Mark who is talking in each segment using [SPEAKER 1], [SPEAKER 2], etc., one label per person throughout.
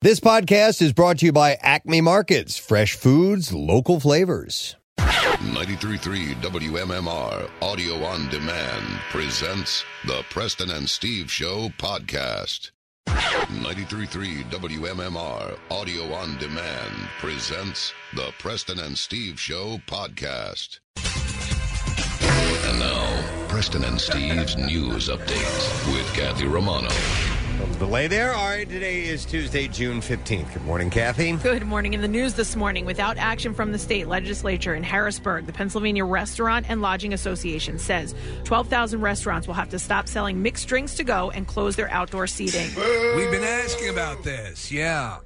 [SPEAKER 1] This podcast is brought to you by Acme Markets, fresh foods, local flavors.
[SPEAKER 2] 933 WMMR Audio on Demand presents the Preston and Steve Show podcast. 933 WMMR Audio on Demand presents the Preston and Steve Show podcast. And now, Preston and Steve's news update with Kathy Romano.
[SPEAKER 1] Delay there. All right, today is Tuesday, June 15th. Good morning, Kathy.
[SPEAKER 3] Good morning. In the news this morning, without action from the state legislature in Harrisburg, the Pennsylvania Restaurant and Lodging Association says 12,000 restaurants will have to stop selling mixed drinks to go and close their outdoor seating.
[SPEAKER 4] We've been asking about this. Yeah.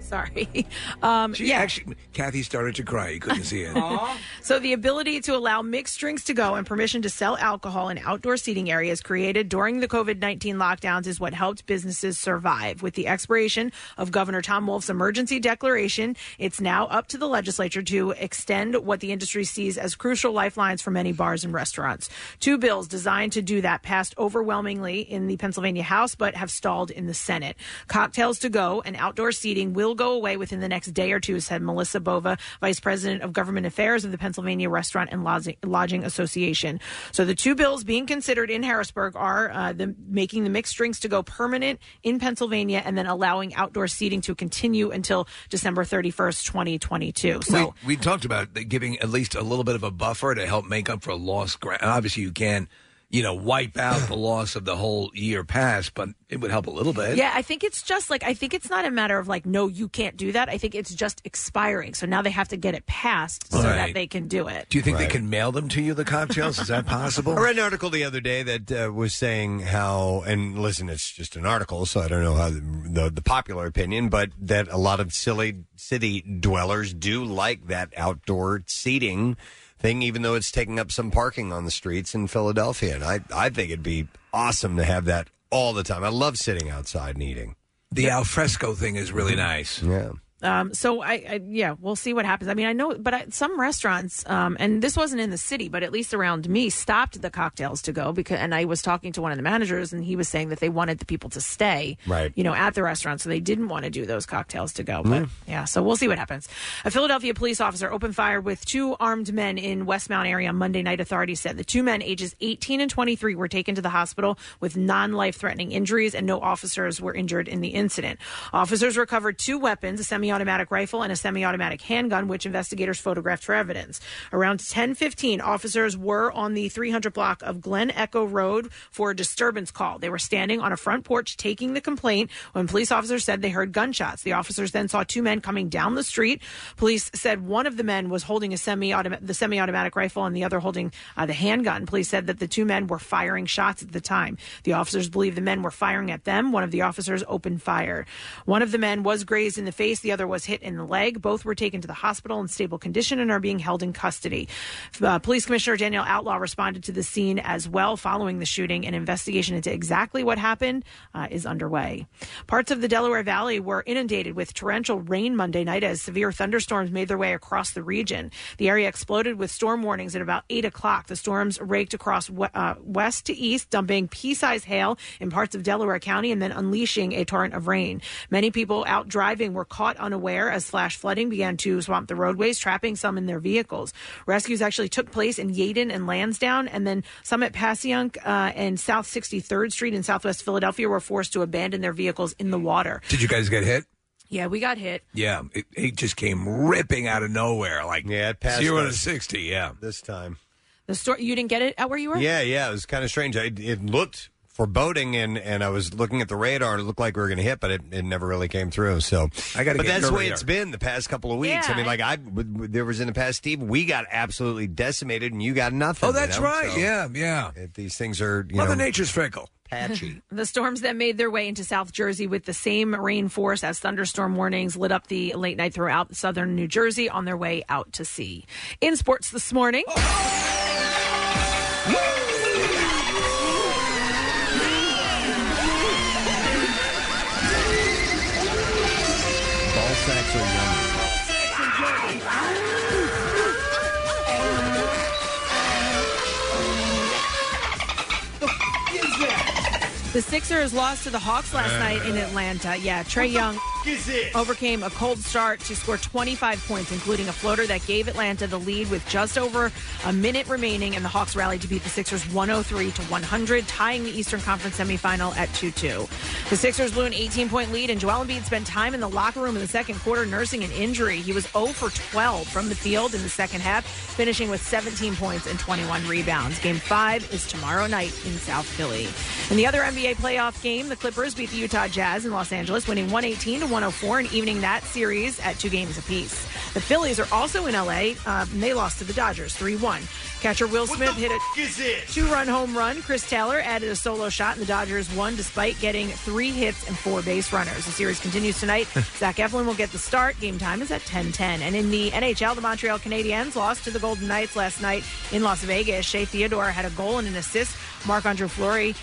[SPEAKER 3] Sorry. Um,
[SPEAKER 4] She actually, Kathy started to cry. You couldn't see it.
[SPEAKER 3] Oh. so the ability to allow mixed drinks to go and permission to sell alcohol in outdoor seating areas created during the COVID-19 lockdowns is what helped businesses survive. With the expiration of Governor Tom Wolf's emergency declaration, it's now up to the legislature to extend what the industry sees as crucial lifelines for many bars and restaurants. Two bills designed to do that passed overwhelmingly in the Pennsylvania House but have stalled in the Senate. Cocktails to go and outdoor seating will go away within the next day or two, said Melissa Bova, Vice President of Government Affairs of the Pennsylvania Restaurant and Lodging, Lodging Association. So the two bills being considered in Harrisburg are uh, the, making the mixed drinks to go permanent in Pennsylvania and then allowing outdoor seating to continue until December 31st, 2022. So.
[SPEAKER 4] we, we talked about the- giving at least a little bit of a buffer to help make up for lost ground. Obviously, you can, you know, wipe out the loss of the whole year past, but it would help a little bit.
[SPEAKER 3] Yeah, I think it's just like I think it's not a matter of like no, you can't do that. I think it's just expiring. So now they have to get it passed so that
[SPEAKER 4] Right.
[SPEAKER 3] they can do it.
[SPEAKER 4] Do you think they can mail them to you, the cocktails? Is that possible?
[SPEAKER 1] I read an article the other day that uh, was saying how, and listen, it's just an article, so I don't know how the, the, the popular opinion, but that a lot of silly city dwellers do like that outdoor seating thing, even though it's taking up some parking on the streets in Philadelphia. And I, I think it'd be awesome to have that all the time. I love sitting outside and eating.
[SPEAKER 4] The alfresco thing is really nice.
[SPEAKER 1] Yeah.
[SPEAKER 3] Um, so I, I, yeah, we'll see what happens. I mean, I know, but I, some restaurants, um, and this wasn't in the city, but at least around me, stopped the cocktails to go because. And I was talking to one of the managers, and he was saying that they wanted the people to stay,
[SPEAKER 5] Right.
[SPEAKER 3] You know, at the restaurant, so they didn't want to do those cocktails to go.
[SPEAKER 4] Mm-hmm.
[SPEAKER 3] But
[SPEAKER 5] Yeah.
[SPEAKER 3] yeah, so we'll see what happens. A Philadelphia police officer opened fire with two armed men in Westmount area on Monday night. Authorities said the two men, ages 18 and 23, were taken to the hospital with non-life-threatening injuries, and no officers were injured in the incident. Officers recovered two weapons: a semi-automatic rifle and a semi-automatic handgun, which investigators photographed for evidence. Around 10:15, officers were on the 300 block of Glen Echo Road for a disturbance call. They were standing on a front porch taking the complaint when police officers said they heard gunshots. The officers then saw two men coming down the street. Police said one of the men was holding a semi the semi-automatic rifle and the other holding uh, the handgun. Police said that the two men were firing shots at the time. The officers believe the men were firing at them. One of the officers opened fire. One of the men was grazed in the face, the other was hit in the leg. Both were taken to the hospital in stable condition and are being held in custody. Uh, Police Commissioner Daniel Outlaw responded to the scene as well following the shooting. An investigation into exactly what happened uh, is underway. Parts of the Delaware Valley were inundated with torrential rain Monday night as severe thunderstorms made their way across the region. The area exploded with storm warnings at about 8 o'clock. The storms raked across we- uh, west to east, dumping pea sized hail in parts of Delaware County and then unleashing a torrent of rain. Many people out driving were caught unaware as flash flooding began to swamp the roadways, trapping some in their vehicles. Rescues actually took place in Yaden and Lansdowne, and then some at Passyunk uh, and South 63rd Street in Southwest Philadelphia were forced to abandon their vehicles in the water.
[SPEAKER 4] Did you guys get hit?
[SPEAKER 3] Yeah, we got hit.
[SPEAKER 4] Yeah. It, it just came ripping out of nowhere. Like yeah, it
[SPEAKER 1] passed
[SPEAKER 4] zero to
[SPEAKER 1] us.
[SPEAKER 4] 60. Yeah.
[SPEAKER 1] This time.
[SPEAKER 3] The store, you didn't get it at where you were?
[SPEAKER 1] Yeah, yeah, it was kind of strange. I, it looked foreboding, and and I was looking at the radar, and it looked like we were going to hit, but it, it never really came through. So I
[SPEAKER 4] gotta
[SPEAKER 1] But
[SPEAKER 4] get
[SPEAKER 1] that's
[SPEAKER 4] your
[SPEAKER 1] the way
[SPEAKER 4] radar.
[SPEAKER 1] it's been the past couple of weeks. I mean, like I w- w- there was in the past, Steve, we got absolutely decimated, and you got nothing.
[SPEAKER 4] Oh, that's
[SPEAKER 1] you know?
[SPEAKER 4] right.
[SPEAKER 1] So
[SPEAKER 4] yeah, yeah.
[SPEAKER 1] it- these things are you
[SPEAKER 4] Mother
[SPEAKER 1] know,
[SPEAKER 4] Nature's fickle.
[SPEAKER 1] patchy.
[SPEAKER 3] The storms that made their way into South Jersey with the same rain force as thunderstorm warnings lit up the late night throughout southern New Jersey on their way out to sea. In sports this morning.
[SPEAKER 1] Ball sacks are yummy.
[SPEAKER 3] The Sixers lost to the Hawks last
[SPEAKER 5] Uh.
[SPEAKER 3] night in Atlanta. Yeah, Trey
[SPEAKER 5] What the
[SPEAKER 3] Young
[SPEAKER 5] is this?
[SPEAKER 3] overcame a cold start to score 25 points, including a floater that gave Atlanta the lead with just over a minute remaining, and the Hawks rallied to beat the Sixers 103 to 100, tying the Eastern Conference semifinal at 2-2. The Sixers blew an 18-point lead, and Joel Embiid spent time in the locker room in the second quarter nursing an injury. He was 0 for 12 from the field in the second half, finishing with 17 points and 21 rebounds. Game five is tomorrow night in South Philly. In the other NBA playoff game, the Clippers beat the Utah Jazz in Los Angeles, winning 118 to 104 and evening that series at two games apiece. The Phillies are also in LA. uh, and they lost to the Dodgers 3 1. Catcher Will Smith hit a two run home run. Chris Taylor added a solo shot, and the Dodgers won despite getting three hits and four base runners. The series continues tonight. Zach Eflin will get the start. Game time is at 10 10. And in the NHL, the Montreal Canadiens lost to the Golden Knights last night in Las Vegas. Shea Theodore had a goal and an assist. Marc Andre Fleury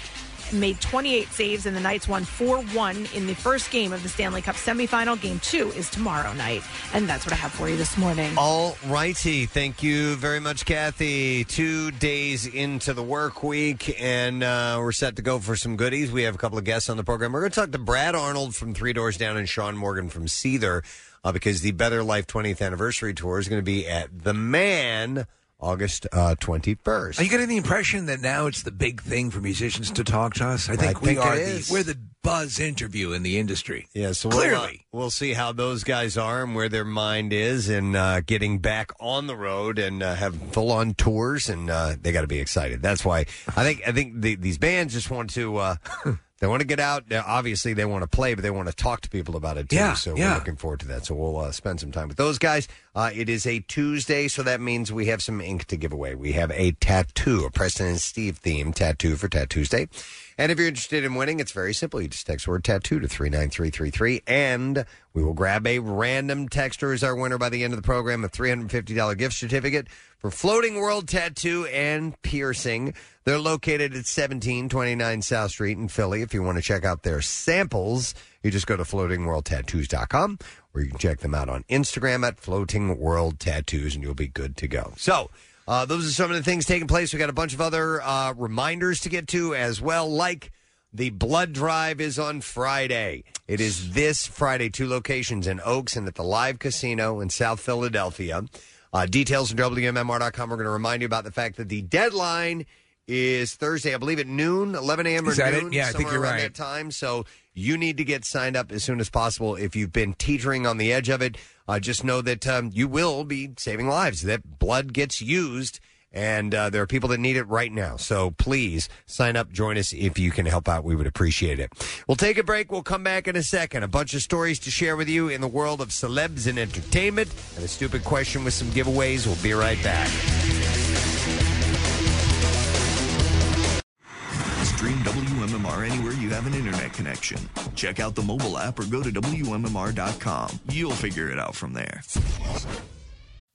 [SPEAKER 3] made 28 saves, and the Knights won 4 1 in the first game of the Stanley Cup semifinal. Game two is tomorrow night. And that's what I have for you this morning.
[SPEAKER 1] All righty. Thank you very much, Kathy. Two days into the work week, and uh, we're set to go for some goodies. We have a couple of guests on the program. We're going to talk to Brad Arnold from Three Doors Down and Sean Morgan from Seether uh, because the Better Life 20th Anniversary Tour is going to be at The Man August uh, 21st.
[SPEAKER 4] Are you getting the impression that now it's the big thing for musicians to talk to us? I think
[SPEAKER 1] I
[SPEAKER 4] we
[SPEAKER 1] think it
[SPEAKER 4] are.
[SPEAKER 1] is.
[SPEAKER 4] The, we're the buzz interview in the industry.
[SPEAKER 1] Yeah, so We'll, uh,
[SPEAKER 4] clearly.
[SPEAKER 1] we'll see how those guys are and where their mind is and uh, getting back on the road and uh, have full on tours and uh, they got to be excited. That's why I think I think the, these bands just want to uh, they want to get out. Now, obviously, they want to play, but they want to talk to people about it too.
[SPEAKER 4] Yeah,
[SPEAKER 1] so
[SPEAKER 4] yeah.
[SPEAKER 1] we're looking forward to that. So we'll uh, spend some time with those guys. Uh, it is a Tuesday, so that means we have some ink to give away. We have a tattoo, a Preston and Steve theme tattoo for Tattoo Day. And if you're interested in winning, it's very simple. You just text word tattoo to 39333, and we will grab a random texter as our winner by the end of the program a $350 gift certificate for Floating World Tattoo and Piercing. They're located at 1729 South Street in Philly. If you want to check out their samples, you just go to floatingworldtattoos.com or you can check them out on Instagram at Floating World Tattoos and you'll be good to go. So, uh, those are some of the things taking place. We got a bunch of other uh, reminders to get to as well, like the blood drive is on Friday. It is this Friday, two locations in Oaks and at the Live Casino in South Philadelphia. Uh, details on WMMR.com. We're going to remind you about the fact that the deadline is Thursday, I believe, at noon, 11 a.m. or
[SPEAKER 4] Is that it?
[SPEAKER 1] noon.
[SPEAKER 4] Yeah, I think
[SPEAKER 1] somewhere
[SPEAKER 4] you're
[SPEAKER 1] around
[SPEAKER 4] right.
[SPEAKER 1] that time. So you need to get signed up as soon as possible. If you've been teetering on the edge of it, uh, just know that um, you will be saving lives. That blood gets used, and uh, there are people that need it right now. So please sign up, join us if you can help out. We would appreciate it. We'll take a break. We'll come back in a second. A bunch of stories to share with you in the world of celebs and entertainment, and a stupid question with some giveaways. We'll be right back.
[SPEAKER 6] Stream WMMR anywhere you have an internet connection. Check out the mobile app or go to WMMR.com. You'll figure it out from there.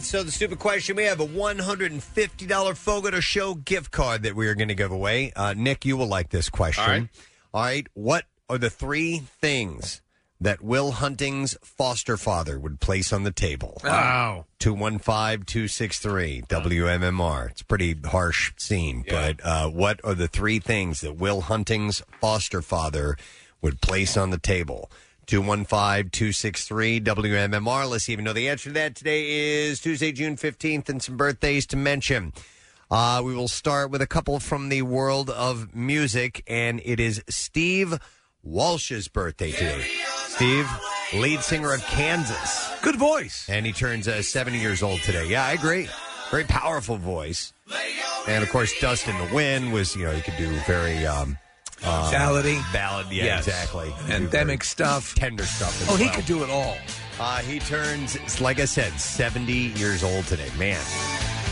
[SPEAKER 1] So the stupid question: We have a one hundred and fifty dollar Fogo to Show gift card that we are going to give away. Uh, Nick, you will like this question.
[SPEAKER 7] All right.
[SPEAKER 1] All right. What are the three things that Will Hunting's foster father would place on the table?
[SPEAKER 7] Wow.
[SPEAKER 1] 215-263 WMMR. It's a pretty harsh scene, but uh, what are the three things that Will Hunting's foster father would place on the table? 215-263 WMMR. Let's even know the answer to that. Today is Tuesday, June 15th, and some birthdays to mention. Uh, we will start with a couple from the world of music, and it is Steve Walsh's birthday today. Steve, lead singer of Kansas.
[SPEAKER 4] Good voice.
[SPEAKER 1] And he turns uh, 70 years old today. Yeah, I agree. Very powerful voice. And of course, Dust in the Wind was, you know, he could do very. Um, uh,
[SPEAKER 4] Ballady.
[SPEAKER 1] Ballad, yeah,
[SPEAKER 4] Yes.
[SPEAKER 1] exactly.
[SPEAKER 4] Anthemic stuff.
[SPEAKER 1] Tender stuff.
[SPEAKER 4] Oh, he could do it all.
[SPEAKER 1] Uh, he turns, like I said, 70 years old today. Man.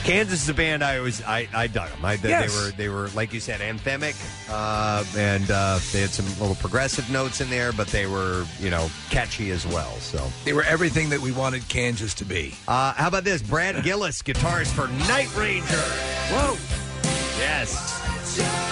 [SPEAKER 1] Kansas is a band I always I, I dug them. I, they,
[SPEAKER 5] Yes.
[SPEAKER 1] they were they were like you said anthemic, uh, and uh, they had some little progressive notes in there, but they were you know catchy as well. So
[SPEAKER 4] They were everything that we wanted Kansas to be.
[SPEAKER 1] Uh, how about this? Brad Gillis, guitarist for Night Ranger. Whoa. Yes.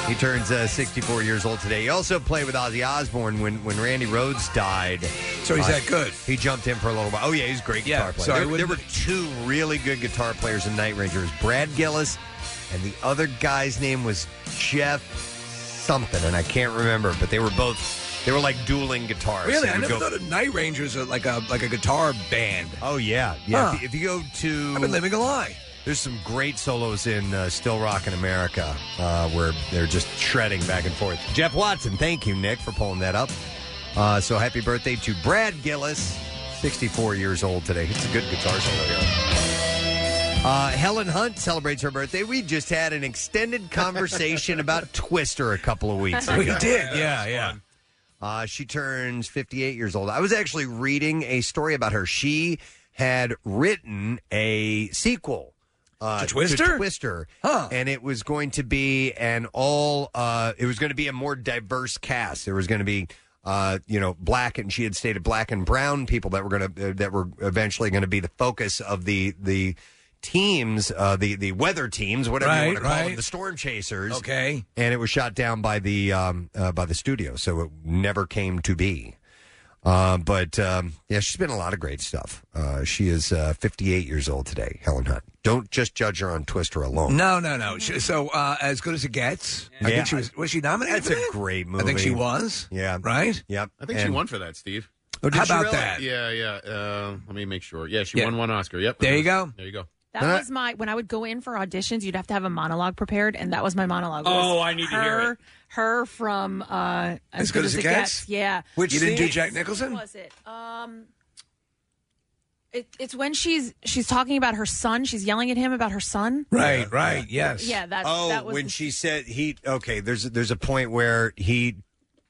[SPEAKER 1] He turns uh, 64 years old today. He also played with Ozzy Osbourne when, when Randy Rhodes died.
[SPEAKER 4] So he's
[SPEAKER 1] Uh,
[SPEAKER 4] that good.
[SPEAKER 1] He jumped in for a little while. Oh, yeah, he's a great
[SPEAKER 4] Yeah,
[SPEAKER 1] guitar player.
[SPEAKER 4] so I
[SPEAKER 1] there, there
[SPEAKER 4] wouldn't-
[SPEAKER 1] were two really good guitar players in Night Ranger. It was Brad Gillis, and the other guy's name was Jeff something, and I can't remember, but they were both, they were like dueling guitars.
[SPEAKER 4] Really,
[SPEAKER 1] They
[SPEAKER 4] I
[SPEAKER 1] would
[SPEAKER 4] never
[SPEAKER 1] go-
[SPEAKER 4] thought of Night Rangers are like a like a guitar band.
[SPEAKER 1] Oh yeah, yeah.
[SPEAKER 4] Huh.
[SPEAKER 1] If, if you go to,
[SPEAKER 4] I've been living a lie.
[SPEAKER 1] There's some great solos in uh, "Still Rockin' America" uh, where they're just shredding back and forth. Jeff Watson, thank you, Nick, for pulling that up. Uh, so happy birthday to Brad Gillis, 64 years old today. It's a good guitar solo. here. Uh, Helen Hunt celebrates her birthday. We just had an extended conversation about Twister a couple of weeks ago.
[SPEAKER 4] We did, yeah, yeah.
[SPEAKER 1] Uh, she turns 58 years old. I was actually reading a story about her. She had written a sequel uh,
[SPEAKER 4] To Twister?
[SPEAKER 1] Twister, and it was going to be an all. Uh, it was going to be a more diverse cast. There was going to be. Uh, you know, black and she had stated black and brown people that were going to uh, that were eventually going to be the focus of the the teams, uh, the the weather teams, whatever you want to call them, the storm chasers.
[SPEAKER 4] Okay.
[SPEAKER 1] and it was shot down by the um, uh, by the studio, so it never came to be. Uh, but um, yeah, she's been in a lot of great stuff. Uh, she is uh, 58 years old today, Helen Hunt. Don't just judge her on Twister alone.
[SPEAKER 4] No, no, no. She- So uh, as good as it gets. I
[SPEAKER 1] Oh. Yeah.
[SPEAKER 4] think she was. Was she nominated?
[SPEAKER 1] That's
[SPEAKER 4] for
[SPEAKER 1] a
[SPEAKER 4] that?
[SPEAKER 1] great
[SPEAKER 4] I think she
[SPEAKER 1] movie.
[SPEAKER 4] was.
[SPEAKER 1] Yeah.
[SPEAKER 4] Right.
[SPEAKER 1] Yep.
[SPEAKER 7] I think she
[SPEAKER 1] And-
[SPEAKER 7] won for that, Steve.
[SPEAKER 1] Oh, did
[SPEAKER 4] How
[SPEAKER 1] she
[SPEAKER 4] about
[SPEAKER 1] really?
[SPEAKER 4] that?
[SPEAKER 7] Yeah, yeah. Uh, let me make sure. Yeah, she
[SPEAKER 4] Yeah.
[SPEAKER 7] won one Oscar. Yep.
[SPEAKER 4] There you go.
[SPEAKER 7] There you go.
[SPEAKER 3] That
[SPEAKER 1] And I-
[SPEAKER 3] was my when I would go in for auditions, you'd have to have a monologue prepared, and that was my monologue.
[SPEAKER 7] Oh,
[SPEAKER 3] was
[SPEAKER 7] I need to
[SPEAKER 3] her,
[SPEAKER 7] hear it.
[SPEAKER 3] Her from uh, as, good, as, it gets. Yeah.
[SPEAKER 4] Which you didn't do
[SPEAKER 3] scene?
[SPEAKER 4] Jack Nicholson.
[SPEAKER 3] What was it? Um, it, it's when she's she's talking about her son. She's yelling at him about her son.
[SPEAKER 4] Right. Right. Yes.
[SPEAKER 3] Yeah, that's
[SPEAKER 1] Oh,
[SPEAKER 3] that was
[SPEAKER 1] when she said he okay. There's there's a point where he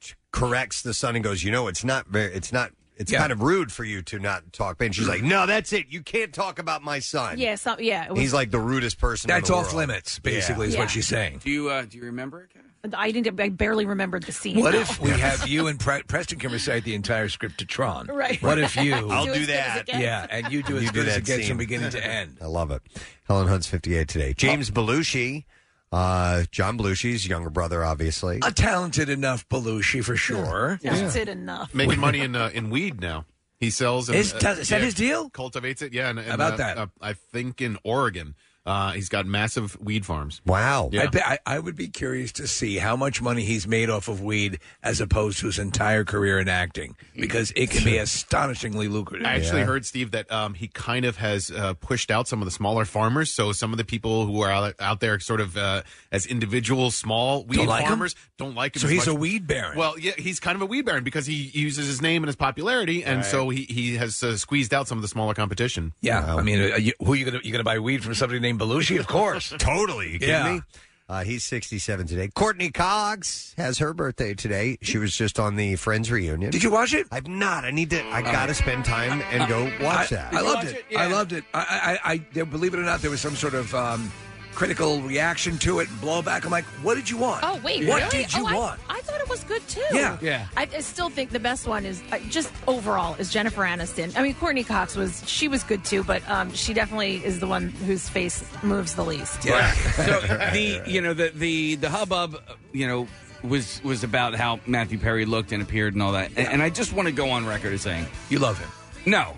[SPEAKER 1] t- corrects the son and goes, you know, it's not very, it's not, it's
[SPEAKER 4] Yeah.
[SPEAKER 1] kind of rude for you to not talk. And she's like, no, that's it. You can't talk about my son.
[SPEAKER 3] yeah, some, yeah. It was,
[SPEAKER 1] He's like the rudest person. in
[SPEAKER 4] That's
[SPEAKER 1] the
[SPEAKER 4] off
[SPEAKER 1] world.
[SPEAKER 4] limits. Basically, is
[SPEAKER 3] Yeah.
[SPEAKER 4] what she's saying.
[SPEAKER 5] Do you uh, do you remember it? Kev?
[SPEAKER 3] I didn't. I barely remembered the scene.
[SPEAKER 4] What if we have you and Pre- Preston can recite the entire script to Tron?
[SPEAKER 3] Right.
[SPEAKER 4] What if you?
[SPEAKER 1] I'll
[SPEAKER 3] Do
[SPEAKER 1] do
[SPEAKER 3] as good as
[SPEAKER 1] that.
[SPEAKER 3] it gets.
[SPEAKER 4] yeah, and you do as
[SPEAKER 1] You do
[SPEAKER 4] good as
[SPEAKER 1] that
[SPEAKER 4] it gets
[SPEAKER 1] scene.
[SPEAKER 4] from beginning to end.
[SPEAKER 1] I love it. Helen Hunt's 58 today. James Belushi, uh, John Belushi's younger brother, obviously.
[SPEAKER 4] A talented enough Belushi for sure.
[SPEAKER 3] That's it enough.
[SPEAKER 7] Making money in uh, in weed now. He sells. And, uh,
[SPEAKER 4] Is- does- is that his deal?
[SPEAKER 7] Cultivates it. Yeah. And, and,
[SPEAKER 4] About
[SPEAKER 7] uh,
[SPEAKER 4] that.
[SPEAKER 7] uh, I think in Oregon, uh, he's got massive weed farms.
[SPEAKER 1] Wow.
[SPEAKER 7] Yeah.
[SPEAKER 4] I, bet, I, I would be curious to see how much money he's made off of weed as opposed to his entire career in acting because it can be astonishingly lucrative.
[SPEAKER 7] I actually heard Steve that um, he kind of has uh, pushed out some of the smaller farmers. So some of the people who are out, out there, sort of uh, as individual small weed
[SPEAKER 4] Don't like 'em?
[SPEAKER 7] farmers, don't like him.
[SPEAKER 4] so
[SPEAKER 7] as
[SPEAKER 4] he's
[SPEAKER 7] much.
[SPEAKER 4] a weed baron.
[SPEAKER 7] Well, yeah, he's kind of a weed baron because he uses his name and his popularity, and so he, he has uh, squeezed out some of the smaller competition.
[SPEAKER 4] yeah. I mean, uh you, who are you going to you going to buy weed from somebody named Belushi? Of course.
[SPEAKER 1] Totally. You kidding
[SPEAKER 4] Yeah.
[SPEAKER 1] me? Uh, he's 67 today. Courtney Cox has her birthday today. She was just on the Friends reunion.
[SPEAKER 4] Did you watch it?
[SPEAKER 1] I've not. I need to. I got to spend time and go watch
[SPEAKER 4] I,
[SPEAKER 1] that.
[SPEAKER 4] I loved
[SPEAKER 5] watch
[SPEAKER 4] it.
[SPEAKER 5] it? Yeah.
[SPEAKER 4] I loved it. I, I, I there, believe it or not, there was some sort of um, critical reaction to it and blowback. I'm like, what did you want?
[SPEAKER 3] Oh wait,
[SPEAKER 4] what
[SPEAKER 3] really?
[SPEAKER 4] did you
[SPEAKER 3] oh, I-
[SPEAKER 4] want?
[SPEAKER 3] I, thought it was good too.
[SPEAKER 4] Yeah.
[SPEAKER 5] Yeah.
[SPEAKER 3] I, I still think the best one is uh, just overall is Jennifer Aniston. I mean, Courtney Cox was she was good too, but um, she definitely is the one whose face moves the least.
[SPEAKER 4] yeah.
[SPEAKER 5] so the you know the the the hubbub uh, you know was was about how Matthew Perry looked and appeared and all that. And, and I just want to go on record as saying
[SPEAKER 4] You love him.
[SPEAKER 5] no.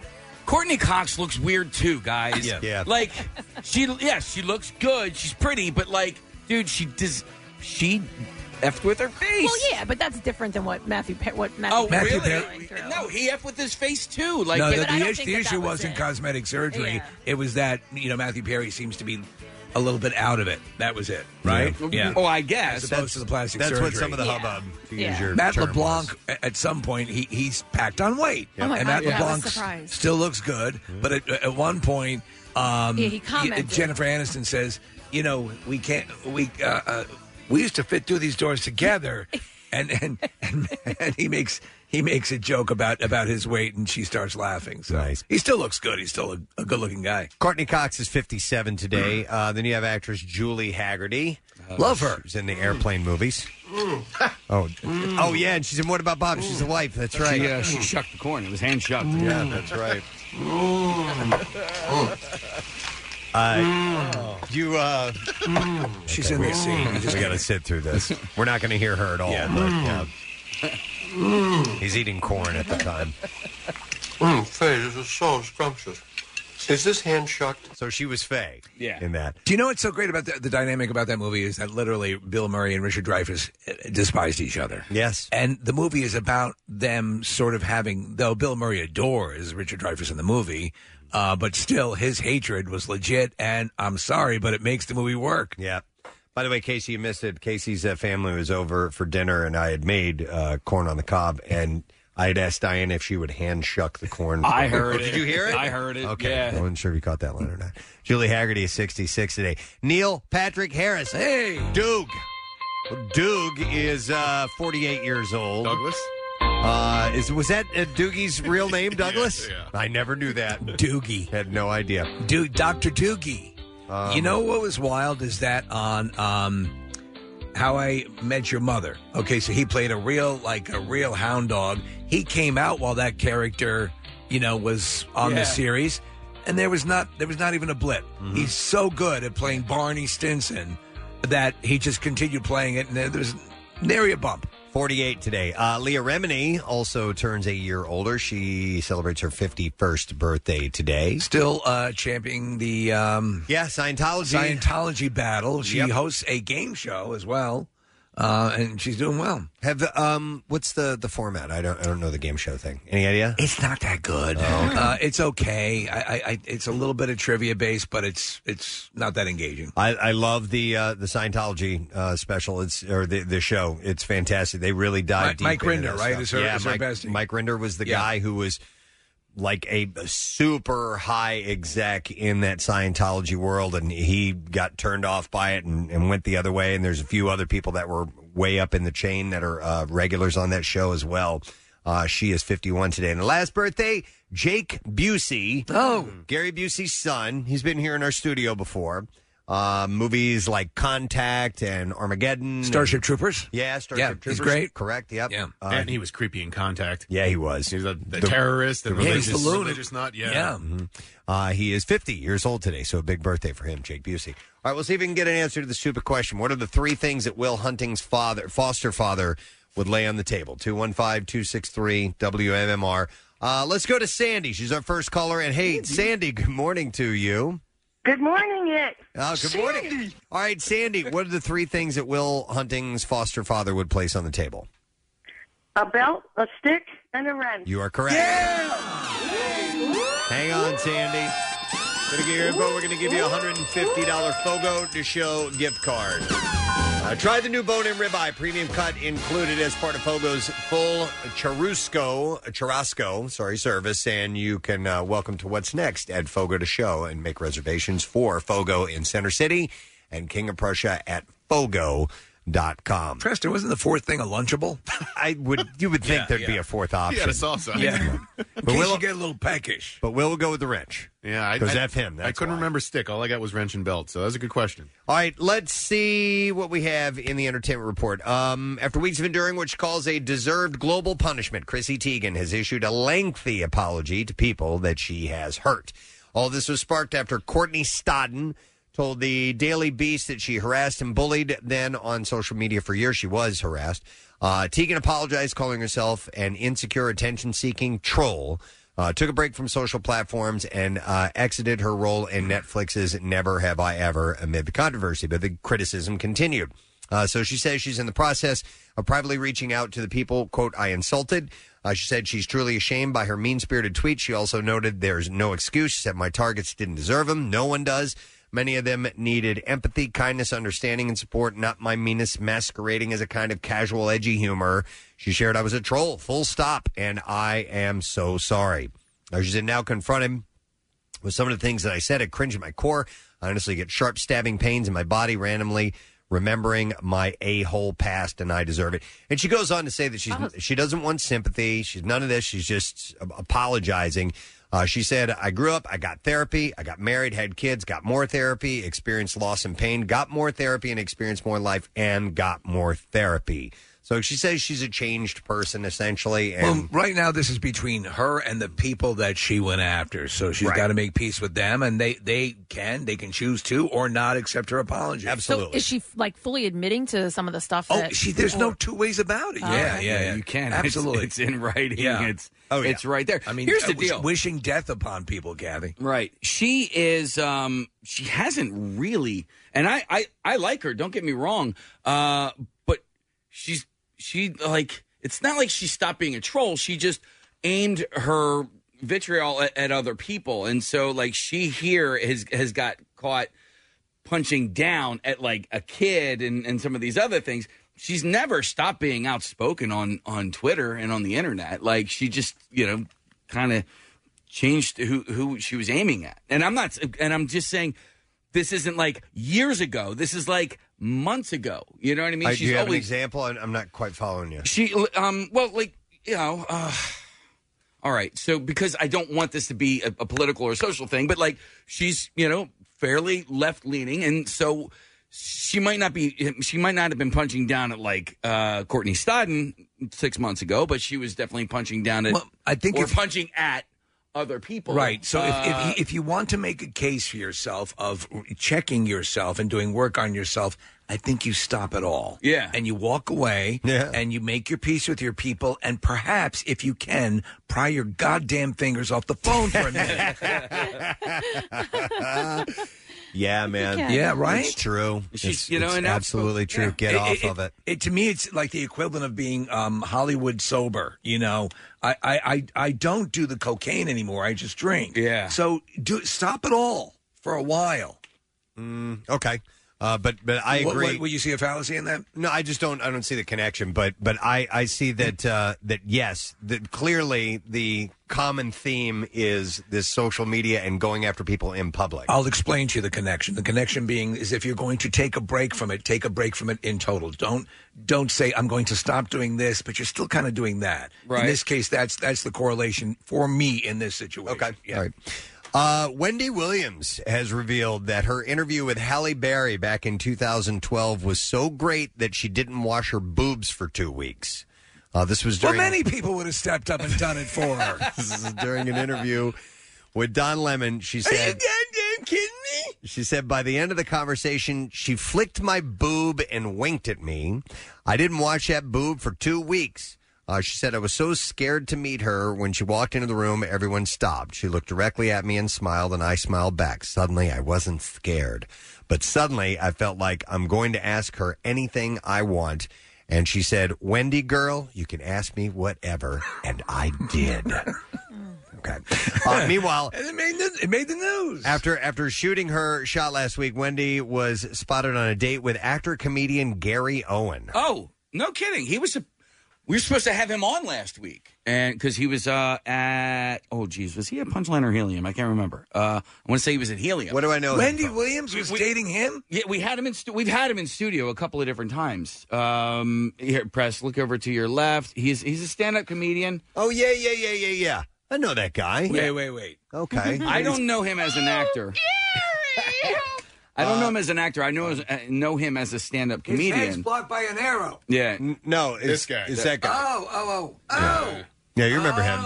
[SPEAKER 5] Courtney Cox looks weird too, guys.
[SPEAKER 4] Yeah.
[SPEAKER 1] Yeah.
[SPEAKER 5] Like she yes, she looks good. She's pretty, but like dude, she does she effed with her face.
[SPEAKER 3] Well, yeah, but that's different than what Matthew Pe- what Matthew,
[SPEAKER 5] Oh,
[SPEAKER 4] Matthew
[SPEAKER 5] really?
[SPEAKER 3] Perry-
[SPEAKER 5] No, he effed with his face too. Like
[SPEAKER 4] no,
[SPEAKER 3] Yeah,
[SPEAKER 4] the,
[SPEAKER 3] but I
[SPEAKER 4] the
[SPEAKER 3] don't
[SPEAKER 4] issue,
[SPEAKER 3] think
[SPEAKER 4] the
[SPEAKER 3] that that
[SPEAKER 4] issue
[SPEAKER 3] was
[SPEAKER 4] wasn't
[SPEAKER 3] it.
[SPEAKER 4] cosmetic surgery.
[SPEAKER 3] Yeah.
[SPEAKER 4] It was that you know Matthew Perry seems to be a little bit out of it. That was it, right?
[SPEAKER 5] Oh, I guess.
[SPEAKER 4] As opposed to the plastic
[SPEAKER 1] That's
[SPEAKER 4] surgery.
[SPEAKER 1] what some of the
[SPEAKER 3] Yeah.
[SPEAKER 1] hubbub. To use
[SPEAKER 3] Yeah.
[SPEAKER 1] your
[SPEAKER 4] Matt
[SPEAKER 1] term
[SPEAKER 4] LeBlanc
[SPEAKER 1] was.
[SPEAKER 4] a- at some point he he's packed on weight,
[SPEAKER 3] Oh my
[SPEAKER 4] and Matt
[SPEAKER 3] God, yeah, I was
[SPEAKER 4] LeBlanc s-
[SPEAKER 3] surprised.
[SPEAKER 4] still looks good. But at, at one point, um,
[SPEAKER 3] Yeah, he commented.
[SPEAKER 4] Jennifer Aniston says, "You know, we can't we uh, uh, we used to fit through these doors together." and and, and and he makes he makes a joke about about his weight, and she starts laughing. So he still looks good. He's still a, a good looking guy.
[SPEAKER 1] Courtney Cox is 57 today. Uh, then you have actress Julie Haggerty.
[SPEAKER 4] Uh, Love her.
[SPEAKER 1] She's in the airplane movies. Oh, oh yeah, and she's in What About Bob? She's the wife. That's right.
[SPEAKER 5] She, uh, she shucked the corn. It was hand shucked.
[SPEAKER 1] Yeah, that's right. Mm. Uh, you, uh,
[SPEAKER 4] she's in the scene. You just
[SPEAKER 1] we got to sit through this. We're not going to hear her at all.
[SPEAKER 4] Yeah.
[SPEAKER 1] but, Mm. yeah. He's eating corn at the time.
[SPEAKER 8] Mmm,
[SPEAKER 1] Mm,
[SPEAKER 8] Faye, this is so scrumptious. Is this hand shucked?
[SPEAKER 1] So she was Faye.
[SPEAKER 5] Yeah.
[SPEAKER 1] In that.
[SPEAKER 4] Do you know what's so great about the, the dynamic about that movie is that literally Bill Murray and Richard Dreyfuss uh, despised each other.
[SPEAKER 1] Yes.
[SPEAKER 4] And the movie is about them sort of having, though Bill Murray adores Richard Dreyfuss in the movie, uh, but still his hatred was legit. And I'm sorry, but it makes the movie work.
[SPEAKER 1] Yeah. By the way, Casey, you missed it. Casey's uh, family was over for dinner, and I had made uh, corn on the cob, and I had asked Diane if she would hand shuck the corn.
[SPEAKER 5] I heard
[SPEAKER 1] Oh, Did
[SPEAKER 5] it.
[SPEAKER 1] you hear it?
[SPEAKER 5] I heard it,
[SPEAKER 1] Okay,
[SPEAKER 5] yeah.
[SPEAKER 1] I wasn't sure if you caught that line or not. Julie Haggerty is 66 today. Neil Patrick Harris.
[SPEAKER 4] Hey,
[SPEAKER 1] Doug. Doug is uh, 48 years old.
[SPEAKER 7] Douglas.
[SPEAKER 1] Uh, is was that uh, Doogie's real name, Douglas?
[SPEAKER 7] yeah.
[SPEAKER 1] I never knew that.
[SPEAKER 4] Doogie.
[SPEAKER 1] Had no idea.
[SPEAKER 4] Dude, Dr. Doogie. you know what was wild is that on um, How I Met Your Mother. Okay, so he played a real, like a real hound dog. He came out while that character, you know, was on
[SPEAKER 5] Yeah.
[SPEAKER 4] the series, and there was not there was not even a blip. He's so good at playing Barney Stinson that he just continued playing it, and there, there was nary a bump.
[SPEAKER 1] 48 today. Uh, Leah Remini also turns a year older. She celebrates her 51st birthday today.
[SPEAKER 4] Still uh, championing the um,
[SPEAKER 1] Yeah, Scientology.
[SPEAKER 4] Scientology battle. She
[SPEAKER 1] Yep.
[SPEAKER 4] hosts a game show as well, uh, and she's doing well.
[SPEAKER 1] Have the, um, what's the the format? I don't I don't know the game show thing. Any idea?
[SPEAKER 4] It's not that good. uh, it's okay. I, I, I, it's a little bit of trivia based, but it's it's not that engaging.
[SPEAKER 1] I, I love the uh, the Scientology uh, special. It's or the the show. It's fantastic. They really dive
[SPEAKER 4] Mike-
[SPEAKER 1] deep.
[SPEAKER 4] Mike
[SPEAKER 1] into
[SPEAKER 4] Rinder,
[SPEAKER 1] that
[SPEAKER 4] right,
[SPEAKER 1] stuff.
[SPEAKER 4] is her-
[SPEAKER 1] yeah,
[SPEAKER 4] is her
[SPEAKER 1] Mike,
[SPEAKER 4] bestie.
[SPEAKER 1] Mike Rinder was the
[SPEAKER 4] Yeah.
[SPEAKER 1] guy who was like a, a super high exec in that Scientology world, and he got turned off by it and, and went the other way. And there's a few other people that were way up in the chain that are uh, regulars on that show as well. Uh, she is 51 today. And the last birthday, Jake Busey.
[SPEAKER 4] Oh,
[SPEAKER 1] Gary Busey's son. He's been here in our studio before. Uh, movies like Contact and Armageddon.
[SPEAKER 4] Starship Troopers.
[SPEAKER 1] And, yeah, Starship
[SPEAKER 4] Yeah,
[SPEAKER 1] Troopers.
[SPEAKER 4] he's great.
[SPEAKER 1] Correct. Yep.
[SPEAKER 4] Yeah.
[SPEAKER 1] Uh,
[SPEAKER 7] and he was creepy in contact.
[SPEAKER 1] yeah, he was.
[SPEAKER 7] He's a, the,
[SPEAKER 1] The-
[SPEAKER 7] terrorist, the
[SPEAKER 4] Yeah,
[SPEAKER 7] religious,
[SPEAKER 4] he's the loon.
[SPEAKER 7] religious nut. Yeah.
[SPEAKER 4] Yeah.
[SPEAKER 1] Uh, he is 50 years old today, so a big birthday for him, Jake Busey. All right, we'll see if we can get an answer to the stupid question. What are the three things that Will Hunting's father, foster father, would lay on the table? 215 263 WMMR. Uh, let's go to Sandy. She's our first caller. And hey, Sandy, good morning to you.
[SPEAKER 9] Good morning, it.
[SPEAKER 1] Oh, good morning. All right, Sandy, what are the three things that Will Hunting's foster father would place on the table?
[SPEAKER 9] A belt, a stick, and a wrench.
[SPEAKER 1] You are correct. Hang on, Sandy. Gonna get your info. We're gonna give you a hundred and fifty dollar Fogo to Show gift card. Uh, try the new bone and ribeye premium cut included as part of Fogo's full churrasco churrasco sorry service, and you can uh, welcome to what's next at Fogo to Show and make reservations for Fogo in Center City and King of Prussia at Fogo.com.
[SPEAKER 4] Preston wasn't the fourth thing a lunchable.
[SPEAKER 1] I would you would think there'd be a fourth
[SPEAKER 7] He
[SPEAKER 1] option.
[SPEAKER 7] had a salsa.
[SPEAKER 4] In case you get a little peckish.
[SPEAKER 1] But Will will go with the wrench.
[SPEAKER 7] Yeah, I,
[SPEAKER 1] 'Cause
[SPEAKER 7] I-
[SPEAKER 1] F him,
[SPEAKER 7] I
[SPEAKER 1] that's
[SPEAKER 7] couldn't
[SPEAKER 1] why.
[SPEAKER 7] remember stick. All I got was wrench and belt. So that's a good question.
[SPEAKER 1] All right, let's see what we have in the entertainment report. Um, after weeks of enduring what she calls a deserved global punishment, Chrissy Teigen has issued a lengthy apology to people that she has hurt. All this was sparked after Courtney Stodden told the Daily Beast that she harassed and bullied then on social media for years. She was harassed. Uh, Teigen apologized, calling herself an insecure, attention seeking troll uh, took a break from social platforms and uh, exited her role in Netflix's Never Have I Ever amid the controversy, but the criticism continued. Uh, so she says she's in the process of privately reaching out to the people, quote, I insulted. Uh, she said she's truly ashamed by her mean spirited tweet. She also noted there's no excuse. She said, My targets didn't deserve them. No one does. Many of them needed empathy, kindness, understanding, and support, not my meanness masquerading as a kind of casual, edgy humor. She shared, I was a troll, full stop, and I am so sorry. Now, She said, now confront him with some of the things that I said. I cringe at my core. I honestly get sharp stabbing pains in my body randomly remembering my a hole past, and I deserve it. And she goes on to say that she's
[SPEAKER 5] Oh.
[SPEAKER 1] she doesn't want sympathy. She's none of this. She's just a- apologizing. Uh, she said, I grew up, I got therapy, I got married, had kids, got more therapy, experienced loss and pain, got more therapy, and experienced more life, and got more therapy. So she says she's a changed person, essentially. And
[SPEAKER 4] Well, right now this is between her and the people that she went after, so she's got to make peace with them, and they they can they can choose to or not accept her apology.
[SPEAKER 3] So is she like fully admitting to some of the stuff?
[SPEAKER 4] Oh,
[SPEAKER 3] that
[SPEAKER 4] she, there's no
[SPEAKER 3] or-
[SPEAKER 4] two ways about it.
[SPEAKER 3] Oh,
[SPEAKER 4] yeah,
[SPEAKER 3] okay.
[SPEAKER 4] yeah, yeah,
[SPEAKER 5] You can. It's-
[SPEAKER 4] absolutely. Oh,
[SPEAKER 5] it's in writing. It's- it's right there.
[SPEAKER 4] I mean,
[SPEAKER 5] Here's
[SPEAKER 4] uh,
[SPEAKER 5] the
[SPEAKER 4] wish-
[SPEAKER 5] deal.
[SPEAKER 4] wishing death upon people, Kathy.
[SPEAKER 5] Right. She is um she hasn't really and I I I like her, don't get me wrong. Uh but she's she like it's not like she stopped being a troll. She just aimed her vitriol at, at other people. And so like she here has has got caught punching down at like a kid and, and some of these other things. She's never stopped being outspoken on on Twitter and on the internet. Like she just, you know, kind of changed who who she was aiming at. And I'm not and I'm just saying this isn't like years ago. This is like months ago. You know what I mean?
[SPEAKER 1] Uh, do you have an example? I'm I'm not quite following you.
[SPEAKER 5] She, um, well, like you know, uh, all right. So because I don't want this to be a, a political or social thing, but like she's you know fairly left leaning, and so she might not be she might not have been punching down at like uh, Courtney Stodden six months ago, but she was definitely punching down at
[SPEAKER 4] Well, I think
[SPEAKER 5] or
[SPEAKER 4] if-
[SPEAKER 5] punching at other people,
[SPEAKER 4] Right. So if,
[SPEAKER 5] Uh,
[SPEAKER 4] if, if you want to make a case for yourself of checking yourself and doing work on yourself, I think you stop it all. Yeah. And you walk away yeah. and you make your peace with your people. And perhaps, if you can, pry your goddamn fingers off the phone for a minute.
[SPEAKER 1] Yeah, man.
[SPEAKER 4] can. Yeah, right?
[SPEAKER 1] It's true. It's-
[SPEAKER 4] you know,
[SPEAKER 1] it's
[SPEAKER 4] and that's-
[SPEAKER 1] absolutely true. Get
[SPEAKER 4] It-
[SPEAKER 1] off of it.
[SPEAKER 4] It to me, it's like the equivalent of being um, Hollywood sober. You know, I, I, I, I don't do the cocaine anymore. I just drink. Yeah. So do stop it all for a while.
[SPEAKER 1] Mm, okay, uh, but but I
[SPEAKER 4] What-
[SPEAKER 1] agree.
[SPEAKER 4] what- what, you see a fallacy in that?
[SPEAKER 1] No, I just don't. I don't see the connection. But but I I see that uh, that yes, that clearly the common theme is this social media and going after people in public.
[SPEAKER 4] I'll explain to you the connection. The connection being is if you're going to take a break from it, take a break from it in total. Don't don't say I'm going to stop doing this, but you're still kind of doing that.
[SPEAKER 1] Right.
[SPEAKER 4] In this case, that's that's the correlation for me in this situation. Okay. Yeah.
[SPEAKER 1] All right. Uh, Wendy Williams has revealed that her interview with Halle Berry back in 2012 was so great that she didn't wash her boobs for two weeks. Uh, this was
[SPEAKER 4] Well,
[SPEAKER 1] during
[SPEAKER 4] many people would have stepped up and done it for her.
[SPEAKER 1] this is during an interview with Don Lemon. She said,
[SPEAKER 4] goddamn kidding me?
[SPEAKER 1] She said, by the end of the conversation, she flicked my boob and winked at me. I didn't watch that boob for two weeks. Uh, she said, I was so scared to meet her. When she walked into the room, everyone stopped. She looked directly at me and smiled, and I smiled back. Suddenly, I wasn't scared. But suddenly, I felt like I'm going to ask her anything I want. And she said, Wendy girl, you can ask me whatever. And I did. okay. Uh, meanwhile,
[SPEAKER 4] and it made the, it made the news.
[SPEAKER 1] After after shooting her shot last week, Wendy was spotted on a date with actor comedian Gary Owen.
[SPEAKER 5] oh no, kidding. He was a, we were supposed to have him on last week. and because he was uh, at oh geez, was he at Punchline or Helium? I can't remember. Uh, I want to say he was at Helium. What
[SPEAKER 1] do I know?
[SPEAKER 4] Wendy Williams was dating him.
[SPEAKER 5] Yeah, we had him in. Stu- we've had him in studio a couple of different times. Um, here, press. Look over to your left. He's he's a stand-up comedian.
[SPEAKER 1] Oh yeah, yeah, yeah, yeah, yeah. I know that guy.
[SPEAKER 5] Wait,
[SPEAKER 4] wait, wait.
[SPEAKER 1] Okay.
[SPEAKER 5] I don't know him as an actor.
[SPEAKER 1] Uh,
[SPEAKER 5] I don't know him as an actor. I know uh, know him as a stand-up
[SPEAKER 4] His head's
[SPEAKER 5] comedian.
[SPEAKER 4] blocked by an arrow.
[SPEAKER 5] Yeah.
[SPEAKER 1] no, it's,
[SPEAKER 5] This guy.
[SPEAKER 1] It's that guy.
[SPEAKER 4] Oh, oh, oh, oh.
[SPEAKER 1] Yeah, you remember him.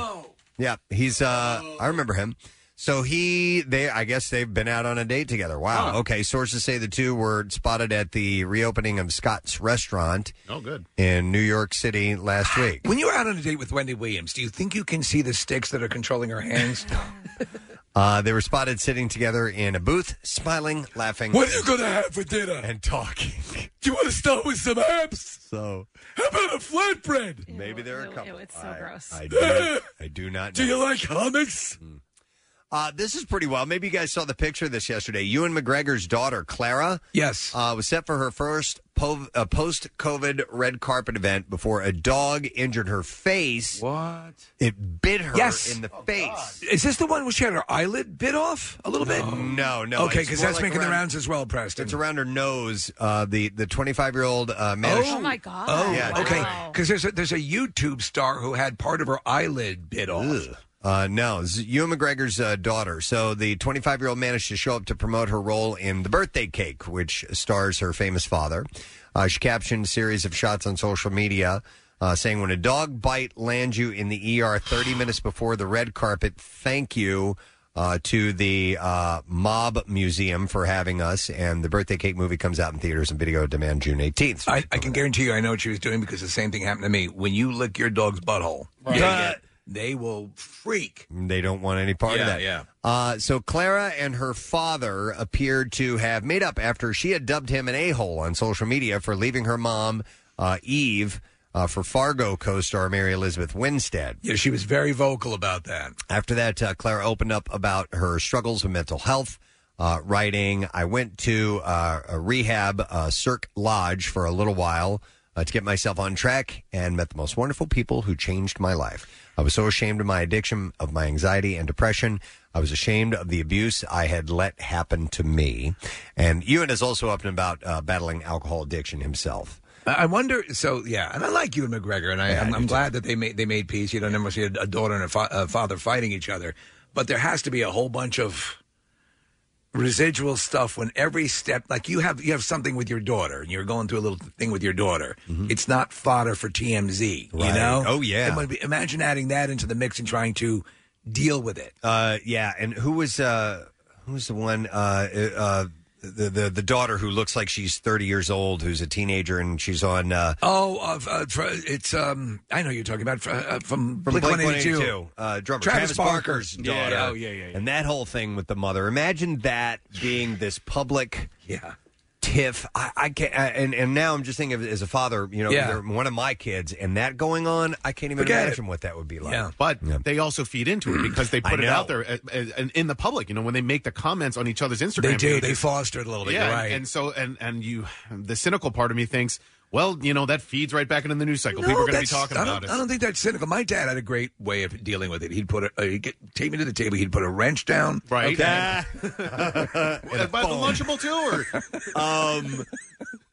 [SPEAKER 1] Yeah, he's. uh I remember him. So he, they, I guess they've been out on a date together. Wow. Okay. Sources say the two were spotted at the reopening of Scott's Restaurant
[SPEAKER 7] Oh, good.
[SPEAKER 1] in New York City last week.
[SPEAKER 4] When you're out on a date with Wendy Williams, do you think you can see the sticks that are controlling her hands?
[SPEAKER 1] Uh, they were spotted sitting together in a booth, smiling, laughing.
[SPEAKER 4] What are you gonna have for dinner?
[SPEAKER 1] And talking.
[SPEAKER 4] Do you want to start with some herbs?
[SPEAKER 1] So
[SPEAKER 4] How about a flatbread?
[SPEAKER 1] Maybe there are a couple.
[SPEAKER 3] It's so gross.
[SPEAKER 1] I do, I do not. Know.
[SPEAKER 4] like hummus?
[SPEAKER 1] Uh, this is pretty wild. Maybe you guys saw the picture of this yesterday. Ewan McGregor's daughter, Clara,
[SPEAKER 4] yes,
[SPEAKER 1] uh, was set for her first po- uh, post-COVID red carpet event before a dog injured her face.
[SPEAKER 5] What?
[SPEAKER 1] It bit her
[SPEAKER 4] Yes. Oh,
[SPEAKER 1] in the face.
[SPEAKER 4] Is this the one where she had her eyelid bit off a little bit?
[SPEAKER 1] No, no.
[SPEAKER 4] Okay,
[SPEAKER 1] it's
[SPEAKER 4] because
[SPEAKER 1] more
[SPEAKER 4] that's
[SPEAKER 1] like
[SPEAKER 4] making
[SPEAKER 1] around-
[SPEAKER 4] the rounds as well, Preston.
[SPEAKER 1] It's around her nose. Uh, the the 25 year old uh, managed.
[SPEAKER 4] Oh,
[SPEAKER 3] my God.
[SPEAKER 4] Oh,
[SPEAKER 1] Yeah.
[SPEAKER 4] okay. Because there's a, there's a YouTube star who had part of her eyelid bit off.
[SPEAKER 1] Uh, no, it's Ewan McGregor's uh, daughter. So the 25 year old managed to show up to promote her role in The Birthday Cake, which stars her famous father. Uh, she captioned a series of shots on social media uh, saying, When a dog bite lands you in the ER 30 minutes before the red carpet, thank you. Uh, to the uh, Mob Museum for having us, and the Birthday Cake movie comes out in theaters and video on demand June 18th.
[SPEAKER 4] I, I can guarantee you, I know what she was doing because the same thing happened to me. When you lick your dog's butthole, they, get- they will freak.
[SPEAKER 1] They don't want any part of
[SPEAKER 4] Yeah,
[SPEAKER 1] that.
[SPEAKER 4] yeah.
[SPEAKER 1] Uh, so Clara and her father appeared to have made up after she had dubbed him an a-hole on social media for leaving her mom, uh, Eve, uh, for Fargo co-star Mary Elizabeth Winstead.
[SPEAKER 4] Yeah, she was very vocal about that.
[SPEAKER 1] After that, uh, Clara opened up about her struggles with mental health, uh, writing, I went to uh, a rehab, uh, Cirque Lodge, for a little while uh, to get myself on track and met the most wonderful people who changed my life. I was so ashamed of my addiction, of my anxiety and depression. I was ashamed of the abuse I had let happen to me. And Ewan is also up and about uh, battling alcohol addiction himself.
[SPEAKER 4] I I wonder. So yeah, and I like you and McGregor, and I, I'm, I'm glad that they made they made peace. You don't never see a, a daughter and a, fa- a father fighting each other, but there has to be a whole bunch of residual stuff when every step, like you have you have something with your daughter, and you're going through a little thing with your daughter. It's not fodder for TMZ, you
[SPEAKER 1] Mm-hmm. Right.
[SPEAKER 4] know?
[SPEAKER 1] Oh, yeah.
[SPEAKER 4] It might be- imagine adding that into the mix and trying to deal with it.
[SPEAKER 1] Uh, yeah, and who was uh, who was the one uh, uh, the, the the daughter who looks like she's thirty years old, who's a teenager, and she's on uh,
[SPEAKER 4] Oh, uh, f- uh, fr- it's um, I know you're talking about fr- uh,
[SPEAKER 1] from
[SPEAKER 4] from Blink
[SPEAKER 1] Blink One Eighty
[SPEAKER 4] 182.
[SPEAKER 1] Two, uh, drummer
[SPEAKER 4] Travis,
[SPEAKER 1] Barker's
[SPEAKER 4] Barker.
[SPEAKER 1] daughter.
[SPEAKER 4] Yeah, oh yeah, yeah, yeah.
[SPEAKER 1] And that whole thing with the mother. Imagine that being this public.
[SPEAKER 4] Yeah.
[SPEAKER 1] Tiff, I, I can't, I, and and now I'm just thinking of, as a father, you know,
[SPEAKER 7] Yeah.
[SPEAKER 1] they're one of my kids, and that going on, I can't even
[SPEAKER 7] Forget it.
[SPEAKER 1] imagine what that would be like.
[SPEAKER 7] But they also feed into
[SPEAKER 4] Hmm.
[SPEAKER 7] it because they
[SPEAKER 1] I
[SPEAKER 7] put it
[SPEAKER 1] know.
[SPEAKER 7] out there a- a- and in the public. You know, when they make the comments on each other's Instagram,
[SPEAKER 4] They do. They
[SPEAKER 7] pages.
[SPEAKER 4] foster it a little bit.
[SPEAKER 7] Yeah,
[SPEAKER 4] you're
[SPEAKER 7] and-
[SPEAKER 4] right.
[SPEAKER 7] and so and and you, the cynical part of me thinks, well, you know, that feeds right back into the news cycle. People are going to be
[SPEAKER 4] that's-
[SPEAKER 7] talking
[SPEAKER 4] I don't,
[SPEAKER 7] about it.
[SPEAKER 4] I don't think that's cynical. My dad had a great way of dealing with it. He'd put a, uh, he'd get, take me to the table. He'd put a wrench down.
[SPEAKER 7] Right.
[SPEAKER 4] Okay.
[SPEAKER 7] By the Lunchable too, or
[SPEAKER 1] um,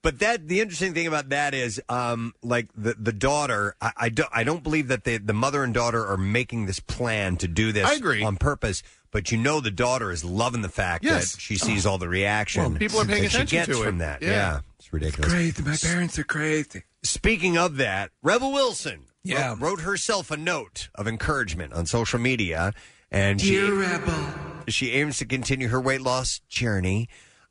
[SPEAKER 1] but that the interesting thing about that is, um, like the the daughter, I, I don't I don't believe that the the mother and daughter are making this plan to do this.
[SPEAKER 7] I agree.
[SPEAKER 1] on purpose. But you know the daughter is loving the fact
[SPEAKER 7] Yes.
[SPEAKER 1] that she sees all the reaction
[SPEAKER 7] Well, people are paying
[SPEAKER 1] that
[SPEAKER 7] attention
[SPEAKER 1] she gets
[SPEAKER 7] to it.
[SPEAKER 1] from that.
[SPEAKER 7] Yeah.
[SPEAKER 1] Yeah. it's ridiculous.
[SPEAKER 4] Great. My parents are crazy.
[SPEAKER 1] Speaking of that, Rebel Wilson,
[SPEAKER 4] yeah.
[SPEAKER 1] wrote, wrote herself a note of encouragement on social media, and she, she aims to continue her weight loss journey.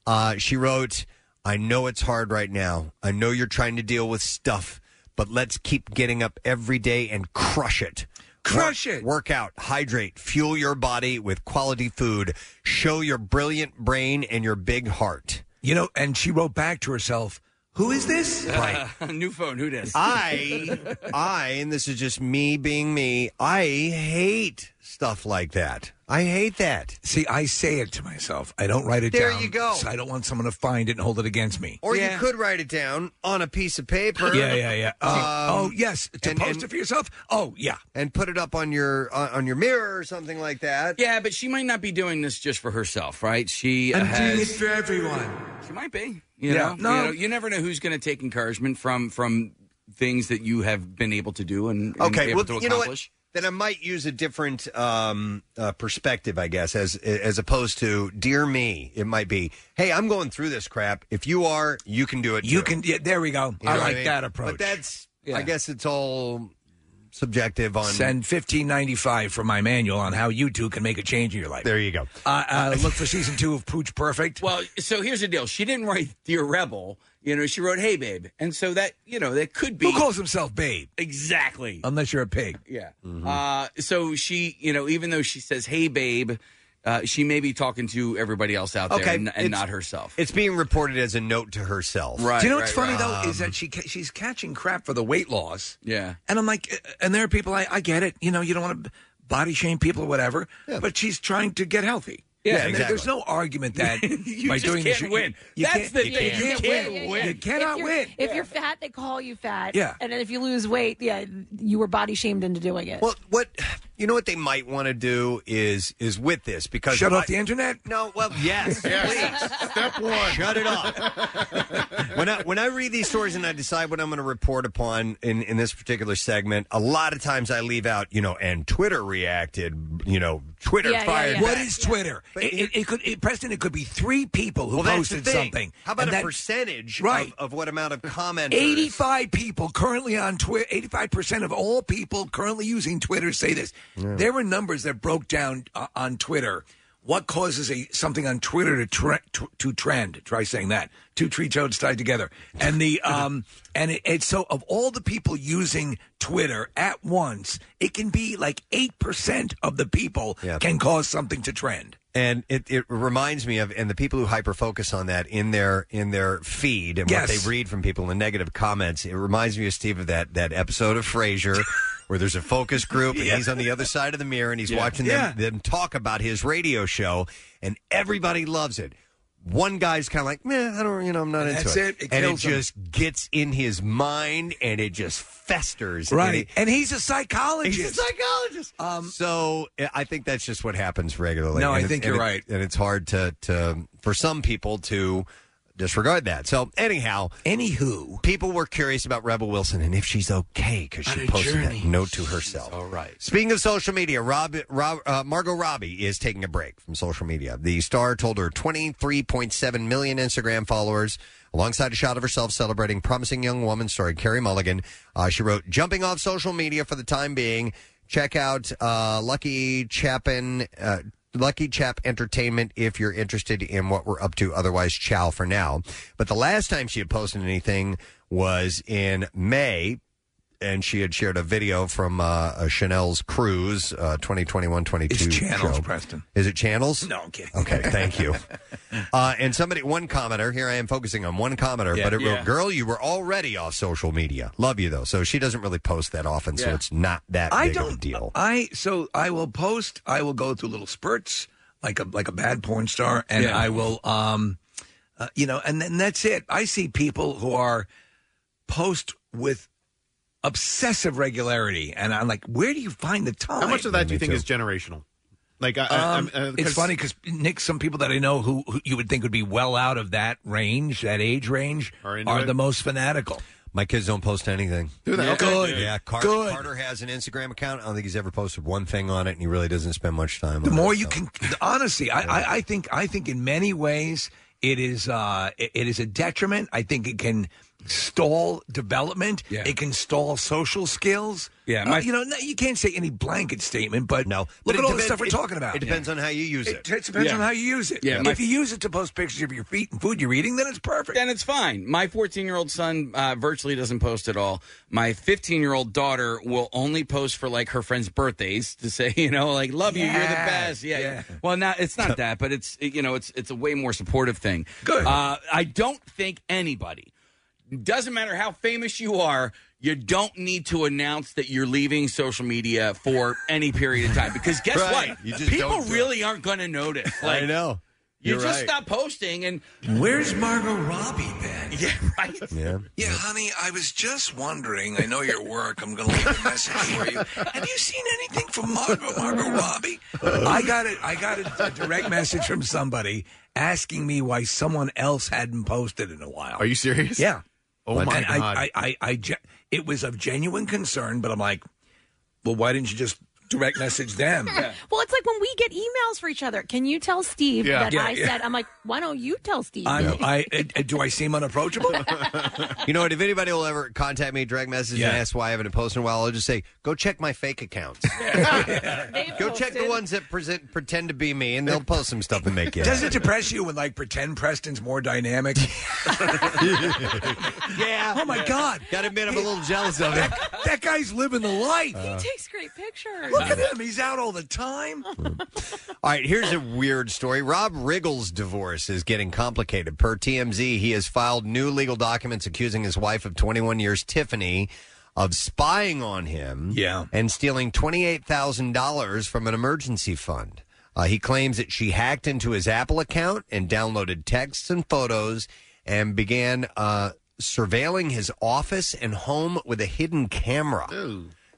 [SPEAKER 1] Uh, she wrote, I know it's hard right now. I know you're trying to deal with stuff, but let's keep getting up every day and crush it. Crush it. Work out, hydrate, fuel your body with quality food, show your brilliant brain and your big heart.
[SPEAKER 4] You know, and she wrote back to herself, "Who is this?"
[SPEAKER 1] Right.
[SPEAKER 5] New phone. Who does?
[SPEAKER 1] I, I, and this is just me being me. I hate stuff like that. I hate that.
[SPEAKER 4] See, I say it to myself. I don't write it
[SPEAKER 1] There
[SPEAKER 4] down.
[SPEAKER 1] you go.
[SPEAKER 4] so I don't want someone to find it and hold it against me.
[SPEAKER 1] Or you could write it down on a piece of paper.
[SPEAKER 4] Yeah, yeah, yeah. Uh,
[SPEAKER 1] Um,
[SPEAKER 4] oh, yes. To
[SPEAKER 1] and-
[SPEAKER 4] post
[SPEAKER 1] and-
[SPEAKER 4] it for yourself. Oh, yeah.
[SPEAKER 1] And put it up on your on, on your mirror or something like that.
[SPEAKER 5] Yeah, but she might not be doing this just for herself, right? She
[SPEAKER 1] I'm
[SPEAKER 5] has,
[SPEAKER 1] doing
[SPEAKER 4] for everyone.
[SPEAKER 5] She might be.
[SPEAKER 1] Yeah.
[SPEAKER 5] You know,
[SPEAKER 1] No.
[SPEAKER 5] you know, you never know who's going to take encouragement from from things that you have been able to do and, and
[SPEAKER 1] Okay,
[SPEAKER 5] be
[SPEAKER 1] well,
[SPEAKER 5] able to
[SPEAKER 1] you know what?
[SPEAKER 5] accomplish.
[SPEAKER 1] Then I might use a different um, uh, perspective, I guess, as as opposed to "Dear me." It might be, "Hey, I'm going through this crap. If you are, you can do it.
[SPEAKER 4] You
[SPEAKER 1] too."
[SPEAKER 4] can. Yeah, there we go.
[SPEAKER 1] You know
[SPEAKER 4] I
[SPEAKER 1] what
[SPEAKER 4] like
[SPEAKER 1] mean?
[SPEAKER 4] that approach.
[SPEAKER 1] But that's,
[SPEAKER 4] Yeah.
[SPEAKER 1] I guess, it's all subjective. On
[SPEAKER 4] Send fifteen ninety five for my manual on how you two can make a change in your life.
[SPEAKER 1] there you go.
[SPEAKER 4] Uh, uh, look for season two of Pooch Perfect.
[SPEAKER 5] Well, so here's the deal. She didn't write "Dear Rebel." You know, she wrote "Hey, babe," and so that you know that could be
[SPEAKER 4] Who calls himself babe?
[SPEAKER 5] exactly.
[SPEAKER 4] Unless you're a pig.
[SPEAKER 5] Yeah.
[SPEAKER 4] Mm-hmm.
[SPEAKER 5] Uh, so she, you know, even though she says "Hey, babe," uh, she may be talking to everybody else out there
[SPEAKER 1] Okay,
[SPEAKER 5] and,
[SPEAKER 1] it's-
[SPEAKER 5] and not herself.
[SPEAKER 1] It's being reported as a note to herself.
[SPEAKER 5] Right.
[SPEAKER 4] Do you know what's
[SPEAKER 5] right,
[SPEAKER 4] funny
[SPEAKER 5] right.
[SPEAKER 4] though is that she ca- she's catching crap for the weight loss,
[SPEAKER 5] Yeah.
[SPEAKER 4] and I'm like, uh, and there are people I, I get it. You know, you don't want to body shame people or whatever, but she's trying to get healthy.
[SPEAKER 5] Yeah,
[SPEAKER 4] and there- There's no argument that
[SPEAKER 5] You
[SPEAKER 4] by
[SPEAKER 5] just
[SPEAKER 4] doing this
[SPEAKER 5] can't
[SPEAKER 4] you-
[SPEAKER 5] win.
[SPEAKER 4] you
[SPEAKER 5] That's
[SPEAKER 4] can't-
[SPEAKER 5] the thing.
[SPEAKER 4] You can't win. You cannot
[SPEAKER 3] if you're-
[SPEAKER 4] win.
[SPEAKER 3] If you're fat, they call you fat.
[SPEAKER 1] Yeah.
[SPEAKER 3] And then if you lose weight, yeah, you were body shamed into doing it.
[SPEAKER 1] Well, what you know what they might want to do is is with this because
[SPEAKER 4] Shut
[SPEAKER 1] I-
[SPEAKER 4] off the internet.
[SPEAKER 1] No, well, yes,
[SPEAKER 7] please. Step one,
[SPEAKER 1] shut it off. when I when I read these stories and I decide what I'm going to report upon in in this particular segment, a lot of times I leave out, you know, and Twitter reacted, you know, Twitter fired. back.
[SPEAKER 4] What is Twitter? It, it, it could, it, Preston. It could be three people who
[SPEAKER 1] Well, that's the
[SPEAKER 4] posted
[SPEAKER 1] thing.
[SPEAKER 4] something.
[SPEAKER 1] How about
[SPEAKER 4] and
[SPEAKER 1] a
[SPEAKER 4] that-
[SPEAKER 1] percentage
[SPEAKER 4] Right.
[SPEAKER 1] of, of what amount of commenters?
[SPEAKER 4] 85 people currently on Twitter, 85% of all people currently using Twitter say this.
[SPEAKER 1] Yeah.
[SPEAKER 4] There were numbers that broke down uh, on Twitter. What causes a something on Twitter to tre- to, to trend? Try saying that. Two tree toads tied together. And the um and it, it's so of all the people using Twitter at once, it can be like 8% of the people can cause something to trend.
[SPEAKER 1] and it, it reminds me of and the people who hyper focus on that in their in their feed and what
[SPEAKER 4] Yes.
[SPEAKER 1] they read from people and negative comments it reminds me of steve of that that episode of frasier where there's a focus group and
[SPEAKER 4] Yeah.
[SPEAKER 1] he's on the other side of the mirror and he's
[SPEAKER 4] Yeah.
[SPEAKER 1] watching them, them talk about his radio show and everybody loves it one guy's kind of like, man, I don't, you know, I'm not
[SPEAKER 4] And
[SPEAKER 1] into
[SPEAKER 4] that's
[SPEAKER 1] it.
[SPEAKER 4] it. It
[SPEAKER 1] and it
[SPEAKER 4] kills him.
[SPEAKER 1] just gets in his mind and it just festers. and
[SPEAKER 4] Right.
[SPEAKER 1] it-
[SPEAKER 4] And he's a psychologist.
[SPEAKER 1] He's a psychologist.
[SPEAKER 4] Um
[SPEAKER 1] so eh, I- I think that's just what happens regularly.
[SPEAKER 4] No, I
[SPEAKER 1] it's-
[SPEAKER 4] think you're
[SPEAKER 1] it-
[SPEAKER 4] right.
[SPEAKER 1] and it's hard to to for some people to disregard that. So anyhow,
[SPEAKER 4] anywho,
[SPEAKER 1] people were curious about Rebel Wilson and if she's okay because she posted that note to herself. all right. Speaking of social media, Rob, Rob uh, Margot Robbie is taking a break from social media. The star told her 23.7 million Instagram followers, alongside a shot of herself celebrating promising young woman starring Carrie Mulligan. Uh, she wrote, "Jumping off social media for the time being. Check out uh, Lucky Chapin." Uh, Lucky Chap Entertainment if you're interested in what we're up to. Otherwise, chow for now. But the last time she had posted anything was in May and she had shared a video from uh, a Chanel's cruise, uh, 2021-22
[SPEAKER 4] Channels,
[SPEAKER 1] show.
[SPEAKER 4] Preston.
[SPEAKER 1] Is it Channels?
[SPEAKER 4] No, I'm kidding.
[SPEAKER 1] Okay, thank you. uh, and somebody, one commenter, here I am focusing on one commenter,
[SPEAKER 4] Yeah.
[SPEAKER 1] but it
[SPEAKER 4] Yeah.
[SPEAKER 1] wrote, girl, you were already off social media. Love you, though. So she doesn't really post that often, so
[SPEAKER 4] Yeah.
[SPEAKER 1] it's not that
[SPEAKER 4] I
[SPEAKER 1] big
[SPEAKER 4] don't,
[SPEAKER 1] of a deal.
[SPEAKER 4] I so I will post. I will go through little spurts, like a like a bad porn star, and
[SPEAKER 1] Yeah.
[SPEAKER 4] I will, um, uh, you know, and then that's it. I see people who are post with obsessive regularity, and I'm like, where do you find the time?
[SPEAKER 7] How much of that do you think is generational? Like, I, I,
[SPEAKER 4] Um,
[SPEAKER 7] I'm, uh,
[SPEAKER 4] it's funny because Nick, some people that I know who, who you would think would be well out of that range, that age range, are,
[SPEAKER 1] into it?
[SPEAKER 4] the most fanatical.
[SPEAKER 1] My kids don't post anything.
[SPEAKER 4] Do they?
[SPEAKER 1] Yeah.
[SPEAKER 4] Okay. Good.
[SPEAKER 1] Yeah, Car-
[SPEAKER 4] Good.
[SPEAKER 1] Carter has an Instagram account. I don't think he's ever posted one thing on it, and he really doesn't spend much time
[SPEAKER 4] the
[SPEAKER 1] on it.
[SPEAKER 4] more you can honestly I, I i think i think in many ways it is uh it, it is a detriment i think it can stall development
[SPEAKER 5] Yeah.
[SPEAKER 4] it can stall social skills
[SPEAKER 5] Yeah,
[SPEAKER 4] Uh,
[SPEAKER 5] my-
[SPEAKER 4] you know no- you can't say any blanket statement but no
[SPEAKER 1] But
[SPEAKER 4] look
[SPEAKER 1] it
[SPEAKER 4] at all
[SPEAKER 1] depends-
[SPEAKER 4] the stuff we're
[SPEAKER 1] it-
[SPEAKER 4] talking about
[SPEAKER 1] It depends on how you use it.
[SPEAKER 4] it, it depends on how you use it
[SPEAKER 5] Yeah,
[SPEAKER 4] if
[SPEAKER 5] my-
[SPEAKER 4] you use it to post pictures of your feet and food you're eating then it's perfect
[SPEAKER 5] Then it's fine. My 14 year old son uh, virtually doesn't post at all. My 15 year old daughter will only post for like her friends' birthdays to say, you know, like love you, you're the
[SPEAKER 4] Yeah,
[SPEAKER 5] best. Yeah.
[SPEAKER 4] yeah.
[SPEAKER 5] Well, not it's not that, but it's you know, it's it's a way more supportive thing.
[SPEAKER 4] Good.
[SPEAKER 5] Uh, I don't think anybody doesn't matter how famous you are. You don't need to announce that you're leaving social media for any period of time because guess
[SPEAKER 1] Right.
[SPEAKER 5] what?
[SPEAKER 1] You just
[SPEAKER 5] People
[SPEAKER 1] don't do it.
[SPEAKER 5] really aren't going to notice. Like,
[SPEAKER 1] I know.
[SPEAKER 5] You
[SPEAKER 1] You're
[SPEAKER 5] just
[SPEAKER 1] right.
[SPEAKER 5] stop posting and
[SPEAKER 4] where's margot robbie then
[SPEAKER 5] yeah right
[SPEAKER 1] Yeah.
[SPEAKER 4] yeah, honey, I was just wondering. I know you're at work. I'm going to leave a message for you. Have you seen anything from Margot, Margot Robbie? I got it. I got a direct message from somebody asking me why someone else hadn't posted in a while.
[SPEAKER 7] Are you serious?
[SPEAKER 4] Yeah.
[SPEAKER 7] Oh my
[SPEAKER 4] And
[SPEAKER 7] God.
[SPEAKER 4] I, I, I, I ge- it was of genuine concern, but I'm like, well, why didn't you just direct message them?
[SPEAKER 3] Well, it's like when we get emails for each other. Can you tell Steve
[SPEAKER 4] Yeah.
[SPEAKER 3] that
[SPEAKER 4] Yeah,
[SPEAKER 3] I
[SPEAKER 4] yeah.
[SPEAKER 3] said? I'm like, why don't you tell Steve?
[SPEAKER 4] I'm, I, I- do I seem unapproachable?
[SPEAKER 1] You know what? If anybody will ever contact me, direct message,
[SPEAKER 4] Yeah.
[SPEAKER 1] and ask why I haven't posted in a while, I'll just say, go check my fake accounts. go check the ones that present, pretend to be me, and they'll post some stuff and make you
[SPEAKER 4] Does
[SPEAKER 1] happy.
[SPEAKER 4] it depress you when like pretend Preston's more dynamic?
[SPEAKER 1] yeah.
[SPEAKER 4] Oh my God.
[SPEAKER 1] Gotta admit, I'm a little jealous of it.
[SPEAKER 4] That guy's living the life.
[SPEAKER 3] he takes great pictures.
[SPEAKER 4] Look at him. He's out all the time.
[SPEAKER 1] All right, here's a weird story. Rob Riggle's divorce is getting complicated. Per TMZ, he has filed new legal documents accusing his wife of 21 years, Tiffany, of spying on him
[SPEAKER 4] Yeah.
[SPEAKER 1] and stealing $28,000 from an emergency fund. Uh, he claims that she hacked into his Apple account and downloaded texts and photos and began uh, surveilling his office and home with a hidden camera.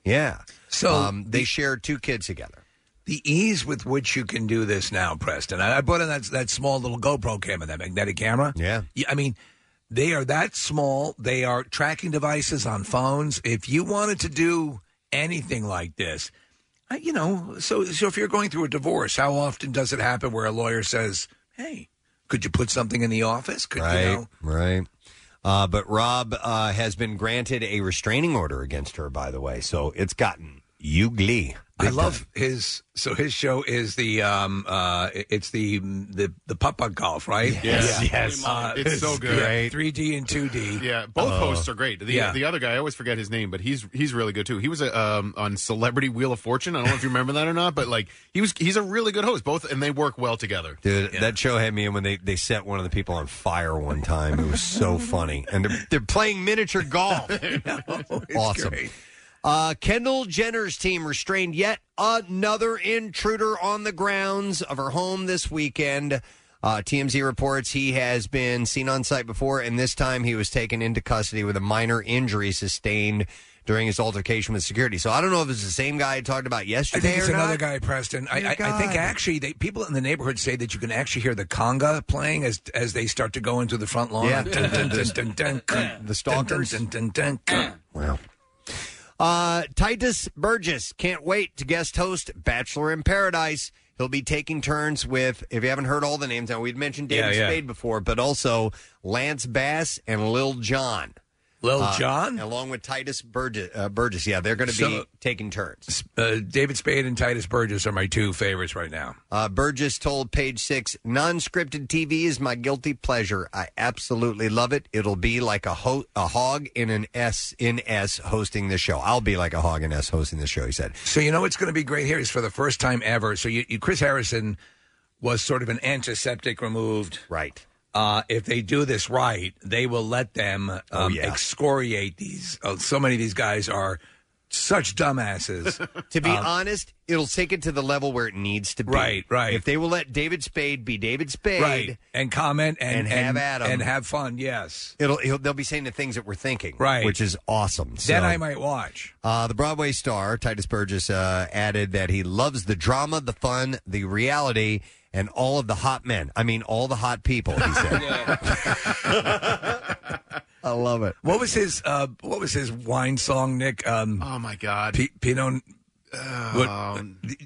[SPEAKER 1] Yeah.
[SPEAKER 4] So
[SPEAKER 1] um, they shared two kids together.
[SPEAKER 4] The ease with which you can do this now, Preston. I, I brought in that that small little GoPro camera, that magnetic camera.
[SPEAKER 1] Yeah.
[SPEAKER 4] I mean, they are that small. They are tracking devices on phones. If you wanted to do anything like this, I, you know, so so if you're going through a divorce, how often does it happen where a lawyer says, "Hey, could you put something in the office? Could
[SPEAKER 1] Right,
[SPEAKER 4] you know?"
[SPEAKER 1] right. Uh, but Rob uh, has been granted a restraining order against her, by the way. So it's gotten ugly.
[SPEAKER 4] I love his. So his show is the um uh it- it's the the the putt putt golf, right? Uh,
[SPEAKER 7] Yes. Yes. Yes. It's so good. Right.
[SPEAKER 4] Three D and two D.
[SPEAKER 7] Yeah, both hosts are great. The
[SPEAKER 4] Uh-huh. uh, yeah.
[SPEAKER 7] the other guy, I always forget his name, but he's he's really good too. He was a, um, on Celebrity Wheel of Fortune. I don't know if you remember that or not, but like he was he's a really good host. Both and they work well together.
[SPEAKER 1] Dude, that show had me in when they, they set one of the people on fire one time. It was so funny. And they're, they're playing miniature golf. awesome. Uh, Kendall Jenner's team restrained yet another intruder on the grounds of her home this weekend. Uh, TMZ reports he has been seen on site before, and this time he was taken into custody with a minor injury sustained during his altercation with security. So I don't know if it's the same guy I talked about
[SPEAKER 4] I
[SPEAKER 1] yesterday
[SPEAKER 4] think it's
[SPEAKER 1] or not.
[SPEAKER 4] another guy, Preston. I, I,
[SPEAKER 1] Dear
[SPEAKER 4] I think
[SPEAKER 1] God.
[SPEAKER 4] actually, they, people in the neighborhood say that you can actually hear the conga playing as as they start to go into the front lawn.
[SPEAKER 1] Yeah.
[SPEAKER 4] the stalkers.
[SPEAKER 1] Wow. Uh, Titus Burgess can't wait to guest host Bachelor in Paradise. He'll be taking turns with, if you haven't heard all the names, now we'd mentioned David
[SPEAKER 4] Yeah, yeah.
[SPEAKER 1] Spade before, but also Lance Bass and Lil John.
[SPEAKER 4] Lil
[SPEAKER 1] Uh,
[SPEAKER 4] Jon?
[SPEAKER 1] Along with Titus Burgess. Uh, Burgess. Yeah, they're going to be
[SPEAKER 4] So-
[SPEAKER 1] taking turns.
[SPEAKER 4] Uh, David Spade and Titus Burgess are my two favorites right now.
[SPEAKER 1] Uh, Burgess told Page Six, "Non-scripted TV is my guilty pleasure. I absolutely love it. It'll be like a ho- a hog in an S in S hosting the show. I'll be like a hog in S hosting the show." He said.
[SPEAKER 4] So you know what's going to be great here is for the first time ever. So you, you Chris Harrison was sort of an antiseptic removed.
[SPEAKER 1] Right.
[SPEAKER 4] Uh, if they do this right, they will let them um,
[SPEAKER 1] Oh, yeah.
[SPEAKER 4] excoriate these. Oh, so many of these guys are such dumbasses.
[SPEAKER 1] To be
[SPEAKER 4] Um,
[SPEAKER 1] honest, it'll take it to the level where it needs to be.
[SPEAKER 4] Right, right.
[SPEAKER 1] If they will let David Spade be David Spade,
[SPEAKER 4] right, and comment and,
[SPEAKER 1] And have at 'em.
[SPEAKER 4] and have fun. Yes,
[SPEAKER 1] it'll, he'll they'll be saying the things that we're thinking.
[SPEAKER 4] Right.
[SPEAKER 1] which is awesome. So-
[SPEAKER 4] then I might watch.
[SPEAKER 1] Uh, the Broadway star Titus Burgess uh, added that he loves the drama, the fun, the reality, and all of the hot men. I mean, all the hot people. He said. I love it.
[SPEAKER 4] What was his uh, What was his wine song, Nick? Um,
[SPEAKER 7] oh my God,
[SPEAKER 4] P- Pinot. what,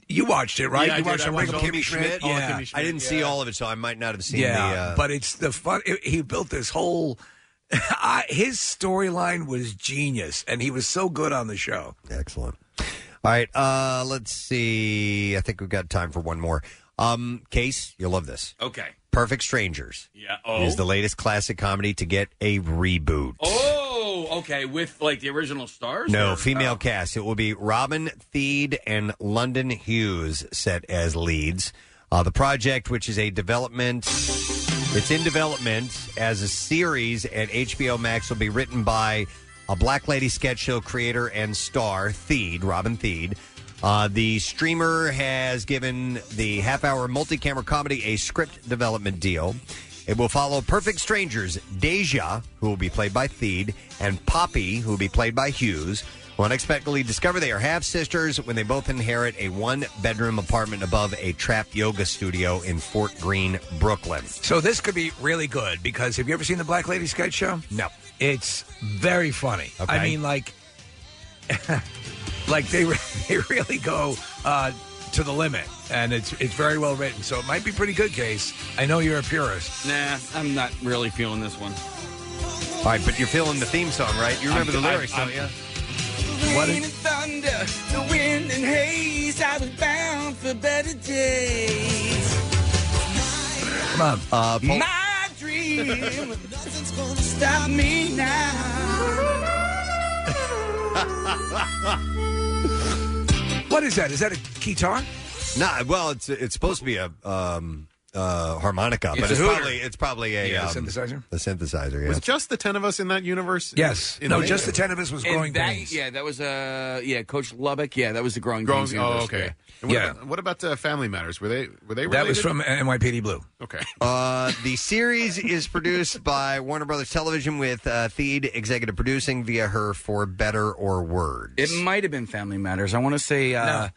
[SPEAKER 4] you watched it, right?
[SPEAKER 1] Um, Yeah, I
[SPEAKER 4] you
[SPEAKER 1] did.
[SPEAKER 4] watched
[SPEAKER 1] I
[SPEAKER 4] it.
[SPEAKER 1] watched
[SPEAKER 4] with
[SPEAKER 1] all of Kimmy Schmidt. All of
[SPEAKER 4] Yeah,
[SPEAKER 1] Kimmy Schmidt, I didn't see yeah. all of it, so I might not have seen
[SPEAKER 4] Yeah,
[SPEAKER 1] the, uh,
[SPEAKER 4] but it's the fun. it- he built this whole. I, his storyline was genius, and he was so good on the show.
[SPEAKER 1] Excellent. All right, uh, let's see. I think we've got time for one more. Um, Case, you'll love this.
[SPEAKER 5] Okay.
[SPEAKER 1] Perfect Strangers
[SPEAKER 5] Yeah. Oh.
[SPEAKER 1] is the latest classic comedy to get a reboot.
[SPEAKER 5] oh. Okay. With like the original stars.
[SPEAKER 1] No,
[SPEAKER 5] Or- uh,
[SPEAKER 1] female cast. It will be Robin Thede and London Hughes set as leads. Uh, the project, which is a development, it's in development as a series at HBO Max, will be written by a Black Lady sketch show creator and star Thede, Robin Thede. Uh, the streamer has given the half-hour multi-camera comedy a script development deal. It will follow Perfect Strangers, Deja, who will be played by Thede, and Poppy, who will be played by Hughes, who unexpectedly discover they are half sisters when they both inherit a one bedroom apartment above a trap yoga studio in Fort Greene, Brooklyn.
[SPEAKER 4] So this could be really good because have you ever seen the Black Lady sketch show?
[SPEAKER 1] No,
[SPEAKER 4] it's very funny. I
[SPEAKER 1] Okay.
[SPEAKER 4] mean, like, like they re- they really go uh, to the limit, and it's it's very well written. So it might be pretty good. Case, I know you're a purist.
[SPEAKER 5] Nah, I'm not really feeling this one.
[SPEAKER 1] All right, but you're feeling the theme song, right? You remember
[SPEAKER 5] I'm-
[SPEAKER 1] the lyrics,
[SPEAKER 5] I'm-
[SPEAKER 1] don't you?
[SPEAKER 4] What is-
[SPEAKER 10] Rain and thunder, the wind and haze. I was bound for better days.
[SPEAKER 4] Come on.
[SPEAKER 1] Uh, Paul-
[SPEAKER 10] My dream, nothing's gonna stop me now.
[SPEAKER 4] What is that? Is that a guitar?
[SPEAKER 1] Nah, well, it's it's supposed to be a um, uh, harmonica,
[SPEAKER 7] It's
[SPEAKER 1] but
[SPEAKER 7] a
[SPEAKER 1] it's
[SPEAKER 7] hooter.
[SPEAKER 1] probably it's probably a
[SPEAKER 7] Yeah,
[SPEAKER 1] um,
[SPEAKER 7] the synthesizer?
[SPEAKER 1] The synthesizer, yeah.
[SPEAKER 7] Was just the ten of us in that universe?
[SPEAKER 4] Yes.
[SPEAKER 7] In
[SPEAKER 4] No,
[SPEAKER 7] the-
[SPEAKER 4] just the ten of us was
[SPEAKER 5] And
[SPEAKER 4] growing
[SPEAKER 5] that-
[SPEAKER 4] pains.
[SPEAKER 5] Yeah, that was uh yeah, Coach Lubbock. Yeah, that was the growing.
[SPEAKER 7] Growing-
[SPEAKER 5] Pains
[SPEAKER 7] oh,
[SPEAKER 5] universe,
[SPEAKER 7] okay.
[SPEAKER 5] Yeah.
[SPEAKER 7] And what about- what about uh, Family Matters? Were they were they related?
[SPEAKER 4] That was from NYPD Blue.
[SPEAKER 7] Okay.
[SPEAKER 1] Uh, the series is produced by Warner Brothers Television with uh, Theed executive producing via her for better or worse.
[SPEAKER 5] It might have been Family Matters. I want to say uh,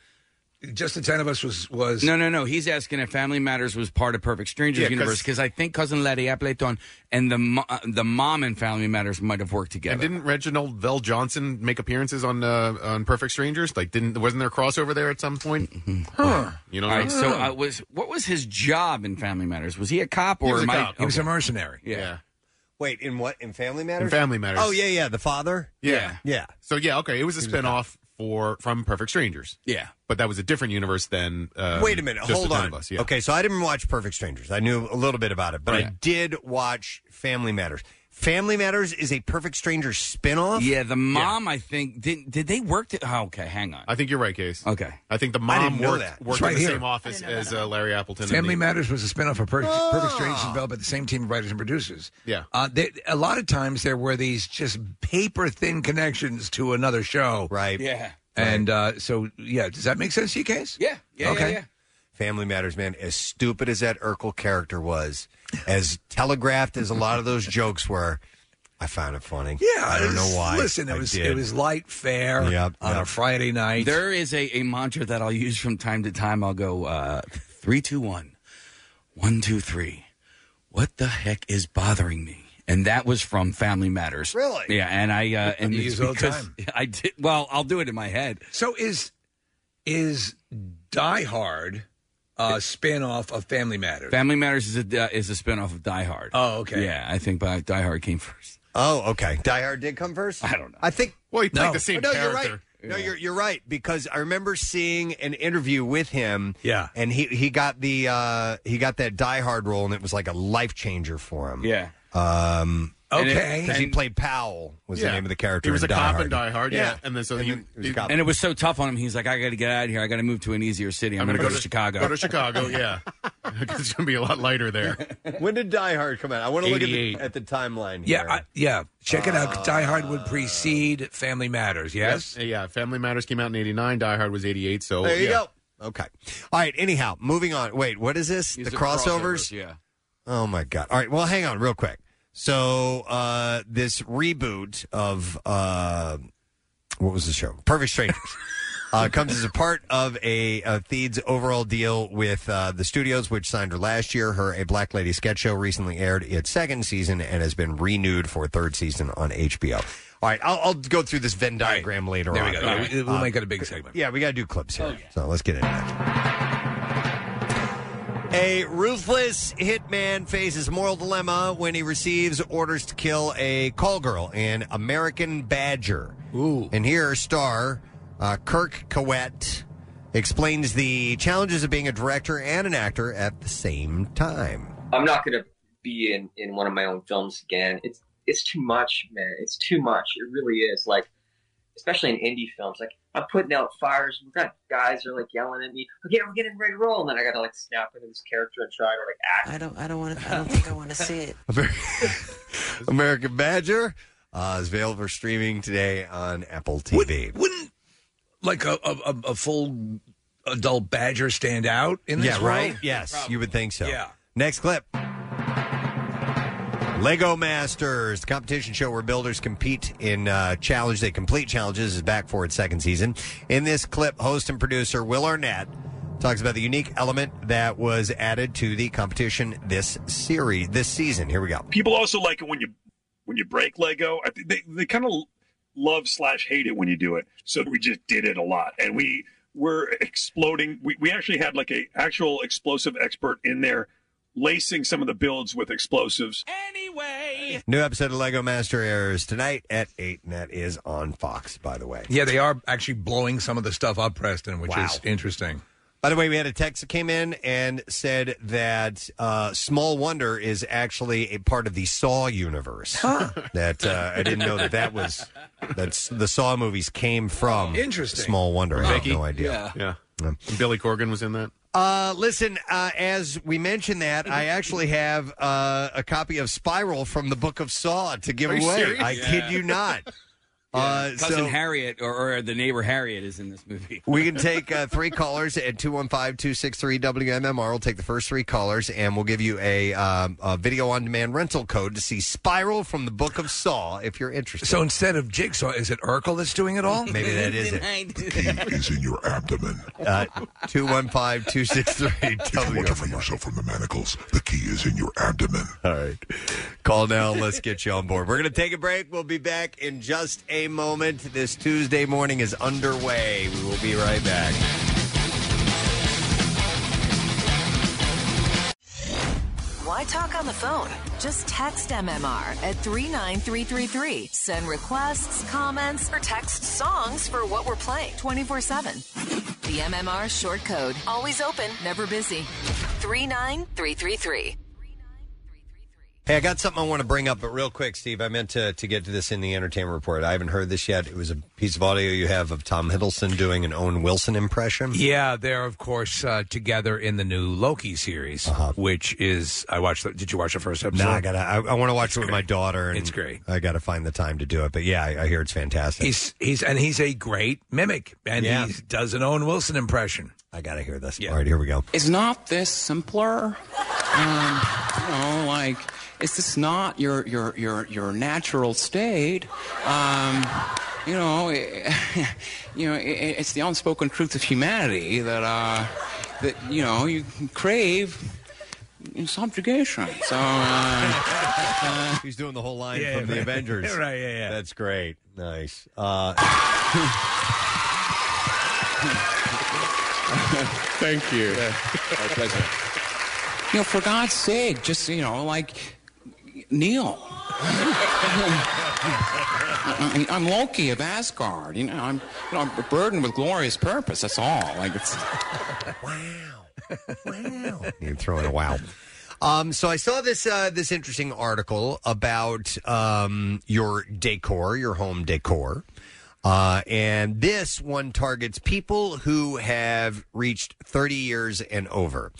[SPEAKER 4] Just the ten of us was was
[SPEAKER 5] no. no, no, He's asking if Family Matters was part of Perfect Strangers
[SPEAKER 4] Yeah, 'cause-
[SPEAKER 5] universe because I think cousin Letty Appleton and the mo- uh, the mom and Family Matters might have worked together.
[SPEAKER 7] And didn't Reginald Vell Johnson make appearances on uh, on Perfect Strangers? Like, didn't wasn't there a crossover there at some point?
[SPEAKER 4] Huh.
[SPEAKER 7] You know,
[SPEAKER 5] All
[SPEAKER 7] what I mean?
[SPEAKER 5] right, so uh, was what was his job in Family Matters? Was he a cop or
[SPEAKER 7] He was a
[SPEAKER 5] am I-
[SPEAKER 7] cop. He was
[SPEAKER 4] a mercenary?
[SPEAKER 5] Yeah.
[SPEAKER 1] Wait, in what? In Family Matters?
[SPEAKER 7] In Family Matters.
[SPEAKER 1] Oh yeah, yeah. The father.
[SPEAKER 7] yeah,
[SPEAKER 1] yeah.
[SPEAKER 7] So yeah, okay, it was a
[SPEAKER 1] He was a cop.
[SPEAKER 7] spinoff for from Perfect Strangers.
[SPEAKER 5] Yeah,
[SPEAKER 7] but that was a different universe than. Um,
[SPEAKER 1] Wait a minute.
[SPEAKER 7] just the
[SPEAKER 1] Hold
[SPEAKER 7] 10
[SPEAKER 1] on.
[SPEAKER 7] of us, yeah.
[SPEAKER 1] Okay, so I didn't watch Perfect Strangers. I knew a little bit about it, but I
[SPEAKER 7] Right.
[SPEAKER 1] did watch Family Matters. Family Matters is a Perfect Strangers spinoff.
[SPEAKER 5] Yeah, the mom. I think did did they work? To, oh, okay, hang on.
[SPEAKER 7] I think you're right, Case.
[SPEAKER 5] Okay,
[SPEAKER 7] I think the
[SPEAKER 5] I
[SPEAKER 7] mom
[SPEAKER 5] didn't know
[SPEAKER 7] worked,
[SPEAKER 5] that.
[SPEAKER 7] worked
[SPEAKER 5] It's right
[SPEAKER 7] in the
[SPEAKER 5] here.
[SPEAKER 7] same office as uh, Larry Appleton. and
[SPEAKER 4] Family
[SPEAKER 7] the-
[SPEAKER 4] Matters was a spinoff of Perfect,
[SPEAKER 5] Oh.
[SPEAKER 4] Perfect Strangers developed by the same team of writers and producers.
[SPEAKER 7] Yeah.
[SPEAKER 4] Uh, they, a lot of times there were these just paper thin connections to another show.
[SPEAKER 1] Right.
[SPEAKER 5] Yeah.
[SPEAKER 4] And uh, so, yeah, does that make sense to you, Case?
[SPEAKER 5] Yeah.
[SPEAKER 1] yeah,
[SPEAKER 4] okay.
[SPEAKER 1] yeah. Family Matters, man. As stupid as that Urkel character was, as telegraphed as a lot of those jokes were, I found it funny.
[SPEAKER 4] Yeah,
[SPEAKER 1] I don't
[SPEAKER 4] it's-
[SPEAKER 1] know why.
[SPEAKER 4] Listen, it
[SPEAKER 1] I
[SPEAKER 4] was
[SPEAKER 1] did.
[SPEAKER 4] it was light fare
[SPEAKER 1] Yep,
[SPEAKER 4] on a
[SPEAKER 1] yep.
[SPEAKER 4] Friday night.
[SPEAKER 5] There is a, a mantra that I'll use from time to time. I'll go uh, three, two, one, one, two, three. What the heck is bothering me? And that was from Family Matters.
[SPEAKER 4] Really?
[SPEAKER 5] Yeah. And I uh, and
[SPEAKER 4] You
[SPEAKER 5] it's
[SPEAKER 4] use it all the
[SPEAKER 5] because
[SPEAKER 4] time.
[SPEAKER 5] I did. Well, I'll do it in my head.
[SPEAKER 4] So is is Die Hard a spinoff of Family Matters?
[SPEAKER 5] Family Matters is a uh, is a spinoff of Die Hard.
[SPEAKER 4] Oh, okay.
[SPEAKER 5] Yeah, I think uh, Die Hard came first.
[SPEAKER 1] Oh, okay. Die Hard did come first. I
[SPEAKER 5] don't know.
[SPEAKER 1] I think.
[SPEAKER 7] Well, he
[SPEAKER 5] played the same
[SPEAKER 1] no, You're right.
[SPEAKER 5] character.
[SPEAKER 1] No, you're you're right because I remember seeing an interview with him.
[SPEAKER 4] Yeah.
[SPEAKER 1] and he he got the uh, he got that Die Hard role, and it was like a life changer for him.
[SPEAKER 5] Yeah.
[SPEAKER 1] Um.
[SPEAKER 5] And it- Okay.
[SPEAKER 1] Because he
[SPEAKER 5] and-
[SPEAKER 1] played Powell was
[SPEAKER 5] Yeah.
[SPEAKER 1] the name of the character.
[SPEAKER 5] He was
[SPEAKER 1] in
[SPEAKER 5] a
[SPEAKER 1] Die
[SPEAKER 5] cop
[SPEAKER 1] Hard.
[SPEAKER 5] in Die Hard, yeah.
[SPEAKER 7] And then so
[SPEAKER 1] and
[SPEAKER 7] you-
[SPEAKER 1] then he was a cop.
[SPEAKER 5] And it was so tough on him. He's like, I got to get out of here. I got to move to an easier city. I'm,
[SPEAKER 7] I'm
[SPEAKER 5] going
[SPEAKER 7] gonna
[SPEAKER 5] to go,
[SPEAKER 7] go
[SPEAKER 5] to,
[SPEAKER 7] to-
[SPEAKER 5] Chicago.
[SPEAKER 7] go to Chicago, yeah. it's gonna be a lot lighter there.
[SPEAKER 1] when did Die Hard come out? I want to look at the,
[SPEAKER 7] 88.
[SPEAKER 1] at the timeline.
[SPEAKER 4] Yeah,
[SPEAKER 1] here.
[SPEAKER 4] I, yeah. Check it out. Die Hard would precede Family Matters. Yes.
[SPEAKER 7] Uh, Yep. Yeah. Family Matters came out in '89. Die Hard was '88. So
[SPEAKER 1] There you
[SPEAKER 7] yeah.
[SPEAKER 1] go. Okay. All right. Anyhow, moving on. Wait, what is this?
[SPEAKER 7] These
[SPEAKER 1] the
[SPEAKER 7] are crossovers,
[SPEAKER 1] crossovers?
[SPEAKER 7] yeah.
[SPEAKER 1] Oh my god. All right. Well, hang on real quick. So uh this reboot of uh what was the show? Perfect Strangers. Uh, comes as a part of a, uh Theed's overall deal with uh, the studios, which signed her last year. Her A Black Lady sketch show recently aired its second season and has been renewed for a third season on HBO. All right, I'll, I'll go through this Venn diagram later
[SPEAKER 4] There
[SPEAKER 1] on.
[SPEAKER 4] we go. Yeah, we- we'll make it a big segment.
[SPEAKER 1] Oh, Yeah, we got to do clips here. So let's get into it. A ruthless hitman faces moral dilemma when he receives orders to kill a call girl, an American Badger. Ooh. And here, star uh, Kirk Cowett explains the challenges of being a director and an actor at the same time.
[SPEAKER 11] I'm not going to be in, in one of my own films again. It's it's too much, man. It's too much. It really is. Like, especially in indie films, like I'm putting out fires. We've got guys that are like yelling at me. Okay, we're getting ready to roll, and then I got to like snap into this character and try to like act. I don't. I don't want to. I don't think I want to see it.
[SPEAKER 1] American Badger uh, is available for streaming today on Apple TV.
[SPEAKER 4] wouldn't like a, a, a- a full adult badger stand out in this
[SPEAKER 1] yeah,
[SPEAKER 4] world?
[SPEAKER 1] right? Yes, you would think so.
[SPEAKER 4] Yeah.
[SPEAKER 1] Next clip. Lego Masters, the competition show where builders compete in uh, challenge. They complete challenges is back for its second season. In this clip, host and producer Will Arnett talks about the unique element that was added to the competition this series, this season. Here we go.
[SPEAKER 12] people also like it when you when you break Lego. I think they they kind of love slash hate it when you do it. So we just did it a lot, and we were exploding. We we actually had like a actual explosive expert in there lacing some of the builds with explosives.
[SPEAKER 1] New episode of Lego Master airs tonight at eight, and that is on Fox. By the way.
[SPEAKER 4] Yeah, they are actually blowing some of the stuff up, Preston, which
[SPEAKER 1] Wow.
[SPEAKER 4] is interesting.
[SPEAKER 1] By the way, we had a text that came in and said that uh, Small Wonder is actually a part of the Saw universe. that uh, I didn't know that that was that the Saw movies came from.
[SPEAKER 7] Interesting.
[SPEAKER 1] Small Wonder. I had
[SPEAKER 7] Vicky?
[SPEAKER 1] no idea.
[SPEAKER 7] Yeah. Billy Corgan was in that.
[SPEAKER 1] Uh, listen, uh, as we mentioned that, I
[SPEAKER 5] Mm-hmm.
[SPEAKER 1] actually have uh, a copy of Spiral from the Book of Saw to give
[SPEAKER 5] Are you
[SPEAKER 1] away.
[SPEAKER 5] serious?
[SPEAKER 1] I
[SPEAKER 5] Yeah.
[SPEAKER 1] kid you not. Uh,
[SPEAKER 5] Cousin
[SPEAKER 1] so-
[SPEAKER 5] Harriet or, or the neighbor Harriet is in this movie.
[SPEAKER 1] We can take uh, three callers at 215 263 WMMR. We'll take the first three callers and we'll give you a, um, a video on demand rental code to see Spiral from the Book of Saw if you're interested.
[SPEAKER 4] So instead of Jigsaw, is it Urkel that's doing it all?
[SPEAKER 1] Maybe that is it.
[SPEAKER 4] is in your abdomen.
[SPEAKER 1] Uh, 215 263
[SPEAKER 13] From yourself from the manacles, the key is in your abdomen.
[SPEAKER 1] All right. Call now. Let's get you on board. We're going to take a break. We'll be back in just a moment. This Tuesday morning is underway. We will be right back.
[SPEAKER 14] Why talk on the phone? Just text MMR at 39333. Send requests, comments, or text songs for what we're playing 24 7. The MMR short code. Always open, never busy. 39333.
[SPEAKER 1] Hey, I got something I want to bring up, but real quick, Steve, I meant to, to get to this in the entertainment report. I haven't heard this yet. It was a piece of audio you have of Tom Hiddleston doing an Owen Wilson impression.
[SPEAKER 4] Yeah, they're of course uh, together in the new Loki series, which is I watched. The, did you watch the first episode?
[SPEAKER 1] No, Uh-huh. I gotta. I, I want to watch it with my daughter. And
[SPEAKER 4] It's great.
[SPEAKER 1] I gotta find the time to do it. But yeah, I, I hear it's fantastic.
[SPEAKER 4] He's he's and he's a great mimic, and
[SPEAKER 1] Yeah.
[SPEAKER 4] he does an Owen Wilson impression.
[SPEAKER 1] I gotta hear this. All right, here we go.
[SPEAKER 15] Is not this simpler? Um, you know, like, is this not your your your your natural state? Um, you know, eh, you know, eh, it's the unspoken truth of humanity that uh, that you know you crave subjugation. So. Uh,
[SPEAKER 1] He's doing the whole line
[SPEAKER 15] Yeah,
[SPEAKER 1] from the
[SPEAKER 15] right.
[SPEAKER 1] Avengers.
[SPEAKER 15] Right,
[SPEAKER 1] yeah, yeah. That's great. Nice. Uh,
[SPEAKER 15] Thank you. My pleasure. You know, for God's sake, just you know, like kneel. I, am Loki of Asgard. You know, I'm, you know, I'm burdened with glorious purpose. That's all. Like it's.
[SPEAKER 1] you throw in a wow. Um, so I saw this uh, this interesting article about um, your decor, your home decor, uh, and this one targets people who have reached 30 years and over.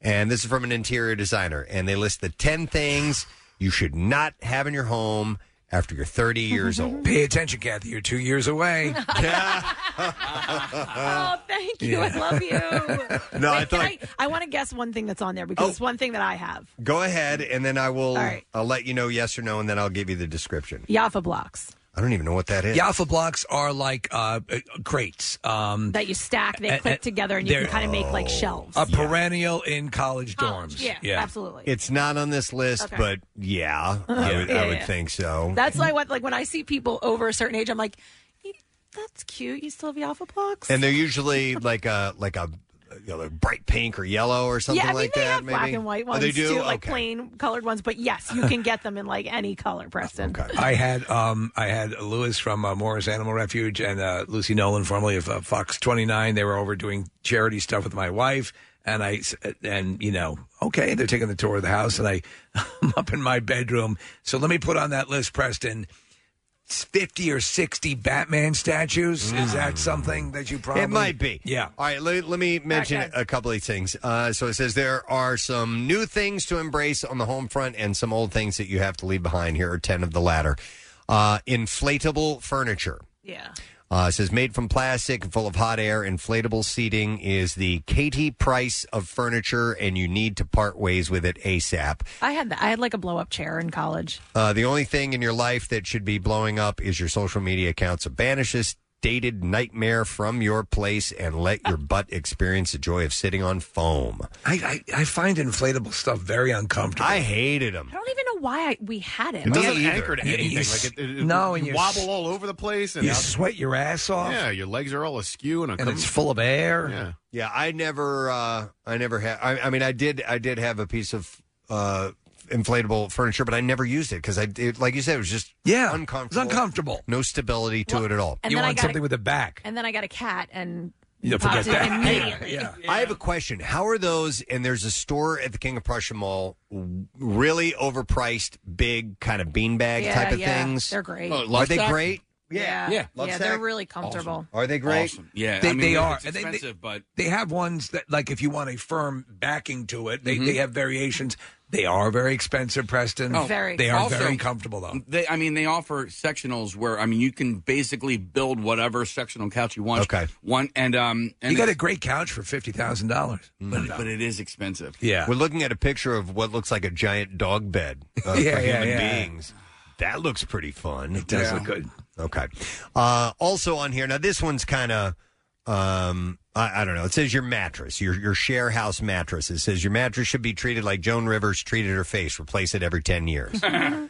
[SPEAKER 1] And this is from an interior designer, and they list the 10 things you should not have in your home after you're 30 years old.
[SPEAKER 4] Pay attention, Kathy. You're two years away.
[SPEAKER 3] oh, thank you. I
[SPEAKER 4] Yeah.
[SPEAKER 3] love you.
[SPEAKER 1] No, I
[SPEAKER 3] Wait, can
[SPEAKER 1] thought-
[SPEAKER 3] I, I want to guess one thing that's on there because it's one thing that I have.
[SPEAKER 1] Go ahead, and then I will
[SPEAKER 3] All right.
[SPEAKER 1] I'll let you know yes or no, and then I'll give you the description.
[SPEAKER 3] Yaffa blocks
[SPEAKER 1] I don't even know what that is.
[SPEAKER 4] Yaffa blocks are like uh, uh, crates. Um,
[SPEAKER 3] that you stack, they
[SPEAKER 4] And-
[SPEAKER 3] click
[SPEAKER 4] and
[SPEAKER 3] together, and you can
[SPEAKER 4] they're-
[SPEAKER 3] kind of make like shelves.
[SPEAKER 4] a perennial in college dorms.
[SPEAKER 3] yeah, absolutely.
[SPEAKER 1] It's not on this list,
[SPEAKER 3] Okay.
[SPEAKER 1] but yeah, I
[SPEAKER 3] Yeah.
[SPEAKER 1] would,
[SPEAKER 3] Yeah,
[SPEAKER 1] I would
[SPEAKER 3] yeah.
[SPEAKER 1] think so.
[SPEAKER 3] That's why what like when I see people over a certain age, I'm like, "You- that's cute. You still have Yaffa blocks?
[SPEAKER 1] and they're usually like a like a you know, like bright pink or yellow or something
[SPEAKER 3] yeah, I mean
[SPEAKER 1] like
[SPEAKER 3] they
[SPEAKER 1] that.
[SPEAKER 3] have
[SPEAKER 1] maybe
[SPEAKER 3] black and white ones
[SPEAKER 1] Oh, they do.
[SPEAKER 3] too, like
[SPEAKER 1] okay.
[SPEAKER 3] plain colored ones. But yes, you can get them in like any color, Preston.
[SPEAKER 4] I had um, I had Lewis from uh, Morris Animal Refuge and uh, Lucy Nolan, formerly of uh, Fox 29. They were over doing charity stuff with my wife, and I s- and you know, okay, they're taking the tour of the house, and I I'm up in my bedroom. So let me put on that list, Preston. Fifty or sixty Batman statues. Is that something that you probably?
[SPEAKER 1] Mm. It might be.
[SPEAKER 4] Yeah.
[SPEAKER 1] All right. Let, let me mention
[SPEAKER 4] Okay.
[SPEAKER 1] a couple of things. Uh, so it says there are some new things to embrace on the home front and some old things that you have to leave behind. Here are 10 of the latter. Uh, inflatable furniture.
[SPEAKER 3] Yeah.
[SPEAKER 1] Uh, it says made from plastic and full of hot air. Inflatable seating is the Katie Price of furniture, and you need to part ways with it ASAP.
[SPEAKER 3] I had that. I had like a blow up chair in college.
[SPEAKER 1] Uh, the only thing in your life that should be blowing up is your social media account. So banish this dated nightmare from your place and let your butt experience the joy of sitting on foam.
[SPEAKER 4] I, I, I find inflatable stuff very uncomfortable.
[SPEAKER 1] I hated them.
[SPEAKER 3] I don't even know why I, we had it.
[SPEAKER 4] Me
[SPEAKER 7] doesn't
[SPEAKER 4] either.
[SPEAKER 7] anchor to
[SPEAKER 4] You-
[SPEAKER 7] anything.
[SPEAKER 4] you
[SPEAKER 7] like
[SPEAKER 4] s-
[SPEAKER 7] it, it- it-
[SPEAKER 4] no,
[SPEAKER 7] you
[SPEAKER 4] and you
[SPEAKER 7] wobble
[SPEAKER 4] s-
[SPEAKER 7] all over the place, and
[SPEAKER 4] You
[SPEAKER 7] out-
[SPEAKER 4] sweat your ass off.
[SPEAKER 7] Yeah, your legs are all askew, and,
[SPEAKER 4] And it's full of air.
[SPEAKER 7] Yeah.
[SPEAKER 1] Yeah, I never, uh, I never had. I, I mean, I did, I did have a piece of uh, inflatable furniture, but I never used it because I, it, like you said, it was just
[SPEAKER 4] yeah,
[SPEAKER 1] uncomfortable,
[SPEAKER 4] uncomfortable,
[SPEAKER 1] no stability to it at all.
[SPEAKER 3] and You then I want got something a-
[SPEAKER 4] with a back.
[SPEAKER 3] And then I got a cat and
[SPEAKER 1] Yeah,
[SPEAKER 3] popped
[SPEAKER 1] forget
[SPEAKER 3] it
[SPEAKER 1] that.
[SPEAKER 3] immediately.
[SPEAKER 1] I have a question. How are those? And there's a store at the King of Prussia Mall, w- really overpriced, big kind of beanbag
[SPEAKER 3] Yeah,
[SPEAKER 1] type of
[SPEAKER 3] yeah.
[SPEAKER 1] things.
[SPEAKER 10] Oh,
[SPEAKER 5] Oh,
[SPEAKER 3] They're great.
[SPEAKER 1] are they great?
[SPEAKER 3] Yeah.
[SPEAKER 4] Yeah.
[SPEAKER 3] Yeah,
[SPEAKER 4] Lovesac?
[SPEAKER 3] they're really comfortable.
[SPEAKER 1] Are they
[SPEAKER 4] great?
[SPEAKER 5] Yeah,
[SPEAKER 4] they,
[SPEAKER 5] I mean,
[SPEAKER 4] they
[SPEAKER 5] if
[SPEAKER 4] are.
[SPEAKER 5] it's
[SPEAKER 4] And they- they,
[SPEAKER 5] expensive, but
[SPEAKER 4] they have ones that, like, if you want a firm backing to it, they,
[SPEAKER 1] Mm-hmm.
[SPEAKER 4] they have variations. They are very expensive, Preston. They are
[SPEAKER 5] Also,
[SPEAKER 4] very comfortable though.
[SPEAKER 5] They, I mean, they offer sectionals where I mean you can basically build whatever sectional couch you want.
[SPEAKER 4] Okay.
[SPEAKER 5] One and um, and
[SPEAKER 4] you got a
[SPEAKER 5] it's-
[SPEAKER 4] great couch for fifty thousand dollars.
[SPEAKER 5] but, but it is expensive.
[SPEAKER 1] We're looking at a picture of what looks like a giant dog bed uh,
[SPEAKER 5] Yeah,
[SPEAKER 1] for
[SPEAKER 5] yeah,
[SPEAKER 1] human
[SPEAKER 5] yeah.
[SPEAKER 1] beings. That looks pretty fun. It
[SPEAKER 4] does look good.
[SPEAKER 1] Okay. Uh, also on here, now this one's kind of, um, I, I don't know. It says your mattress, your, your share house mattress. It says your mattress should be treated like Joan Rivers treated her face, replace it every 10 years. Uh,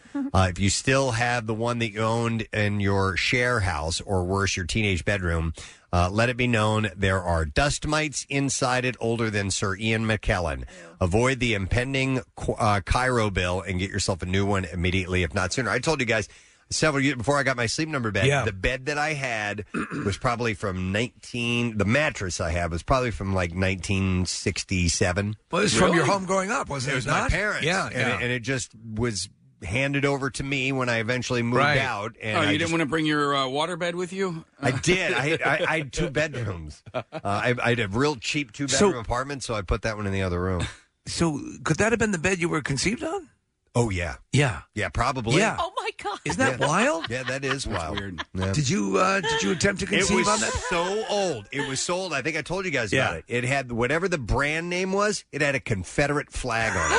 [SPEAKER 1] if you still have the one that you owned in your share house or worse, your teenage bedroom, uh, let it be known there are dust mites inside it older than Sir Ian McKellen. Avoid the impending Qu- uh, Cairo bill and get yourself a new one immediately, if not sooner. I told you guys several years before I got my sleep number bed,
[SPEAKER 4] Yeah.
[SPEAKER 1] the bed that I had was probably from 19, the mattress I had was probably from like 1967.
[SPEAKER 4] Well, it was from your home growing up, wasn't it?
[SPEAKER 1] It was
[SPEAKER 4] not?
[SPEAKER 1] my parents.
[SPEAKER 4] Yeah,
[SPEAKER 1] and,
[SPEAKER 4] yeah.
[SPEAKER 1] It, and it just was handed over to me when I eventually moved
[SPEAKER 5] Right.
[SPEAKER 1] out. And
[SPEAKER 5] oh, you
[SPEAKER 1] I
[SPEAKER 5] didn't
[SPEAKER 1] just-
[SPEAKER 5] want to bring your uh, water bed with you?
[SPEAKER 1] I did. I, I, I had two bedrooms. Uh, I, I had a real cheap two bedroom apartment, so I put that one in the other room.
[SPEAKER 4] So could that have been the bed you were conceived on?
[SPEAKER 1] Oh yeah,
[SPEAKER 4] yeah,
[SPEAKER 1] yeah, probably.
[SPEAKER 4] Yeah.
[SPEAKER 3] Oh my god.
[SPEAKER 4] Isn't that
[SPEAKER 1] Yeah.
[SPEAKER 4] wild?
[SPEAKER 1] Yeah, that is wild.
[SPEAKER 4] Did you uh, did you attempt to
[SPEAKER 1] It
[SPEAKER 4] conceive
[SPEAKER 1] was
[SPEAKER 4] on that?
[SPEAKER 1] so old. It was so old. I think I told you guys
[SPEAKER 4] Yeah.
[SPEAKER 1] about it. It had whatever the brand name was. It had a Confederate flag on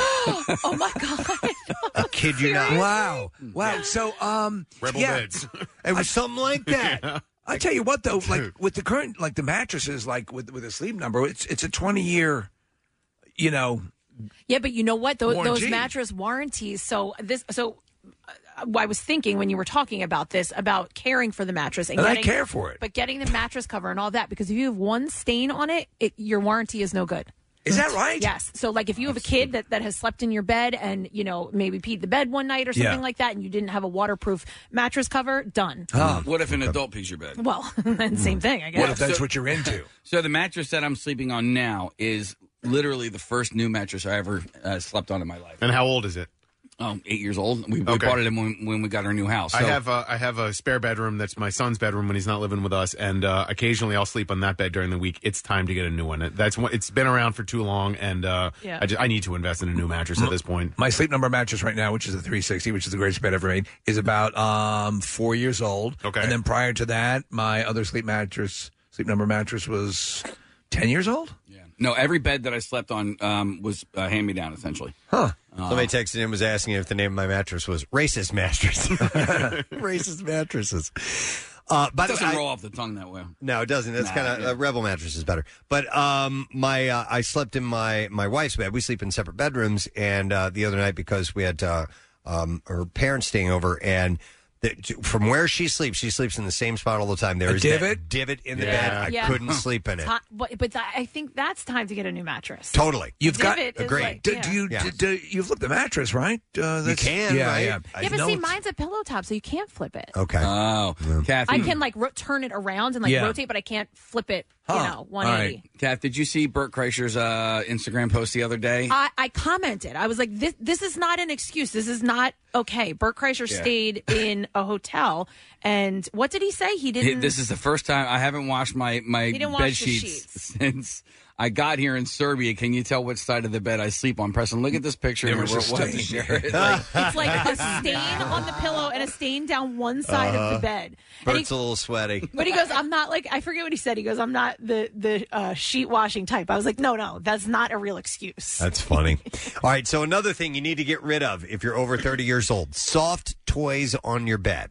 [SPEAKER 1] it.
[SPEAKER 3] oh my god.
[SPEAKER 1] I kid you not.
[SPEAKER 4] Wow, wow. So um,
[SPEAKER 1] Rebel
[SPEAKER 4] yeah.
[SPEAKER 1] beds. It was something like that.
[SPEAKER 4] I tell you what, though, like with the current, like the mattresses, like with with a sleep number, it's it's a twenty year, you know,
[SPEAKER 3] Yeah, but you know what? Those, those
[SPEAKER 4] Warranty.
[SPEAKER 3] mattress warranties. So this. So uh, I was thinking when you were talking about this about caring for the mattress and,
[SPEAKER 4] And I
[SPEAKER 3] getting,
[SPEAKER 4] care for it.
[SPEAKER 3] but getting the mattress cover and all that because if you have one stain on it, it your warranty is no good.
[SPEAKER 4] Is that right?
[SPEAKER 3] Yes. So, like, if you have a kid that, that has slept in your bed and, you know, maybe peed the bed one night or something
[SPEAKER 5] Yeah.
[SPEAKER 3] like that, and you didn't have a waterproof mattress cover, done.
[SPEAKER 4] Oh,
[SPEAKER 5] what if an adult pees your bed?
[SPEAKER 3] Well, then same thing, I guess.
[SPEAKER 4] you're into?
[SPEAKER 5] so the mattress that I'm sleeping on now is literally the first new mattress I ever uh, slept on in my life.
[SPEAKER 7] And how old is it?
[SPEAKER 5] Um, eight years old. We, we
[SPEAKER 7] Okay.
[SPEAKER 5] bought it when, when we got our new house.
[SPEAKER 7] I
[SPEAKER 5] So-
[SPEAKER 7] have a, I have a spare bedroom that's my son's bedroom when he's not living with us, and uh, occasionally I'll sleep on that bed during the week. It's time to get a new one. That's one, it's been around for too long, and uh,
[SPEAKER 4] Yeah.
[SPEAKER 7] I, just, I need to invest in a new mattress at this point.
[SPEAKER 4] My sleep number mattress right now, which is the 360, which is the greatest bed ever made, is about um four years old. Okay. And then prior to that, my other sleep mattress, sleep number mattress was 10 years old?
[SPEAKER 5] No, every bed that I slept on um, was uh, hand me down essentially.
[SPEAKER 4] Huh.
[SPEAKER 1] Somebody texted in was asking if the name of my mattress was racist mattress. racist mattresses. Uh,
[SPEAKER 5] But
[SPEAKER 1] by
[SPEAKER 5] it
[SPEAKER 1] the
[SPEAKER 5] doesn't
[SPEAKER 1] way, I-
[SPEAKER 5] roll off the tongue that way.
[SPEAKER 1] No, it doesn't. That's
[SPEAKER 5] Nah,
[SPEAKER 1] kind of
[SPEAKER 5] yeah.
[SPEAKER 1] uh, rebel mattress is better. But um, my uh, I slept in my my wife's bed. We sleep in separate bedrooms. And uh, the other night because we had uh, um, her parents staying over, and the, from where she sleeps, she sleeps in the same spot all the time. There
[SPEAKER 4] A
[SPEAKER 1] is that
[SPEAKER 4] divot?
[SPEAKER 1] divot in the
[SPEAKER 4] Yeah.
[SPEAKER 1] bed. I
[SPEAKER 3] Yeah.
[SPEAKER 1] couldn't sleep in it.
[SPEAKER 3] Ti- but but that- I think that's time to get a new mattress.
[SPEAKER 1] Totally.
[SPEAKER 4] You've got
[SPEAKER 3] Divot is
[SPEAKER 4] agreed.
[SPEAKER 3] like-
[SPEAKER 4] do,
[SPEAKER 3] yeah.
[SPEAKER 4] do you
[SPEAKER 1] Yeah.
[SPEAKER 4] do, do- you flip the mattress right? Uh, that's,
[SPEAKER 1] can,
[SPEAKER 4] yeah,
[SPEAKER 1] right?
[SPEAKER 4] yeah.
[SPEAKER 3] yeah, but
[SPEAKER 4] No,
[SPEAKER 3] see,
[SPEAKER 4] it's-
[SPEAKER 3] mine's a pillow top, so you can't flip it.
[SPEAKER 1] Okay.
[SPEAKER 5] Oh, Kathy.
[SPEAKER 3] I can like ro- turn it around and like
[SPEAKER 5] Yeah.
[SPEAKER 3] rotate, but I can't flip it. You know, one
[SPEAKER 5] All
[SPEAKER 3] eighty.
[SPEAKER 5] right. Kath, did you see Burt Kreischer's uh, Instagram post the other day?
[SPEAKER 3] I, I commented. I was like, this, this is not an excuse. This is not okay. Bert Kreischer
[SPEAKER 5] Yeah.
[SPEAKER 3] stayed in a hotel. And what did he say? He didn't.
[SPEAKER 5] this is the first time I haven't washed my my
[SPEAKER 3] He didn't
[SPEAKER 5] bed
[SPEAKER 3] wash the
[SPEAKER 5] sheets since I got here in Serbia. Can you tell which side of the bed I sleep on, Preston? Look at this picture.
[SPEAKER 4] There
[SPEAKER 5] and
[SPEAKER 4] was
[SPEAKER 5] where
[SPEAKER 4] a
[SPEAKER 5] it was to
[SPEAKER 4] stain.
[SPEAKER 5] share it.
[SPEAKER 3] it's like a stain on the pillow and a stain down one side of the
[SPEAKER 1] Uh-huh.
[SPEAKER 3] bed. And he-
[SPEAKER 1] Bert's a little sweaty.
[SPEAKER 3] but he goes, I'm not like I forget what he said. He goes, I'm not the the uh, sheet washing type. I was like, no, no, that's not a real excuse.
[SPEAKER 1] That's funny. All right, so another thing you need to get rid of if you're over 30 years old soft toys on your bed.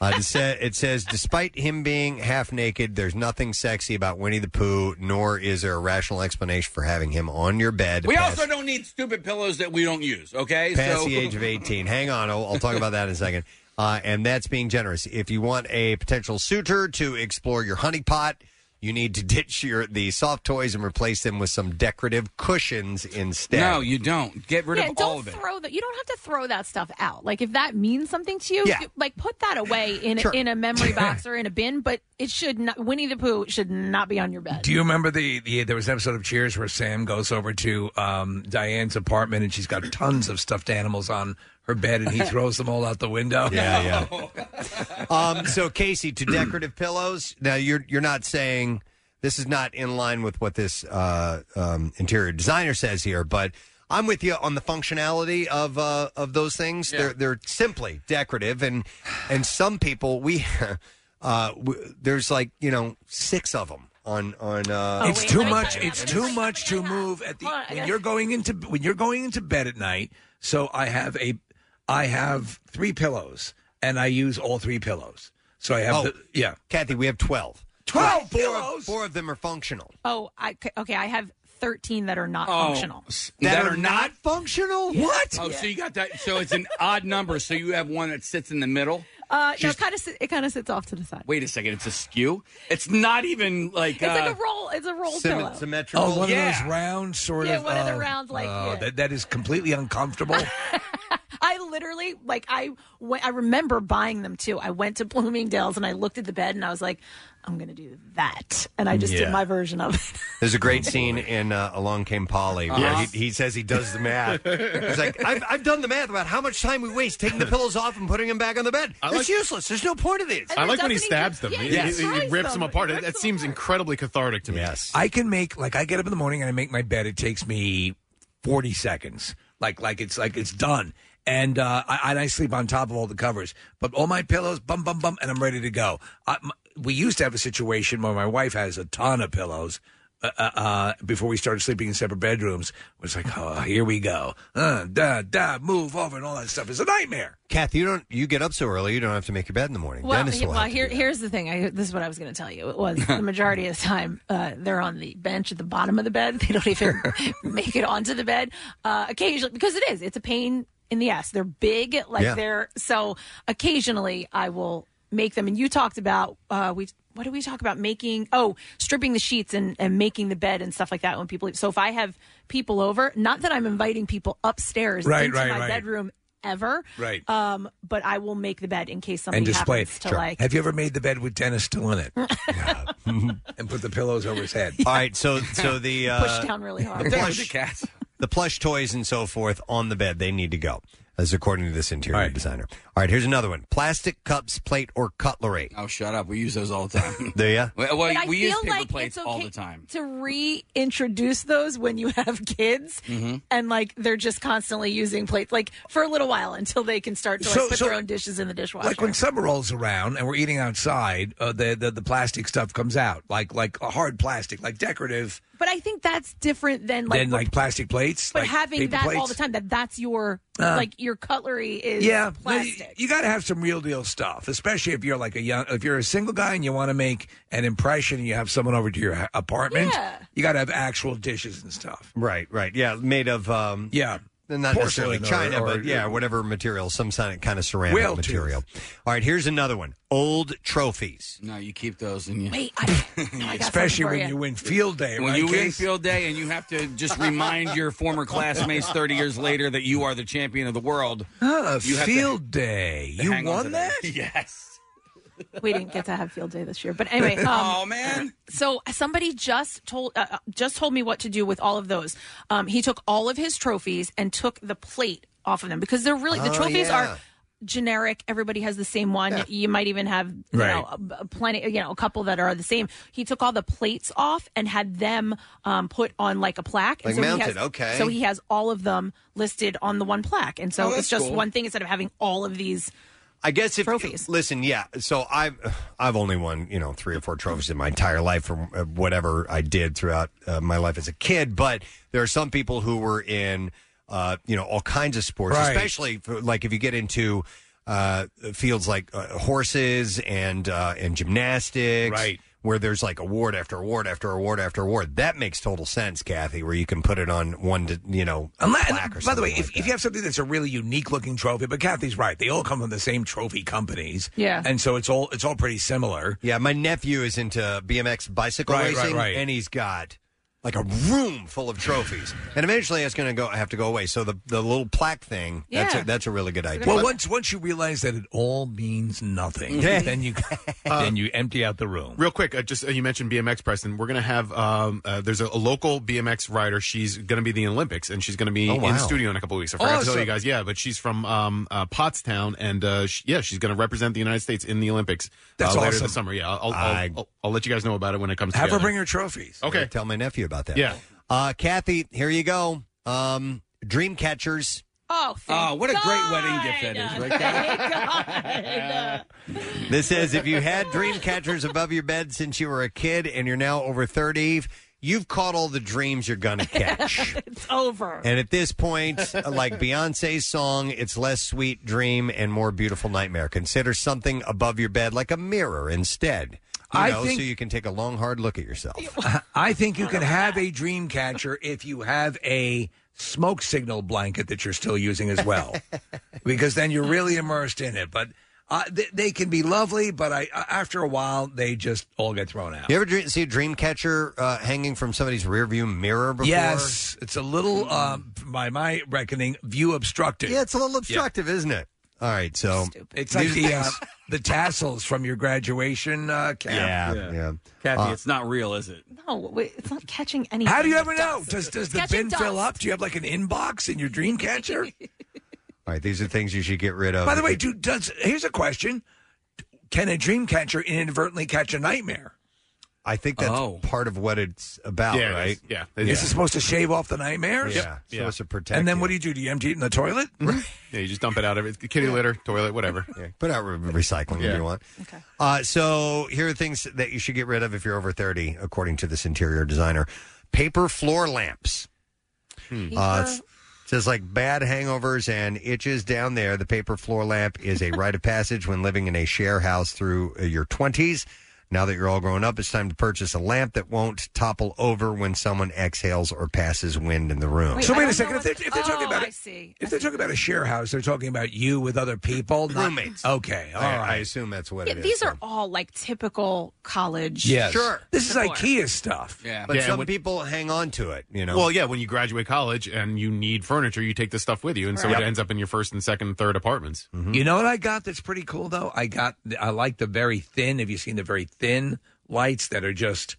[SPEAKER 1] Uh, it, sa- it says, despite him being half naked, there's nothing sexy about Winnie the Pooh, nor is there a rational explanation for having him on your bed.
[SPEAKER 5] We
[SPEAKER 1] past-
[SPEAKER 5] also don't need stupid pillows that we don't use. Okay,
[SPEAKER 1] past the age of 18. Hang on, I'll, I'll talk about that in a second. Uh, and that's being generous. If you want a potential suitor to explore your honey pot, you need to ditch your the soft toys and replace them with some decorative cushions instead.
[SPEAKER 5] No, you don't. Get rid
[SPEAKER 3] yeah,
[SPEAKER 5] of
[SPEAKER 3] don't
[SPEAKER 5] all of it.
[SPEAKER 3] throw that. You don't have to throw that stuff out. Like if that means something to you,
[SPEAKER 5] Yeah.
[SPEAKER 3] you- like put that away in
[SPEAKER 4] Sure.
[SPEAKER 3] a, in a memory box or in a bin. But it should not. Winnie the Pooh should not be on your bed.
[SPEAKER 4] Do you remember the, the there was an episode of Cheers where Sam goes over to um, Diane's apartment and she's got tons of stuffed animals on her bed and he throws them all out the window.
[SPEAKER 1] Yeah, Um, so Casey, to decorative pillows. Now you're you're not saying this is not in line with what this uh, um, interior designer says here, but I'm with you on the functionality of uh, of those things. They're they're simply decorative, and and some people we uh, w- there's like you know six of them on on.
[SPEAKER 3] Oh,
[SPEAKER 1] Uh,
[SPEAKER 4] it's too much. It's too much to move at the when you're going into when you're going into bed at night. So I have a, I have three pillows and I use all three pillows. So I have
[SPEAKER 1] Oh.
[SPEAKER 4] the, yeah.
[SPEAKER 1] Kathy, we have twelve.
[SPEAKER 4] Twelve
[SPEAKER 1] Four of-
[SPEAKER 4] pillows.
[SPEAKER 1] Four of them are functional.
[SPEAKER 3] Oh, I, okay. I have 13 that are not
[SPEAKER 5] Oh,
[SPEAKER 3] functional.
[SPEAKER 5] s-
[SPEAKER 1] That are not functional?
[SPEAKER 3] What?
[SPEAKER 5] Oh, so
[SPEAKER 3] Yeah.
[SPEAKER 5] you got that. So it's an odd number. So you have one that sits in the middle.
[SPEAKER 3] Uh, no,
[SPEAKER 5] She's-
[SPEAKER 3] it kind of it kind of sits off to the side.
[SPEAKER 5] Wait a second. It's a skew. It's not even like.
[SPEAKER 3] it's
[SPEAKER 5] uh,
[SPEAKER 3] like a roll. It's a roll pillow.
[SPEAKER 1] symmetrical.
[SPEAKER 4] Oh, one of
[SPEAKER 5] Yeah.
[SPEAKER 4] those round sort
[SPEAKER 3] Yeah,
[SPEAKER 4] of.
[SPEAKER 3] one of the
[SPEAKER 4] uh,
[SPEAKER 3] round, like,
[SPEAKER 4] uh,
[SPEAKER 3] yeah.
[SPEAKER 4] that, that is completely uncomfortable.
[SPEAKER 3] I literally like I went, I remember buying them too. I went to Bloomingdale's and I looked at the bed and I was like, I'm gonna do that, and I just
[SPEAKER 1] Yeah.
[SPEAKER 3] did my version of it.
[SPEAKER 1] There's a great scene in uh, Along Came Polly where
[SPEAKER 10] Uh-huh.
[SPEAKER 1] he, he says he does the math. He's like, I've, I've done the math about how much time we waste taking the pillows off and putting them back on the bed.
[SPEAKER 7] I
[SPEAKER 1] it's
[SPEAKER 7] like-
[SPEAKER 1] useless. There's no point of this.
[SPEAKER 7] I like when he stabs them. He-
[SPEAKER 1] Yes.
[SPEAKER 7] he, he rips them apart. That that seems incredibly cathartic to me.
[SPEAKER 1] Yes.
[SPEAKER 4] I can make like I get up in the morning and I make my bed. It takes me forty seconds. Like like it's like it's done. And uh, I, and I sleep on top of all the covers, but all my pillows, bum bum bum, and I'm ready to go. I, m- we used to have a situation where my wife has a ton of pillows. Uh, uh, uh, before we started sleeping in separate bedrooms, it was like, oh, here we go, uh, da da, move over, and all that stuff. It's a nightmare.
[SPEAKER 1] Kath, you don't you get up so early, you don't have to make your bed in the morning.
[SPEAKER 3] Well,
[SPEAKER 1] Dennis
[SPEAKER 3] he-
[SPEAKER 1] will
[SPEAKER 3] well
[SPEAKER 1] have to.
[SPEAKER 3] here, here's the thing. I, this is what I was going to tell you. It was the majority of the time uh, they're on the bench at the bottom of the bed. They don't even make it onto the bed. Uh, occasionally, because it is, it's a pain in the ass. They're big, like
[SPEAKER 10] Yeah.
[SPEAKER 3] they're so. Occasionally, I will make them. And you talked about uh, we. What do we talk about? Making oh, stripping the sheets and, and making the bed and stuff like that when people. So if I have people over, not that I'm inviting people upstairs
[SPEAKER 4] Right,
[SPEAKER 3] into
[SPEAKER 4] right,
[SPEAKER 3] my
[SPEAKER 4] right.
[SPEAKER 3] bedroom ever,
[SPEAKER 4] Right.
[SPEAKER 3] Um, but I will make the bed in case somebody
[SPEAKER 4] and display. it.
[SPEAKER 3] happens to like.
[SPEAKER 4] Have you ever made the bed with Dennis still in it? Yeah. and put the pillows over his head.
[SPEAKER 1] All right, so so the uh,
[SPEAKER 3] Push down really hard.
[SPEAKER 1] The
[SPEAKER 3] There
[SPEAKER 1] plush, the plush toys and so forth on the bed, they need to go. As according to this interior designer. All right, here's another one: plastic cups, plate, or cutlery.
[SPEAKER 5] Oh, shut up! We use those all the time.
[SPEAKER 1] Do you?
[SPEAKER 5] Well,
[SPEAKER 3] But I
[SPEAKER 5] we use
[SPEAKER 3] feel
[SPEAKER 5] paper
[SPEAKER 3] like
[SPEAKER 5] plates
[SPEAKER 3] it's
[SPEAKER 5] all
[SPEAKER 3] okay
[SPEAKER 5] the time.
[SPEAKER 3] To reintroduce those when you have kids,
[SPEAKER 4] Mm-hmm.
[SPEAKER 5] Mhm.
[SPEAKER 3] and like they're just constantly using plates, like for a little while until they can start to like
[SPEAKER 4] So-
[SPEAKER 3] put
[SPEAKER 4] so-
[SPEAKER 3] their own dishes in the dishwasher.
[SPEAKER 4] Like when summer rolls around and we're eating outside, uh, the, the the plastic stuff comes out, like like a hard plastic, like decorative,
[SPEAKER 3] but I think that's different than like.
[SPEAKER 4] then like plastic plates.
[SPEAKER 3] but
[SPEAKER 4] like
[SPEAKER 3] having
[SPEAKER 4] paper
[SPEAKER 3] that all
[SPEAKER 4] plates.
[SPEAKER 3] the time, that that's your
[SPEAKER 4] Uh,
[SPEAKER 3] like your cutlery is
[SPEAKER 4] yeah, no, you-
[SPEAKER 3] plastic.
[SPEAKER 4] you, got to have some real deal stuff, especially if you're like a young, if you're a single guy and you want to make an impression, and you have someone over to your ha- apartment.
[SPEAKER 1] Yeah.
[SPEAKER 4] you got to have actual dishes and stuff.
[SPEAKER 1] Right, right, yeah, made of um,
[SPEAKER 4] yeah,
[SPEAKER 1] not necessarily
[SPEAKER 4] Porcelain or-
[SPEAKER 1] China,
[SPEAKER 4] or- uh,
[SPEAKER 1] but yeah, whatever material, some si- kind of ceramic
[SPEAKER 5] Whale tooth.
[SPEAKER 1] material. All right, here's another one: old trophies.
[SPEAKER 5] No, you keep those in you.
[SPEAKER 3] Wait, I,
[SPEAKER 4] Especially when you win field day,
[SPEAKER 5] When
[SPEAKER 4] right,
[SPEAKER 5] you win
[SPEAKER 4] Case?
[SPEAKER 5] field day and you have to just remind your former classmates 30 years later that you are the champion of the world.
[SPEAKER 4] Ah,
[SPEAKER 5] you have to-
[SPEAKER 4] field day.
[SPEAKER 5] to
[SPEAKER 4] You
[SPEAKER 5] hang on to
[SPEAKER 4] won that?
[SPEAKER 5] Yes.
[SPEAKER 3] we didn't get to have field day this year, but anyway. Um,
[SPEAKER 5] Oh, man.
[SPEAKER 3] So somebody just told uh, uh, just told me what to do with all of those. Um, he took all of his trophies and took the plate off of them because they're really the
[SPEAKER 10] Oh,
[SPEAKER 3] trophies
[SPEAKER 10] yeah.
[SPEAKER 3] are generic. Everybody has the same one. You might even have you
[SPEAKER 10] Right.
[SPEAKER 3] know a- a plenty you know a couple that are the same. He took all the plates off and had them um, put on like a plaque. And
[SPEAKER 1] Like
[SPEAKER 3] he
[SPEAKER 1] mounted,
[SPEAKER 3] has-
[SPEAKER 1] okay.
[SPEAKER 3] So he has all of them listed on the one plaque, and
[SPEAKER 1] Oh,
[SPEAKER 3] so
[SPEAKER 1] that's
[SPEAKER 3] it's just
[SPEAKER 1] cool.
[SPEAKER 3] one thing instead of having all of these.
[SPEAKER 1] I guess if trophies. Listen, yeah. So I've I've only won you know three or four trophies in my entire life from uh, whatever I did throughout uh, my life as a kid. But there are some people who were in uh, you know all kinds of sports,
[SPEAKER 10] Right.
[SPEAKER 1] especially for, like if you get into uh, fields like uh, horses and uh, and gymnastics,
[SPEAKER 10] Right.
[SPEAKER 1] Where there's like award after award after award after award. That makes total sense, Kathy. Where you can put it on one, to, you know,
[SPEAKER 4] Unless,
[SPEAKER 1] plaque or
[SPEAKER 4] by the
[SPEAKER 1] something
[SPEAKER 4] way,
[SPEAKER 1] like
[SPEAKER 4] if, if you have something that's a really unique looking trophy, but Kathy's right, they all come from the same trophy companies.
[SPEAKER 1] Yeah.
[SPEAKER 4] and so it's all it's all pretty similar.
[SPEAKER 1] Yeah, my nephew is into BMX bicycle
[SPEAKER 4] Right, right,
[SPEAKER 1] racing,
[SPEAKER 4] right.
[SPEAKER 1] and he's got like a room full of trophies, and eventually it's going to go have to go away. So the the little plaque thing, that's
[SPEAKER 4] Yeah.
[SPEAKER 1] a, that's a really good idea.
[SPEAKER 4] Well, once once you realize that it all means nothing,
[SPEAKER 7] Yeah.
[SPEAKER 4] then you
[SPEAKER 1] Uh,
[SPEAKER 4] then you empty out the room.
[SPEAKER 7] Real quick, uh, just uh, you mentioned BMX, Preston. We're gonna have um, uh, there's a, a local BMX rider. She's gonna be in the Olympics, and she's gonna be
[SPEAKER 4] Oh, wow.
[SPEAKER 7] in studio in a couple weeks. I forgot to tell
[SPEAKER 4] Awesome.
[SPEAKER 7] you guys. Yeah, but she's from um, uh, Pottstown, and uh, sh yeah, she's gonna represent the United States in the Olympics.
[SPEAKER 4] That's
[SPEAKER 7] uh, later
[SPEAKER 4] awesome.
[SPEAKER 7] this summer. Yeah, I'll, I'll,
[SPEAKER 1] I-
[SPEAKER 7] I'll, I'll let you guys know about it when it comes.
[SPEAKER 1] Have her
[SPEAKER 7] together.
[SPEAKER 1] bring
[SPEAKER 4] her trophies.
[SPEAKER 7] Okay,
[SPEAKER 1] tell my nephew about that.
[SPEAKER 7] Yeah.
[SPEAKER 1] uh, Kathy, here you go. Um, dream catchers.
[SPEAKER 3] Oh, thank
[SPEAKER 5] Oh, what a great wedding
[SPEAKER 3] God.
[SPEAKER 5] gift that is, right?
[SPEAKER 3] Oh Thank
[SPEAKER 1] This says if you had dream catchers above your bed since you were a kid and you're now over 30, you've caught all the dreams you're going to catch.
[SPEAKER 3] God. it's over.
[SPEAKER 1] and at this point, like Beyonce's song, it's less sweet dream and more beautiful nightmare. Consider something above your bed like a mirror instead. You
[SPEAKER 4] I
[SPEAKER 1] know,
[SPEAKER 4] think-
[SPEAKER 1] so you can take a long, hard look at yourself.
[SPEAKER 4] I think you can have a dream catcher if you have a smoke signal blanket that you're still using as well, because then you're really immersed in it. But uh, they, they can be lovely, but I uh, after a while they just all get thrown out.
[SPEAKER 1] You ever dream, see a dream catcher uh, hanging from somebody's rearview mirror before?
[SPEAKER 4] Yes, it's a little, uh, by my reckoning, view obstructive.
[SPEAKER 1] Yeah, it's a little obstructive, isn't it? All right, so
[SPEAKER 4] It's like
[SPEAKER 1] These
[SPEAKER 4] the uh,
[SPEAKER 1] things-
[SPEAKER 4] the tassels from your graduation uh, cap.
[SPEAKER 1] Yeah, yeah.
[SPEAKER 5] Kathy,
[SPEAKER 1] Uh,
[SPEAKER 5] it's not real, is it?
[SPEAKER 3] No, wait, it's not catching anything.
[SPEAKER 4] How do you ever
[SPEAKER 3] It
[SPEAKER 4] know?
[SPEAKER 3] doesn't.
[SPEAKER 4] Does does the
[SPEAKER 3] Catching
[SPEAKER 4] bin fill
[SPEAKER 3] dust.
[SPEAKER 4] up? Do you have like an inbox in your dream catcher?
[SPEAKER 1] All right, these are things you should get rid of.
[SPEAKER 4] By the way, dude, does here's a question: Can a dream catcher inadvertently catch a nightmare?
[SPEAKER 1] I think that's part of what it's about,
[SPEAKER 4] Yeah, it
[SPEAKER 1] right?
[SPEAKER 4] is. Yeah. Is it supposed to shave off the nightmares?
[SPEAKER 1] Yeah, so it's to protect.
[SPEAKER 4] And then what do you do? Do you empty it in the toilet?
[SPEAKER 7] yeah, you just dump it out of it. Kitty litter, toilet, whatever.
[SPEAKER 1] Put out re- recycling if
[SPEAKER 7] Yeah.
[SPEAKER 1] you want. Okay. Uh, so here are things that you should get rid of if you're over 30, according to this interior designer. Paper floor lamps.
[SPEAKER 4] Hmm.
[SPEAKER 1] Uh, it's- it says like bad hangovers and itches down there. The paper floor lamp is a rite of passage when living in a share house through uh, your 20s. Now that you're all grown up, it's time to purchase a lamp that won't topple over when someone exhales or passes wind in the room.
[SPEAKER 4] so wait a second. If they're, if they're talking
[SPEAKER 3] Oh,
[SPEAKER 4] about
[SPEAKER 3] I
[SPEAKER 4] it,
[SPEAKER 3] see.
[SPEAKER 4] if they're talking about a share house, they're talking about you with other people, not-
[SPEAKER 1] Roommates.
[SPEAKER 4] Okay, all
[SPEAKER 1] I-
[SPEAKER 4] right.
[SPEAKER 1] I assume that's what
[SPEAKER 3] Yeah,
[SPEAKER 1] it is.
[SPEAKER 3] these are all like typical college.
[SPEAKER 4] Yes. This is IKEA stuff.
[SPEAKER 5] Yeah.
[SPEAKER 1] But
[SPEAKER 7] Yeah, and
[SPEAKER 1] some
[SPEAKER 7] when-
[SPEAKER 1] people hang on to it, you know.
[SPEAKER 7] Well, yeah, when you graduate college and you need furniture, you take this stuff with you, and so
[SPEAKER 4] Right.
[SPEAKER 7] it ends up in your first and second, and third apartments.
[SPEAKER 4] You know what I got that's pretty cool though? I got I like the very thin. Have you seen the very thin lights that are just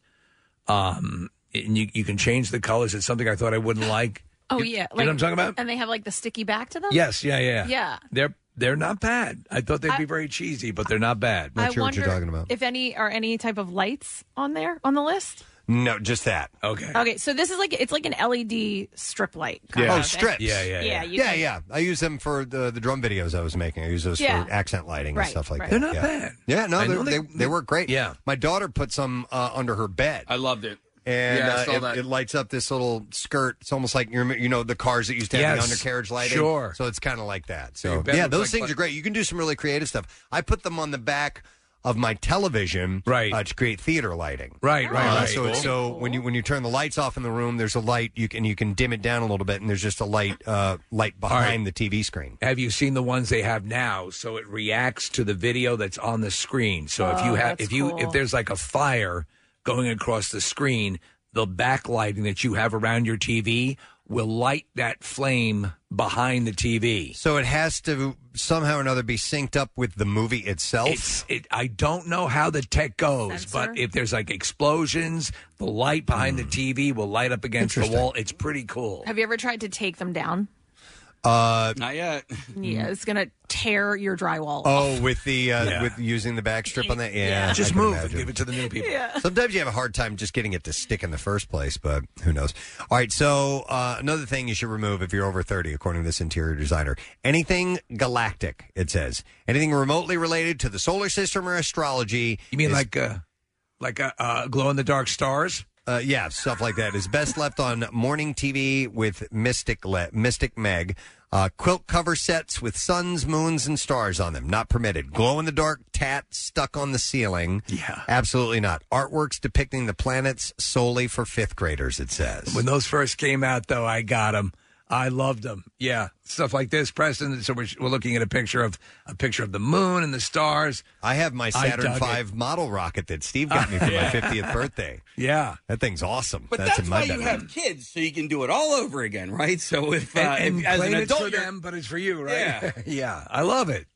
[SPEAKER 4] um and you you can change the colors. It's something I thought I wouldn't like.
[SPEAKER 3] Oh
[SPEAKER 4] You-
[SPEAKER 3] yeah,
[SPEAKER 4] you know what I'm talking about?
[SPEAKER 3] And they have like the sticky back to them.
[SPEAKER 4] Yes, yeah, yeah.
[SPEAKER 3] Yeah.
[SPEAKER 4] They're they're not bad. I thought they'd
[SPEAKER 3] I-
[SPEAKER 4] be very cheesy, but they're not bad.
[SPEAKER 3] I wonder If any are any type of lights on there on the list.
[SPEAKER 1] No, just that.
[SPEAKER 4] Okay.
[SPEAKER 3] Okay, so this is like it's like an LED strip light. kind
[SPEAKER 1] Oh,
[SPEAKER 3] of thing.
[SPEAKER 1] strips.
[SPEAKER 3] Yeah, you
[SPEAKER 1] yeah,
[SPEAKER 3] can-
[SPEAKER 1] yeah. I use them for the the drum videos I was making. I use those
[SPEAKER 3] Yeah.
[SPEAKER 1] for accent lighting
[SPEAKER 3] Right,
[SPEAKER 1] and stuff like
[SPEAKER 3] right.
[SPEAKER 1] that.
[SPEAKER 3] They're not
[SPEAKER 1] yeah.
[SPEAKER 3] bad.
[SPEAKER 1] Yeah, no,
[SPEAKER 5] I know
[SPEAKER 1] they, they,
[SPEAKER 5] they-
[SPEAKER 1] they work great. Yeah. My daughter put some uh, under her bed.
[SPEAKER 5] I loved it.
[SPEAKER 1] And
[SPEAKER 5] Yeah, I
[SPEAKER 1] uh,
[SPEAKER 5] saw
[SPEAKER 1] it,
[SPEAKER 5] that.
[SPEAKER 1] it lights up this little skirt. It's almost like you you know the cars that used to have
[SPEAKER 4] Yes,
[SPEAKER 1] the undercarriage lighting.
[SPEAKER 4] sure.
[SPEAKER 1] So it's kind of like that.
[SPEAKER 4] So your
[SPEAKER 1] So
[SPEAKER 4] bed
[SPEAKER 1] yeah,
[SPEAKER 4] looks
[SPEAKER 1] those
[SPEAKER 4] like
[SPEAKER 1] things
[SPEAKER 4] fun-
[SPEAKER 1] are great. You can do some really creative stuff. I put them on the back of my television, right, uh, to create theater lighting.
[SPEAKER 4] Right, right,
[SPEAKER 1] Uh,
[SPEAKER 4] right.
[SPEAKER 1] So it's- so when you when you turn the lights off in the room, there's a light you can you can dim it down a little bit, and there's just a light uh, light behind the TV screen.
[SPEAKER 4] Have you seen the ones they have now? So it reacts to the video that's on the screen. So if
[SPEAKER 1] Oh,
[SPEAKER 4] you have,
[SPEAKER 1] that's
[SPEAKER 4] if you,
[SPEAKER 1] cool.
[SPEAKER 4] if there's like a fire going across the screen, the backlighting that you have around your TV will light that flame behind the TV.
[SPEAKER 1] So it has to somehow or another be synced up with the movie itself.
[SPEAKER 4] It's, it, I don't know how the tech goes, but if there's like explosions, the light behind the TV will light up against the wall. It's pretty cool.
[SPEAKER 3] Have you ever tried to take them down?
[SPEAKER 1] Uh,
[SPEAKER 5] Not yet.
[SPEAKER 3] Yeah, it's gonna tear your drywall.
[SPEAKER 1] Oh, with the uh,
[SPEAKER 4] Yeah.
[SPEAKER 1] with using the back strip on that, yeah.
[SPEAKER 4] Yeah. Just
[SPEAKER 1] I can
[SPEAKER 4] move and
[SPEAKER 1] imagine.
[SPEAKER 4] give it to the new people. Yeah.
[SPEAKER 1] Sometimes you have a hard time just getting it to stick in the first place, but who knows? All right, so uh, another thing you should remove if you're over thirty, according to this interior designer, anything galactic. It says anything remotely related to the solar system or astrology.
[SPEAKER 4] You mean
[SPEAKER 1] is-
[SPEAKER 4] like uh, like uh, uh, glow in the dark stars?
[SPEAKER 1] Uh, yeah, stuff like that is best left on morning TV with Mystic Le- Mystic Meg. Uh, quilt cover sets with suns, moons, and stars on them not permitted. Glow in the dark tat stuck on the ceiling. Yeah, absolutely not. Artworks depicting the planets solely for fifth graders. It says.
[SPEAKER 4] When those first came out, though, I got them. I loved them. Yeah, stuff like this, Preston. So we're, we're looking at a picture of a picture of the moon and the stars.
[SPEAKER 1] I have my Saturn Five model rocket that Steve got me for my
[SPEAKER 4] Ah, Yeah.
[SPEAKER 1] 50th birthday.
[SPEAKER 4] Yeah,
[SPEAKER 1] that thing's awesome.
[SPEAKER 5] But that's,
[SPEAKER 1] that's, in my
[SPEAKER 5] why you
[SPEAKER 1] bedroom.
[SPEAKER 5] have kids, so you can do it all over again, right? So if, uh,
[SPEAKER 4] and,
[SPEAKER 5] if
[SPEAKER 4] and
[SPEAKER 5] as an
[SPEAKER 4] playing it's
[SPEAKER 5] adult,
[SPEAKER 4] for
[SPEAKER 5] you're-
[SPEAKER 4] them, but it's for you, right?
[SPEAKER 5] Yeah.
[SPEAKER 4] yeah, I love it.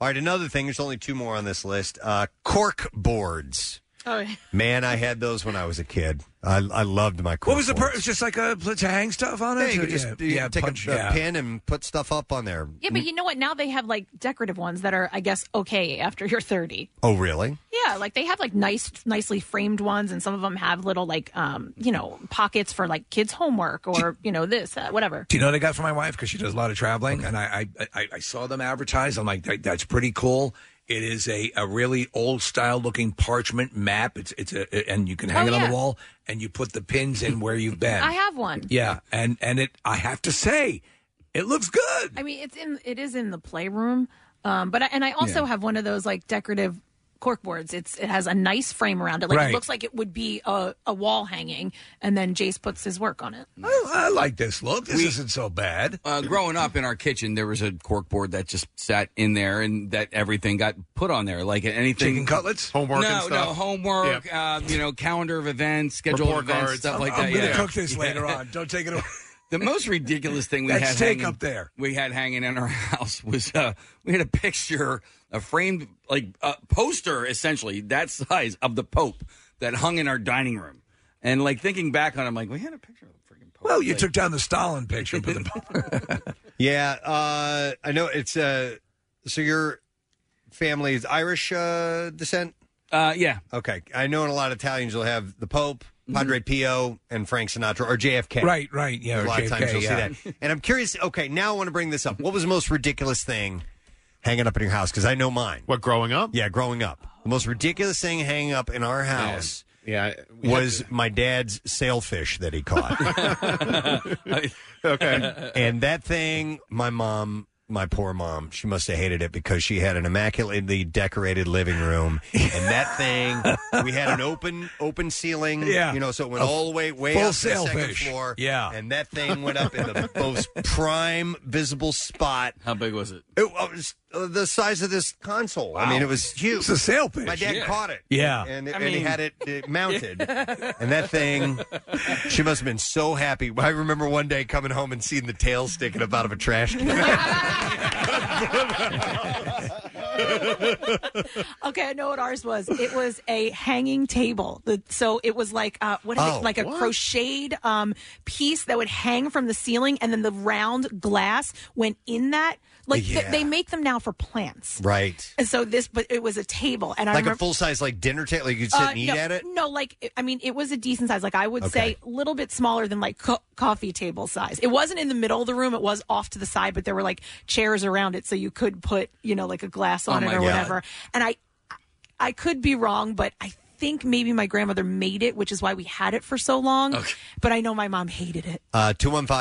[SPEAKER 1] All right, another thing. There's only two more on this list. Uh, cork boards.
[SPEAKER 3] Oh, yeah.
[SPEAKER 1] Man, I had those when I was a kid. I, I loved my cork.
[SPEAKER 4] What was the
[SPEAKER 1] boards.
[SPEAKER 4] purpose? Just like a to hang stuff on
[SPEAKER 1] Yeah,
[SPEAKER 4] it.
[SPEAKER 1] you could just you could take
[SPEAKER 4] punch-
[SPEAKER 1] a, a
[SPEAKER 4] yeah.
[SPEAKER 1] pin and put stuff up on there.
[SPEAKER 3] Yeah, but you know what? Now they have like decorative ones that are, I guess, okay after you're 30.
[SPEAKER 1] Oh, really?
[SPEAKER 3] Yeah, like they have like nice, nicely framed ones, and some of them have little like, um, you know, pockets for like kids' homework or you know this, uh, whatever.
[SPEAKER 4] Do you know what I got for my wife? Because she does a lot of traveling, and I, I I I saw them advertised. I'm like, that, that's pretty cool. It is a, a really old style looking parchment map. It's it's a and you can hang
[SPEAKER 3] Oh,
[SPEAKER 4] it on
[SPEAKER 3] yeah.
[SPEAKER 4] the wall, and you put the pins in where you've been.
[SPEAKER 3] I have one.
[SPEAKER 4] Yeah, and and it I have to say, it looks good.
[SPEAKER 3] I mean, it's in it is in the playroom, um, but I, and I also
[SPEAKER 4] Yeah.
[SPEAKER 3] have one of those like decorative cork boards. It's it has a nice frame around it, like
[SPEAKER 4] Right.
[SPEAKER 3] it looks like it would be a, a wall hanging, and then Jace puts his work on it.
[SPEAKER 4] I like this look. This isn't so bad.
[SPEAKER 5] Uh, growing up in our kitchen, there was a cork board that just sat in there, and that everything got put on there, like anything.
[SPEAKER 4] Chicken cutlets,
[SPEAKER 5] homework, no, no homework. Uh, you know, calendar of events, schedule of
[SPEAKER 4] Report
[SPEAKER 5] events,
[SPEAKER 4] cards.
[SPEAKER 5] stuff like
[SPEAKER 4] I'm-
[SPEAKER 5] that.
[SPEAKER 4] I'm gonna
[SPEAKER 5] yeah.
[SPEAKER 4] cook this later
[SPEAKER 5] Yeah.
[SPEAKER 4] on. Don't take it away.
[SPEAKER 5] The most ridiculous thing we
[SPEAKER 4] That's
[SPEAKER 5] had
[SPEAKER 4] take
[SPEAKER 5] hanging,
[SPEAKER 4] up there.
[SPEAKER 5] we had hanging in our house was uh, we had a picture, a framed like a poster, essentially that size of the Pope that hung in our dining room. And like thinking back on, it, I'm like, we had a picture.
[SPEAKER 4] Well, you took down the Stalin picture, but the
[SPEAKER 1] Yeah, uh, I know it's. Uh, so your family is Irish uh, descent.
[SPEAKER 5] Uh, yeah.
[SPEAKER 1] Okay, I know in a lot of Italians you'll have the Pope, Padre Pio, and Frank Sinatra or JFK.
[SPEAKER 4] Mm-hmm. Right, right, yeah,
[SPEAKER 1] a
[SPEAKER 4] or
[SPEAKER 1] lot of times
[SPEAKER 4] JFK,
[SPEAKER 1] you'll
[SPEAKER 4] yeah.
[SPEAKER 1] see that. And I'm curious. Okay, now I want to bring this up. What was the most ridiculous thing hanging up in your house? Because I know mine.
[SPEAKER 7] What growing up?
[SPEAKER 1] Yeah, growing up. The most ridiculous thing hanging up in our house.
[SPEAKER 7] Yeah.
[SPEAKER 1] was my dad's sailfish that he caught.
[SPEAKER 7] okay.
[SPEAKER 1] and that thing, my mom, my poor mom, she must have hated it because she had an immaculately decorated living room, and that thing, we had an open open ceiling,
[SPEAKER 4] Yeah.
[SPEAKER 1] you know, so it went
[SPEAKER 4] A
[SPEAKER 1] all the way way
[SPEAKER 4] full
[SPEAKER 1] up to the second
[SPEAKER 4] sailfish.
[SPEAKER 1] floor,
[SPEAKER 4] Yeah.
[SPEAKER 1] and that thing went up in the most prime visible spot.
[SPEAKER 5] How big was it?
[SPEAKER 1] It was uh, the size of this console. I mean, it was huge.
[SPEAKER 4] It's a sailfish.
[SPEAKER 1] My dad
[SPEAKER 4] Yeah.
[SPEAKER 1] caught it.
[SPEAKER 4] Yeah.
[SPEAKER 1] and,
[SPEAKER 4] I
[SPEAKER 1] and he
[SPEAKER 4] mean-
[SPEAKER 1] had it, it mounted, and that thing. She must have been so happy. I remember one day coming home and seeing the tail sticking up out of a trash can.
[SPEAKER 3] Okay, I know what ours was. It was a hanging table. The- So it was like uh, what is
[SPEAKER 10] Oh,
[SPEAKER 3] it? Like a
[SPEAKER 10] what?
[SPEAKER 3] crocheted um, piece that would hang from the ceiling, and then the round glass went in that. Like th-
[SPEAKER 1] Yeah.
[SPEAKER 3] they make them now for plants.
[SPEAKER 1] right.
[SPEAKER 3] And so this, but it was a table, and I
[SPEAKER 1] like a
[SPEAKER 3] remember,
[SPEAKER 1] full size like dinner table. Like you could sit
[SPEAKER 3] Uh,
[SPEAKER 1] and eat
[SPEAKER 3] no,
[SPEAKER 1] at it.
[SPEAKER 3] No, like I mean, it was a decent size. Like I would
[SPEAKER 1] Okay.
[SPEAKER 3] say, a little bit smaller than like co- coffee table size. It wasn't in the middle of the room. It was off to the side, but there were like chairs around it, so you could put you know like a glass
[SPEAKER 10] Oh,
[SPEAKER 3] on it
[SPEAKER 10] my
[SPEAKER 3] or
[SPEAKER 10] God.
[SPEAKER 3] whatever. And I, I could be wrong, but I think maybe my grandmother made it, which is why we had it for so long. But I know my mom hated it.
[SPEAKER 1] Uh,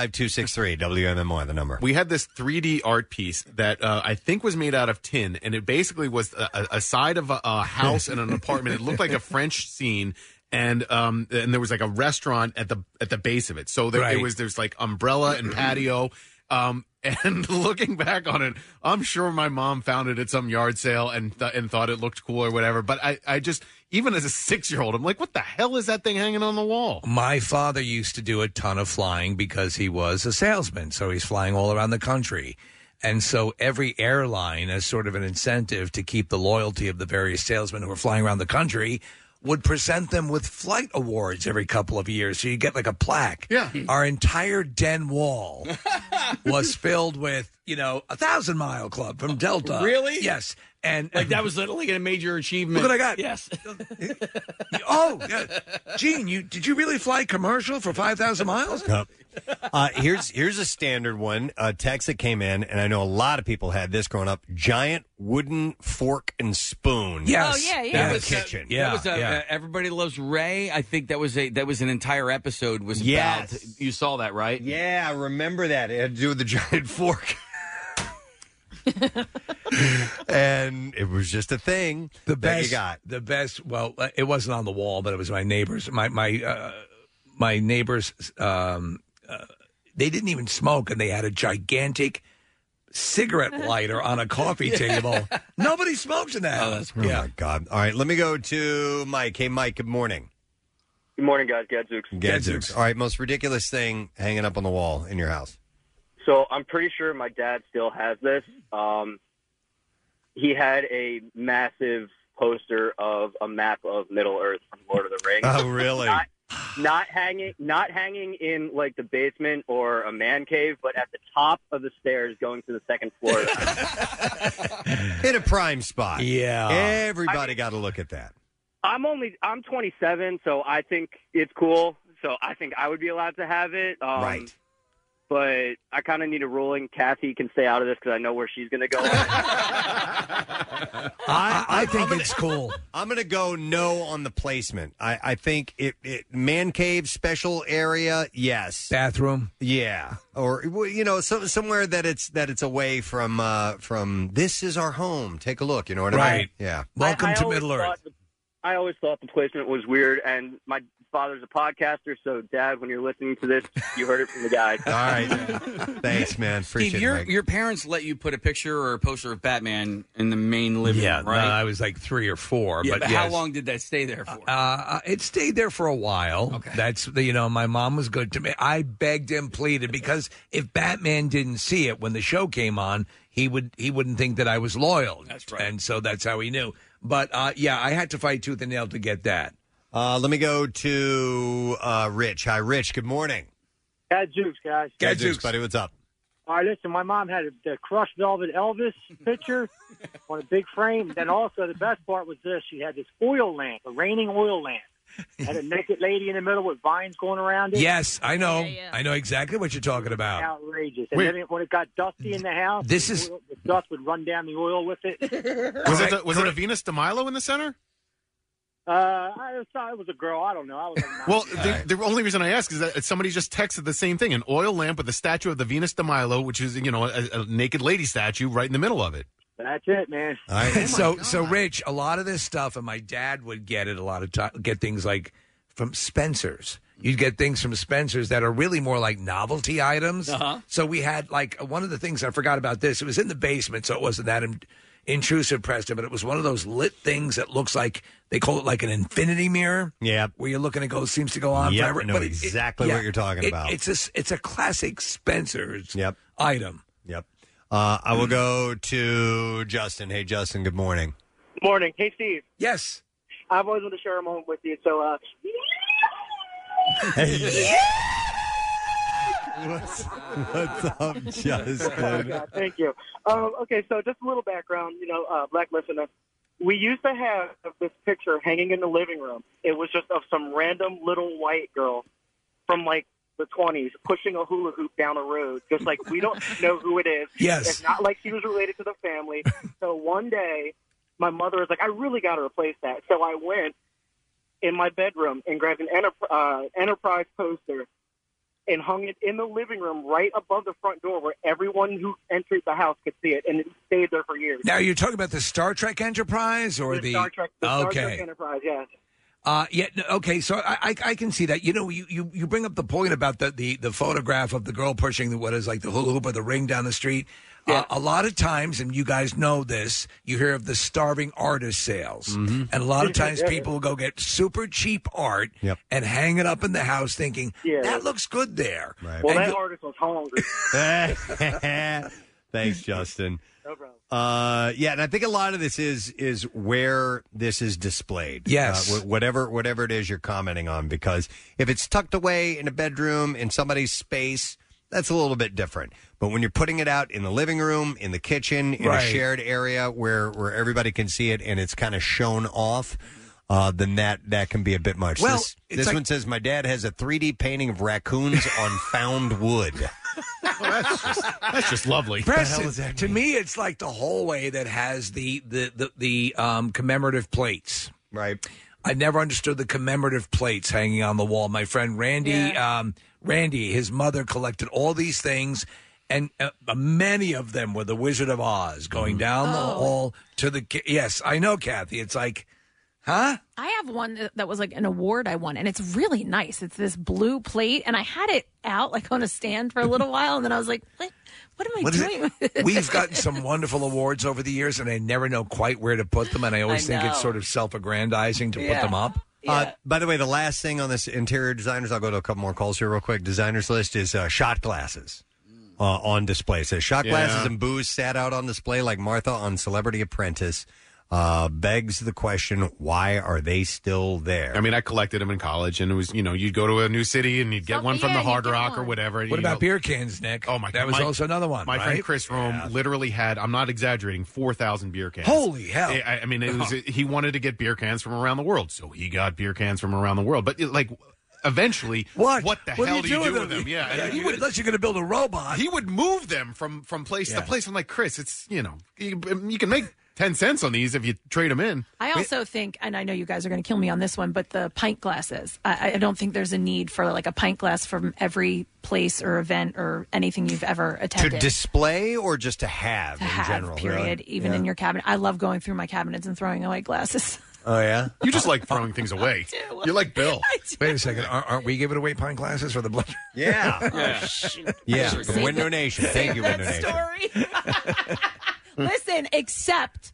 [SPEAKER 1] 215-263 WMMR the number.
[SPEAKER 7] We had this 3D art piece that uh, I think was made out of tin, and it basically was a, a- a side of a, a house and an apartment. It looked like a French scene. And um and there was like a restaurant at the at the base of it. So there it
[SPEAKER 4] Right.
[SPEAKER 7] was there's like umbrella and patio. Um and looking back on it, I'm sure my mom found it at some yard sale and th- and thought it looked cool or whatever. But I I just even as a six year old, I'm like, what the hell is that thing hanging on the wall?
[SPEAKER 4] My father used to do a ton of flying because he was a salesman, so he's flying all around the country. And so every airline, as sort of an incentive to keep the loyalty of the various salesmen who were flying around the country, would present them with flight awards every couple of years. So you get like a plaque. Yeah. Our entire den wall was filled with, you know, a thousand mile club from Delta.
[SPEAKER 5] Really?
[SPEAKER 4] Yes. And
[SPEAKER 5] Like that was literally a major achievement.
[SPEAKER 4] Look what I got.
[SPEAKER 5] Yes.
[SPEAKER 4] oh, yeah. Gene, you did you really fly commercial for five thousand miles?
[SPEAKER 1] Yep. Uh, here's here's a standard one. A text that came in, and I know a lot of people had this growing up. Giant wooden fork and spoon.
[SPEAKER 3] Yes. Oh, yeah, yeah.
[SPEAKER 1] In
[SPEAKER 3] That
[SPEAKER 1] the
[SPEAKER 3] was, uh,
[SPEAKER 1] kitchen.
[SPEAKER 5] that was a, uh, everybody loves Ray. I think that was a that was an entire episode was
[SPEAKER 1] Yes.
[SPEAKER 5] about. You saw that, right?
[SPEAKER 1] Yeah, I remember that. It had to do with the giant fork. and it was just a thing
[SPEAKER 4] the
[SPEAKER 1] that
[SPEAKER 4] best
[SPEAKER 1] you got.
[SPEAKER 4] The best. Well, uh, it wasn't on the wall, but it was my neighbors. My my uh, my neighbors. Um, uh, They didn't even smoke, and they had a gigantic cigarette lighter on a coffee table. Nobody smokes in that.
[SPEAKER 1] Oh,
[SPEAKER 4] that's
[SPEAKER 1] my God. All right, let me go to Mike. Hey, Mike, good morning.
[SPEAKER 16] Good morning, guys. Gadzooks.
[SPEAKER 1] Gadzooks. All right, most ridiculous thing hanging up on the wall in your house.
[SPEAKER 16] So I'm pretty sure my dad still has this. Um, he had a massive poster of a map of Middle Earth from Lord of the Rings.
[SPEAKER 1] Oh, really?
[SPEAKER 16] Not, not hanging, not hanging in like the basement or a man cave, but at the top of the stairs going to the second floor.
[SPEAKER 1] In a prime spot.
[SPEAKER 4] Yeah.
[SPEAKER 1] Everybody
[SPEAKER 16] I mean-
[SPEAKER 1] got to look at that.
[SPEAKER 16] I'm only I'm 27, so I think it's cool. So I think I would be allowed to have it. Um,
[SPEAKER 1] right.
[SPEAKER 16] But I kind of need a ruling. Kathy can stay out of this because I know where she's going to go.
[SPEAKER 4] I, I think it's cool.
[SPEAKER 1] I'm going to go no on the placement. I, I think it, it man cave special area. Yes,
[SPEAKER 4] bathroom.
[SPEAKER 1] Yeah, or well, you know, so, somewhere that it's that it's away from uh, from. This is our home. Take a look. You know what I mean?
[SPEAKER 16] Right.
[SPEAKER 1] Yeah.
[SPEAKER 16] I- I always thought the- I always thought the placement was weird, and my father's a podcaster, so Dad, when you're listening to this, you heard it from the guy.
[SPEAKER 1] All right, thanks, man. Appreciate
[SPEAKER 5] Steve,
[SPEAKER 1] it.
[SPEAKER 5] your
[SPEAKER 1] Mike.
[SPEAKER 5] your parents let you put a picture or a poster of Batman in the main living
[SPEAKER 4] Yeah,
[SPEAKER 5] room, right?
[SPEAKER 4] no, I was like three or four.
[SPEAKER 5] Yeah,
[SPEAKER 4] but,
[SPEAKER 5] but how
[SPEAKER 4] yes.
[SPEAKER 5] long did that stay there for?
[SPEAKER 4] Uh, it stayed there for a while. Okay. That's the- you know, my mom was good to me. I begged and pleaded because if Batman didn't see it when the show came on, he would he wouldn't think that I was loyal. That's right. And so that's how he knew. But uh, yeah, I had to fight tooth and nail to get that.
[SPEAKER 1] Uh, let me go to uh, Rich. Hi, Rich. Good morning.
[SPEAKER 17] Gadzooks, guys.
[SPEAKER 1] Gadzooks, buddy. What's up?
[SPEAKER 17] All right, listen, my mom had a, the crushed velvet Elvis picture on a big frame. Then also the best part was this. She had this oil lamp, a raining oil lamp. Had a naked lady in the middle with vines going around it.
[SPEAKER 4] Yes, I know. I know exactly what you're talking about.
[SPEAKER 17] Outrageous. And
[SPEAKER 4] Wait.
[SPEAKER 17] then it, when it got dusty in the house,
[SPEAKER 4] This
[SPEAKER 17] the
[SPEAKER 4] is-
[SPEAKER 17] oil- the dust would run down the oil with it.
[SPEAKER 7] Was it a, was it a Venus de Milo in the center?
[SPEAKER 17] Uh, I thought it was a girl. I don't know. I was like,
[SPEAKER 7] Well, the, the only reason I ask is that somebody just texted the same thing: an oil lamp with a statue of the Venus de Milo, which is you know a, a naked lady statue right in the middle of it.
[SPEAKER 17] that's it, man.
[SPEAKER 16] Oh
[SPEAKER 4] so so Rich, a lot of this stuff, and my dad would get it a lot of time. Get things like from Spencer's. You'd get things from Spencer's that are really more like novelty items.
[SPEAKER 10] Uh-huh.
[SPEAKER 4] So we had like one of the things I forgot about this. It was in the basement, so it wasn't that in- intrusive, Preston. But it was one of those lit things that looks like they call it like an infinity mirror.
[SPEAKER 1] Yeah.
[SPEAKER 4] Where you're looking to go seems to go on
[SPEAKER 1] Yep,
[SPEAKER 4] forever.
[SPEAKER 1] I know
[SPEAKER 4] but it- it-
[SPEAKER 1] exactly
[SPEAKER 4] yeah,
[SPEAKER 1] what you're talking
[SPEAKER 4] it-
[SPEAKER 1] about.
[SPEAKER 4] It's a it's a classic Spencer's
[SPEAKER 1] Yep.
[SPEAKER 4] item.
[SPEAKER 1] Yep. Uh, I will go to Justin. Hey, Justin. Good morning.
[SPEAKER 18] Morning. Hey, Steve.
[SPEAKER 4] Yes.
[SPEAKER 18] I've always wanted to share a moment with you, so uh,
[SPEAKER 1] What's, what's up,
[SPEAKER 18] Oh,
[SPEAKER 1] Justin?
[SPEAKER 18] God, thank you. Um, okay, so just a little background, you know, uh, black listener. We used to have this picture hanging in the living room. It was just of some random little white girl from like the 20s pushing a hula hoop down a road. Just like we don't know who it is.
[SPEAKER 10] Yes.
[SPEAKER 18] It's not like she was related to the family. So one day, my mother was like, I really got to replace that. So I went in my bedroom and grabbed an enter- uh, enterprise poster and hung it in the living room right above the front door where everyone who entered the house could see it, and it stayed there for years.
[SPEAKER 4] Now you're talking about the Star Trek Enterprise or the,
[SPEAKER 18] Star Trek, the Star
[SPEAKER 4] okay.
[SPEAKER 18] Trek Enterprise, yes.
[SPEAKER 4] Uh, yeah. no, Okay. So I, I I can see that. You know, you, you, you bring up the point about the, the, the photograph of the girl pushing the, what is like the hula hoop or the ring down the street. Uh, a lot of times, and you guys know this, you hear of the starving artist sales, and a lot of times
[SPEAKER 10] Yeah.
[SPEAKER 4] people will go get super cheap art and hang it up in the house, thinking that looks good there. Right.
[SPEAKER 18] Well, that artist was hungry.
[SPEAKER 1] Thanks, Justin.
[SPEAKER 18] No problem.
[SPEAKER 1] Uh, yeah, and I think a lot of this is is where this is displayed.
[SPEAKER 4] Yes.
[SPEAKER 1] uh, wh- whatever whatever it is you're commenting on, because if it's tucked away in a bedroom in somebody's space, that's a little bit different. But when you're putting it out in the living room, in the kitchen, in
[SPEAKER 4] Right.
[SPEAKER 1] a shared area where where everybody can see it and it's kind of shown off. Uh, then that that can be a bit much.
[SPEAKER 4] Well,
[SPEAKER 1] this,
[SPEAKER 4] it's
[SPEAKER 1] this
[SPEAKER 4] like-
[SPEAKER 1] one says my dad has a 3D painting of raccoons on found wood.
[SPEAKER 7] That's just lovely.
[SPEAKER 4] Preston, to me, it's like the hallway that has the the the, the um, commemorative plates.
[SPEAKER 1] Right.
[SPEAKER 4] I never understood the commemorative plates hanging on the wall. My friend Randy, um, Randy, his mother collected all these things, and uh, many of them were
[SPEAKER 7] Mm-hmm.
[SPEAKER 3] Oh.
[SPEAKER 4] the Wizard of Oz going down the hall to the. ki- Yes, I know, Kathy. It's like. Huh?
[SPEAKER 3] I have one that- that was like an award I won, and it's really nice. It's this blue plate, and I had it out like on a stand for a little while, and then I was like, "What? What am I
[SPEAKER 4] What is
[SPEAKER 3] doing?" with
[SPEAKER 4] it?
[SPEAKER 3] this?
[SPEAKER 4] We've gotten some wonderful awards over the years, and I never know quite where to put them. And I always
[SPEAKER 3] I
[SPEAKER 4] think it's
[SPEAKER 3] know.
[SPEAKER 4] sort of self-aggrandizing to put them up.
[SPEAKER 1] Uh, by the way, the last thing on this interior designers, I'll go to a couple more calls here real quick. Designers list is uh, shot glasses uh, on display. It says shot
[SPEAKER 19] Yeah.
[SPEAKER 1] glasses and booze sat out on display like Martha on Celebrity Apprentice. Uh, begs the question, why are they still there?
[SPEAKER 7] I mean, I collected them in college, and it was you know you'd go to a new city and you'd get one from
[SPEAKER 4] yeah,
[SPEAKER 7] the
[SPEAKER 4] you'd
[SPEAKER 7] Hard
[SPEAKER 4] get
[SPEAKER 7] Rock or
[SPEAKER 4] one.
[SPEAKER 7] whatever.
[SPEAKER 4] What
[SPEAKER 7] you
[SPEAKER 4] about
[SPEAKER 7] know.
[SPEAKER 4] beer cans, Nick?
[SPEAKER 7] Oh my
[SPEAKER 4] That
[SPEAKER 7] God.
[SPEAKER 4] was
[SPEAKER 7] My-
[SPEAKER 4] also another one,
[SPEAKER 7] My
[SPEAKER 4] right?
[SPEAKER 7] friend Chris Rome literally had. I'm not exaggerating. Four thousand beer cans.
[SPEAKER 4] Holy hell.
[SPEAKER 7] I, I mean, it was he wanted to get beer cans from around the world, so he got beer cans from around the world. But it, like, eventually,
[SPEAKER 4] What?
[SPEAKER 7] What the
[SPEAKER 4] What do
[SPEAKER 7] hell
[SPEAKER 4] you
[SPEAKER 7] do you
[SPEAKER 4] do
[SPEAKER 7] do
[SPEAKER 4] with
[SPEAKER 7] with
[SPEAKER 4] them?
[SPEAKER 7] them? Yeah,
[SPEAKER 4] Yeah, you would- unless you're going to build a robot.
[SPEAKER 7] He would move them from from place
[SPEAKER 4] Yeah.
[SPEAKER 7] to place. I'm like, Chris, it's you know, you, you can make ten cents on these if you trade them in.
[SPEAKER 3] I also think, and I know you guys are going to kill me on this one, but the pint glasses. I, I don't think there's a need for like a pint glass from every place or event or anything you've ever
[SPEAKER 1] to
[SPEAKER 3] attended.
[SPEAKER 1] display or just to have in
[SPEAKER 3] have,
[SPEAKER 1] general?
[SPEAKER 3] period.
[SPEAKER 1] really?
[SPEAKER 3] Even
[SPEAKER 1] Yeah.
[SPEAKER 3] in your cabinet, I love going through my cabinets and throwing away glasses.
[SPEAKER 1] Oh yeah,
[SPEAKER 7] you just like throwing things away. You're like Bill.
[SPEAKER 4] Wait a second, aren't, aren't we giving away pint glasses for the blood?
[SPEAKER 1] Yeah.
[SPEAKER 4] Yeah.
[SPEAKER 1] Yeah,
[SPEAKER 4] Sure.
[SPEAKER 1] from Window Nation. Thank you,
[SPEAKER 4] Save that
[SPEAKER 1] Window Nation.
[SPEAKER 3] Listen, except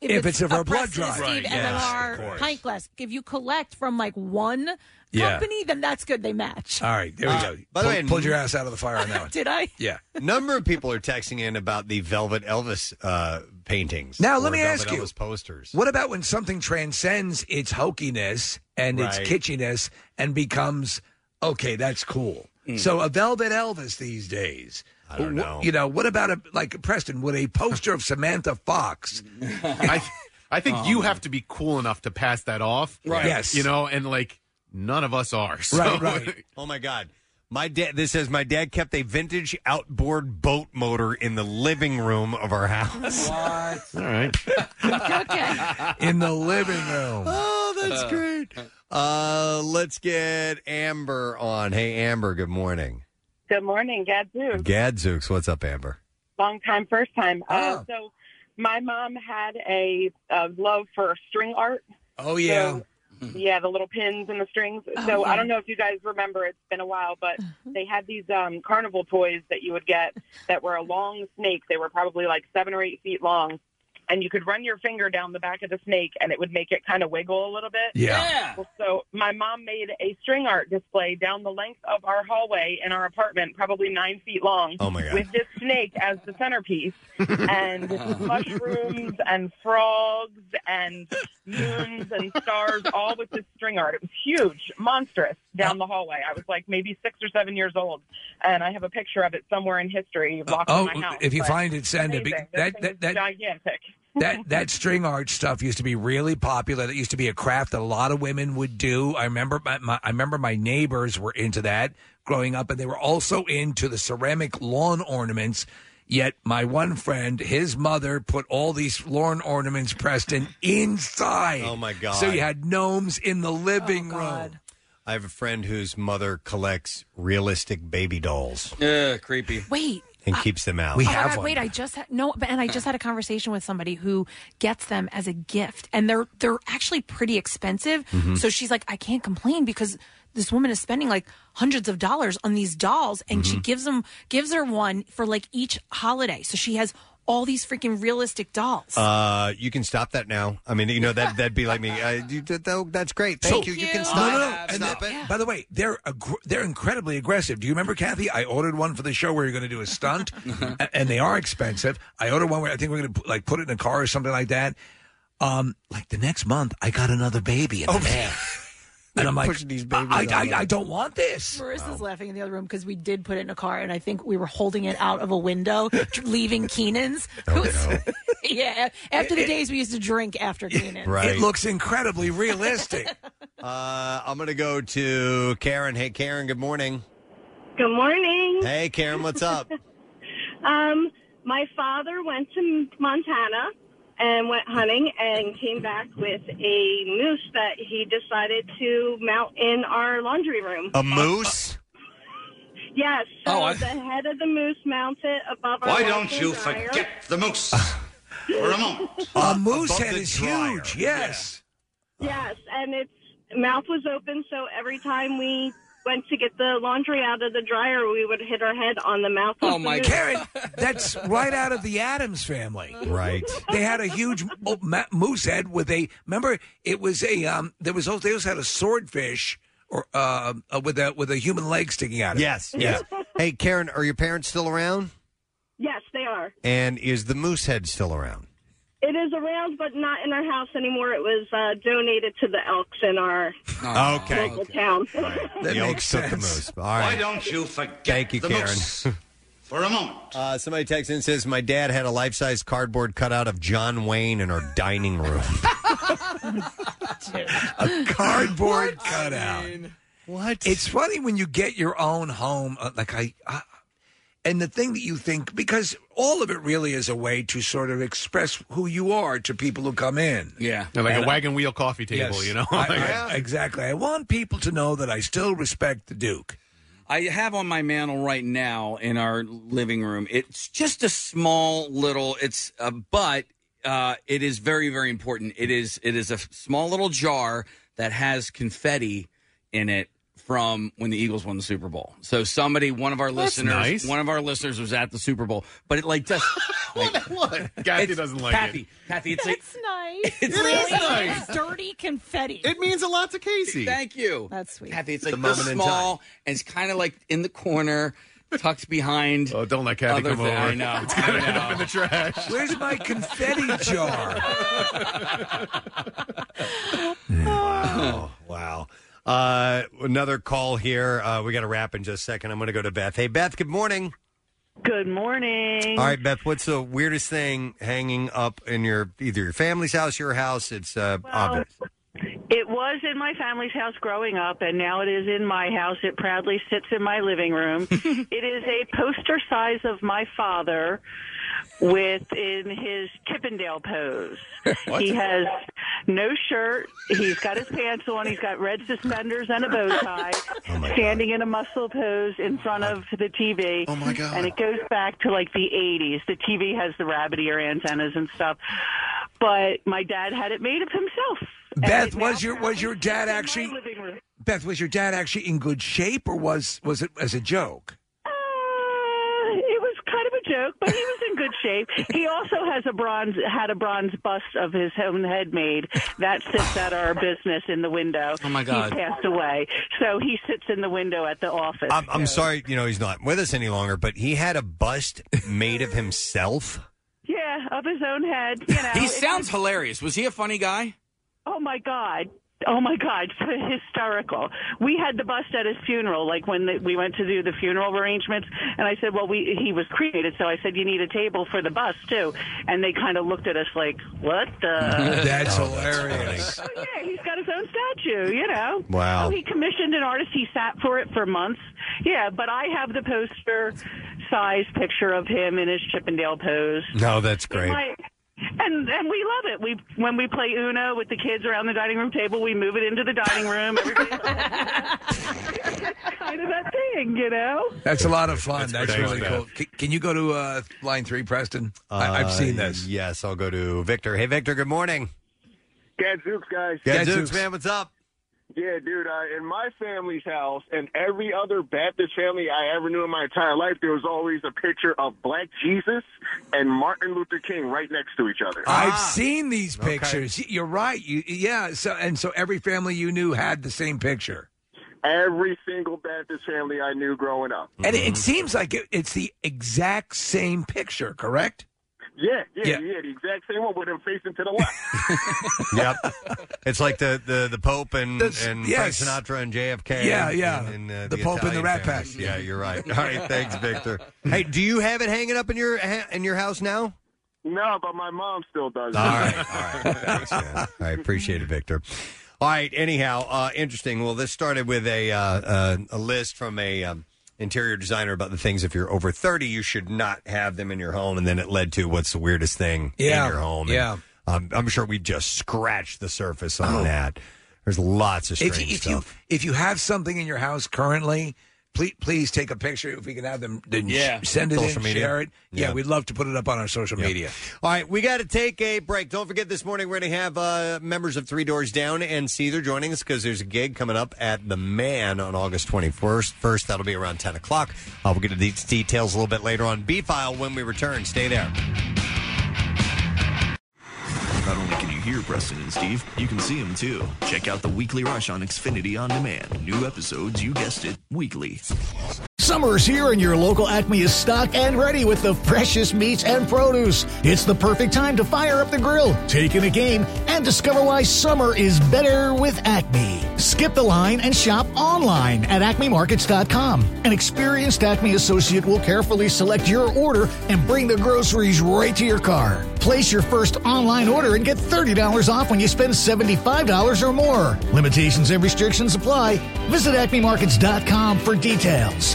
[SPEAKER 3] if,
[SPEAKER 4] If it's of our blood
[SPEAKER 3] breast and
[SPEAKER 4] drive.
[SPEAKER 3] Steve
[SPEAKER 4] Right, yes, of
[SPEAKER 3] MMR
[SPEAKER 4] course.
[SPEAKER 3] pint glass. If you collect from like one
[SPEAKER 4] Yeah.
[SPEAKER 3] company, then that's good. They match.
[SPEAKER 4] All right, there we
[SPEAKER 1] Uh,
[SPEAKER 4] go.
[SPEAKER 1] by the
[SPEAKER 4] Pull-
[SPEAKER 1] way,
[SPEAKER 4] pulled your ass out of the fire on that one.
[SPEAKER 3] Did I?
[SPEAKER 4] Yeah.
[SPEAKER 1] Number of people are texting in about the Velvet Elvis uh, paintings.
[SPEAKER 4] Now
[SPEAKER 1] or
[SPEAKER 4] let me
[SPEAKER 1] Velvet
[SPEAKER 4] ask you:
[SPEAKER 1] Elvis posters.
[SPEAKER 4] What about when something transcends its hokiness and
[SPEAKER 1] Right.
[SPEAKER 4] its kitschiness and becomes okay? That's cool. So a velvet Elvis these days. I
[SPEAKER 1] Hmm. don't know.
[SPEAKER 4] You know what about a like Preston? Would a poster of Samantha Fox?
[SPEAKER 1] Mm-hmm.
[SPEAKER 7] I, I think you have to be cool enough to pass that off.
[SPEAKER 4] Right. Yes.
[SPEAKER 7] You know, and like none of us are. So.
[SPEAKER 1] oh my God. My dad. This says my dad kept a vintage outboard boat motor in the living room of our house.
[SPEAKER 4] What?
[SPEAKER 1] All right.
[SPEAKER 4] In the living room.
[SPEAKER 1] Oh, that's great. Uh, let's get Amber on. Hey, Amber. Good morning.
[SPEAKER 20] Good morning, Gadzoo.
[SPEAKER 1] Gadzooks. What's up, Amber?
[SPEAKER 20] Long time, first time. Uh,
[SPEAKER 4] Oh.
[SPEAKER 20] so, my mom had a, uh love for string art. mm-hmm.
[SPEAKER 4] Oh yeah.
[SPEAKER 20] Yeah, the little pins and the strings.
[SPEAKER 4] Oh,
[SPEAKER 20] so
[SPEAKER 4] yeah. Uh-huh.
[SPEAKER 20] I don't know if you guys remember. It's been a while, but they had these um, carnival toys that you would get that were a long snake. They were probably like seven or eight feet long, and you could run your finger down the back of the snake, and it would make it kind of wiggle a little bit.
[SPEAKER 10] Yeah. Yeah.
[SPEAKER 20] Well, So my mom made a string art display down the length of our hallway in our apartment, probably nine feet long.
[SPEAKER 10] Oh, my God.
[SPEAKER 20] With this snake as the centerpiece, and mushrooms and frogs and moons and stars, all with this string art. It was huge, monstrous down the hallway. I was like maybe six or seven years old, and I have a picture of it somewhere in history locked
[SPEAKER 4] oh,
[SPEAKER 20] in my house.
[SPEAKER 4] if you
[SPEAKER 20] but
[SPEAKER 4] find it, send it. Be-
[SPEAKER 20] amazing.
[SPEAKER 4] that-
[SPEAKER 20] This
[SPEAKER 4] that-
[SPEAKER 20] thing is gigantic.
[SPEAKER 4] that that string art stuff used to be really popular. It used to be a craft that a lot of women would do. I remember my, my I remember my neighbors were into that growing up, and they were also into the ceramic lawn ornaments. Yet my one friend, his mother put all these lawn ornaments, Preston, inside.
[SPEAKER 1] Oh, my God.
[SPEAKER 4] So you had gnomes in the living
[SPEAKER 1] Oh,
[SPEAKER 4] room.
[SPEAKER 1] I have a friend whose mother collects realistic baby dolls
[SPEAKER 21] Yeah, creepy.
[SPEAKER 3] Wait.
[SPEAKER 1] and keeps them out.
[SPEAKER 3] oh my God, Wait, I just had, no, but and I just had a conversation with somebody who gets them as a gift, and they're they're actually pretty expensive.
[SPEAKER 4] Mm-hmm.
[SPEAKER 10] Mhm.
[SPEAKER 3] So she's like, I can't complain because this woman is spending like hundreds of dollars on these dolls, and she
[SPEAKER 4] Mm-hmm.
[SPEAKER 10] Mhm.
[SPEAKER 3] gives them gives her one for like each holiday. So she has all these freaking realistic dolls.
[SPEAKER 1] Uh, you can stop that now. I mean, you know that that'd be like me. Uh, you, that, that- that's great. Thank
[SPEAKER 4] So-
[SPEAKER 1] you. You can
[SPEAKER 4] No,
[SPEAKER 1] stop.
[SPEAKER 4] no, no. And the- By the way, they're aggr- they're incredibly aggressive. Do you remember, Kathy? I ordered one for the show where you're going to do a stunt, a- and they are expensive. I ordered one where I think we're going to like put it in a car or something like that. Um, like the next month, I got another baby in the mail, and I'm like,
[SPEAKER 10] pushing these
[SPEAKER 4] I,
[SPEAKER 10] babies
[SPEAKER 4] I,
[SPEAKER 10] out.
[SPEAKER 4] I- I don't want this. Oh.
[SPEAKER 3] Marissa's laughing in the other room because we did put it in a car, and I think we were holding it out of a window, tr- leaving Keenan's.
[SPEAKER 4] Oh,
[SPEAKER 3] who's- yeah, after the days we used to drink after Keenan.
[SPEAKER 1] Right.
[SPEAKER 4] It looks incredibly realistic.
[SPEAKER 1] Uh, I'm gonna go to Karen. Hey, Karen. Good morning.
[SPEAKER 22] Good morning.
[SPEAKER 1] Hey, Karen. What's up?
[SPEAKER 22] Um, my father went to Montana and went hunting and came back with a moose that he decided to mount in our laundry room.
[SPEAKER 1] A moose?
[SPEAKER 22] Yes. So
[SPEAKER 10] Oh, I-
[SPEAKER 22] the head of the moose mounted above our
[SPEAKER 10] Why don't
[SPEAKER 22] washer
[SPEAKER 10] you
[SPEAKER 22] dryer.
[SPEAKER 10] forget the moose for a moment?
[SPEAKER 4] a moose
[SPEAKER 10] above
[SPEAKER 4] head
[SPEAKER 10] the
[SPEAKER 4] is
[SPEAKER 10] dryer.
[SPEAKER 4] huge. Yes.
[SPEAKER 23] Yes, and its mouth was open, so every time we went to get the laundry out of the dryer, we would hit our head on the mouth.
[SPEAKER 10] Oh,
[SPEAKER 23] of the noose.
[SPEAKER 4] Karen, that's right out of the Adams family.
[SPEAKER 1] Right.
[SPEAKER 4] They had a huge mo- ma- moose head with a. Remember, it was a. Um, there was also, they also had a swordfish or uh, uh, with a with a human leg sticking out. of it.
[SPEAKER 1] Yes, yes. hey, Karen, are your parents still around?
[SPEAKER 23] Yes, they are.
[SPEAKER 1] And is the moose head still around?
[SPEAKER 23] It is around, but not in our house anymore. It was uh, donated to the elks in our
[SPEAKER 2] Oh,
[SPEAKER 1] okay.
[SPEAKER 23] local town.
[SPEAKER 1] the Elks took the moose. All right.
[SPEAKER 2] Why don't you forget
[SPEAKER 1] Thank you,
[SPEAKER 2] the
[SPEAKER 1] Karen.
[SPEAKER 2] moose for a moment?
[SPEAKER 1] Uh, somebody texts in and says, My dad had a life size cardboard cutout of John Wayne in our dining room.
[SPEAKER 4] a cardboard cutout. what? It's funny when you get your own home. uh, Like I, I, and the thing that you think because all of it really is a way to sort of express who you are to people who come in.
[SPEAKER 5] Yeah,
[SPEAKER 7] Yeah, like
[SPEAKER 4] And
[SPEAKER 7] a
[SPEAKER 4] I-
[SPEAKER 7] wagon wheel coffee table,
[SPEAKER 4] Yes.
[SPEAKER 7] you know.
[SPEAKER 4] I-
[SPEAKER 7] Like-
[SPEAKER 4] I- exactly. I want people to know that I still respect the Duke.
[SPEAKER 5] I have on my mantle right now in our living room. It's just a small little. It's uh, but uh, it is very very important. It is it is a f- small little jar that has confetti in it from when the Eagles won the Super Bowl. So somebody, one of our
[SPEAKER 7] That's
[SPEAKER 5] listeners,
[SPEAKER 7] nice.
[SPEAKER 5] one of our listeners was at the Super Bowl, but it like just like,
[SPEAKER 7] what? Kathy doesn't like
[SPEAKER 5] Kathy,
[SPEAKER 7] it.
[SPEAKER 5] Kathy, it's like
[SPEAKER 3] It's nice.
[SPEAKER 5] It is
[SPEAKER 3] nice. Dirty confetti.
[SPEAKER 7] It means a lot to Casey.
[SPEAKER 5] Thank you.
[SPEAKER 3] That's sweet.
[SPEAKER 5] Kathy, it's
[SPEAKER 7] The
[SPEAKER 5] like this
[SPEAKER 7] moment in
[SPEAKER 5] small, and it's kind of like in the corner, tucked behind. Oh,
[SPEAKER 7] don't let Kathy come over.
[SPEAKER 5] I know.
[SPEAKER 7] It's
[SPEAKER 5] I
[SPEAKER 7] gonna end
[SPEAKER 5] know.
[SPEAKER 7] up in the trash.
[SPEAKER 4] Where's my confetti jar? Oh,
[SPEAKER 1] wow. Oh, Wow. Uh, another call here. Uh, we got to wrap in just a second. I'm going to go to Beth. Hey, Beth, good morning.
[SPEAKER 24] Good morning.
[SPEAKER 1] All right, Beth, what's the weirdest thing hanging up in your either your family's house, your house? It's uh, obvious.
[SPEAKER 24] It was in my family's house growing up, and now it is in my house. It proudly sits in my living room. it is a poster size of my father with in his Chippendale pose. He has no shirt. He's got his pants on. He's got red suspenders and a bow tie,
[SPEAKER 1] Oh,
[SPEAKER 24] standing in a muscle pose in front of the TV. Oh, my God. And it goes back to like the 80s. The TV has the rabbit ear antennas and stuff. But my dad had it made of himself. Uh,
[SPEAKER 4] Beth, was your was your dad actually?
[SPEAKER 24] living room.
[SPEAKER 4] Beth, was your dad actually in good shape, or was was it as a joke?
[SPEAKER 24] It was kind of a joke, but he was in good shape. He also has a bronze had a bronze bust of his own head made that sits at our business in the window.
[SPEAKER 1] Oh, my God.
[SPEAKER 24] He passed away, so he sits in the window at the office.
[SPEAKER 1] I'm, I'm sorry, you know, he's not with us any longer, but he had a bust made of himself.
[SPEAKER 24] Yeah, of his own head. You know,
[SPEAKER 5] He sounds hilarious. Was he a funny guy?
[SPEAKER 24] Oh my God. Oh my God, hysterical. We had the bust at his funeral, like when the, we went to do the funeral arrangements. And I said, well, we, he was cremated. So I said, you need a table for the bust, too. And they kind of looked at us like, what the?
[SPEAKER 4] That's hilarious.
[SPEAKER 24] Oh, yeah, he's got his own statue, you know.
[SPEAKER 1] Wow.
[SPEAKER 24] Oh, he commissioned an artist. He sat for it for months. Yeah, but I have the poster size picture of him in his Chippendale pose.
[SPEAKER 4] Oh,
[SPEAKER 1] No, that's great.
[SPEAKER 24] My- and and we love it. We when we play Uno with the kids around the dining room table, we move it into the dining room. Everybody's kind of that thing, you know.
[SPEAKER 4] That's a lot of fun. That's,
[SPEAKER 1] That's
[SPEAKER 4] really
[SPEAKER 1] great.
[SPEAKER 4] cool. C- can you go to uh, line three, Preston? I, I've seen
[SPEAKER 1] Uh,
[SPEAKER 4] this.
[SPEAKER 1] Yes, I'll go to Victor. Hey, Victor, good morning.
[SPEAKER 25] Gadzooks, guys.
[SPEAKER 1] Gadzooks, man, what's up?
[SPEAKER 25] Yeah, dude. Uh, in my family's house and every other Baptist family I ever knew in my entire life, there was always a picture of Black Jesus and Martin Luther King right next to each other.
[SPEAKER 1] Ah.
[SPEAKER 2] Ah.
[SPEAKER 4] I've seen these pictures. Y- You're right. You, yeah. So and so, every family you knew had the same picture.
[SPEAKER 25] Every single Baptist family I knew growing up.
[SPEAKER 4] And
[SPEAKER 2] Mm-hmm.
[SPEAKER 4] it, it seems like it, it's the exact same picture, correct?
[SPEAKER 25] Yeah, yeah,
[SPEAKER 4] Yeah.
[SPEAKER 25] yeah, the exact same one with him facing to the left.
[SPEAKER 1] yep. It's like the, the, the Pope and, and
[SPEAKER 4] yes.
[SPEAKER 1] Frank Sinatra and JFK.
[SPEAKER 4] Yeah,
[SPEAKER 1] and-
[SPEAKER 4] yeah.
[SPEAKER 1] And, uh,
[SPEAKER 4] The Pope and the
[SPEAKER 1] Italian
[SPEAKER 4] Rat
[SPEAKER 1] families.
[SPEAKER 4] Pack.
[SPEAKER 1] Yeah, you're right. All right, thanks, Victor. Hey, do you have it hanging up in your ha- in your house now?
[SPEAKER 25] No, but my mom still does.
[SPEAKER 1] All right, all right. Thanks, man. I appreciate it, Victor. All right. Anyhow, uh, interesting. Well, this started with a uh, uh, a list from a um, interior designer about the things if you're over 30, you should not have them in your home, and then it led to what's the weirdest thing
[SPEAKER 4] Yeah,
[SPEAKER 1] in your home.
[SPEAKER 4] yeah. Oh.
[SPEAKER 1] And, um, I'm sure we've just scratched the surface on that. There's lots of strange
[SPEAKER 4] If, you- if you
[SPEAKER 1] stuff.
[SPEAKER 4] if you have something in your house currently Please, please take a picture if we can have them. Then
[SPEAKER 1] Yeah.
[SPEAKER 4] yeah. send it
[SPEAKER 1] Social
[SPEAKER 4] in,
[SPEAKER 1] media.
[SPEAKER 4] share it. Yeah.
[SPEAKER 1] Yeah.
[SPEAKER 4] we'd love to put it up on our social media.
[SPEAKER 1] All right, we got to take a break. Don't forget this morning we're going to have uh, members of Three Doors Down and Seether joining us because there's a gig coming up at the Man on August 21st. First, that'll be around 10 o'clock. Uh, we'll get to these details a little bit later on B File when we return. Stay there.
[SPEAKER 6] Not only can you hear Preston and Steve, you can see them too. Check out the Weekly Rush on Xfinity On Demand. New episodes, you guessed it, weekly.
[SPEAKER 8] Summer's here and your local Acme is stocked and ready with the freshest meats and produce. It's the perfect time to fire up the grill, take in a game, and discover why summer is better with Acme. Skip the line and shop online at acmemarkets.com. An experienced Acme associate will carefully select your order and bring the groceries right to your car. Place your first online order and get $30 off when you spend $75 or more. Limitations and restrictions apply. Visit acmemarkets.com for details.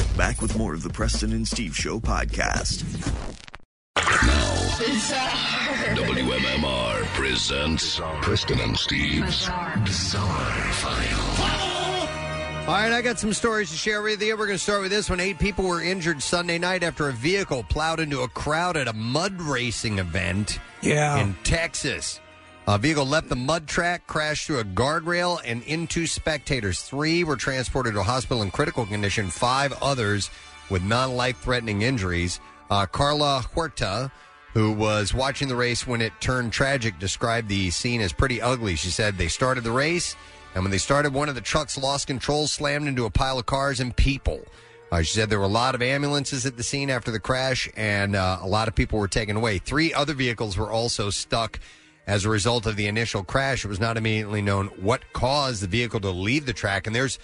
[SPEAKER 6] Back with more of the Preston and Steve Show podcast.
[SPEAKER 9] WMMR presents Preston and Steve's Bizarre, File.
[SPEAKER 1] All right, I got some stories to share with you. We're going to start with this one. Eight people were injured Sunday night after a vehicle plowed into a crowd at a mud racing event
[SPEAKER 4] Yeah.
[SPEAKER 1] in Texas. A vehicle left the mud track, crashed through a guardrail, and into spectators. Three were transported to a hospital in critical condition, five others with non life threatening injuries. Uh, Carla Huerta, who was watching the race when it turned tragic, described the scene as pretty ugly. She said they started the race, and when they started, one of the trucks lost control, slammed into a pile of cars and people. Uh, she said there were a lot of ambulances at the scene after the crash, and uh, a lot of people were taken away. Three other vehicles were also stuck as a result of the initial crash. It was not immediately known what caused the vehicle to leave the track, and there's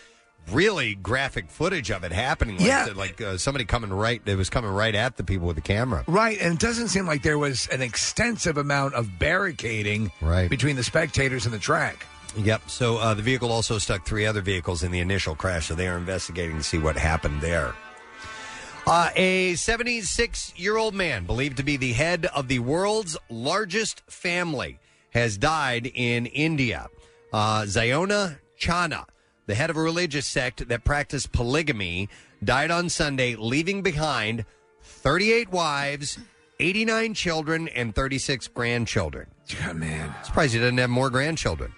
[SPEAKER 1] really graphic footage of it happening. Like, yeah, like uh, somebody coming right. It was coming right at the people with the camera.
[SPEAKER 4] Right, and it doesn't seem like there was an extensive amount of barricading
[SPEAKER 1] Right.
[SPEAKER 4] between the spectators and the track.
[SPEAKER 1] Yep. So uh, the vehicle also stuck three other vehicles in the initial crash, so they are investigating to see what happened there. Uh, a 76 year old man, believed to be the head of the world's largest family, has died in India. Uh, Zayona Chana, the head of a religious sect that practiced polygamy, died on Sunday, leaving behind 38 wives, 89 children, and 36 grandchildren.
[SPEAKER 4] man.
[SPEAKER 1] Surprised he doesn't have more grandchildren.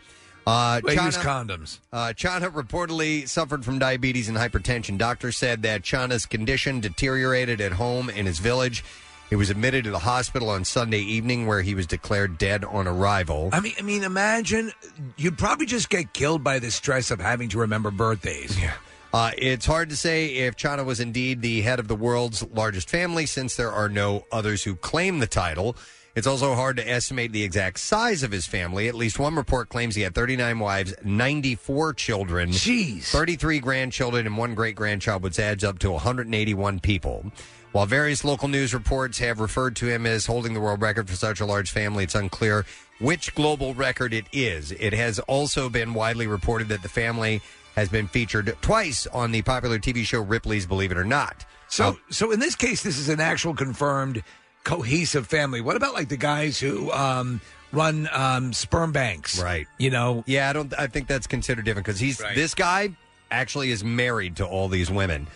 [SPEAKER 1] Uh,
[SPEAKER 4] They use
[SPEAKER 1] Chana-
[SPEAKER 4] condoms.
[SPEAKER 1] uh, Chana reportedly suffered from diabetes and hypertension. Doctors said that Chana's condition deteriorated at home in his village. He was admitted to the hospital on Sunday evening, where he was declared dead on arrival.
[SPEAKER 4] I mean, I mean, imagine you'd probably just get killed by the stress of having to remember birthdays. Yeah.
[SPEAKER 1] Uh, it's hard to say if Chana was indeed the head of the world's largest family, since there are no others who claim the title. It's also hard to estimate the exact size of his family. At least one report claims he had 39 wives, 94 children,
[SPEAKER 4] Jeez.
[SPEAKER 1] 33 grandchildren, and one great grandchild, which adds up to 181 people. While various local news reports have referred to him as holding the world record for such a large family, it's unclear which global record it is. It has also been widely reported that the family has been featured twice on the popular TV show Ripley's Believe It or Not.
[SPEAKER 4] So, so in this case, this is an actual confirmed cohesive family. What about like the guys who um, run um, sperm banks?
[SPEAKER 1] Right.
[SPEAKER 4] You know.
[SPEAKER 1] Yeah, I don't. I think that's considered different because he's this guy actually is married to all these women.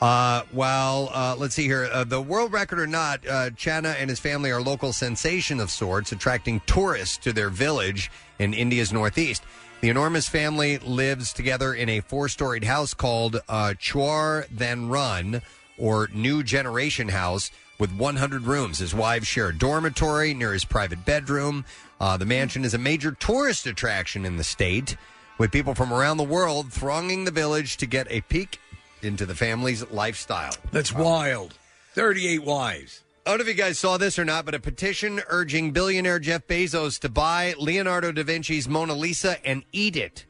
[SPEAKER 1] Uh, while uh, let's see here, uh, the world record or not, uh, Chana and his family are a local sensation of sorts, attracting tourists to their village in India's northeast. The enormous family lives together in a four-storied house called uh, Chwar Then Run or New Generation House with 100 rooms. His wives share a dormitory near his private bedroom. Uh, the mansion is a major tourist attraction in the state, with people from around the world thronging the village to get a peek into the family's lifestyle.
[SPEAKER 4] That's wild. Thirty-eight wives.
[SPEAKER 1] I don't know if you guys saw this or not, but a petition urging billionaire Jeff Bezos to buy Leonardo da Vinci's Mona Lisa and eat it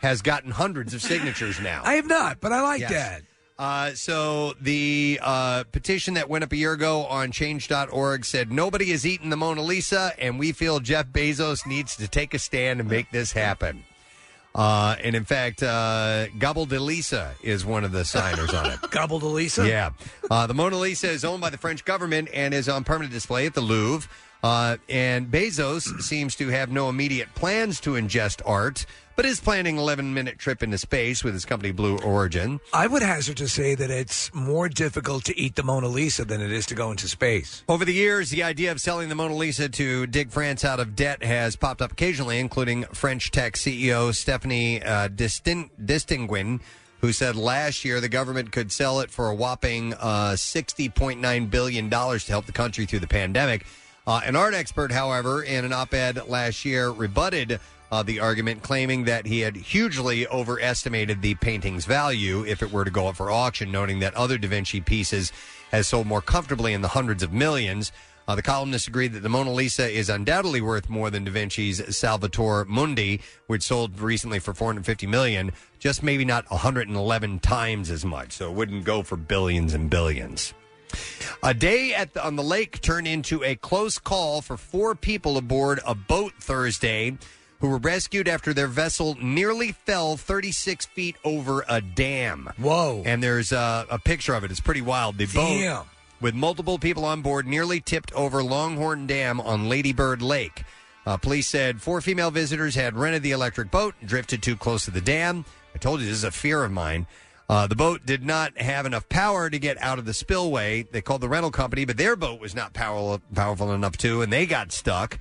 [SPEAKER 1] has gotten hundreds of signatures now.
[SPEAKER 4] I have not, but I like
[SPEAKER 1] Yes.
[SPEAKER 4] that.
[SPEAKER 1] Uh, so the uh, petition that went up a year ago on change.org said nobody has eaten the Mona Lisa, and we feel Jeff Bezos needs to take a stand and make this happen. Uh, and in fact, uh, Gobble de Lisa is one of the signers on it.
[SPEAKER 4] Gobble de Lisa?
[SPEAKER 1] Yeah. Uh, the Mona Lisa is owned by the French government and is on permanent display at the Louvre. Uh, and Bezos seems to have no immediate plans to ingest art, but is planning an 11 minute trip into space with his company Blue Origin.
[SPEAKER 4] I would hazard to say that it's more difficult to eat the Mona Lisa than it is to go into space.
[SPEAKER 1] Over the years, the idea of selling the Mona Lisa to dig France out of debt has popped up occasionally, including French tech CEO Stephanie uh, Distin- Distinguin, who said last year the government could sell it for a whopping uh, $60.9 billion to help the country through the pandemic. Uh, an art expert, however, in an op ed last year, rebutted uh, the argument, claiming that he had hugely overestimated the painting's value if it were to go up for auction, noting that other Da Vinci pieces has sold more comfortably in the hundreds of millions. Uh, the columnists agreed that the Mona Lisa is undoubtedly worth more than Da Vinci's Salvator Mundi, which sold recently for 450 million, just maybe not 111 times as much. So it wouldn't go for billions and billions. A day at the, on the lake turned into a close call for four people aboard a boat Thursday who were rescued after their vessel nearly fell 36 feet over a dam.
[SPEAKER 4] Whoa.
[SPEAKER 1] And there's uh, a picture of it. It's pretty wild. The
[SPEAKER 4] Damn.
[SPEAKER 1] boat, with multiple people on board, nearly tipped over Longhorn Dam on Ladybird Lake. Uh, police said four female visitors had rented the electric boat and drifted too close to the dam. I told you this is a fear of mine. Uh, the boat did not have enough power to get out of the spillway. They called the rental company, but their boat was not power- powerful enough too, and they got stuck.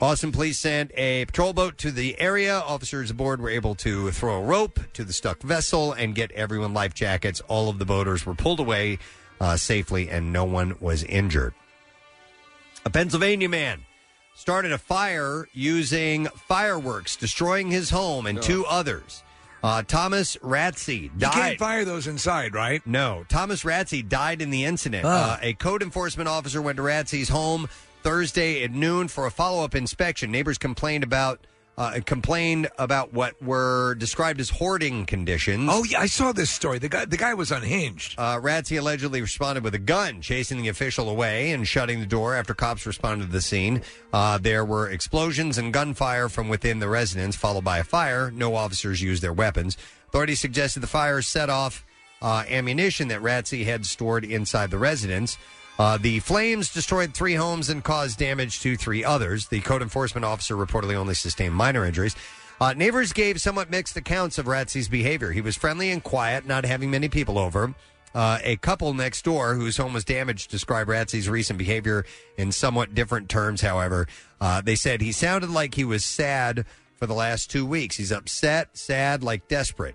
[SPEAKER 1] Austin police sent a patrol boat to the area. Officers aboard were able to throw a rope to the stuck vessel and get everyone life jackets. All of the boaters were pulled away uh, safely, and no one was injured. A Pennsylvania man started a fire using fireworks, destroying his home and two others. Uh, Thomas Ratsey died. You can't
[SPEAKER 4] fire those inside, right?
[SPEAKER 1] No. Thomas Ratsey died in the incident.
[SPEAKER 4] Ah.
[SPEAKER 1] Uh, a code enforcement officer went to Ratsey's home Thursday at noon for a follow-up inspection. Neighbors complained about uh, complained about what were described as hoarding conditions.
[SPEAKER 4] Oh yeah, I saw this story. The guy the guy was unhinged.
[SPEAKER 1] Uh, Ratsy allegedly responded with a gun, chasing the official away and shutting the door after cops responded to the scene. Uh, there were explosions and gunfire from within the residence, followed by a fire. No officers used their weapons. Authorities suggested the fire set off uh, ammunition that Ratsy had stored inside the residence. Uh, the flames destroyed three homes and caused damage to three others. The code enforcement officer reportedly only sustained minor injuries. Uh, neighbors gave somewhat mixed accounts of Ratsy's behavior. He was friendly and quiet, not having many people over. Uh, a couple next door whose home was damaged described Ratsy's recent behavior in somewhat different terms, however. Uh, they said he sounded like he was sad for the last two weeks. He's upset, sad, like desperate.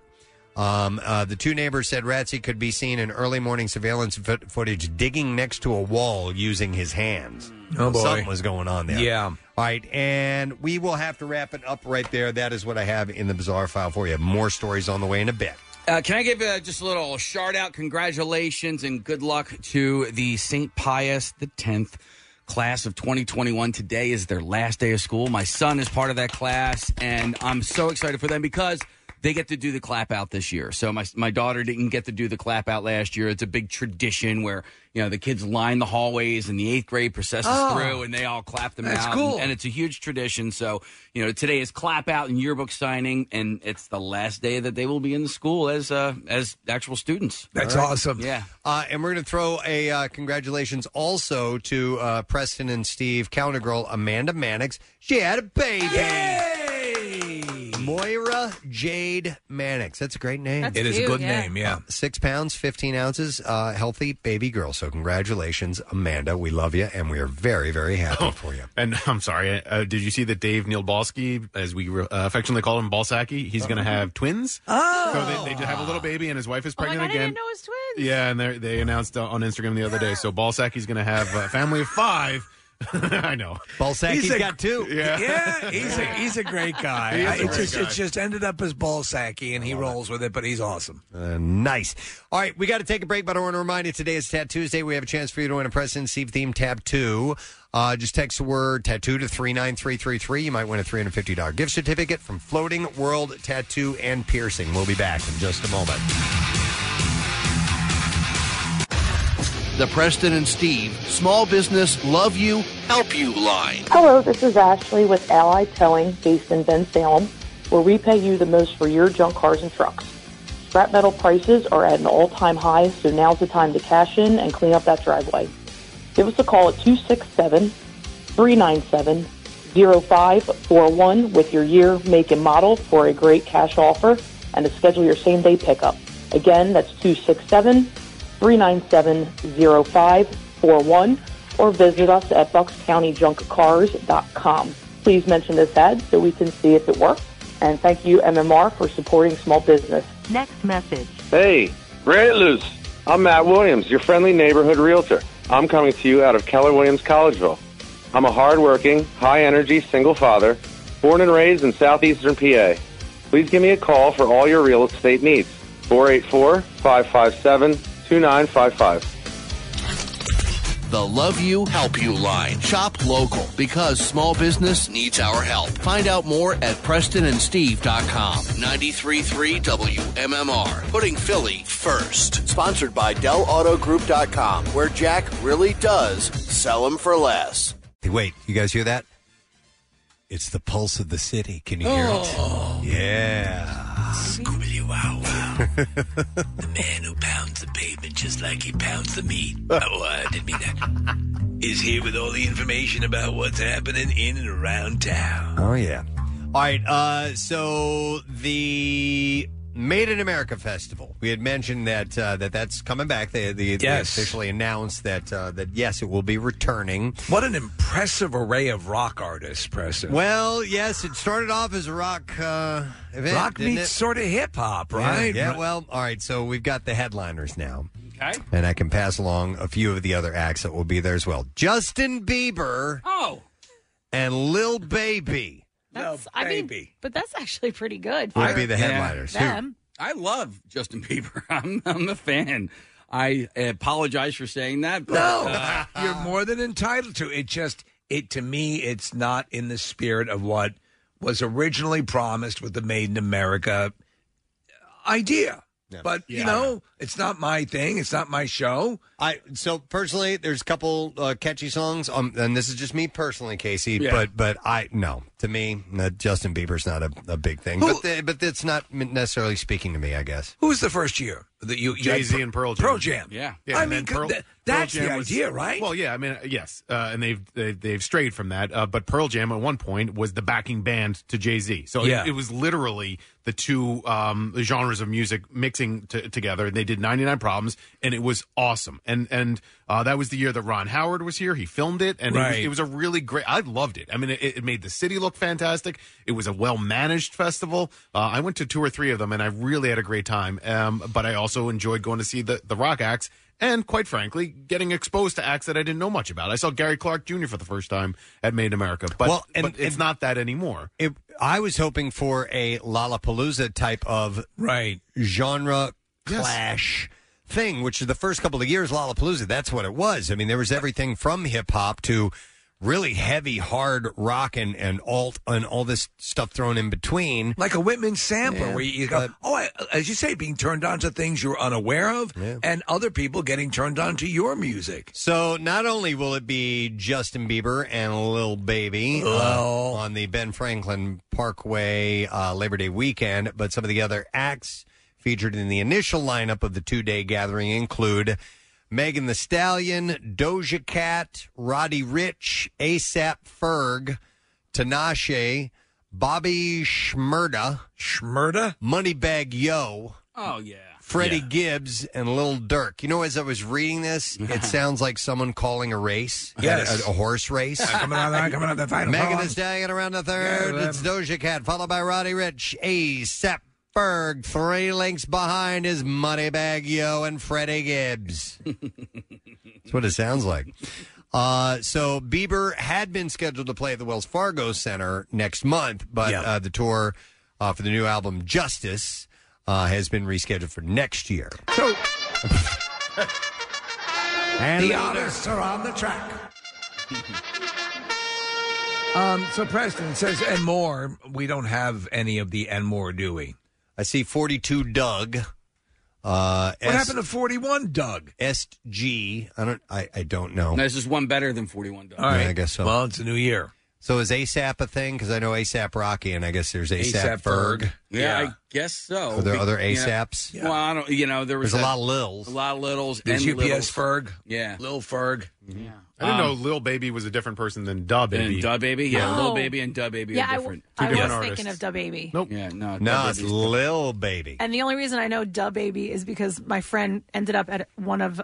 [SPEAKER 1] Um, uh, the two neighbors said Ratsy could be seen in early morning surveillance foot footage digging next to a wall using his hands.
[SPEAKER 4] Oh, boy.
[SPEAKER 1] Something was going on there.
[SPEAKER 4] Yeah.
[SPEAKER 1] All right, and we will have to wrap it up right there. That is what I have in the bizarre file for you. More stories on the way in a bit.
[SPEAKER 5] Uh, can I give uh, just a little shout out? Congratulations and good luck to the St. Pius the tenth class of 2021. Today is their last day of school. My son is part of that class, and I'm so excited for them because they get to do the clap out this year. So my my daughter didn't get to do the clap out last year. It's a big tradition where you know the kids line the hallways and the eighth grade processes
[SPEAKER 4] Oh.
[SPEAKER 5] through, and they all clap them
[SPEAKER 4] That's
[SPEAKER 5] out.
[SPEAKER 4] cool.
[SPEAKER 5] And, and it's a huge tradition. So, you know, today is clap out and yearbook signing, and it's the last day that they will be in the school as uh, as actual students.
[SPEAKER 1] That's All right. awesome.
[SPEAKER 5] Yeah.
[SPEAKER 1] Uh, and we're going to throw a uh, congratulations also to uh, Preston and Steve Calendar Girl Amanda Mannix. She had a baby. Moira Jade Mannix. That's a great name.
[SPEAKER 4] That's It is a cute, good yeah. name, yeah.
[SPEAKER 1] Uh, six pounds, 15 ounces, uh, healthy baby girl. So, congratulations, Amanda. We love you, and we are very, very happy
[SPEAKER 4] Oh.
[SPEAKER 1] for you.
[SPEAKER 7] And I'm sorry, uh, did you see that Dave Neil Balsky, as we uh, affectionately call him Balsaki, he's going to have twins?
[SPEAKER 10] Oh.
[SPEAKER 7] So they, they did have a little baby, and his wife is
[SPEAKER 10] Oh my
[SPEAKER 7] pregnant
[SPEAKER 10] God, I
[SPEAKER 7] again.
[SPEAKER 10] didn't know his twins.
[SPEAKER 7] Yeah, and they're- they announced uh, on Instagram the other day. So Balsaki's going to have a family of five. I know.
[SPEAKER 1] Balsacki's
[SPEAKER 4] a-
[SPEAKER 1] got two.
[SPEAKER 4] Yeah, he's a he's a great guy.
[SPEAKER 1] He is a
[SPEAKER 4] I- it
[SPEAKER 1] great
[SPEAKER 4] just
[SPEAKER 1] guy.
[SPEAKER 4] it just ended up as Balsacki, and he rolls with it, but he's awesome.
[SPEAKER 1] Uh, nice. All right, we got to take a break, but I want to remind you today is Tattoo Tuesday. We have a chance for you to win a President Steve themed tattoo. Uh, just text the word tattoo to 39333. You might win a $350 gift certificate from Floating World Tattoo and Piercing. We'll be back in just a moment.
[SPEAKER 11] The Preston and Steve Small Business Love You, Help You line.
[SPEAKER 12] Hello, this is Ashley with Ally Towing based in Ben Salem, where we pay you the most for your junk cars and trucks. Scrap metal prices are at an all time high, so now's the time to cash in and clean up that driveway. Give us a call at 267 397 0541 with your year, make, and model for a great cash offer and to schedule your same day pickup. Again, that's 267 397 0541 or visit us at buckscountyjunkcars.com. Please mention this ad so we can see if it works. And thank you, MMR, for supporting small business.
[SPEAKER 26] Next message.
[SPEAKER 12] Hey,
[SPEAKER 11] Red Loose. I'm Matt Williams, your friendly neighborhood realtor. I'm coming to you out of Keller Williams, Collegeville. I'm a hardworking, high energy single father, born and raised in southeastern PA. Please give me a call for all your real estate needs. 484 557 2955. The Love You, Help You line. Shop local because small business needs our help. Find out more at PrestonandSteve.com. 93.3 WMMR. Putting Philly first. Sponsored by DellAutoGroup.com, where Jack really does sell them for less.
[SPEAKER 1] Hey, wait, you guys hear that? It's the pulse of the city. Can you hear
[SPEAKER 4] Oh.
[SPEAKER 1] it? Yeah.
[SPEAKER 4] Scooby Wow Wow. the man who pounds the pavement just like he pounds the meat. Oh, I didn't mean that. Is here with all the information about what's happening in and around town.
[SPEAKER 1] Oh, yeah. All right. Uh, so the Made in America Festival. We had mentioned that uh, that that's coming back. They, they, they
[SPEAKER 4] Yes.
[SPEAKER 1] officially announced that uh, that yes, it will be returning.
[SPEAKER 4] What an impressive array of rock artists, Preston.
[SPEAKER 1] Well, yes, it started off as a rock uh, event.
[SPEAKER 4] Rock
[SPEAKER 1] didn't
[SPEAKER 4] meets
[SPEAKER 1] it?
[SPEAKER 4] sort of hip hop,
[SPEAKER 1] Yeah,
[SPEAKER 4] right?
[SPEAKER 1] Yeah, Well, all right. So we've got the headliners now,
[SPEAKER 5] Okay.
[SPEAKER 1] and I can pass along a few of the other acts that will be there as well. Justin Bieber
[SPEAKER 3] Oh,
[SPEAKER 1] and Lil Baby.
[SPEAKER 3] that's I mean,
[SPEAKER 5] baby.
[SPEAKER 3] but that's actually pretty good.
[SPEAKER 1] Would
[SPEAKER 3] for
[SPEAKER 1] be the headliners. Who-
[SPEAKER 3] Them.
[SPEAKER 5] I love Justin Bieber. I'm, I'm a fan. I apologize for saying that. But,
[SPEAKER 4] No,
[SPEAKER 5] uh,
[SPEAKER 4] you're more than entitled to. It just it to me, it's not in the spirit of what was originally promised with the Made in America idea. But you
[SPEAKER 1] Yeah.
[SPEAKER 4] know, it's not my thing. It's not my show.
[SPEAKER 1] I so personally, there's a couple uh, catchy songs, um, and this is just me personally, Casey.
[SPEAKER 4] Yeah.
[SPEAKER 1] But but I no, to me, uh, Justin Bieber's not a, a big thing. But the, but it's not necessarily speaking to me, I guess.
[SPEAKER 4] Who was the first year that you, you
[SPEAKER 7] Jay Z
[SPEAKER 4] had
[SPEAKER 7] and Pearl Jam.
[SPEAKER 4] Pearl Jam?
[SPEAKER 7] yeah
[SPEAKER 4] I
[SPEAKER 7] and
[SPEAKER 4] mean,
[SPEAKER 7] then Pearl-
[SPEAKER 4] th-
[SPEAKER 7] Pearl
[SPEAKER 4] that's the
[SPEAKER 7] Jam was-
[SPEAKER 4] idea, right?
[SPEAKER 7] Well, yeah. I mean, yes, uh, and they've they, they've strayed from that. Uh, but Pearl Jam at one point was the backing band to Jay Z, so it-
[SPEAKER 4] Yeah.
[SPEAKER 7] it, was literally the two um, genres of music mixing t- together. And they did 99 Problems, and it was awesome. And and uh, that was the year that Ron Howard was here. He filmed it, and it was-
[SPEAKER 4] Right.
[SPEAKER 7] it, was, a really great. I loved it. I mean, it, it made the city look fantastic. It was a well managed festival. Uh, I went to two or three of them, and I really had a great time. Um, but I also enjoyed going to see the the rock acts and quite frankly, getting exposed to acts that I didn't know much about. I saw Gary Clark Jr. for the first time at Made in America, but,
[SPEAKER 1] Well, and-
[SPEAKER 7] but it's
[SPEAKER 1] and-
[SPEAKER 7] not that anymore.
[SPEAKER 1] It, I was hoping for a Lollapalooza type of
[SPEAKER 4] right
[SPEAKER 1] genre clash thing, which is the first couple of years Lollapalooza. That's what it was. I mean, there was everything from hip hop to really heavy, hard rock and, and alt and all this stuff thrown in between.
[SPEAKER 4] Like a Whitman sampler where you go, oh, I, as you say, being turned on to things you're unaware of, and other people getting turned on to your music.
[SPEAKER 1] So not only will it be Justin Bieber and Lil Baby uh, on the Ben Franklin Parkway uh, Labor Day weekend, but some of the other acts featured in the initial lineup of the two-day gathering include Megan the Stallion, Doja Cat, Roddy Rich, ASAP Ferg, Tinashe, Bobby Shmurda,
[SPEAKER 4] Shmurda,
[SPEAKER 1] Moneybag Yo,
[SPEAKER 5] oh yeah.
[SPEAKER 1] Freddie Gibbs and Lil Durk. You know, as I was reading this, it sounds like someone calling a race.
[SPEAKER 4] Yes.
[SPEAKER 1] A, a horse race.
[SPEAKER 4] Yeah, Uh, coming out of that, coming out of that final
[SPEAKER 1] Megan
[SPEAKER 4] round.
[SPEAKER 1] is Stallion around the third.
[SPEAKER 4] Yeah,
[SPEAKER 1] it's Doja Cat, followed by Roddy Rich. ASAP Berg. Three links behind is Moneybag Yo and Freddie Gibbs. That's what it sounds like. Uh, so Bieber had been scheduled to play at the Wells Fargo Center next month, but uh, the tour uh, for the new album Justice uh, has been rescheduled for next year. So, and
[SPEAKER 4] the artists are on the track. um, so Preston says, and more. We don't have any of the and more, do we?
[SPEAKER 1] I see 42 Doug. Uh,
[SPEAKER 4] What happened to 41 Doug?
[SPEAKER 1] SG. I don't. I, I don't know.
[SPEAKER 5] There's just one better than 41 dollars.
[SPEAKER 1] Yeah, I guess so.
[SPEAKER 4] Well, it's a new year.
[SPEAKER 1] So is ASAP a thing? Because I know ASAP Rocky, and I guess there's ASAP,
[SPEAKER 5] ASAP
[SPEAKER 1] Ferg.
[SPEAKER 5] Yeah, I guess so.
[SPEAKER 1] Are there other
[SPEAKER 5] Be- yeah.
[SPEAKER 1] ASAPs?
[SPEAKER 5] Well, I don't. You know, there was
[SPEAKER 1] There's a lot of Lils.
[SPEAKER 5] a lot of littles.
[SPEAKER 7] There's
[SPEAKER 5] and
[SPEAKER 7] UPS
[SPEAKER 5] littles.
[SPEAKER 4] Ferg.
[SPEAKER 5] Yeah,
[SPEAKER 4] Lil Ferg.
[SPEAKER 5] Yeah,
[SPEAKER 7] I didn't
[SPEAKER 5] Um,
[SPEAKER 7] know Lil Baby was a different person than Dub Baby.
[SPEAKER 5] Dub Baby, yeah,
[SPEAKER 3] Oh.
[SPEAKER 5] Lil Baby and Dub Baby
[SPEAKER 3] yeah,
[SPEAKER 5] are
[SPEAKER 3] I,
[SPEAKER 5] different.
[SPEAKER 3] I was thinking of Da Baby.
[SPEAKER 7] Nope.
[SPEAKER 5] Yeah, no,
[SPEAKER 1] No, it's Lil Baby.
[SPEAKER 3] And the only reason I know Da Baby is because my friend ended up at one of,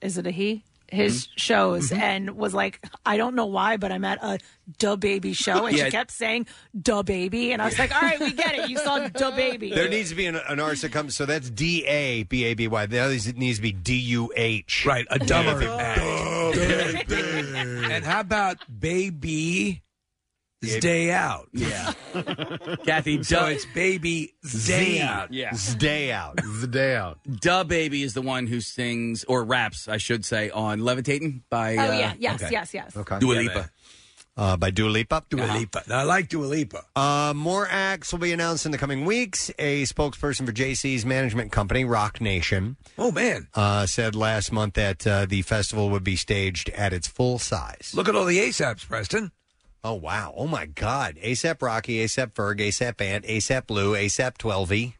[SPEAKER 3] is it a he? His
[SPEAKER 5] Mhm.
[SPEAKER 3] shows
[SPEAKER 5] Mhm.
[SPEAKER 3] and was like, I don't know why, but I'm at a Da Baby show. And
[SPEAKER 1] Yeah.
[SPEAKER 3] she kept saying Da Baby. And I was like, all right, we get it. You saw Da Baby.
[SPEAKER 1] There needs to be an, an artist that comes. So that's D A B A B Y. The other is- it needs to be D U H.
[SPEAKER 4] Right, a dumber and how about Baby's Day Out? Yeah.
[SPEAKER 5] Kathy,
[SPEAKER 4] so
[SPEAKER 5] Dub-
[SPEAKER 4] it's Baby's
[SPEAKER 5] Z.
[SPEAKER 4] Day Out.
[SPEAKER 5] Yeah.
[SPEAKER 1] Day out.
[SPEAKER 7] The day out.
[SPEAKER 5] Da Baby is the one who sings or raps, I should say, on "Levitating" by.
[SPEAKER 3] Oh,
[SPEAKER 5] uh,
[SPEAKER 3] yeah. Yes, yes, yes.
[SPEAKER 1] Okay.
[SPEAKER 5] Dua Lipa.
[SPEAKER 1] Uh, by Dua Lipa.
[SPEAKER 4] Dua Lipa. I like Dua Lipa.
[SPEAKER 1] Uh, more acts will be announced in the coming weeks. A spokesperson for JC's management company, Rock Nation,
[SPEAKER 4] Oh, man.
[SPEAKER 1] uh, said last month that uh, the festival would be staged at its full size.
[SPEAKER 4] Look at all the ASAPs, Preston.
[SPEAKER 1] Oh wow! Oh my God! ASAP Rocky, ASAP Ferg, ASAP Ant, ASAP Lou, ASAP Twelvey. E. Is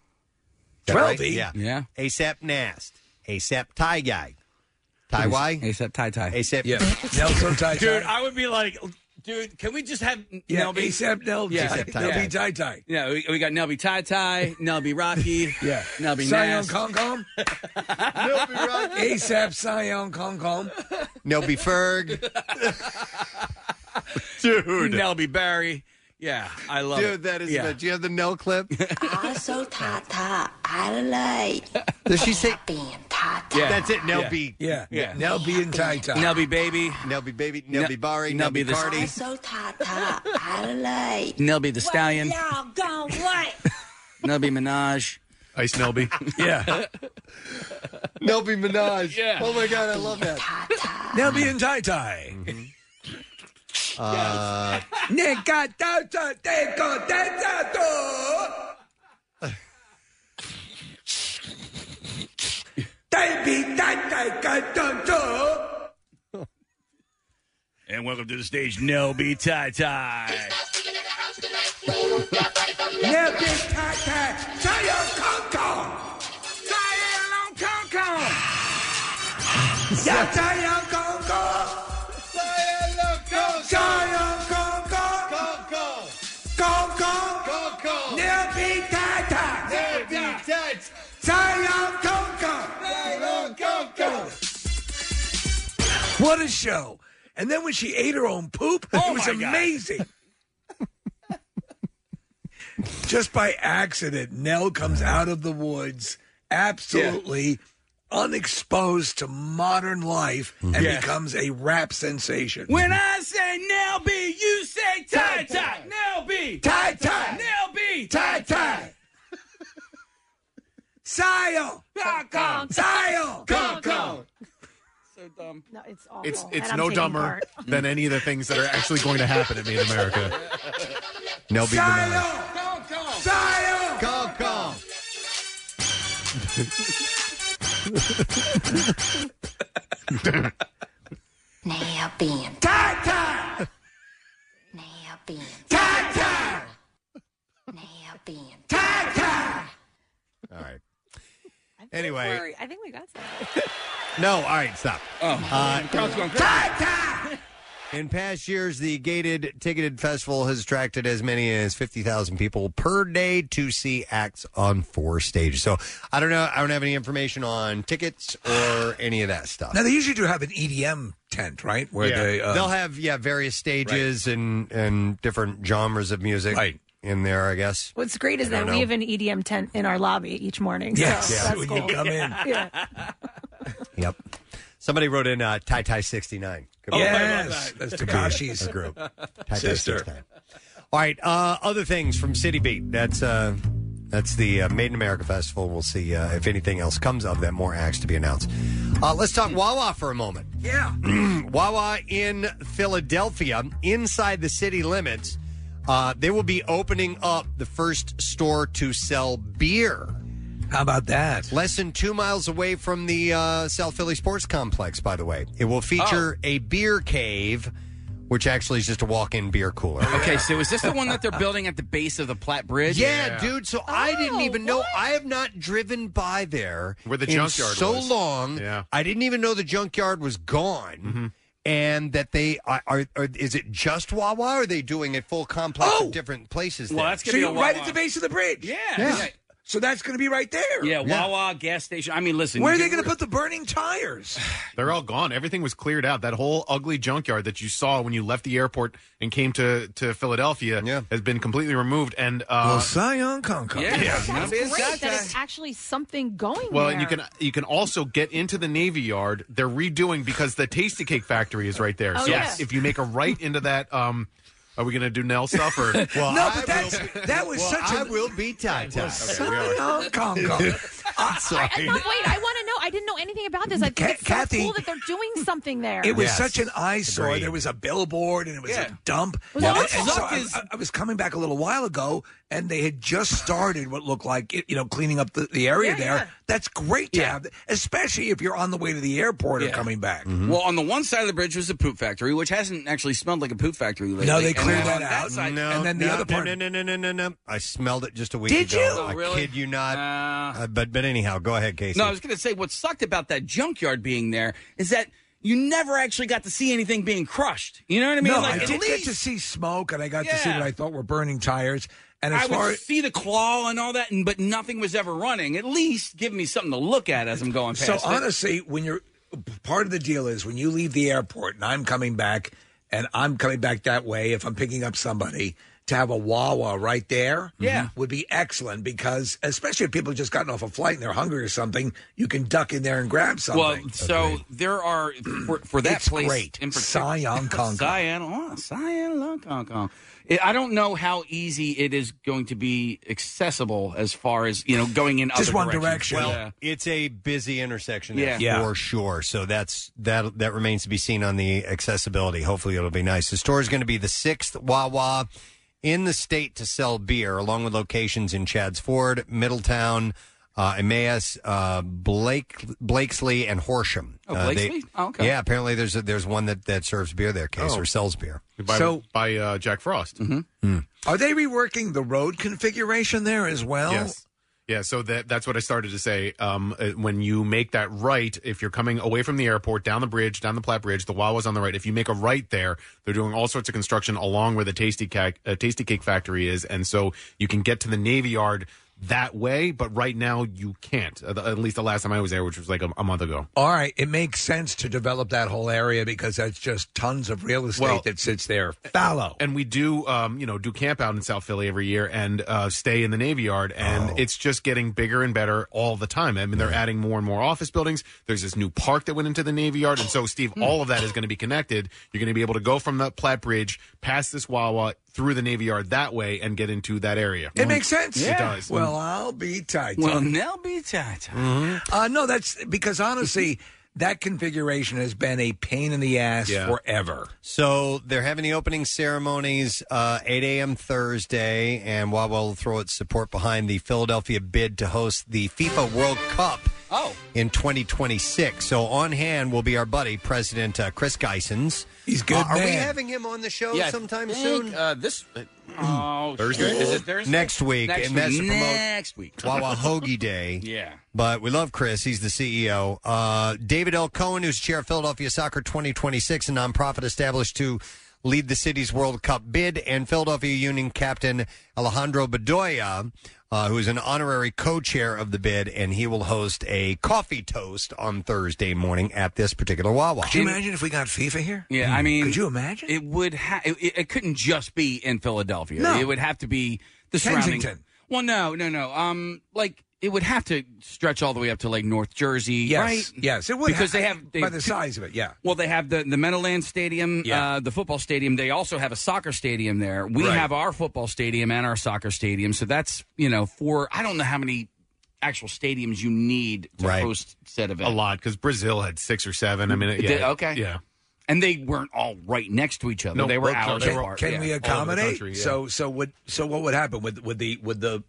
[SPEAKER 1] that right?
[SPEAKER 4] 12E?
[SPEAKER 1] Yeah.
[SPEAKER 5] Yeah.
[SPEAKER 1] ASAP Nast, ASAP Tie Guy, Tie Y,
[SPEAKER 5] ASAP Tie Tie,
[SPEAKER 1] ASAP.
[SPEAKER 4] Yeah. Nelson Tie
[SPEAKER 5] Dude,
[SPEAKER 4] Tie.
[SPEAKER 5] I would be like, dude, can we just have
[SPEAKER 4] Yeah,
[SPEAKER 5] Nelby?
[SPEAKER 4] ASAP Nelby.
[SPEAKER 5] Yeah,
[SPEAKER 4] ASAP Tie Tie. Nelby Tie Tie.
[SPEAKER 5] Yeah, we, we got Nelby Tie Tie, Nelby Rocky,
[SPEAKER 4] Yeah.
[SPEAKER 5] Nelby
[SPEAKER 4] Sion
[SPEAKER 5] Nass.
[SPEAKER 4] Kong Kong. ASAP Sion Kong Kong.
[SPEAKER 1] Nelby Ferg. Dude.
[SPEAKER 5] Nelby Barry. Yeah, I love it.
[SPEAKER 1] Dude, that is.
[SPEAKER 5] yeah.
[SPEAKER 1] Do you have the Nell clip?
[SPEAKER 26] Also, Tata, I like.
[SPEAKER 1] Does she say?
[SPEAKER 5] Yeah.
[SPEAKER 1] That's it. Nelby.
[SPEAKER 4] Yeah.
[SPEAKER 5] Yeah.
[SPEAKER 4] Nelby and Tie Tie.
[SPEAKER 5] Nelby Baby,
[SPEAKER 1] Nelby Baby. Nelby
[SPEAKER 5] Ne-
[SPEAKER 1] Bari.
[SPEAKER 5] Nelby
[SPEAKER 1] Nelby,
[SPEAKER 5] the-
[SPEAKER 1] Cardi.
[SPEAKER 26] Also, Tata, I like.
[SPEAKER 5] Nelby the Stallion,
[SPEAKER 26] Y'all gone what?
[SPEAKER 5] Nelby Minaj.
[SPEAKER 7] Ice Nelby.
[SPEAKER 4] Yeah.
[SPEAKER 1] Nelby Minaj.
[SPEAKER 5] Yeah.
[SPEAKER 1] Oh my God, I love that.
[SPEAKER 4] Nelby and Tie Tie.
[SPEAKER 1] Uh,
[SPEAKER 4] Nigga, daughter, tego, dentato. Baby, daughter, dentato.
[SPEAKER 5] And welcome to the stage, Nelby Tie Tie.
[SPEAKER 4] Nelby, tata, tayo, kong, kong. Tayo, long, kong, kong. Ya, tayo, kong, kong. Tayo, long, kong, kong. Tayo, kong, kong. Kong, kong. Nelby, tata. Tayo, kong, kong. What a show. And then when she ate her own poop,
[SPEAKER 5] Oh
[SPEAKER 4] it was amazing. Just by accident, Nell comes out of the woods absolutely unexposed to modern life and
[SPEAKER 5] Yeah.
[SPEAKER 4] becomes a rap sensation.
[SPEAKER 5] When I say Nelby, you say Tie Tie. Nelby.
[SPEAKER 4] Tie tie,
[SPEAKER 5] Nelby.
[SPEAKER 4] tie tie. Sayo, Sayo,
[SPEAKER 5] Come, come. So dumb.
[SPEAKER 3] No, it's awful.
[SPEAKER 7] It's
[SPEAKER 3] And
[SPEAKER 7] it's
[SPEAKER 3] I'm
[SPEAKER 7] no
[SPEAKER 3] taking
[SPEAKER 7] dumber
[SPEAKER 3] part.
[SPEAKER 7] than any of the things that are actually going to happen at Made in America.
[SPEAKER 1] Nelby Minaj.
[SPEAKER 4] Sayo,
[SPEAKER 5] Come, come.
[SPEAKER 1] Go, go.
[SPEAKER 4] Sayo.
[SPEAKER 26] Nail being,
[SPEAKER 4] Tie tie,
[SPEAKER 26] nail being,
[SPEAKER 4] tie tie,
[SPEAKER 26] nail being.
[SPEAKER 4] tie tie.
[SPEAKER 1] All right.
[SPEAKER 3] I think
[SPEAKER 1] Anyway.
[SPEAKER 3] we're- I think we got something.
[SPEAKER 1] No. All right. Stop.
[SPEAKER 4] Oh.
[SPEAKER 1] Uh,
[SPEAKER 4] Tie tie.
[SPEAKER 1] In past years, the gated ticketed festival has attracted as many as 50,000 people per day to see acts on four stages. So I don't know. I don't have any information on tickets or any of that stuff.
[SPEAKER 4] Mm-hmm. Now they usually do have an EDM tent, right? Where
[SPEAKER 1] Yeah.
[SPEAKER 4] they uh,
[SPEAKER 1] They'll have, yeah, various stages and, and different genres of music
[SPEAKER 4] Right.
[SPEAKER 1] in there, I guess.
[SPEAKER 3] What's great is
[SPEAKER 1] I don't
[SPEAKER 3] that we
[SPEAKER 1] know.
[SPEAKER 3] have an EDM tent in our lobby each morning.
[SPEAKER 4] Yes.
[SPEAKER 3] So
[SPEAKER 4] Yeah.
[SPEAKER 3] that's
[SPEAKER 4] When
[SPEAKER 3] cool.
[SPEAKER 4] you come in.
[SPEAKER 3] Yeah.
[SPEAKER 1] Yep. Somebody wrote in uh, Tie Tie 69.
[SPEAKER 4] Oh, Yes, that's
[SPEAKER 1] Could be
[SPEAKER 4] Takashi's
[SPEAKER 1] a group.
[SPEAKER 4] sister.
[SPEAKER 1] All right. Uh, other things from City Beat. That's uh, that's the uh, Made in America Festival. We'll see uh, if anything else comes of that. More acts to be announced. Uh, let's talk Wawa for a moment.
[SPEAKER 4] Yeah.
[SPEAKER 1] Wawa in Philadelphia, inside the city limits, uh, they will be opening up the first store to sell beer.
[SPEAKER 4] How about that?
[SPEAKER 1] Less than two miles away from the uh, South Philly Sports Complex, by the way. It will feature
[SPEAKER 5] Oh.
[SPEAKER 1] a beer cave, which actually is just a walk in beer cooler.
[SPEAKER 5] Okay, so is this the one that they're building at the base of the Platte Bridge? Oh,
[SPEAKER 1] Yeah, dude. So I didn't even know. I have not driven by there
[SPEAKER 5] Where the
[SPEAKER 1] in
[SPEAKER 5] junkyard
[SPEAKER 1] so
[SPEAKER 5] was.
[SPEAKER 1] long.
[SPEAKER 5] Yeah.
[SPEAKER 1] I didn't even know the junkyard was gone. And that they are, are, are is it just Wawa? Or are they doing a full complex of different places?
[SPEAKER 5] Oh! Well,
[SPEAKER 1] there?
[SPEAKER 5] that's gonna be a
[SPEAKER 4] Right at the base of the bridge.
[SPEAKER 5] Yeah.
[SPEAKER 1] Yeah.
[SPEAKER 4] So that's going to be right there.
[SPEAKER 5] Yeah, Wawa gas station. I mean, listen.
[SPEAKER 4] Where are
[SPEAKER 5] you
[SPEAKER 4] they
[SPEAKER 5] get-
[SPEAKER 4] going to put the burning tires?
[SPEAKER 7] They're all gone. Everything was cleared out. That whole ugly junkyard that you saw when you left the airport and came to, to Philadelphia has been completely removed. And uh,
[SPEAKER 4] Sion Conco.
[SPEAKER 7] Yeah,
[SPEAKER 3] That's great that it's actually something going
[SPEAKER 7] Well,
[SPEAKER 3] there.
[SPEAKER 7] and you can you can also get into the Navy Yard. They're redoing because the Tasty Cake Factory is right there.
[SPEAKER 3] Oh,
[SPEAKER 7] so
[SPEAKER 3] yeah.
[SPEAKER 7] if you make a right into that, um, are we going to do Nell stuff or?
[SPEAKER 1] Well,
[SPEAKER 4] no,
[SPEAKER 1] I
[SPEAKER 4] but that's that was
[SPEAKER 1] well,
[SPEAKER 4] such
[SPEAKER 1] I
[SPEAKER 4] a
[SPEAKER 1] will be tied
[SPEAKER 4] Well,
[SPEAKER 1] tied.
[SPEAKER 4] Sion Conco.
[SPEAKER 1] Sorry.
[SPEAKER 3] No, wait, I want to know. I didn't know anything about this. I think
[SPEAKER 4] Ca-
[SPEAKER 3] it's so
[SPEAKER 4] Kathy,
[SPEAKER 3] cool that they're doing something there.
[SPEAKER 4] It was such an eyesore.
[SPEAKER 1] Agreed.
[SPEAKER 4] There was a billboard and it was a dump.
[SPEAKER 3] Well,
[SPEAKER 4] And-
[SPEAKER 3] what
[SPEAKER 4] and so
[SPEAKER 3] sucked
[SPEAKER 4] I,
[SPEAKER 3] is-
[SPEAKER 4] I- I was coming back a little while ago, and they had just started what looked like you know cleaning up the, the area
[SPEAKER 5] Yeah,
[SPEAKER 4] there.
[SPEAKER 5] yeah.
[SPEAKER 4] That's great to have, especially if you're on the way to the airport or
[SPEAKER 5] Yeah.
[SPEAKER 4] coming back.
[SPEAKER 5] Well, on the one side of the bridge was the poop factory, which hasn't actually smelled like a poop factory lately.
[SPEAKER 4] No, they
[SPEAKER 5] And
[SPEAKER 4] cleared
[SPEAKER 5] on
[SPEAKER 4] that out.
[SPEAKER 5] side-
[SPEAKER 1] No,
[SPEAKER 4] and then the
[SPEAKER 1] no,
[SPEAKER 4] other
[SPEAKER 1] no,
[SPEAKER 4] part-
[SPEAKER 1] No, no, no, no, no, no. I smelled it just a week
[SPEAKER 5] Did
[SPEAKER 1] ago.
[SPEAKER 5] you? Oh,
[SPEAKER 1] I
[SPEAKER 5] really?
[SPEAKER 1] kid you not. Uh, but but anyhow, go ahead, Casey.
[SPEAKER 5] No, I was going to say what sucked about that junkyard being there is that you never actually got to see anything being crushed. You know what I mean?
[SPEAKER 4] No, I
[SPEAKER 5] Like, at
[SPEAKER 4] did get
[SPEAKER 5] least
[SPEAKER 4] to see smoke, and I got to see what I thought were burning tires. And as
[SPEAKER 5] I
[SPEAKER 4] far
[SPEAKER 5] would see the claw and all that, and but nothing was ever running. At least give me something to look at as I'm going past.
[SPEAKER 4] So
[SPEAKER 5] it.
[SPEAKER 4] honestly, when you're part of the deal is when you leave the airport and I'm coming back and I'm coming back that way if I'm picking up somebody to have a Wawa right there
[SPEAKER 5] Yeah. Mm-hmm.
[SPEAKER 4] would be excellent because especially if people have just gotten off a flight and they're hungry or something, you can duck in there and grab something.
[SPEAKER 5] well, so there are for, for that
[SPEAKER 4] It's
[SPEAKER 5] place
[SPEAKER 4] great.
[SPEAKER 5] in particular.
[SPEAKER 4] Sion Congo.
[SPEAKER 5] Cyan, oh, Cyan Long Kong Kong. I- I don't know how easy it is going to be accessible as far as you know going in other directions.
[SPEAKER 1] Well,
[SPEAKER 5] Yeah.
[SPEAKER 1] it's a busy intersection there
[SPEAKER 5] Yeah.
[SPEAKER 1] for sure. So that's that that remains to be seen on the accessibility. Hopefully it'll be nice. The store is going to be the sixth Wawa in the state to sell beer, along with locations in Chadds Ford, Middletown, uh, Emmaus, uh, Blake, Blakesley, and Horsham.
[SPEAKER 5] Oh,
[SPEAKER 1] Uh, they-
[SPEAKER 5] Blakesley? Oh, okay.
[SPEAKER 1] Yeah, apparently there's a, there's one that, that serves beer there, case
[SPEAKER 7] Oh.
[SPEAKER 1] or sells beer.
[SPEAKER 7] by, by uh, Jack Frost.
[SPEAKER 4] Mm-hmm.
[SPEAKER 5] Hmm.
[SPEAKER 4] Are they reworking the road configuration there as well?
[SPEAKER 7] Yes. Yeah, so that that's what I started to say. Um, uh, when you make that right, if you're coming away from the airport, down the bridge, down the Platte Bridge, the Wawa's on the right. If you make a right there, they're doing all sorts of construction along where the Tasty Cake, uh, Tasty Cake Factory is, and so you can get to the Navy Yard that way. But right now, you can't. At at least the last time I was there, which was like a, a month ago.
[SPEAKER 4] All right, it makes sense to develop that whole area because that's just tons of real estate that sits there fallow.
[SPEAKER 7] And we do, um, you know, do camp out in South Philly every year and uh, stay in the Navy Yard,
[SPEAKER 4] Oh.
[SPEAKER 7] and it's just getting bigger and better all the time. I mean, they're adding more and more office buildings. There's this new park that went into the Navy Yard, and so Steve,
[SPEAKER 4] Hmm.
[SPEAKER 7] all of that is going to be connected. You're going to be able to go from the Platte Bridge past this Wawa through the Navy Yard that way and get into that area.
[SPEAKER 4] It makes sense.
[SPEAKER 7] It does. Mm-hmm.
[SPEAKER 4] Well, I'll be tight.
[SPEAKER 7] Well,
[SPEAKER 5] now be tight.
[SPEAKER 4] Uh, no, that's because honestly, that configuration has been a pain in the ass forever.
[SPEAKER 1] So they're having the opening ceremonies uh, 8 a.m. Thursday, and Wawa will throw its support behind the Philadelphia bid to host the FIFA World Cup
[SPEAKER 5] oh.
[SPEAKER 1] in 2026. So on hand will be our buddy, President uh, Chris Geisens. Uh,
[SPEAKER 4] He's
[SPEAKER 5] good
[SPEAKER 1] are we
[SPEAKER 5] man.
[SPEAKER 1] having him on the show
[SPEAKER 5] Yeah, I
[SPEAKER 1] sometime
[SPEAKER 5] think,
[SPEAKER 1] soon?
[SPEAKER 5] Uh, this oh,
[SPEAKER 1] Thursday?
[SPEAKER 5] shoot. is it Thursday?
[SPEAKER 1] Next week,
[SPEAKER 5] Next
[SPEAKER 1] and
[SPEAKER 5] week.
[SPEAKER 1] that's to promote
[SPEAKER 5] Next week.
[SPEAKER 1] Wawa Hoagie Day.
[SPEAKER 5] Yeah.
[SPEAKER 1] But we love Chris. He's the CEO. Uh, David L. Cohen, who's chair of Philadelphia Soccer 2026, a nonprofit established to lead the city's World Cup bid, and Philadelphia Union captain Alejandro Bedoya, uh, who is an honorary co chair of the bid, and he will host a coffee toast on Thursday morning at this particular Wawa.
[SPEAKER 4] Could you imagine if we got FIFA here?
[SPEAKER 5] Yeah, I mean,
[SPEAKER 4] could you imagine?
[SPEAKER 5] It would ha- it, it- it couldn't just be in Philadelphia.
[SPEAKER 4] No.
[SPEAKER 5] It would have to be the surrounding.
[SPEAKER 4] Kensington.
[SPEAKER 5] Well, no, no, no. Um, like it would have to stretch all the way up to like North Jersey,
[SPEAKER 4] Yes,
[SPEAKER 5] right?
[SPEAKER 4] yes, it would
[SPEAKER 5] because
[SPEAKER 4] ha-
[SPEAKER 5] they have they
[SPEAKER 4] by
[SPEAKER 5] have
[SPEAKER 4] the
[SPEAKER 5] two-
[SPEAKER 4] size of it, yeah.
[SPEAKER 5] Well, they have the the Meadowlands Stadium, uh, the football stadium. They also have a soccer stadium there. We
[SPEAKER 4] Right.
[SPEAKER 5] have our football stadium and our soccer stadium, so that's you know for I don't know how many actual stadiums you need to
[SPEAKER 7] Right.
[SPEAKER 5] host said
[SPEAKER 7] A
[SPEAKER 5] event.
[SPEAKER 7] lot because Brazil had six or seven. I mean, it-
[SPEAKER 5] It
[SPEAKER 7] yeah,
[SPEAKER 5] did- okay,
[SPEAKER 7] yeah.
[SPEAKER 5] and they weren't all right next to each other.
[SPEAKER 7] No,
[SPEAKER 5] they were
[SPEAKER 7] no,
[SPEAKER 5] hours
[SPEAKER 7] they were-
[SPEAKER 5] apart.
[SPEAKER 4] Can we
[SPEAKER 5] yeah. All over the
[SPEAKER 4] accommodate?
[SPEAKER 5] country, yeah.
[SPEAKER 4] So so would so what would happen? Would would the would the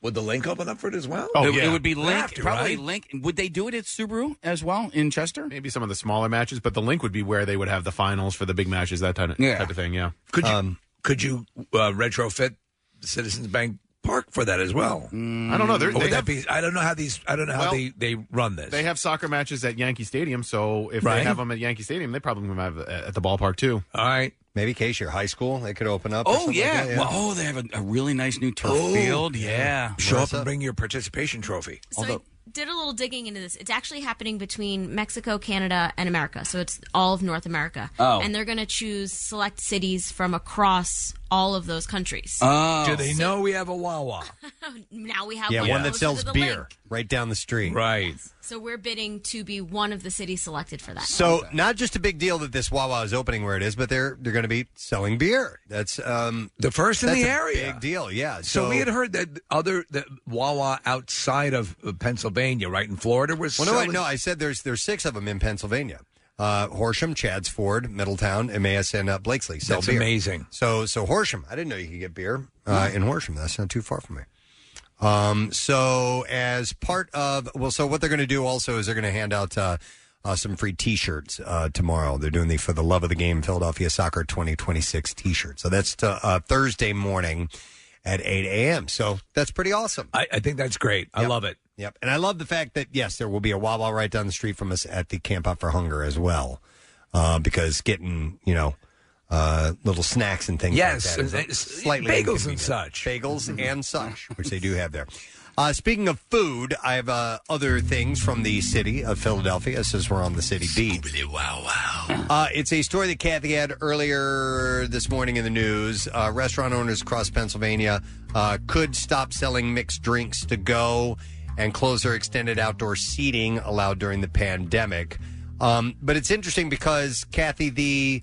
[SPEAKER 4] would the link open up for it as well?
[SPEAKER 7] Oh,
[SPEAKER 5] it, it would be
[SPEAKER 4] Would
[SPEAKER 5] Link,
[SPEAKER 4] have to,
[SPEAKER 5] probably
[SPEAKER 4] right?
[SPEAKER 5] Link. Would they do it at Subaru as well in Chester?
[SPEAKER 7] Maybe some of the smaller matches, but the link would be where they would have the finals for the big matches, that type of,
[SPEAKER 4] Yeah.
[SPEAKER 7] type of thing. Yeah.
[SPEAKER 4] Could you
[SPEAKER 5] Um,
[SPEAKER 4] could you uh, retrofit Citizens Bank Park for that as well?
[SPEAKER 5] Mm.
[SPEAKER 7] I don't know. They're-
[SPEAKER 4] Or would
[SPEAKER 7] they
[SPEAKER 4] that
[SPEAKER 7] have-
[SPEAKER 4] be? I don't know how these. I don't know how
[SPEAKER 7] Well,
[SPEAKER 4] they they run this.
[SPEAKER 7] They have soccer matches at Yankee Stadium, so if
[SPEAKER 4] Right.
[SPEAKER 7] they have them at Yankee Stadium, they probably might have it at the ballpark too.
[SPEAKER 4] All right,
[SPEAKER 1] maybe case your high school they could open up. or
[SPEAKER 5] Oh
[SPEAKER 1] something
[SPEAKER 5] yeah.
[SPEAKER 1] like that,
[SPEAKER 5] Well, oh, they have a, a really nice new turf
[SPEAKER 1] Oh,
[SPEAKER 5] field.
[SPEAKER 1] yeah.
[SPEAKER 5] Yeah.
[SPEAKER 1] Show up What's
[SPEAKER 4] and bring your participation trophy.
[SPEAKER 27] So I did a little digging into this. It's actually happening between Mexico, Canada, and America. So it's all of North America.
[SPEAKER 4] Oh.
[SPEAKER 27] And they're going to choose select cities from across all of those countries.
[SPEAKER 5] Oh.
[SPEAKER 1] Oh.
[SPEAKER 4] do they know we have a Wawa?
[SPEAKER 27] now we have
[SPEAKER 1] yeah,
[SPEAKER 27] one,
[SPEAKER 1] one
[SPEAKER 27] closer
[SPEAKER 1] that
[SPEAKER 27] to
[SPEAKER 1] sells
[SPEAKER 27] the
[SPEAKER 1] beer
[SPEAKER 27] lake.
[SPEAKER 1] right down the street.
[SPEAKER 4] Right.
[SPEAKER 27] So we're bidding to be one of the cities selected for that.
[SPEAKER 1] So not just a big deal that this Wawa is opening where it is, but they're they're going to be selling beer. That's um
[SPEAKER 4] the first in
[SPEAKER 1] that's
[SPEAKER 4] the
[SPEAKER 1] a
[SPEAKER 4] area.
[SPEAKER 1] Big deal, yeah.
[SPEAKER 4] So, we had heard that other that Wawa outside of Pennsylvania, right in Florida, was
[SPEAKER 1] Well, no, wait,
[SPEAKER 4] selling-
[SPEAKER 1] no, I said there's there's six of them in Pennsylvania. Uh, Horsham, Chads Ford, Middletown, Emmaus, and uh, Blakesley sell
[SPEAKER 4] That's
[SPEAKER 1] beer.
[SPEAKER 4] amazing.
[SPEAKER 1] So so Horsham, I didn't know you could get beer uh, in Horsham. That's not too far from me. Um, so as part of well, so what they're going to do also is they're going to hand out. Uh, uh, some free T-shirts uh, tomorrow. They're doing the for the love of the game Philadelphia Soccer 2026 T-shirt. So that's uh, uh, Thursday morning at 8 a.m. So that's pretty awesome.
[SPEAKER 4] I, I think that's great. I love it.
[SPEAKER 1] Yep. And I love the fact that, yes, there will be a Wawa right down the street from us at the Camp Out for Hunger as well. Uh, because getting, you know, uh, little snacks and things
[SPEAKER 4] Yes,
[SPEAKER 1] like that
[SPEAKER 4] and-
[SPEAKER 1] is
[SPEAKER 4] and-
[SPEAKER 1] slightly
[SPEAKER 4] bagels and
[SPEAKER 1] inconvenient.
[SPEAKER 4] such.
[SPEAKER 1] Bagels and such, which they do have there. Uh, speaking of food, I have uh, other things from the city of Philadelphia since we're on the city beat.
[SPEAKER 4] Wow, wow.
[SPEAKER 1] Uh, it's a story that Kathy had earlier this morning in the news. Uh, restaurant owners across Pennsylvania uh, could stop selling mixed drinks to go and close their extended outdoor seating allowed during the pandemic. Um, but it's interesting because Kathy, the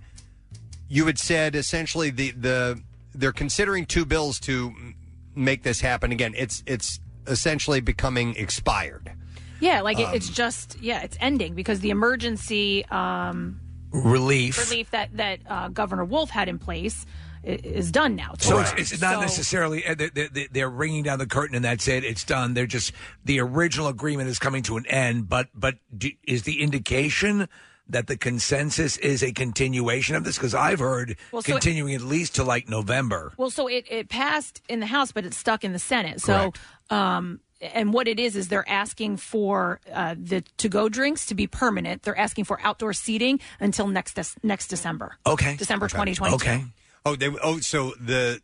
[SPEAKER 1] you had said essentially the the they're considering two bills to m- make this happen again. It's it's essentially becoming expired.
[SPEAKER 3] Yeah, like it, it's
[SPEAKER 1] Um,
[SPEAKER 3] just yeah, it's ending because the emergency um,
[SPEAKER 4] Relief.
[SPEAKER 3] relief that that uh, Governor Wolf had in place i- is done now.
[SPEAKER 4] So it's, it's not
[SPEAKER 3] So-
[SPEAKER 4] necessarily uh, they- they- they- they're ringing down the curtain and that's it. It's done. They're just the original agreement is coming to an end. But but do, is the indication that the consensus is a continuation of this? Because I've heard
[SPEAKER 3] Well, so it-
[SPEAKER 4] continuing at least to like November.
[SPEAKER 3] Well, so it, it passed in the House, but it's stuck in the Senate. So, um, and what it is is they're asking for uh, the to go drinks to be permanent. They're asking for outdoor seating until next des- next December.
[SPEAKER 1] Okay.
[SPEAKER 3] December
[SPEAKER 1] Okay.
[SPEAKER 3] twenty twenty.
[SPEAKER 1] Oh, they oh so the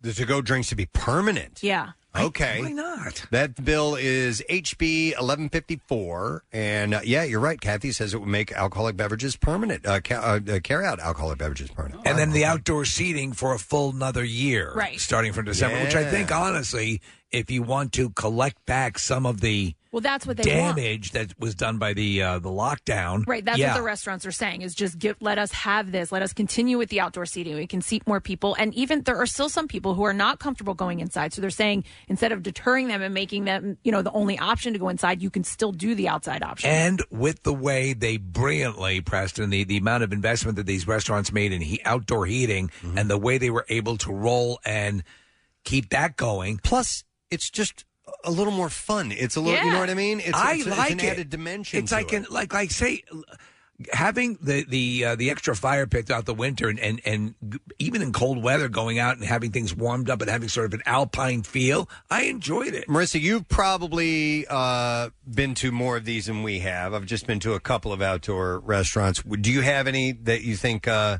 [SPEAKER 1] the to go drinks to be permanent.
[SPEAKER 3] Yeah.
[SPEAKER 1] Okay. Why
[SPEAKER 4] not?
[SPEAKER 1] That bill is HB 1154. And uh, yeah, you're right. Kathy says it would make alcoholic beverages permanent, uh, ca- uh, uh, carry out alcoholic beverages permanent.
[SPEAKER 4] and then the outdoor seating for a full another year,
[SPEAKER 3] Right.
[SPEAKER 4] Starting from December, which I
[SPEAKER 1] Yeah.
[SPEAKER 4] think honestly, if you want to collect back some of the
[SPEAKER 3] Well, that's what they want.
[SPEAKER 4] damage that was done by the uh, the lockdown,
[SPEAKER 3] Right, that's
[SPEAKER 4] yeah.
[SPEAKER 3] what the restaurants are saying is just give, let us have this. Let us continue with the outdoor seating. We can seat more people. And even there are still some people who are not comfortable going inside. So they're saying instead of deterring them and making them, you know, the only option to go inside, you can still do the outside option.
[SPEAKER 4] And with the way they brilliantly, Preston, the, the amount of investment that these restaurants made in he, outdoor heating
[SPEAKER 1] Mm-hmm.
[SPEAKER 4] and the way they were able to roll and keep that going.
[SPEAKER 1] Plus, it's just a little more fun. It's a little, you know what I mean? It's,
[SPEAKER 4] I
[SPEAKER 1] it's,
[SPEAKER 4] like
[SPEAKER 1] it's an
[SPEAKER 4] it.
[SPEAKER 1] added dimension.
[SPEAKER 4] It's
[SPEAKER 1] to
[SPEAKER 4] like,
[SPEAKER 1] it.
[SPEAKER 4] An, like, like say, l- having the the uh, the extra fire pit throughout the winter and, and and g- even in cold weather, going out and having things warmed up and having sort of an alpine feel. I enjoyed it.
[SPEAKER 1] Marissa, you've probably uh, been to more of these than we have. I've just been to a couple of outdoor restaurants. Would- Do you have any that you think uh,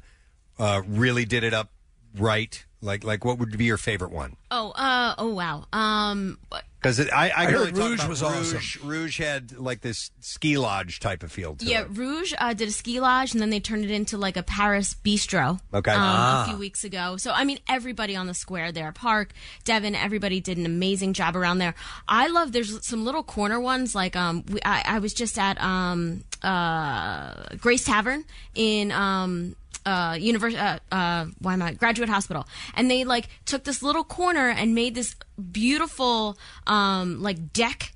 [SPEAKER 1] uh, really did it up right? Like, like what would be your favorite one?
[SPEAKER 27] Oh, uh, oh wow. Um,
[SPEAKER 1] Because I, I,
[SPEAKER 4] I
[SPEAKER 1] can
[SPEAKER 4] heard
[SPEAKER 1] only talk
[SPEAKER 4] Rouge
[SPEAKER 1] about
[SPEAKER 4] was
[SPEAKER 1] Rouge.
[SPEAKER 4] awesome.
[SPEAKER 1] Rouge had like this ski lodge type of feel to it.
[SPEAKER 27] Yeah, Rouge uh, did a ski lodge, and then they turned it into like a Paris bistro.
[SPEAKER 1] Okay.
[SPEAKER 27] um,
[SPEAKER 1] Ah.
[SPEAKER 27] a few weeks ago. So I mean, everybody on the square there, Park, Devin, everybody did an amazing job around there. I love there's some little corner ones like um, we, I, I was just at um, uh, Grace Tavern in um. Uh, univers- uh, uh, why am I graduate hospital? And they like took this little corner and made this beautiful, um, like deck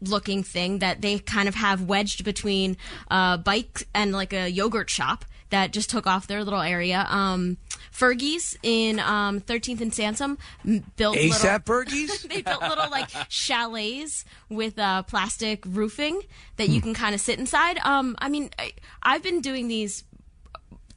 [SPEAKER 27] looking thing that they kind of have wedged between uh, bikes and like a yogurt shop that just took off their little area. Um, Fergie's in um, 13th and Sansom m- built
[SPEAKER 4] ASAP
[SPEAKER 27] little,
[SPEAKER 4] Fergie's?
[SPEAKER 27] they built little like chalets with uh, plastic roofing that
[SPEAKER 4] Hmm.
[SPEAKER 27] you can kind of sit inside. Um, I mean, I, I've been doing these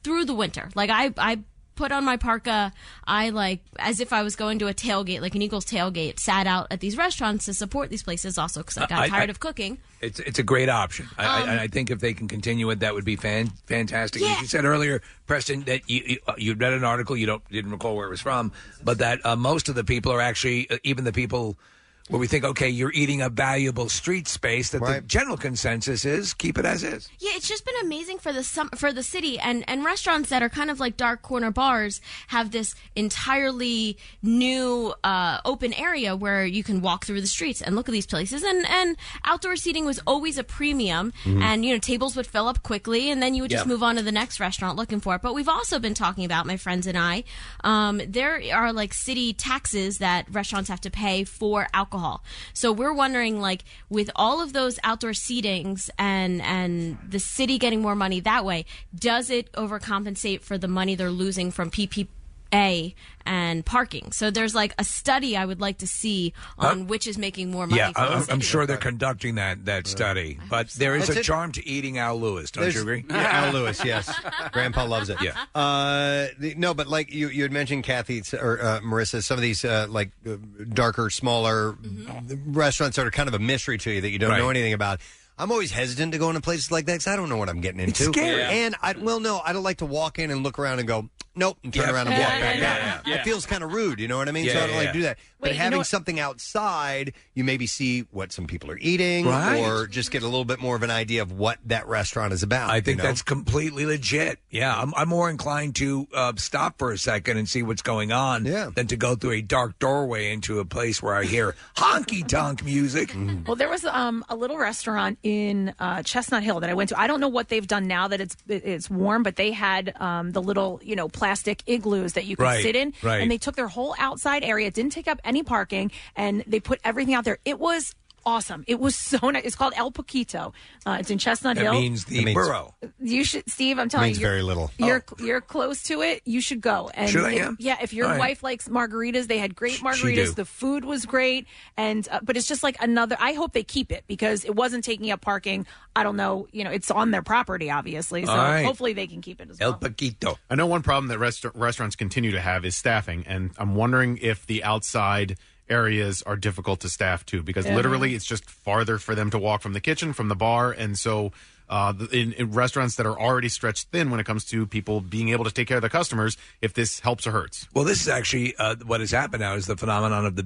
[SPEAKER 27] through the winter. Like I, I put on my parka. I like as if I was going to a tailgate, like an Eagles tailgate. Sat out at these restaurants to support these places, also because I got
[SPEAKER 4] Uh, I- I-
[SPEAKER 27] tired of cooking.
[SPEAKER 4] It's it's a great option. I,
[SPEAKER 27] Um,
[SPEAKER 4] I, I think if they can continue it, that would be fan, fantastic.
[SPEAKER 27] Yeah.
[SPEAKER 4] You said earlier, Preston, that you, you uh, you read an article. You don't didn't recall where it was from, but that uh, most of the people are actually uh, even the people where we think, okay, you're eating a valuable street space. That the general consensus is keep it as is.
[SPEAKER 27] Yeah, it's just been amazing for the sum- for the city and and restaurants that are kind of like dark corner bars have this entirely new uh, open area where you can walk through the streets and look at these places and and outdoor seating was always a premium
[SPEAKER 14] Mhm.
[SPEAKER 27] and you know tables would fill up quickly and then you would just
[SPEAKER 14] Yeah.
[SPEAKER 27] move on to the next restaurant looking for it. But we've also been talking about my friends and I um, there are like city taxes that restaurants have to pay for alcohol. So we're wondering like with all of those outdoor seatings and and the city getting more money that way, does it overcompensate for the money they're losing from PPA and parking? So there's like a study I would like to see on
[SPEAKER 4] Huh?
[SPEAKER 27] which is making more money.
[SPEAKER 4] Uh, yeah,
[SPEAKER 27] for the
[SPEAKER 4] I,
[SPEAKER 27] city.
[SPEAKER 4] I'm sure they're conducting that that study, but there is
[SPEAKER 1] That's
[SPEAKER 4] a
[SPEAKER 1] it.
[SPEAKER 4] charm to eating Al Lewis. Don't you agree?
[SPEAKER 1] There's- Yeah, Al Lewis, yes. Grandpa loves it. Yeah. Uh, the- no, but like you, you had mentioned, Kathy s- or uh, Marissa, some of these uh, like uh, darker, smaller
[SPEAKER 10] Mm-hmm.
[SPEAKER 1] restaurants that are kind of a mystery to you that you don't know anything about. I'm always hesitant to go into places like that because I don't know what I'm getting into.
[SPEAKER 10] scary. Yeah.
[SPEAKER 1] And I well, no, I don't like to walk in and look around and go nope and turn
[SPEAKER 10] Yeah.
[SPEAKER 1] around and
[SPEAKER 10] Yeah,
[SPEAKER 1] walk
[SPEAKER 10] yeah,
[SPEAKER 1] back
[SPEAKER 10] yeah,
[SPEAKER 1] out.
[SPEAKER 10] yeah.
[SPEAKER 1] It feels kind of rude, you know what I mean?
[SPEAKER 10] Yeah,
[SPEAKER 1] so I don't
[SPEAKER 10] yeah,
[SPEAKER 1] like
[SPEAKER 10] yeah.
[SPEAKER 1] to do that.
[SPEAKER 10] Wait,
[SPEAKER 1] but
[SPEAKER 10] you know
[SPEAKER 1] having
[SPEAKER 10] what-
[SPEAKER 1] something outside, you maybe see what some people are eating
[SPEAKER 4] Right.
[SPEAKER 1] or just get a little bit more of an idea of what that restaurant is about.
[SPEAKER 4] I
[SPEAKER 1] you
[SPEAKER 4] think
[SPEAKER 1] know?
[SPEAKER 4] that's completely legit. Yeah, I'm, I'm more inclined to uh, stop for a second and see what's going on than to go through a dark doorway into a place where I hear honky tonk music.
[SPEAKER 1] Mm.
[SPEAKER 3] Well, there was um, a little restaurant in uh, Chestnut Hill that I went to. I don't know what they've done now that it's it- it's warm, but they had um, the little you know plastic igloos that you could
[SPEAKER 14] Right,
[SPEAKER 3] sit in,
[SPEAKER 14] right.
[SPEAKER 3] and they took their whole outside area, didn't take up any parking, and they put everything out there. It was awesome. It was so nice. It's called El Poquito. Uh, it's in Chestnut
[SPEAKER 4] That
[SPEAKER 3] Hill.
[SPEAKER 4] means the
[SPEAKER 1] That means-
[SPEAKER 4] burrow.
[SPEAKER 3] You should, Steve. I'm telling
[SPEAKER 1] Means
[SPEAKER 3] you, you're-
[SPEAKER 1] very little.
[SPEAKER 3] You're you're close to it. You should go. And
[SPEAKER 1] Oh. Should I
[SPEAKER 3] if-
[SPEAKER 1] am?
[SPEAKER 3] yeah, if your
[SPEAKER 1] All right.
[SPEAKER 3] wife likes margaritas, they had great
[SPEAKER 1] do.
[SPEAKER 3] margaritas. The food was great, and uh, but it's just like another. I hope they keep it because it wasn't taking up parking. I don't know. You know, it's on their property, obviously. So
[SPEAKER 7] All right.
[SPEAKER 3] hopefully they can keep it as well.
[SPEAKER 4] Paquito.
[SPEAKER 7] I know one problem that rest- restaurants continue to have is staffing, and I'm wondering if the outside areas are difficult to staff too, because
[SPEAKER 16] Yeah.
[SPEAKER 7] literally it's just farther for them to walk from the kitchen, from the bar, and so. Uh, the- in, in restaurants that are already stretched thin when it comes to people being able to take care of their customers, if this helps or hurts.
[SPEAKER 4] Well, this is actually uh, what has happened now is the phenomenon of the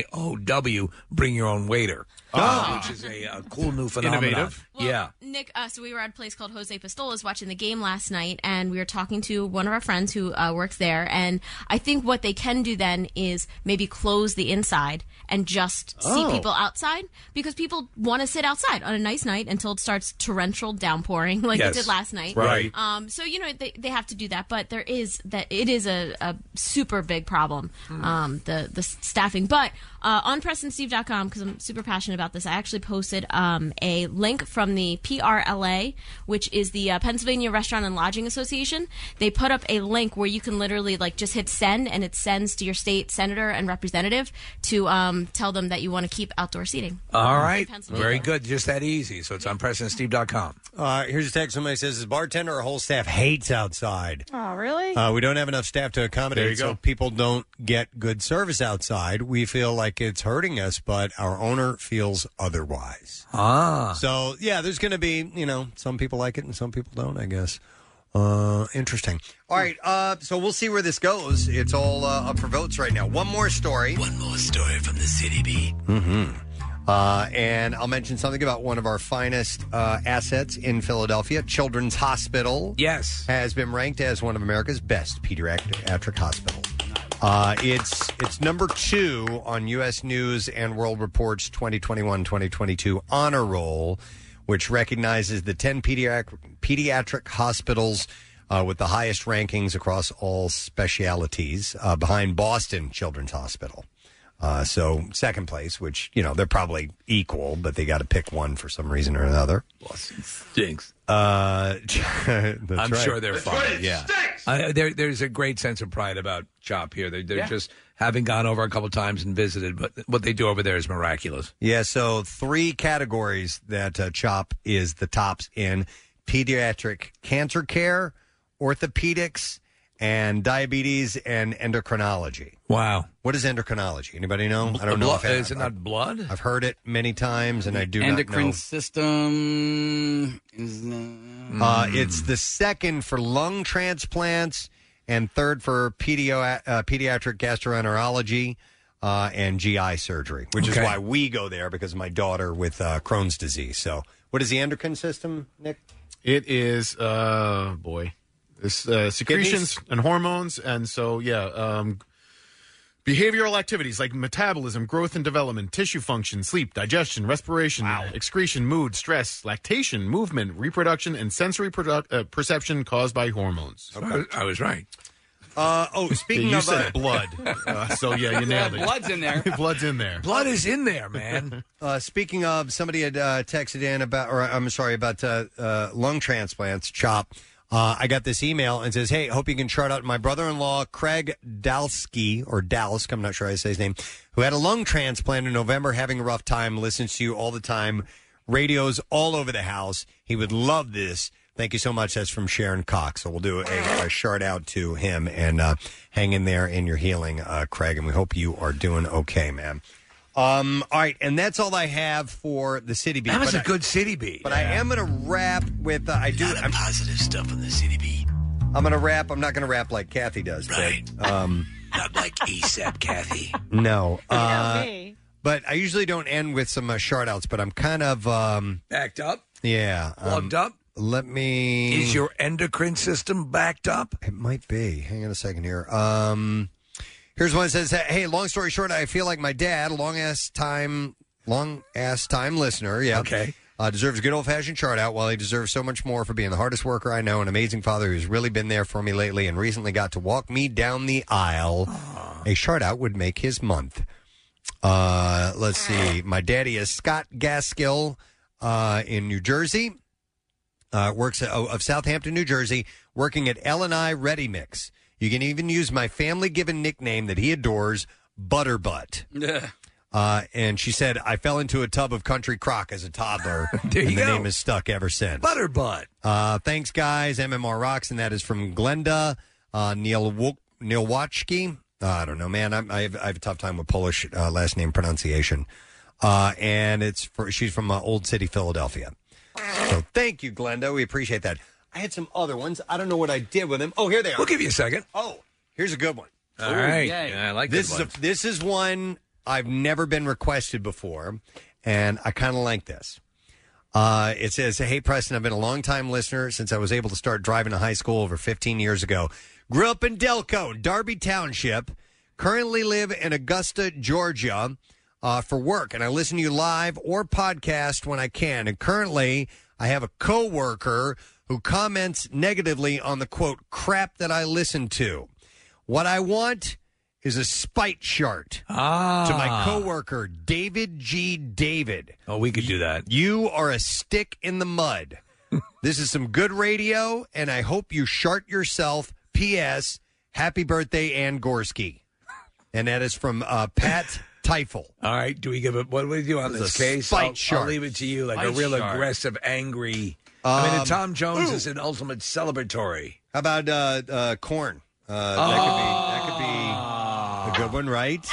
[SPEAKER 4] BYOW, bring your own waiter,
[SPEAKER 1] Ah.
[SPEAKER 4] uh, which is a, uh cool new phenomenon.
[SPEAKER 7] Innovative.
[SPEAKER 4] yeah.
[SPEAKER 27] Nick, uh, so we were at a place called Jose Pistolas watching the game last night, and we were talking to one of our friends who uh, works there. And I think what they can do then is maybe close the inside and just
[SPEAKER 14] Oh.
[SPEAKER 27] see people outside because people want to sit outside on a nice night until it starts torrential downpouring like
[SPEAKER 14] Yes.
[SPEAKER 27] it did last night.
[SPEAKER 14] Right.
[SPEAKER 27] Um, so, you know, they, they have to do that, but there is that it is a, a super big problem, um, the, the s- staffing. But uh, on PrestonSteve.com, because I'm super passionate about this, I actually posted um, a link from the PRLA, which is the uh, Pennsylvania Restaurant and Lodging Association. They put up a link where you can literally like just hit send and it sends to your state senator and representative to um, tell them that you want to keep outdoor seating.
[SPEAKER 4] All right.
[SPEAKER 27] Pennsylvania.
[SPEAKER 4] Very good. Just that easy. So it's on PrestonSteve.com.
[SPEAKER 1] Uh, here's a text. Somebody says, "Is bartender or whole staff hates outside?
[SPEAKER 3] Oh, really?
[SPEAKER 1] Uh, we don't have enough staff to accommodate,
[SPEAKER 10] There you
[SPEAKER 1] so
[SPEAKER 10] go.
[SPEAKER 1] people don't get good service outside. We feel like it's hurting us, but our owner feels otherwise.
[SPEAKER 4] Ah.
[SPEAKER 1] So yeah, there's going to be you know some people like it and some people don't. I guess. Uh, interesting. All right, uh, so we'll see where this goes. It's all uh, up for votes right now. One more story. One more story from the city, B. Mm-hmm. Uh, and I'll mention something about one of our finest uh, assets in Philadelphia, Children's Hospital.
[SPEAKER 4] Yes,
[SPEAKER 1] has been ranked as one of America's best pediatric hospitals. Uh, it's it's number two on U.S. News and World Report's 2021-2022 honor roll, which recognizes the 10 pediatric pediatric hospitals uh, with the highest rankings across all specialities, uh, behind Boston Children's Hospital. Uh, so second place, which you know they're probably equal, but they got to pick one for some reason or another.
[SPEAKER 4] Boston stinks.
[SPEAKER 1] Uh, that's
[SPEAKER 4] I'm
[SPEAKER 1] right.
[SPEAKER 4] sure they're fine.
[SPEAKER 1] Yeah.
[SPEAKER 4] Uh, there, there's a great sense of pride about Chop here. They, they're
[SPEAKER 1] Yeah.
[SPEAKER 4] just having gone over a couple times and visited, but what they do over there is miraculous.
[SPEAKER 1] Yeah, so three categories that uh, CHOP is the tops in pediatric cancer care, orthopedics, and diabetes and endocrinology.
[SPEAKER 4] Wow.
[SPEAKER 1] What is endocrinology? Anybody know? I don't know.
[SPEAKER 4] Blood-
[SPEAKER 1] if I-
[SPEAKER 4] is it not blood?
[SPEAKER 1] I've heard it many times, and I do not
[SPEAKER 5] Endocrine
[SPEAKER 1] know.
[SPEAKER 5] system is. Uh,
[SPEAKER 1] Uh, it's the second for lung transplants and third for pedio- uh, pediatric gastroenterology uh, and GI surgery, which
[SPEAKER 4] Okay.
[SPEAKER 1] is why we go there because of my daughter with uh, Crohn's disease. So, what is the endocrine system, Nick?
[SPEAKER 7] It is, uh, boy, this uh, secretions and hormones, and so yeah, um, behavioral activities like metabolism, growth and development, tissue function, sleep, digestion, respiration, excretion, mood, stress, lactation, movement, reproduction, and sensory product, uh, perception caused by hormones.
[SPEAKER 4] I was right.
[SPEAKER 1] Uh, oh, speaking
[SPEAKER 7] you
[SPEAKER 1] of
[SPEAKER 7] said
[SPEAKER 1] uh,
[SPEAKER 7] blood, uh, so yeah, you nailed it.
[SPEAKER 5] Blood's in there.
[SPEAKER 7] blood's in there.
[SPEAKER 4] Blood is in there, man.
[SPEAKER 1] Uh, speaking of, somebody had uh, texted in about, or I'm sorry, about uh, uh, lung transplants, CHOP. Uh, I got this email and says, Hey, hope you can chart out my brother in law, Craig Dalsky, or Dalsk, I'm not sure how to say his name, who had a lung transplant in November, having a rough time, listens to you all the time, radios all over the house. He would love this. Thank you so much. That's from Sharon Cox. So we'll do a, a shout out to him and uh, hang in there in your healing, uh, Craig. And we hope you are doing okay, man. Um, all right, and that's all I have for the city beat.
[SPEAKER 4] That was
[SPEAKER 1] But
[SPEAKER 4] a
[SPEAKER 1] I-
[SPEAKER 4] good city beat.
[SPEAKER 1] But I am going to wrap with uh, I do I'm, positive stuff on the city beat. I'm going to wrap. I'm not going to wrap like Kathy does. Right. But, um,
[SPEAKER 4] Not like ASAP Kathy.
[SPEAKER 1] no.
[SPEAKER 4] know
[SPEAKER 1] Uh,
[SPEAKER 4] me.
[SPEAKER 1] But I usually don't end with some uh, shout outs. But I'm kind of um,
[SPEAKER 4] Backed up,
[SPEAKER 1] yeah. um,
[SPEAKER 4] plugged up.
[SPEAKER 1] Let me.
[SPEAKER 4] Is your endocrine system backed up?
[SPEAKER 1] It might be. Hang on a second here. Um, here's one that says, "Hey, long story short, I feel like my dad, long ass time, long ass time listener. Yeah,
[SPEAKER 4] Okay.
[SPEAKER 1] Uh, deserves a good old fashioned chart out. While he deserves so much more for being the hardest worker I know, an amazing father who's really been there for me lately, and recently got to walk me down the aisle. A chart out would make his month. Uh, let's see. My daddy is Scott Gaskill uh, in New Jersey uh, works at, oh, of Southampton, New Jersey, working at L and I Ready Mix. You can even use my family-given nickname that he adores, Butterbutt. Uh, and she said, "I fell into a tub of country crock as a toddler, and
[SPEAKER 4] There
[SPEAKER 1] the
[SPEAKER 4] you go.
[SPEAKER 1] name is stuck ever since."
[SPEAKER 4] Butterbutt.
[SPEAKER 1] Uh, thanks, guys. MMR rocks, and that is from Glenda uh, Neil Wo- Neil Wachki. Uh, I don't know, man. I'm, I, have, I have a tough time with Polish uh, last name pronunciation. Uh, and it's for, she's from uh, Old City, Philadelphia. So thank you, Glenda. We appreciate that. I had some other ones. I don't know what I did with them. Oh, here they are.
[SPEAKER 4] We'll give you a second.
[SPEAKER 1] Oh, here's a good one.
[SPEAKER 4] All right. Yeah, I like
[SPEAKER 1] this.
[SPEAKER 4] good
[SPEAKER 1] is a, this is one I've never been requested before, and I kind of like this. Uh, it says, "Hey Preston, I've been a longtime listener since I was able to start driving to high school over 15 years ago. Grew up in Delco, Darby Township. Currently live in Augusta, Georgia, uh, for work, and I listen to you live or podcast when I can. And currently, I have a coworker who comments negatively on the quote crap that I listen to. What I want." Is a spite chart
[SPEAKER 4] Ah.
[SPEAKER 1] to my coworker David G. David.
[SPEAKER 4] Oh, we could do that.
[SPEAKER 1] You are a stick in the mud. this is some good radio, and I hope you shart yourself. P.S. Happy birthday, Ann Gorski. And that is from uh, Pat Teifel.
[SPEAKER 4] All right. Do we give it? What do we do on
[SPEAKER 1] This
[SPEAKER 4] this
[SPEAKER 1] is a
[SPEAKER 4] case?
[SPEAKER 1] spite
[SPEAKER 4] I'll,
[SPEAKER 1] chart.
[SPEAKER 4] I'll leave it to you, like a
[SPEAKER 1] Spite
[SPEAKER 4] real
[SPEAKER 1] chart.
[SPEAKER 4] aggressive, angry. I mean,
[SPEAKER 1] Um,
[SPEAKER 4] the Tom Jones
[SPEAKER 1] ooh.
[SPEAKER 4] is an ultimate celebratory.
[SPEAKER 1] How about uh, uh, corn? Uh, That could be that could be a good one, right?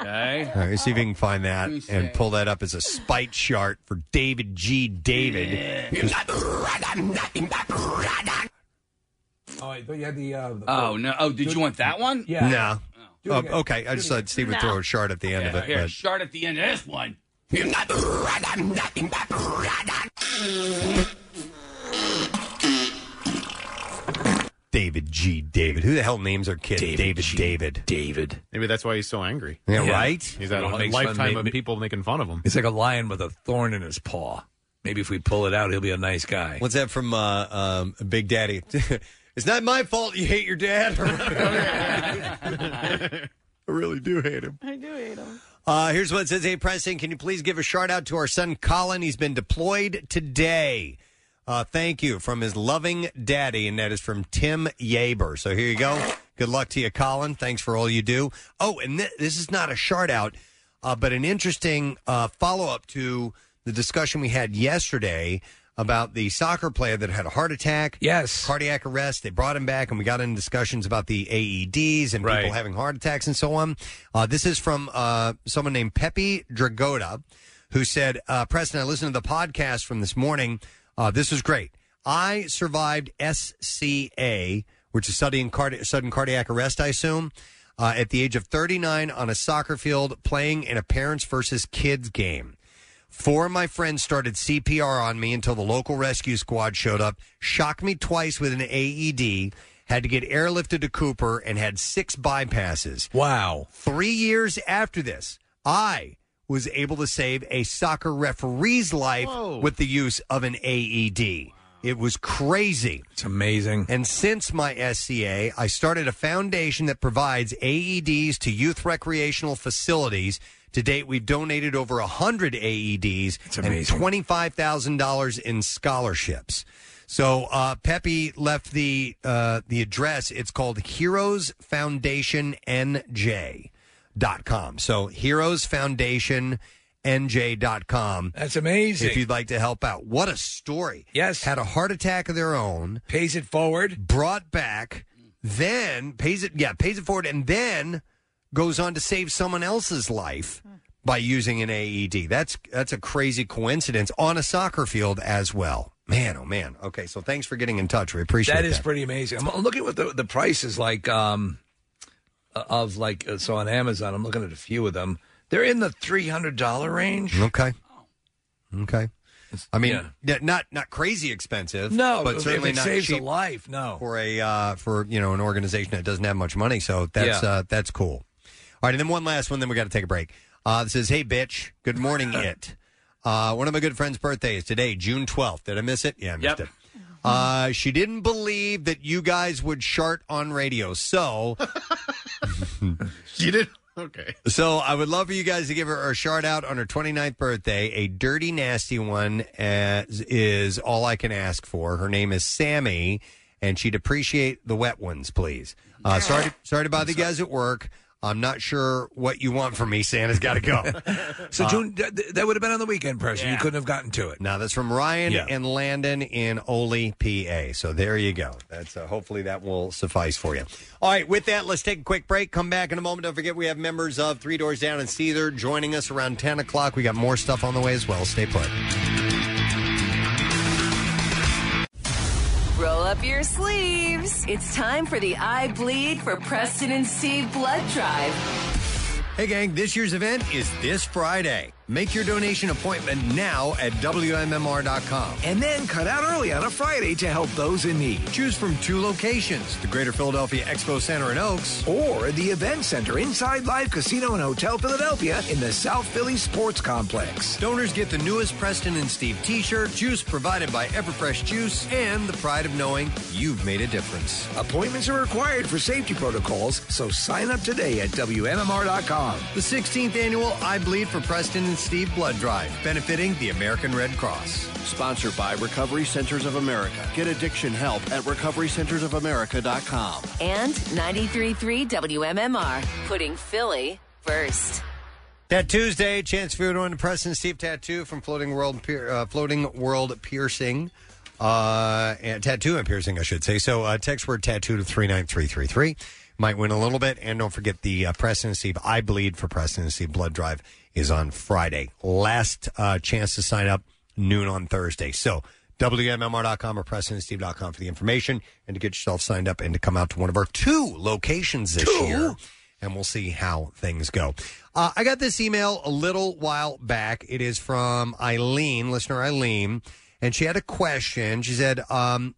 [SPEAKER 5] Okay.
[SPEAKER 1] All right, see if you can find that and pull that up as a spite chart for David G. David. who's-
[SPEAKER 4] Oh, I thought you had the. Uh, the
[SPEAKER 5] Oh no! Oh, did you want that one?
[SPEAKER 4] Yeah.
[SPEAKER 1] No.
[SPEAKER 5] Do it
[SPEAKER 1] Oh,
[SPEAKER 5] again.
[SPEAKER 1] okay, I just thought Steve would
[SPEAKER 5] No.
[SPEAKER 1] throw a shard at the end of
[SPEAKER 5] Yeah,
[SPEAKER 1] it.
[SPEAKER 5] here,
[SPEAKER 1] but-
[SPEAKER 5] shard at the end of this one.
[SPEAKER 1] David G. David. Who the hell names their kid David? David. David.
[SPEAKER 7] Maybe that's why he's so angry.
[SPEAKER 1] Yeah, right?
[SPEAKER 7] He's had
[SPEAKER 4] It
[SPEAKER 7] a
[SPEAKER 4] all makes
[SPEAKER 7] lifetime
[SPEAKER 4] fun-
[SPEAKER 7] of
[SPEAKER 4] ma-
[SPEAKER 7] people making fun of him.
[SPEAKER 4] It's like a lion with a thorn in his paw. Maybe if we pull it out, he'll be a nice guy.
[SPEAKER 1] What's that from uh, um, Big Daddy? it's not my fault you hate your dad. I really do hate him.
[SPEAKER 3] I do hate him.
[SPEAKER 1] Uh, here's what it says Hey, Preston, can you please give a shout out to our son Colin? He's been deployed today. Uh, thank you from his loving daddy, and that is from Tim Yaber. So here you go. Good luck to you, Colin. Thanks for all you do. Oh, and thi- this is not a shout out, uh, but an interesting uh, follow up to the discussion we had yesterday about the soccer player that had a heart attack.
[SPEAKER 4] Yes.
[SPEAKER 1] Cardiac arrest. They brought him back, and we got into discussions about the AEDs and
[SPEAKER 4] Right.
[SPEAKER 1] people having heart attacks and so on. Uh, this is from uh, someone named Pepe Dragoda, who said, uh, Preston, I listened to the podcast from this morning. Uh, this was great. I survived SCA, which is sudden, cardi- sudden cardiac arrest, I assume, uh, at the age of 39 on a soccer field playing in a parents versus kids game. Four of my friends started CPR on me until the local rescue squad showed up, shocked me twice with an AED, had to get airlifted to Cooper, and had six bypasses.
[SPEAKER 4] Wow.
[SPEAKER 1] Three years after this, I was able to save a soccer referee's life
[SPEAKER 4] Whoa.
[SPEAKER 1] with the use of an AED. It was crazy. It's
[SPEAKER 4] amazing.
[SPEAKER 1] And since my SCA, I started a foundation that provides AEDs to youth recreational facilities. To date, we've donated over 100 AEDs E and
[SPEAKER 4] amazing.
[SPEAKER 1] $25,000 in scholarships. So uh, Pepe left the uh, the address. It's called Heroes Foundation NJ dot com. So Heroes Foundation NJ dot com.
[SPEAKER 4] That's amazing.
[SPEAKER 1] If you'd like to help out, what a story!
[SPEAKER 4] Yes.
[SPEAKER 1] had a heart attack of their own,
[SPEAKER 4] pays it forward,
[SPEAKER 1] brought back, then pays it. Yeah, pays it forward, and then goes on to save someone else's life by using an AED. That's that's a crazy coincidence on a soccer field as well. Man, oh man. Okay, so thanks for getting in touch. We appreciate
[SPEAKER 4] That is pretty amazing. I'm looking at what the, the price is like um, uh, of like uh, so on Amazon. I'm looking at a few of them. They're in the three hundred dollar range.
[SPEAKER 1] Okay. Okay. I mean,
[SPEAKER 4] yeah.
[SPEAKER 1] yeah, not not crazy expensive.
[SPEAKER 4] No,
[SPEAKER 1] but
[SPEAKER 4] if
[SPEAKER 1] certainly
[SPEAKER 4] it
[SPEAKER 1] not
[SPEAKER 4] saves
[SPEAKER 1] cheap
[SPEAKER 4] a life. No,
[SPEAKER 1] for a uh, for you know an organization that doesn't have much money. So that's
[SPEAKER 4] Yeah.
[SPEAKER 1] uh, that's cool. All right, and then one last one. Then we got to take a break. Uh, this is hey bitch. Good morning. it. Uh, one of my good friend's birthday is today, June twelfth. Did I miss it? Yeah, I missed it. Uh, she didn't believe that you guys would chart on radio, so
[SPEAKER 7] You did? Okay.
[SPEAKER 1] so I would love for you guys to give her a shout out on her 29th birthday. A dirty, nasty one as is all I can ask for. Her name is Sammy, and she'd appreciate the wet ones, please. Uh, sorry, sorry to bother you guys at work. I'm not sure what you want from me. Santa's got to go.
[SPEAKER 4] so
[SPEAKER 1] Uh,
[SPEAKER 4] June th- th- that would have been on the weekend, Preston. You
[SPEAKER 1] Yeah.
[SPEAKER 4] couldn't have gotten to it.
[SPEAKER 1] now that's from Ryan
[SPEAKER 4] Yeah.
[SPEAKER 1] and Landon in Ole, PA. So there you go. That's uh, hopefully that will suffice for you. All right, with that, let's take a quick break. Come back in a moment. Don't forget we have members of Three Doors Down and Seether joining us around ten o'clock. We got more stuff on the way as well. Stay put.
[SPEAKER 14] Roll up your sleeves. It's time for the I Bleed for Preston and Steve blood drive.
[SPEAKER 1] Hey, gang, this year's event is this Friday. Make your donation appointment now at WMMR.com.
[SPEAKER 4] And then cut out early on a Friday to help those in need.
[SPEAKER 1] Choose from two locations the Greater Philadelphia Expo Center in Oaks
[SPEAKER 4] or the Event Center inside Live Casino and Hotel Philadelphia in the South Philly Sports Complex.
[SPEAKER 1] Donors get the newest Preston and Steve t shirt, juice provided by Everfresh Juice, and the pride of knowing you've made a difference.
[SPEAKER 4] Appointments are required for safety protocols, so sign up today at WMMR.com.
[SPEAKER 1] The 16th annual I Bleed for Preston and Steve Blood Drive, benefiting the American Red Cross.
[SPEAKER 16] Sponsored by Recovery Centers of America. Get addiction help at recoverycentersofamerica.com.
[SPEAKER 14] And 93.3 WMMR, putting Philly first.
[SPEAKER 1] That Tuesday, chance for you to win a Preston Steve tattoo from Floating World Pier- uh, Floating World Piercing. Uh, and tattoo and piercing, I should say. So uh, text word tattoo to 39333. Might win a little bit. And don't forget the uh, Preston and Steve I Bleed for Preston and Steve Blood Drive is on Friday. Last uh, chance to sign up noon on Thursday. So WMMR.com or PresidentSteve.com for the information and to get yourself signed up and to come out to one of our two locations this year. And we'll see how things go. Uh, I got this email a little while back. It is from Eileen, listener Eileen, and she had a question. She said, um,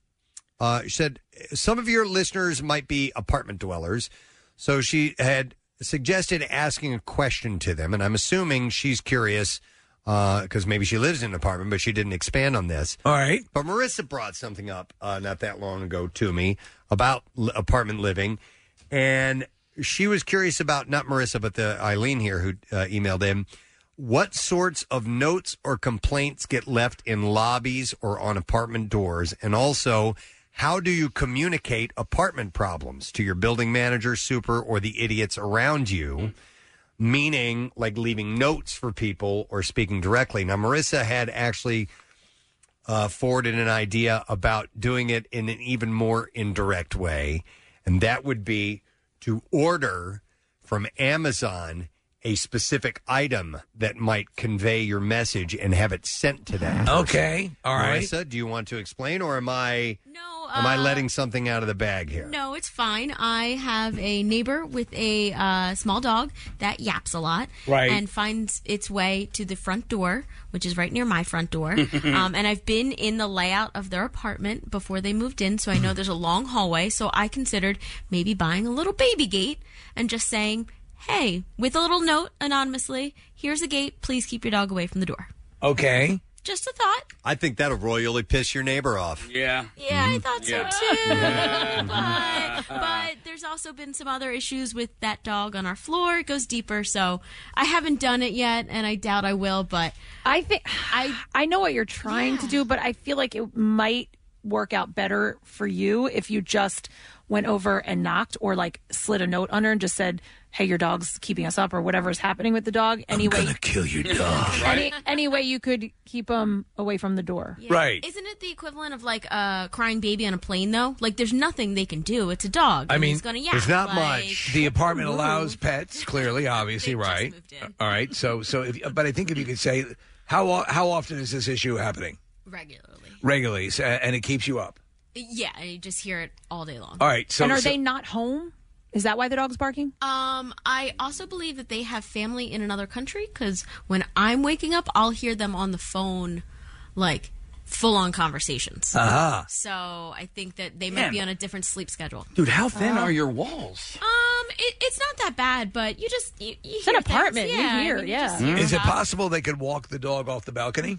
[SPEAKER 1] uh, she said, some of your listeners might be apartment dwellers. So she had suggested asking a question to them. And I'm assuming she's curious because Uh, maybe she lives in an apartment, but she didn't expand on this.
[SPEAKER 4] All right.
[SPEAKER 1] But Marissa brought something up uh, not that long ago to me about l- apartment living. And she was curious about, not Marissa, but the Eileen here who uh, emailed in. What sorts of notes or complaints get left in lobbies or on apartment doors? And also, how do you communicate apartment problems to your building manager, super, or the idiots around you? Meaning, like leaving notes for people or speaking directly. Now, Marissa had actually uh, forwarded an idea about doing it in an even more indirect way, and that would be to order from Amazon a specific item that might convey your message and have it sent to them.
[SPEAKER 4] Okay, all right.
[SPEAKER 1] Marissa, do you want to explain, or am I no, am I
[SPEAKER 27] uh,
[SPEAKER 1] letting something out of the bag here?
[SPEAKER 27] No, it's fine. I have a neighbor with a uh, small dog that yaps a lot,
[SPEAKER 10] Right.
[SPEAKER 27] And finds its way to the front door, which is right near my front door. um, and I've been in the layout of their apartment before they moved in, so I know there's a long hallway. So I considered maybe buying a little baby gate and just saying, "Hey," with a little note anonymously, "Here's a gate. Please keep your dog away from the door."
[SPEAKER 4] Okay.
[SPEAKER 27] Just a thought.
[SPEAKER 1] I think that'll royally piss your neighbor off.
[SPEAKER 5] Yeah.
[SPEAKER 27] Yeah,
[SPEAKER 4] Mm-hmm.
[SPEAKER 27] I thought so
[SPEAKER 1] Yeah.
[SPEAKER 27] too.
[SPEAKER 1] Yeah.
[SPEAKER 27] But, but there's also been some other issues with that dog on our floor. It goes deeper, so I haven't done it yet, and I doubt I will. But
[SPEAKER 3] I think I I know what you're trying to do, but I feel like it might work out better for you if you just went over and knocked or like slid a note under and just said, "Hey, your dog's keeping us up," or whatever is happening with the dog. Anyway,
[SPEAKER 4] Kill your dog.
[SPEAKER 3] any, any way you could keep them away from the door.
[SPEAKER 4] Right.
[SPEAKER 27] Isn't it the equivalent of like a crying baby on a plane, though? Like, there's nothing they can do. It's a dog.
[SPEAKER 4] I
[SPEAKER 27] and
[SPEAKER 4] mean,
[SPEAKER 27] he's gonna yap. like,
[SPEAKER 4] The apartment allows pets, clearly, obviously, right? All right. So, so, if, but I think if you could say, how o- how often is this issue happening
[SPEAKER 27] regularly.
[SPEAKER 4] regularly, so- and it keeps you up?
[SPEAKER 27] Yeah, I just hear it all day long.
[SPEAKER 4] All right, so-
[SPEAKER 3] and are
[SPEAKER 4] so-
[SPEAKER 3] they not home? Is that why the dog's barking?
[SPEAKER 27] Um, I also believe that they have family in another country because when I'm waking up, I'll hear them on the phone, like full on conversations.
[SPEAKER 5] Uh-huh.
[SPEAKER 27] So I think that they
[SPEAKER 5] Man.
[SPEAKER 27] might be on a different sleep schedule.
[SPEAKER 5] Dude, how thin are your walls?
[SPEAKER 27] Um, it, it's not that bad, but you just you, you
[SPEAKER 3] It's an
[SPEAKER 27] hear things.
[SPEAKER 3] apartment. You
[SPEAKER 27] Yeah, I
[SPEAKER 3] hear,
[SPEAKER 27] mean,
[SPEAKER 3] yeah.
[SPEAKER 27] just hear
[SPEAKER 4] Is it
[SPEAKER 27] about-
[SPEAKER 4] possible they could walk the dog off the balcony?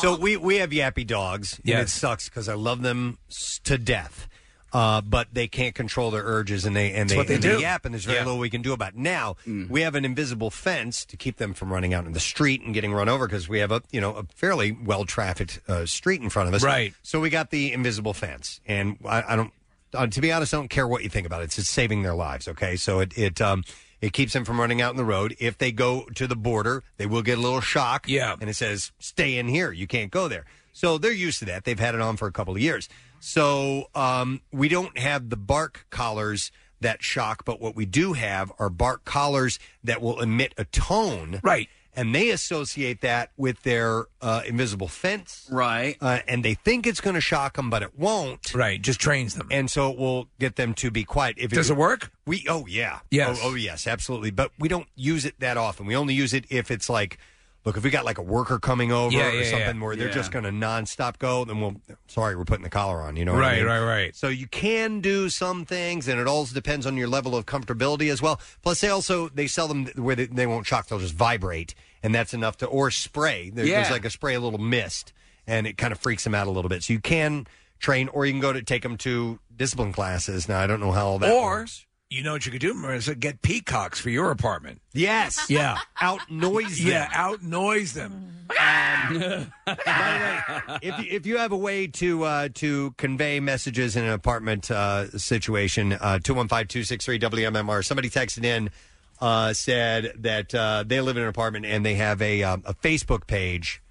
[SPEAKER 1] So we we have yappy dogs, and it sucks because I love them s- to death. Uh, but they can't control their urges, and they and
[SPEAKER 4] It's
[SPEAKER 1] they,
[SPEAKER 4] what they
[SPEAKER 1] and
[SPEAKER 4] do.
[SPEAKER 1] yap, and there's very
[SPEAKER 4] Yeah. Mm.
[SPEAKER 1] little we can do about. It. Now we have an invisible fence to keep them from running out in the street and getting run over because we have a you know a fairly well trafficked uh, street in front of us.
[SPEAKER 4] Right.
[SPEAKER 1] So we got the invisible fence, and I, I don't. Uh, to be honest, I don't care what you think about it. It's just saving their lives. Okay, so it it um it keeps them from running out in the road. If they go to the border, they will get a little shock. Yeah, and it says stay in here. You can't go there. So they're used to that. They've had it on for a couple of years. So um, we don't have the bark collars that shock, but what we do have are bark collars that will emit a tone. Right. And they associate that with their uh, invisible fence.
[SPEAKER 5] Right.
[SPEAKER 1] Uh, and they think it's going to shock them, but it won't.
[SPEAKER 4] Right. Just trains them.
[SPEAKER 1] And so it will get them to be quiet. If
[SPEAKER 4] Does it work?
[SPEAKER 1] We Oh, yeah.
[SPEAKER 4] Yes.
[SPEAKER 1] Oh, oh, yes, absolutely. But we don't use it that often. We only use it if it's like, look, if we got like a worker coming over
[SPEAKER 4] Yeah,
[SPEAKER 1] or
[SPEAKER 4] yeah,
[SPEAKER 1] something
[SPEAKER 4] yeah.
[SPEAKER 1] where they're
[SPEAKER 4] Yeah.
[SPEAKER 1] just going to nonstop go, then we'll, sorry, we're putting the collar on, you know? what I
[SPEAKER 4] right,
[SPEAKER 1] mean?
[SPEAKER 4] right, right.
[SPEAKER 1] So you can do some things, and it all depends on your level of comfortability as well. Plus, they also they sell them where they, they won't shock; they'll just vibrate, and that's enough to or spray. There- There's
[SPEAKER 5] Yeah.
[SPEAKER 1] like a spray, a little mist, and it kind of freaks them out a little bit. So you can train, or you can go to take them to discipline classes. Now I don't know how all that.
[SPEAKER 4] or you know what you could do, Marissa? Get peacocks for your apartment.
[SPEAKER 1] Yes.
[SPEAKER 4] Yeah.
[SPEAKER 1] Outnoise them. Um,
[SPEAKER 4] Yeah, outnoise them.
[SPEAKER 1] if, you, if you have a way to uh, to convey messages in an apartment uh, situation, uh, two one five two six three WMMR. Somebody texted in uh, said that uh, they live in an apartment and they have a um, a Facebook page,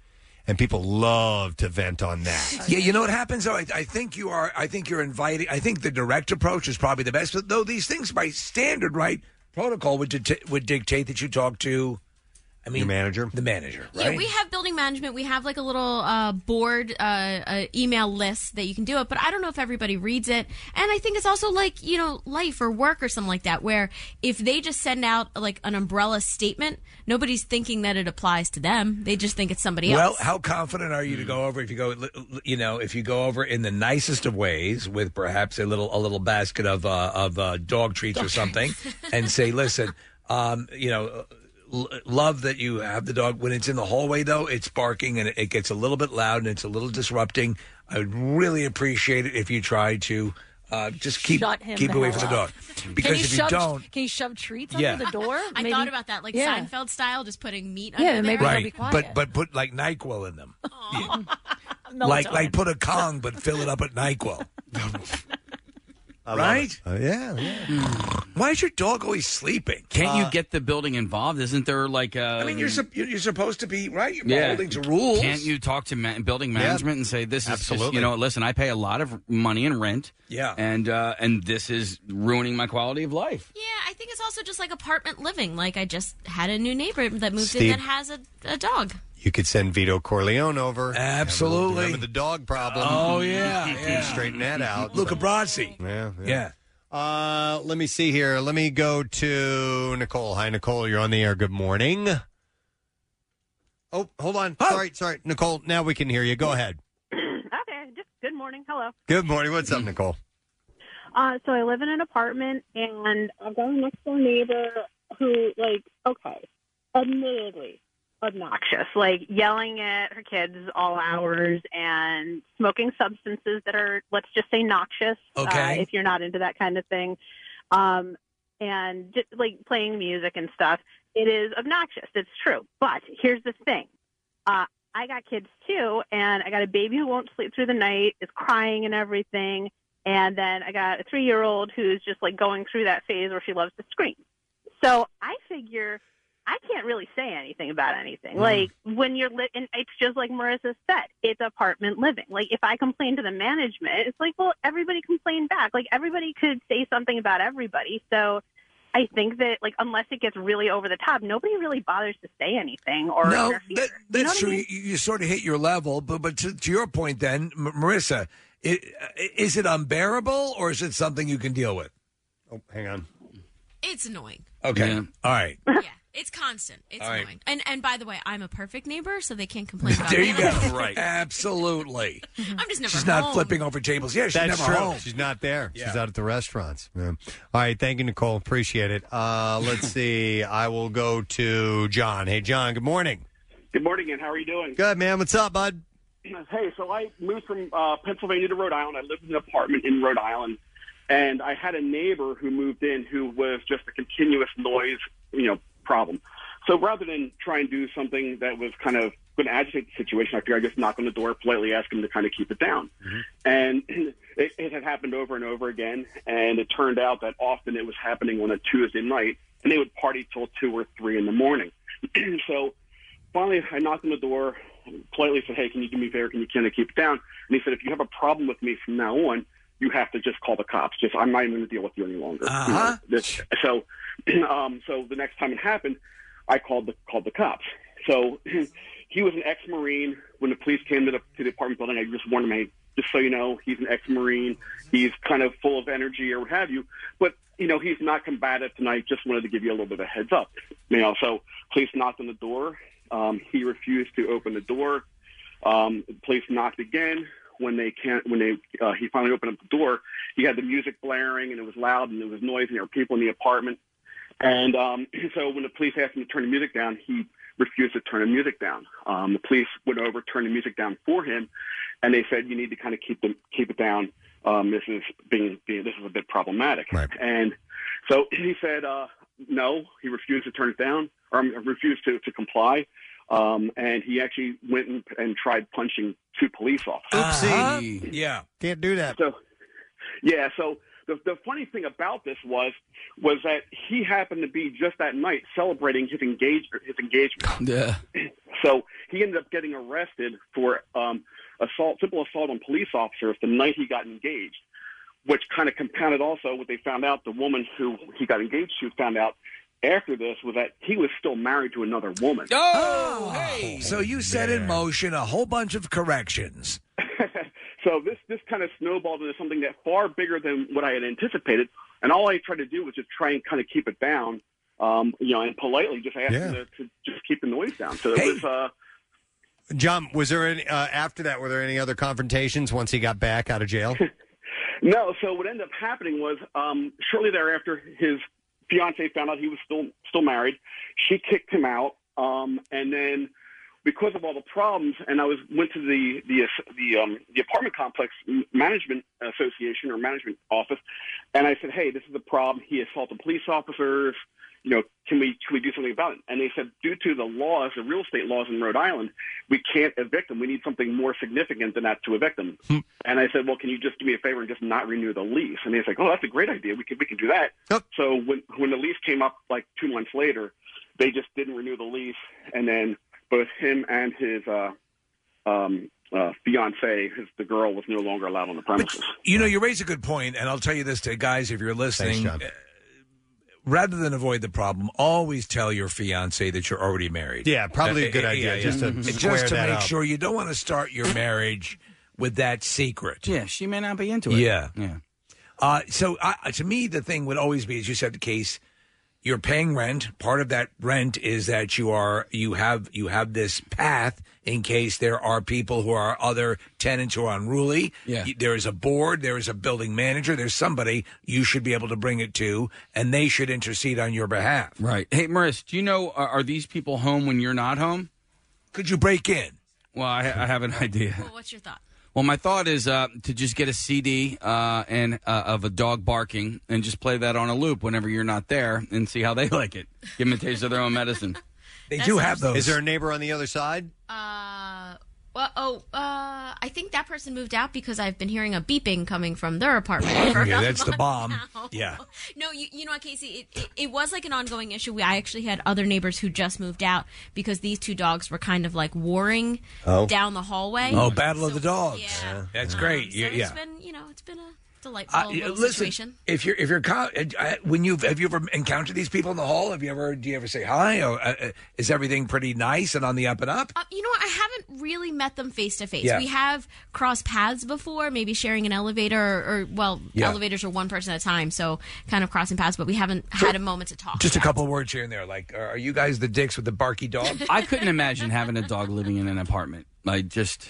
[SPEAKER 1] and people love to vent on that.
[SPEAKER 4] Yeah, you know what happens though. I, I think you are. I think you're inviting. I think the direct approach is probably the best. But though these things, by standard right protocol, would dicta- would dictate that you talk to I mean, the manager. The manager, right?
[SPEAKER 27] Yeah, we have building management. We have like a little uh, board, uh, uh, email list that you can do it. But I don't know if everybody reads it. And I think it's also like you know life or work or something like that, where if they just send out like an umbrella statement, nobody's thinking that it applies to them. They just think it's somebody
[SPEAKER 4] well,
[SPEAKER 27] else.
[SPEAKER 4] how confident are you to go over if you go, l- l- you know, if you go over in the nicest of ways with perhaps a little a little basket of uh, of uh, dog treats or something, and say, listen, um, you know. l- Love that you have the dog. When it's in the hallway, though, it's barking and it- it gets a little bit loud and it's a little disrupting. I would really appreciate it if you try to uh, just keep
[SPEAKER 3] Shut him
[SPEAKER 4] keep
[SPEAKER 3] the
[SPEAKER 4] away
[SPEAKER 3] hell
[SPEAKER 4] from the
[SPEAKER 3] up.
[SPEAKER 4] dog. Because
[SPEAKER 3] can you
[SPEAKER 4] if
[SPEAKER 3] shove,
[SPEAKER 4] you don't,
[SPEAKER 3] can you shove treats
[SPEAKER 4] Yeah.
[SPEAKER 3] under the door?
[SPEAKER 27] I
[SPEAKER 3] Maybe-
[SPEAKER 27] thought about that, like
[SPEAKER 3] Yeah.
[SPEAKER 27] Seinfeld style, just putting meat
[SPEAKER 3] Yeah,
[SPEAKER 27] under
[SPEAKER 3] maybe
[SPEAKER 27] there.
[SPEAKER 3] they'll be
[SPEAKER 4] but but put like Nyquil in them, like
[SPEAKER 27] Melatonin.
[SPEAKER 4] like put a Kong, but fill it up at Nyquil. right?
[SPEAKER 1] Uh,
[SPEAKER 28] yeah,
[SPEAKER 4] Why is your dog always sleeping?
[SPEAKER 5] Can't
[SPEAKER 4] Uh,
[SPEAKER 5] you get the building involved? Isn't there like a?
[SPEAKER 4] I mean, you're sup- you're you're supposed to be right. You're
[SPEAKER 5] yeah.
[SPEAKER 4] holding to rules.
[SPEAKER 5] Can't you talk to ma- building
[SPEAKER 4] Yeah.
[SPEAKER 5] management and say this is just-
[SPEAKER 4] Absolutely.
[SPEAKER 5] you know, listen, I pay a lot of money in rent.
[SPEAKER 4] Yeah.
[SPEAKER 5] and uh, and this is ruining my quality of life.
[SPEAKER 27] Yeah, I think it's also just like apartment living. Like I just had a new neighbor that moved
[SPEAKER 1] Steve.
[SPEAKER 27] in that has a, a dog.
[SPEAKER 1] You could send Vito Corleone over.
[SPEAKER 4] Absolutely.
[SPEAKER 1] Remember the dog problem.
[SPEAKER 4] Oh, yeah,
[SPEAKER 1] You can
[SPEAKER 4] yeah.
[SPEAKER 1] Straighten that out.
[SPEAKER 4] Luca Brasi.
[SPEAKER 1] Yeah.
[SPEAKER 4] Yeah.
[SPEAKER 1] Uh, let me see here. Let me go to Nicole. Hi, Nicole. You're on the air. Good morning. Oh, hold on. Sorry, sorry. Nicole, now we can hear you. Go ahead.
[SPEAKER 17] okay, just good morning. Hello.
[SPEAKER 1] Good morning. What's up, Nicole?
[SPEAKER 17] Uh, so I live in an apartment, and I've got a next door neighbor who, like, okay, admittedly obnoxious, like yelling at her kids all hours and smoking substances that are, let's just say, noxious.
[SPEAKER 18] Okay.
[SPEAKER 17] Uh, if you're not into that kind of thing, um, and just, like playing music and stuff, it is obnoxious. It's true. But here's the thing. Uh, I got kids too, and I got a baby who won't sleep through the night, is crying and everything. And then I got a three year old who's just like going through that phase where she loves to scream. So I figure I can't really say anything about anything.
[SPEAKER 18] Mm.
[SPEAKER 17] Like when you're, li- and it's just like Marissa said, it's apartment living. Like if I complain to the management, it's like, well, everybody complained back. Like everybody could say something about everybody. So I think that like unless it gets really over the top, nobody really bothers to say anything or
[SPEAKER 4] no,
[SPEAKER 17] interfere.
[SPEAKER 4] that,
[SPEAKER 17] You know what
[SPEAKER 4] that's
[SPEAKER 17] I
[SPEAKER 4] true.
[SPEAKER 17] mean?
[SPEAKER 4] You, you sort of hit your level, but but to, to your point, then, M- Marissa, i- is it unbearable or is it something you can deal with?
[SPEAKER 1] Oh, hang on.
[SPEAKER 27] It's annoying.
[SPEAKER 4] Okay, all right.
[SPEAKER 27] It's constant. It's
[SPEAKER 4] All right.
[SPEAKER 27] annoying. And and by the way, I'm a perfect neighbor, so they can't complain about
[SPEAKER 4] There
[SPEAKER 27] me.
[SPEAKER 4] you go. right. Absolutely.
[SPEAKER 27] I'm just never
[SPEAKER 4] She's not
[SPEAKER 27] home.
[SPEAKER 4] flipping over tables. Yeah, she's
[SPEAKER 1] That's
[SPEAKER 4] never
[SPEAKER 1] true.
[SPEAKER 4] home.
[SPEAKER 1] She's not there. She's out at the restaurants. Yeah. All right. Thank you, Nicole. Appreciate it. Uh, let's see. I will go to John. Hey, John. Good morning.
[SPEAKER 29] Good morning, and how are you doing?
[SPEAKER 1] Good, man. What's up, bud?
[SPEAKER 29] Hey, so I moved from uh, Pennsylvania to Rhode Island. I lived in an apartment in Rhode Island, and I had a neighbor who moved in who was just a continuous noise, you know, problem. So rather than try and do something that was kind of going to agitate the situation, I figured I just knock on the door, politely ask him to kind of keep it down. And it, it had happened over and over again. And it turned out that often it was happening on a Tuesday night, and they would party till two or three in the morning. so finally, I knocked on the door, politely said, "Hey, can you do me a favor? Can you kind of keep it down?" And he said, "If you have a problem with me from now on, you have to just call the cops. Just I'm not even going to deal with you any longer." You know,
[SPEAKER 30] Uh-huh.
[SPEAKER 29] this- so, um, so the next time it happened, I called the called the cops. So he was an ex-marine. When the police came to the to the apartment building, I just warned him, "Hey, just so you know, he's an ex-marine. He's kind of full of energy or what have you, but." You know, he's not combative tonight. Just wanted to give you a little bit of a heads up. You know, so police knocked on the door. Um, he refused to open the door. Um, the police knocked again. When they can't, when they, uh, he finally opened up the door. He had the music blaring, and it was loud, and there was noise, and there were people in the apartment. And um, so, when the police asked him to turn the music down, he refused to turn the music down. Um, the police went over, turned the music down for him, and they said, "You need to kind of keep them, keep it down. Um, this is being, being, this is a bit problematic." And so he said, uh, no, he refused to turn it down or um, refused to, to comply. Um, and he actually went and, and tried punching two police officers.
[SPEAKER 4] Yeah.
[SPEAKER 1] Can't do that.
[SPEAKER 29] So, yeah. So the, the funny thing about this was was that he happened to be just that night celebrating his engagement. His engagement.
[SPEAKER 5] Yeah.
[SPEAKER 29] So he ended up getting arrested for um, assault, simple assault on police officers the night he got engaged, which kind of compounded also what they found out. The woman who he got engaged to found out after this was that he was still married to another woman.
[SPEAKER 4] Oh, so you set in motion a whole bunch of corrections.
[SPEAKER 29] So this this kind of snowballed into something that far bigger than what I had anticipated. And all I tried to do was just try and kind of keep it down, um, you know, and politely just ask him to, to just keep the noise down. So it was. Uh,
[SPEAKER 1] John, was there any, uh, after that? Were there any other confrontations once he got back out of jail?
[SPEAKER 29] No, so what ended up happening was um, shortly thereafter, his fiance found out he was still still married. She kicked him out, um, and then because of all the problems, and I was went to the the the um, the apartment complex m- management association or management office, and I said, "Hey, this is a problem. He assaulted police officers. You know, can we can we do something about it?" And they said, "Due to the laws, the real estate laws in Rhode Island, we can't evict him. We need something more significant than that to evict him." And I said, "Well, can you just do me a favor and just not renew the lease?" And he's like, "Oh, that's a great idea. We can we can do that." So when when the lease came up like two months later, they just didn't renew the lease, and then both him and his uh, um, uh, fiance, his, the girl, was no longer allowed on the premises.
[SPEAKER 4] You know, you raise a good point, and I'll tell you this to guys if you're listening. uh, Rather than avoid the problem, always tell your fiance that you're already married.
[SPEAKER 1] Yeah, probably a
[SPEAKER 4] Uh,
[SPEAKER 1] good
[SPEAKER 4] yeah,
[SPEAKER 1] idea
[SPEAKER 4] yeah.
[SPEAKER 1] just to
[SPEAKER 4] Mhm.
[SPEAKER 1] square
[SPEAKER 4] just to
[SPEAKER 1] that
[SPEAKER 4] make
[SPEAKER 1] up.
[SPEAKER 4] sure you don't want to start your marriage with that secret.
[SPEAKER 5] Yeah, she may not be into it.
[SPEAKER 4] Yeah.
[SPEAKER 5] Yeah.
[SPEAKER 4] Uh, so I, to me, the thing would always be, as you said, the case. You're paying rent. Part of that rent is that you are you have you have this path in case there are people who are other tenants who are unruly.
[SPEAKER 5] Yeah.
[SPEAKER 4] Y- There is a board. There is a building manager. There's somebody you should be able to bring it to, and they should intercede on your behalf.
[SPEAKER 5] Right. Hey, Maurice, do you know are, are these people home when you're not home?
[SPEAKER 4] Could you break in?
[SPEAKER 5] Well, I, I have an idea.
[SPEAKER 27] Well, what's your thought?
[SPEAKER 5] Well, my thought is uh, to just get a CD uh, and uh, of a dog barking and just play that on a loop whenever you're not there and see how they like it. Give them a taste of their own medicine.
[SPEAKER 4] They do have those.
[SPEAKER 1] Is there a neighbor on the other side?
[SPEAKER 27] Uh, well, oh, uh, I think that person moved out because I've been hearing a beeping coming from their apartment. for
[SPEAKER 4] Yeah,
[SPEAKER 27] a
[SPEAKER 4] that's the
[SPEAKER 27] month
[SPEAKER 4] bomb.
[SPEAKER 27] now.
[SPEAKER 4] Yeah.
[SPEAKER 27] No, you, you know what, Casey? It, it, it was like an ongoing issue. We, I actually had other neighbors who just moved out because these two dogs were kind of like warring
[SPEAKER 4] Oh.
[SPEAKER 27] down the hallway.
[SPEAKER 4] Oh, battle of the dogs. That's great. yeah. yeah.
[SPEAKER 27] It's been, you know, it's been a delightful
[SPEAKER 4] Uh, yeah,
[SPEAKER 27] little
[SPEAKER 4] listen,
[SPEAKER 27] situation.
[SPEAKER 4] if you're if you're co- uh, uh, when you've have you ever encountered these people in the hall? Have you ever do you ever say hi? Or, uh, uh, is everything pretty nice and on the up and up?
[SPEAKER 27] Uh, you know what? I haven't really met them face to face.
[SPEAKER 4] Yeah.
[SPEAKER 27] We have crossed paths before, maybe sharing an elevator, or, or well,
[SPEAKER 4] Yeah.
[SPEAKER 27] elevators are one person at a time, so kind of crossing paths, but we haven't had a moment to talk.
[SPEAKER 4] Just a couple words Uh, here and there. Like, are are you guys the dicks with the barky dog?
[SPEAKER 5] I couldn't imagine having a dog living in an apartment. I just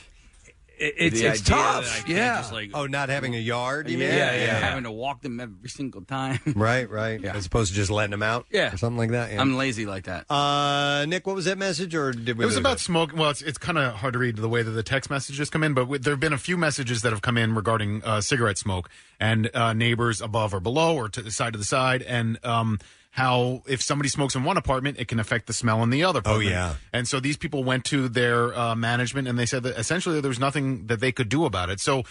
[SPEAKER 4] it's-
[SPEAKER 5] the
[SPEAKER 4] it's
[SPEAKER 5] idea
[SPEAKER 4] tough,
[SPEAKER 5] that I can't
[SPEAKER 4] yeah.
[SPEAKER 5] just, like-
[SPEAKER 1] Oh, not having a yard. You
[SPEAKER 5] yeah,
[SPEAKER 1] mean?
[SPEAKER 5] yeah, having to walk them every single time.
[SPEAKER 1] Right, right. As opposed to just letting them out.
[SPEAKER 5] Yeah.
[SPEAKER 1] or something like that. Yeah.
[SPEAKER 5] I'm lazy like that.
[SPEAKER 1] Uh, Nick, what was that message, or did we?
[SPEAKER 7] It was
[SPEAKER 1] lose
[SPEAKER 7] about smoke. Well, it's, it's kind of hard to read the way that the text messages come in, but w- there have been a few messages that have come in regarding uh, cigarette smoke and uh, neighbors above or below or to the side to the side, and um, how if somebody smokes in one apartment, it can affect the smell in the other. Apartment.
[SPEAKER 1] Oh, yeah.
[SPEAKER 7] And so these people went to their uh, management and they said that essentially there was nothing that they could do about it. So.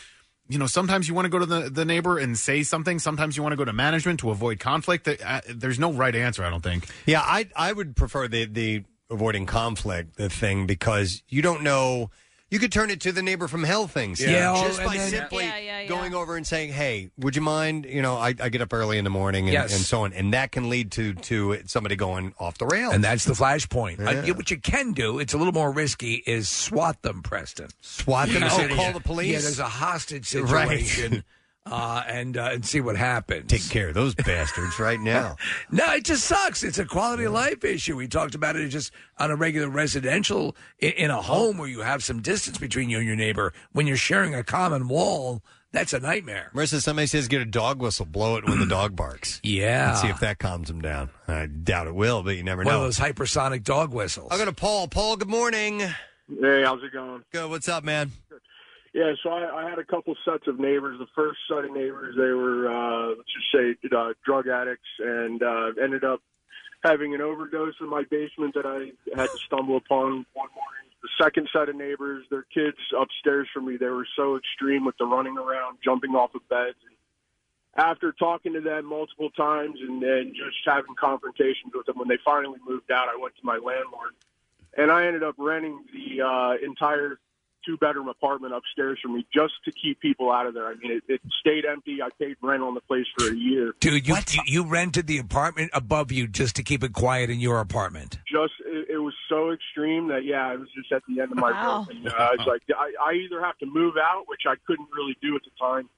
[SPEAKER 7] You know, sometimes you want to go to the, the neighbor and say something. Sometimes you want to go to management to avoid conflict. There- uh, There's no right answer, I don't think.
[SPEAKER 1] Yeah, I I would prefer the the avoiding conflict the thing because you don't know. You could turn it to the neighbor from hell thing. Sam,
[SPEAKER 4] Yeah, oh,
[SPEAKER 1] just
[SPEAKER 4] and
[SPEAKER 1] by
[SPEAKER 4] then-
[SPEAKER 1] simply going over and saying, "Hey, would you mind? You know, I, I get up early in the morning and,
[SPEAKER 4] Yes.
[SPEAKER 1] and so on," and that can lead to to somebody going off the rails.
[SPEAKER 4] And that's the flashpoint. Uh,
[SPEAKER 1] Yeah.
[SPEAKER 4] what you can do, it's a little more risky, is swat them, Preston.
[SPEAKER 1] Swat them?
[SPEAKER 4] You
[SPEAKER 1] Oh, call the police?
[SPEAKER 4] Yeah, there's a hostage
[SPEAKER 1] Right.
[SPEAKER 4] situation, uh, and uh, and see what happens. Take
[SPEAKER 1] care of those bastards right now.
[SPEAKER 4] no, it just sucks. It's a quality of life issue. We talked about it just on a regular residential in, in a home where you have some distance between you and your neighbor. When you're sharing a common wall, that's a nightmare.
[SPEAKER 1] Marissa, somebody says get a dog whistle, blow it when the dog barks.
[SPEAKER 4] Yeah.
[SPEAKER 1] and see if that calms them down. I doubt it will, but you never
[SPEAKER 4] One
[SPEAKER 1] know.
[SPEAKER 4] of those hypersonic dog whistles.
[SPEAKER 1] I'll go to Paul. Paul, good morning.
[SPEAKER 2] Hey, how's it going?
[SPEAKER 1] Good. What's up, man?
[SPEAKER 2] Yeah, so I, I had a couple sets of neighbors. The first set of neighbors, they were uh, let's just say uh, drug addicts, and uh, ended up having an overdose in my basement that I had to stumble upon one morning. The second set of neighbors, their kids upstairs from me, they were so extreme with the running around, jumping off of beds. After talking to them multiple times and then just having confrontations with them, when they finally moved out, I went to my landlord and I ended up renting the uh, entire two bedroom apartment upstairs from me just to keep people out of there. I mean, it, it stayed empty. I paid rent on the place for a year.
[SPEAKER 4] Dude, you, you you rented the apartment above you just to keep it quiet in your apartment.
[SPEAKER 2] Just it, it was so extreme that yeah, it was just at the end of my
[SPEAKER 4] Wow.
[SPEAKER 2] rope. And, uh, I was like, I, I either have to move out, which I couldn't really do at the time,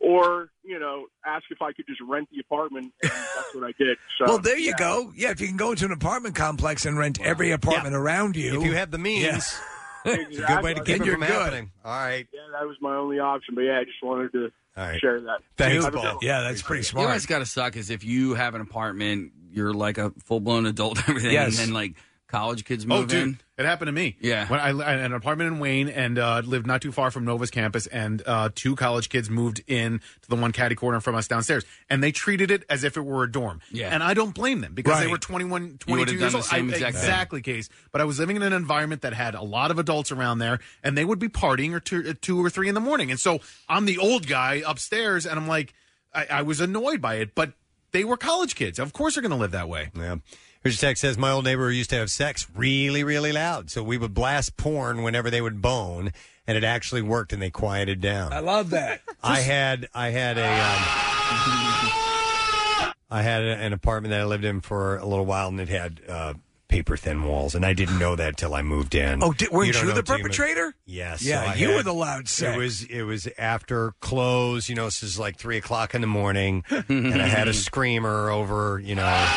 [SPEAKER 2] or you know, ask if I could just rent the apartment. And that's what I did. So,
[SPEAKER 4] well, there you
[SPEAKER 2] yeah.
[SPEAKER 4] go. Yeah, if you can go into an apartment complex and rent every apartment around you,
[SPEAKER 1] If you have the means.
[SPEAKER 4] yeah.
[SPEAKER 1] It's a good way to keep
[SPEAKER 4] Then
[SPEAKER 1] it
[SPEAKER 4] you're
[SPEAKER 1] from
[SPEAKER 4] good.
[SPEAKER 1] happening. All right.
[SPEAKER 2] Yeah, that was my only option. But yeah, I just wanted to
[SPEAKER 1] right.
[SPEAKER 2] share that. Have a good one.
[SPEAKER 4] Yeah, that's pretty
[SPEAKER 5] You always got to suck is if you have an apartment, you're like a full blown adult and everything,
[SPEAKER 7] Yes.
[SPEAKER 5] and then like college kids
[SPEAKER 7] Oh,
[SPEAKER 5] move
[SPEAKER 7] dude,
[SPEAKER 5] in.
[SPEAKER 7] it happened to me.
[SPEAKER 5] Yeah.
[SPEAKER 7] when I, I had an apartment in Wayne and uh, lived not too far from Nova's campus, and uh, two college kids moved in to the one caddy corner from us downstairs, and they treated it as if it were a dorm.
[SPEAKER 5] Yeah.
[SPEAKER 7] and I don't blame them because they
[SPEAKER 5] Right.
[SPEAKER 7] were 21,
[SPEAKER 5] You would've
[SPEAKER 7] 22
[SPEAKER 5] done
[SPEAKER 7] years
[SPEAKER 5] the
[SPEAKER 7] old.
[SPEAKER 5] same
[SPEAKER 7] I,
[SPEAKER 5] exact thing.
[SPEAKER 7] exactly, case. But I was living in an environment that had a lot of adults around there, and they would be partying or two, at two or three in the morning, and so I'm the old guy upstairs, and I'm like, I, I was annoyed by it, but they were college kids. Of course, they're going to live that way.
[SPEAKER 1] Yeah. Here's your text says my old neighbor used to have sex really, really loud, so we would blast porn whenever they would bone, and it actually worked, and they quieted down.
[SPEAKER 4] I love that.
[SPEAKER 1] I had I had a um, I had a, an apartment that I lived in for a little while, and it had uh, paper thin walls, and I didn't know that till I moved in.
[SPEAKER 4] Oh, did, weren't
[SPEAKER 1] don't
[SPEAKER 4] you,
[SPEAKER 1] know
[SPEAKER 4] the
[SPEAKER 1] till move-
[SPEAKER 4] perpetrator?
[SPEAKER 1] Yes.
[SPEAKER 4] Yeah,
[SPEAKER 1] so I
[SPEAKER 4] you
[SPEAKER 1] had-
[SPEAKER 4] were the loud sex.
[SPEAKER 1] It was it was after close. You know, this is like three o'clock in the morning, and I had a screamer over. You know,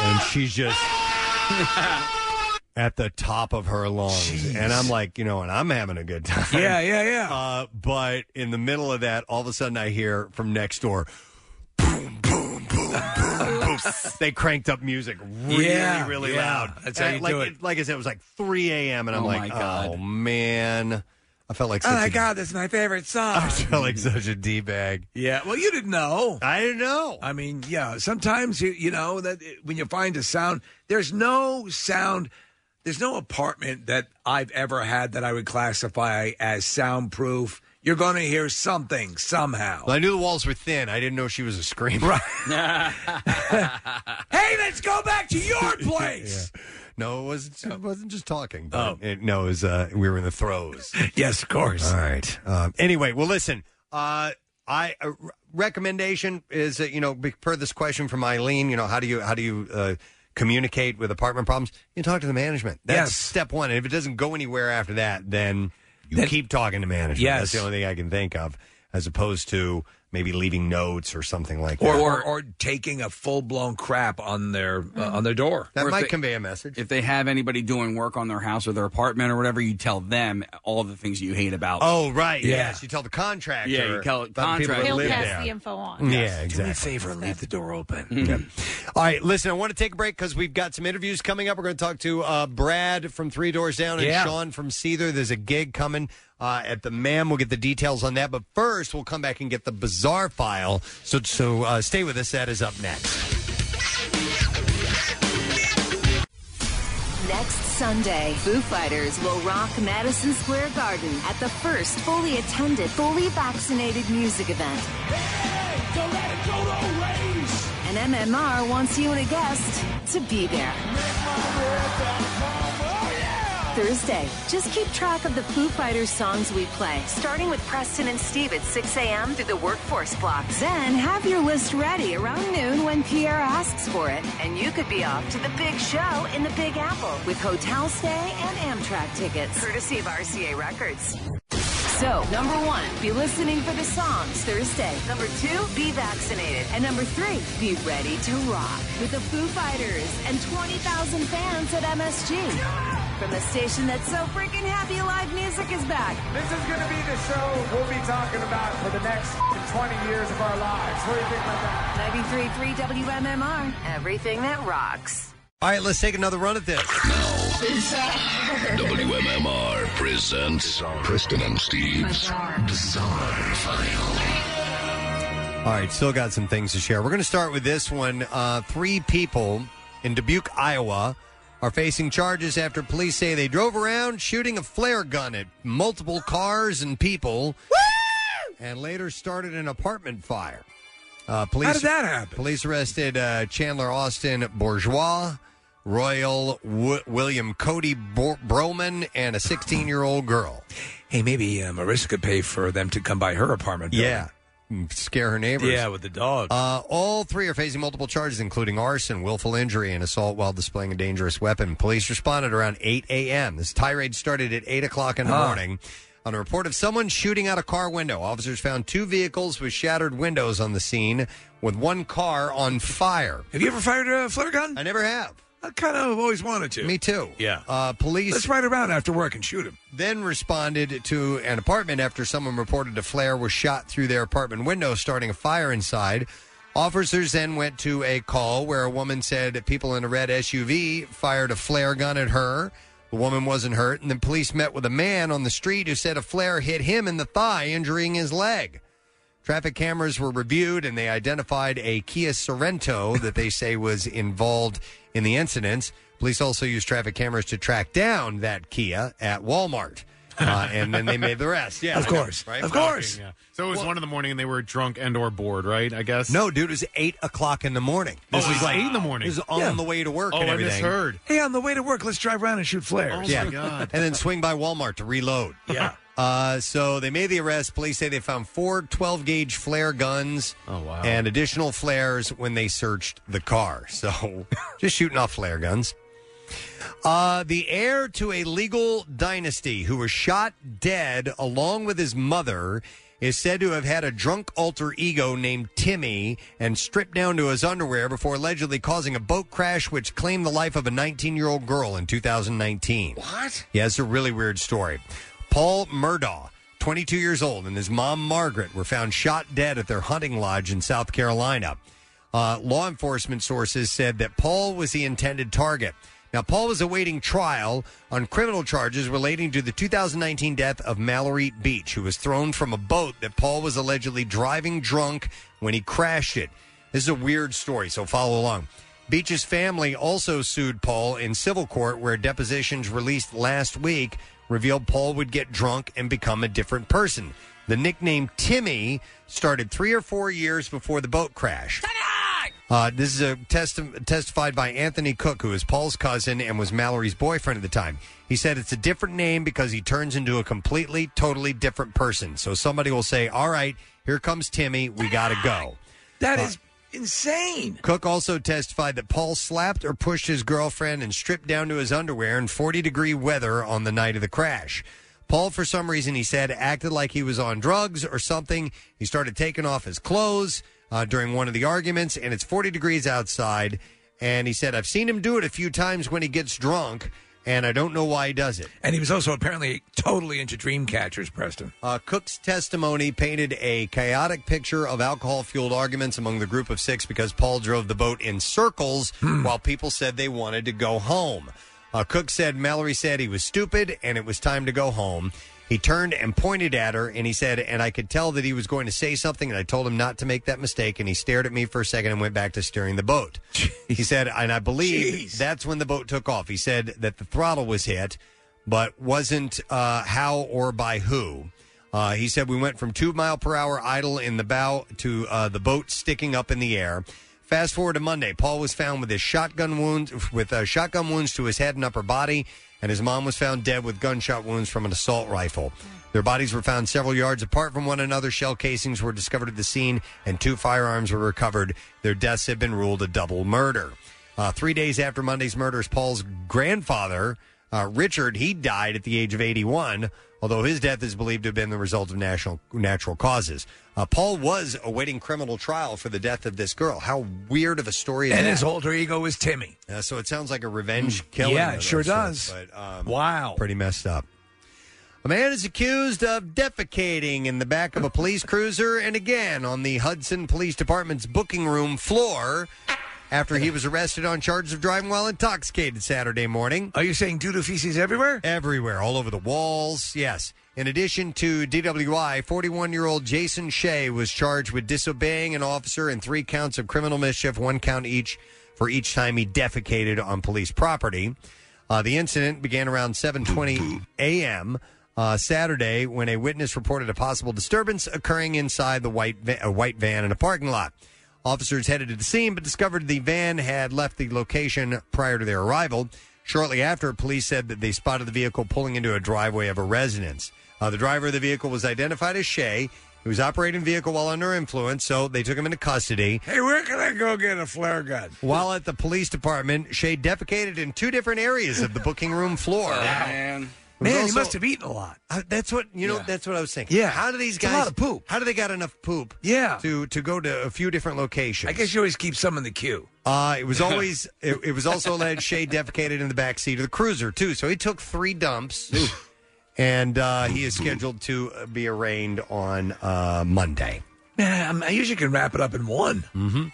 [SPEAKER 1] and she's just at the top of her lungs, and I'm like, you know, and I'm having a good time.
[SPEAKER 4] Yeah, yeah, yeah.
[SPEAKER 1] Uh, but in the middle of that, all of a sudden, I hear from next door. Boom, boom, boom, boom, boom. They cranked up music really,
[SPEAKER 4] Yeah,
[SPEAKER 1] really
[SPEAKER 4] yeah.
[SPEAKER 1] loud.
[SPEAKER 4] That's how
[SPEAKER 1] And
[SPEAKER 4] you
[SPEAKER 1] like,
[SPEAKER 4] do it.
[SPEAKER 1] Like I said, it was like 3 a.m. and I'm
[SPEAKER 4] Oh,
[SPEAKER 1] like,
[SPEAKER 4] my God.
[SPEAKER 1] oh man, I felt like such
[SPEAKER 4] oh my
[SPEAKER 1] a
[SPEAKER 4] god, that's my favorite
[SPEAKER 1] I
[SPEAKER 4] song.
[SPEAKER 1] felt like such a d bag.
[SPEAKER 4] Yeah, well, you didn't know.
[SPEAKER 1] I didn't know.
[SPEAKER 4] I mean, yeah, sometimes you you know that when you find a sound, there's no sound. There's no apartment that I've ever had that I would classify as soundproof. You're going to hear something somehow.
[SPEAKER 1] I knew the walls were thin. I didn't know she was a screamer.
[SPEAKER 4] hey, let's go back to your place.
[SPEAKER 1] No, it wasn't. It wasn't just talking.
[SPEAKER 4] Oh.
[SPEAKER 1] But it, no, it was, uh, we were in the throes.
[SPEAKER 4] yes, of course.
[SPEAKER 1] All right. Um, anyway, well, listen. Uh, I uh, re- recommendation is that you know be- per this question from Eileen. You know how do you how do you uh, communicate with apartment problems? You talk to the management. That's
[SPEAKER 4] Yes.
[SPEAKER 1] step one. And if it doesn't go anywhere after that, then you keep talking to management.
[SPEAKER 4] Yes.
[SPEAKER 1] That's the only thing I can think of, as opposed to maybe leaving notes or something like
[SPEAKER 4] Or,
[SPEAKER 1] that.
[SPEAKER 4] or or taking a full blown crap on their uh, on their door.
[SPEAKER 5] Or if they-
[SPEAKER 1] a message.
[SPEAKER 5] If they have anybody doing work on their house or their apartment or whatever, you tell them all the things you hate about.
[SPEAKER 1] Oh, right.
[SPEAKER 5] Yeah.
[SPEAKER 1] Yes. You tell the contractor.
[SPEAKER 5] Yeah, you tell
[SPEAKER 1] about the people that
[SPEAKER 5] contractor.
[SPEAKER 3] He'll
[SPEAKER 1] live
[SPEAKER 3] pass
[SPEAKER 1] there.
[SPEAKER 3] the info on.
[SPEAKER 1] Yeah, exactly.
[SPEAKER 4] favor and leave the door open.
[SPEAKER 1] All right, listen, I want to take a break because we've got some interviews coming up. We're going to talk to uh, Brad from Three Doors Down and
[SPEAKER 4] Yeah.
[SPEAKER 1] Sean from Seether. There's a gig coming uh, at the MAM. We'll get the details on that. But first, we'll come back and get the bizarre file. So, so uh, stay with us. That is up next.
[SPEAKER 14] Next Sunday, Foo Fighters will rock Madison Square Garden at the first fully attended, fully vaccinated music event. And MMR wants you and a guest to be there.
[SPEAKER 1] Mm-hmm.
[SPEAKER 14] Thursday, just keep track of the Foo Fighters songs we play, starting with Preston and Steve at 6 a.m. through the workforce block. Then have your list ready around noon when Pierre asks for it, and you could be off to the big show in the Big Apple with hotel stay and Amtrak tickets, courtesy of RCA Records. So, number one, be listening for the songs Thursday. Number two, be vaccinated. And number three, be ready to rock with the Foo Fighters and 20,000 fans at MSG. From the station that's so freaking happy, live music is back.
[SPEAKER 18] This is going to be the show we'll be talking about for the next 20 years of our lives. What do you think about that?
[SPEAKER 14] 93.3 WMMR, everything that rocks.
[SPEAKER 1] All right, let's take another run at this.
[SPEAKER 9] WMMR presents Preston and Steve's Bizarre, File.
[SPEAKER 1] All right, still got some things to share. We're going to start with this one. Uh, three people in Dubuque, Iowa, are facing charges after police say they drove around shooting a flare gun at multiple cars and people, and later started an apartment fire. Uh, police,
[SPEAKER 4] How did that happen?
[SPEAKER 1] Police arrested uh, Chandler Austin Bourgeois Royal w- William Cody Bo- Broman and a 16 year old girl.
[SPEAKER 4] Hey, maybe uh, Marissa could pay for them to come by her apartment. building.
[SPEAKER 1] Yeah. Scare her neighbors.
[SPEAKER 4] Yeah, with the dog.
[SPEAKER 1] Uh, all three are facing multiple charges, including arson, willful injury, and assault while displaying a dangerous weapon. Police responded around 8 a.m. This tirade started at 8 o'clock in the
[SPEAKER 10] Huh.
[SPEAKER 1] morning on a report of someone shooting out a car window. Officers found two vehicles with shattered windows on the scene, with one car on fire.
[SPEAKER 4] Have you ever fired a flare gun?
[SPEAKER 1] I never have.
[SPEAKER 4] I kind of always wanted to.
[SPEAKER 1] Me too.
[SPEAKER 4] Yeah.
[SPEAKER 1] Uh, police.
[SPEAKER 4] Let's ride around after work and shoot him.
[SPEAKER 1] Then responded to an apartment after someone reported a flare was shot through their apartment window, starting a fire inside. Officers then went to a call where a woman said people in a red SUV fired a flare gun at her. The woman wasn't hurt, and the police met with a man on the street who said a flare hit him in the thigh, injuring his leg. Traffic cameras were reviewed and they identified a Kia Sorrento that they say was involved in the incidents. Police also used traffic cameras to track down that Kia at Walmart. Uh, and then they made the rest. Yeah, I know, right?
[SPEAKER 7] Shocking, yeah. So it was one in the morning, and they were drunk and or bored, right? I guess.
[SPEAKER 1] No, dude, it was eight o'clock in the morning.
[SPEAKER 7] oh, it was eight in the morning.
[SPEAKER 1] This is on the way to work.
[SPEAKER 7] Oh,
[SPEAKER 1] and
[SPEAKER 7] I
[SPEAKER 1] everything.
[SPEAKER 7] misheard. Oh,
[SPEAKER 4] Hey, on the way to work, let's drive around and shoot flares.
[SPEAKER 1] yeah. and then swing by Walmart to reload.
[SPEAKER 4] Yeah.
[SPEAKER 1] Uh, so they made the arrest. Police say they found four 12 gauge flare guns
[SPEAKER 7] Oh,
[SPEAKER 1] and additional flares when they searched the car. So just shooting off flare guns. Uh, the heir to a legal dynasty who was shot dead along with his mother is said to have had a drunk alter ego named Timmy and stripped down to his underwear before allegedly causing a boat crash which claimed the life of a 19 year old girl in 2019. What? Yeah, it's a really weird story. Paul Murdaugh, 22 years old, and his mom Margaret were found shot dead at their hunting lodge in South Carolina. Uh, law enforcement sources said that Paul was the intended target. Now, Paul was awaiting trial on criminal charges relating to the 2019 death of Mallory Beach, who was thrown from a boat that Paul was allegedly driving drunk when he crashed it. This is a weird story, so follow along. Beach's family also sued Paul in civil court, where depositions released last week revealed Paul would get drunk and become a different person. The nickname Timmy started three or four years before the boat crash. Uh, this is a testi- testified by Anthony Cook, who is Paul's cousin and was Mallory's boyfriend at the time. He said it's a different name because he turns into a completely, totally different person. So somebody will say, "All right, here comes Timmy. We got to go."
[SPEAKER 4] That
[SPEAKER 1] Uh,
[SPEAKER 4] is insane.
[SPEAKER 1] Cook also testified that Paul slapped or pushed his girlfriend and stripped down to his underwear in 40 degree weather on the night of the crash. Paul, for some reason, he said, acted like he was on drugs or something. He started taking off his clothes uh, during one of the arguments, and it's 40 degrees outside. And he said, I've seen him do it a few times when he gets drunk, and I don't know why he does it.
[SPEAKER 4] And he was also apparently totally into dream catchers, Preston.
[SPEAKER 1] Uh, Cook's testimony painted a chaotic picture of alcohol fueled arguments among the group of six because Paul drove the boat in circles while people said they wanted to go home. Uh, Cook said Mallory said he was stupid and it was time to go home. He turned and pointed at her and he said, and I could tell that he was going to say something and I told him not to make that mistake and he stared at me for a second and went back to steering the boat. He said, and I believe that's when the boat took off. He said that the throttle was hit but wasn't uh, how or by who. Uh, he said we went from two mile per hour idle in the bow to uh, the boat sticking up in the air. Fast forward to Monday, Paul was found with his shotgun wounds with uh, shotgun wounds to his head and upper body, and his mom was found dead with gunshot wounds from an assault rifle. Their bodies were found several yards apart from one another. Shell casings were discovered at the scene, and two firearms were recovered. Their deaths have been ruled a double murder. Uh, three days after Monday's murders, Paul's grandfather, uh, Richard, he died at the age of 81, although his death is believed to have been the result of national, natural causes. Uh, Paul was awaiting criminal trial for the death of this girl. How weird of a story is
[SPEAKER 4] And
[SPEAKER 1] that?
[SPEAKER 4] his alter ego is Timmy.
[SPEAKER 1] Uh, so it sounds like a revenge killing.
[SPEAKER 4] Mm. Yeah,
[SPEAKER 1] of
[SPEAKER 4] it
[SPEAKER 1] those
[SPEAKER 4] sure
[SPEAKER 1] sorts,
[SPEAKER 4] does.
[SPEAKER 1] but, um,
[SPEAKER 4] wow.
[SPEAKER 1] Pretty messed up. A man is accused of defecating in the back of a police cruiser and again on the Hudson Police Department's booking room floor after he was arrested on charges of driving while intoxicated Saturday morning.
[SPEAKER 4] Are you saying doodoo feces everywhere?
[SPEAKER 1] Everywhere, all over the walls, yes. In addition to DWI, 41 year old Jason Shea was charged with disobeying an officer and three counts of criminal mischief, one count each for each time he defecated on police property. Uh, the incident began around 7:20 a.m. Uh, Saturday when a witness reported a possible disturbance occurring inside the white va- a white van in a parking lot. Officers headed to the scene but discovered the van had left the location prior to their arrival. Shortly after, police said that they spotted the vehicle pulling into a driveway of a residence. Uh, the driver of the vehicle was identified as Shay. He was operating the vehicle while under influence, so they took him into custody.
[SPEAKER 4] Hey, where can I go get a flare gun?
[SPEAKER 1] While at the police department, Shay defecated in two different areas of the booking room floor.
[SPEAKER 5] Man,
[SPEAKER 4] Man, you must have eaten a lot.
[SPEAKER 1] Uh, that's what you know. That's what I was thinking.
[SPEAKER 4] Yeah.
[SPEAKER 1] How do these
[SPEAKER 4] It's a
[SPEAKER 1] guys?
[SPEAKER 4] lot of poop.
[SPEAKER 1] How do they got enough poop?
[SPEAKER 4] Yeah.
[SPEAKER 1] To to go to a few different locations.
[SPEAKER 4] I guess you always keep some in the queue.
[SPEAKER 1] Uh, it was always. it, it was also alleged Shay defecated in the back seat of the cruiser too. So he took three dumps, and uh, he is scheduled to uh, be arraigned on uh, Monday.
[SPEAKER 4] Man, I'm- I usually can wrap it up in one.
[SPEAKER 1] Mm-hmm.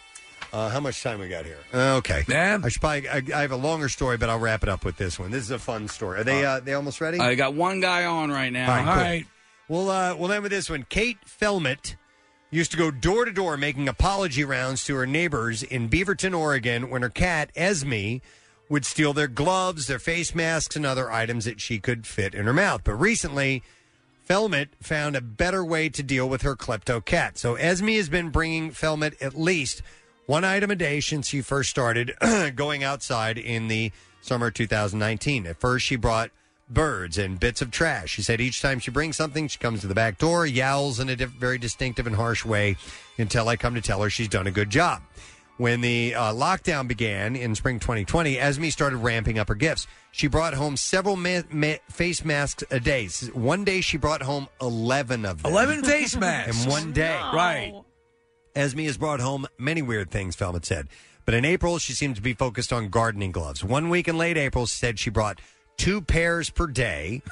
[SPEAKER 1] Uh, how much time we got here? Okay, I should probably. I, I have a longer story, but I'll wrap it up with this one. This is a fun story. Are they? Uh, they almost ready?
[SPEAKER 5] I got one guy on right now.
[SPEAKER 1] All right, cool. We'll uh, we'll end with this one. Kate Felmet used to go door to door making apology rounds to her neighbors in Beaverton, Oregon, when her cat Esme would steal their gloves, their face masks, and other items that she could fit in her mouth. But recently, Felmet found a better way to deal with her klepto cat. So Esme has been bringing Felmet at least one item a day since she first started going outside in the summer of 2019. At first, she brought birds and bits of trash. She said each time she brings something, she comes to the back door, yowls in a diff- very distinctive and harsh way until I come to tell her she's done a good job. When the uh, lockdown began in spring 2020, Esme started ramping up her gifts. She brought home several ma- ma- face masks a day. S- One day she brought home 11 of them.
[SPEAKER 4] 11 face masks.
[SPEAKER 1] In one day.
[SPEAKER 4] No. Right.
[SPEAKER 1] Esme has brought home many weird things, Felmet said. But in April, she seemed to be focused on gardening gloves. One week in late April, she said she brought two pairs per day.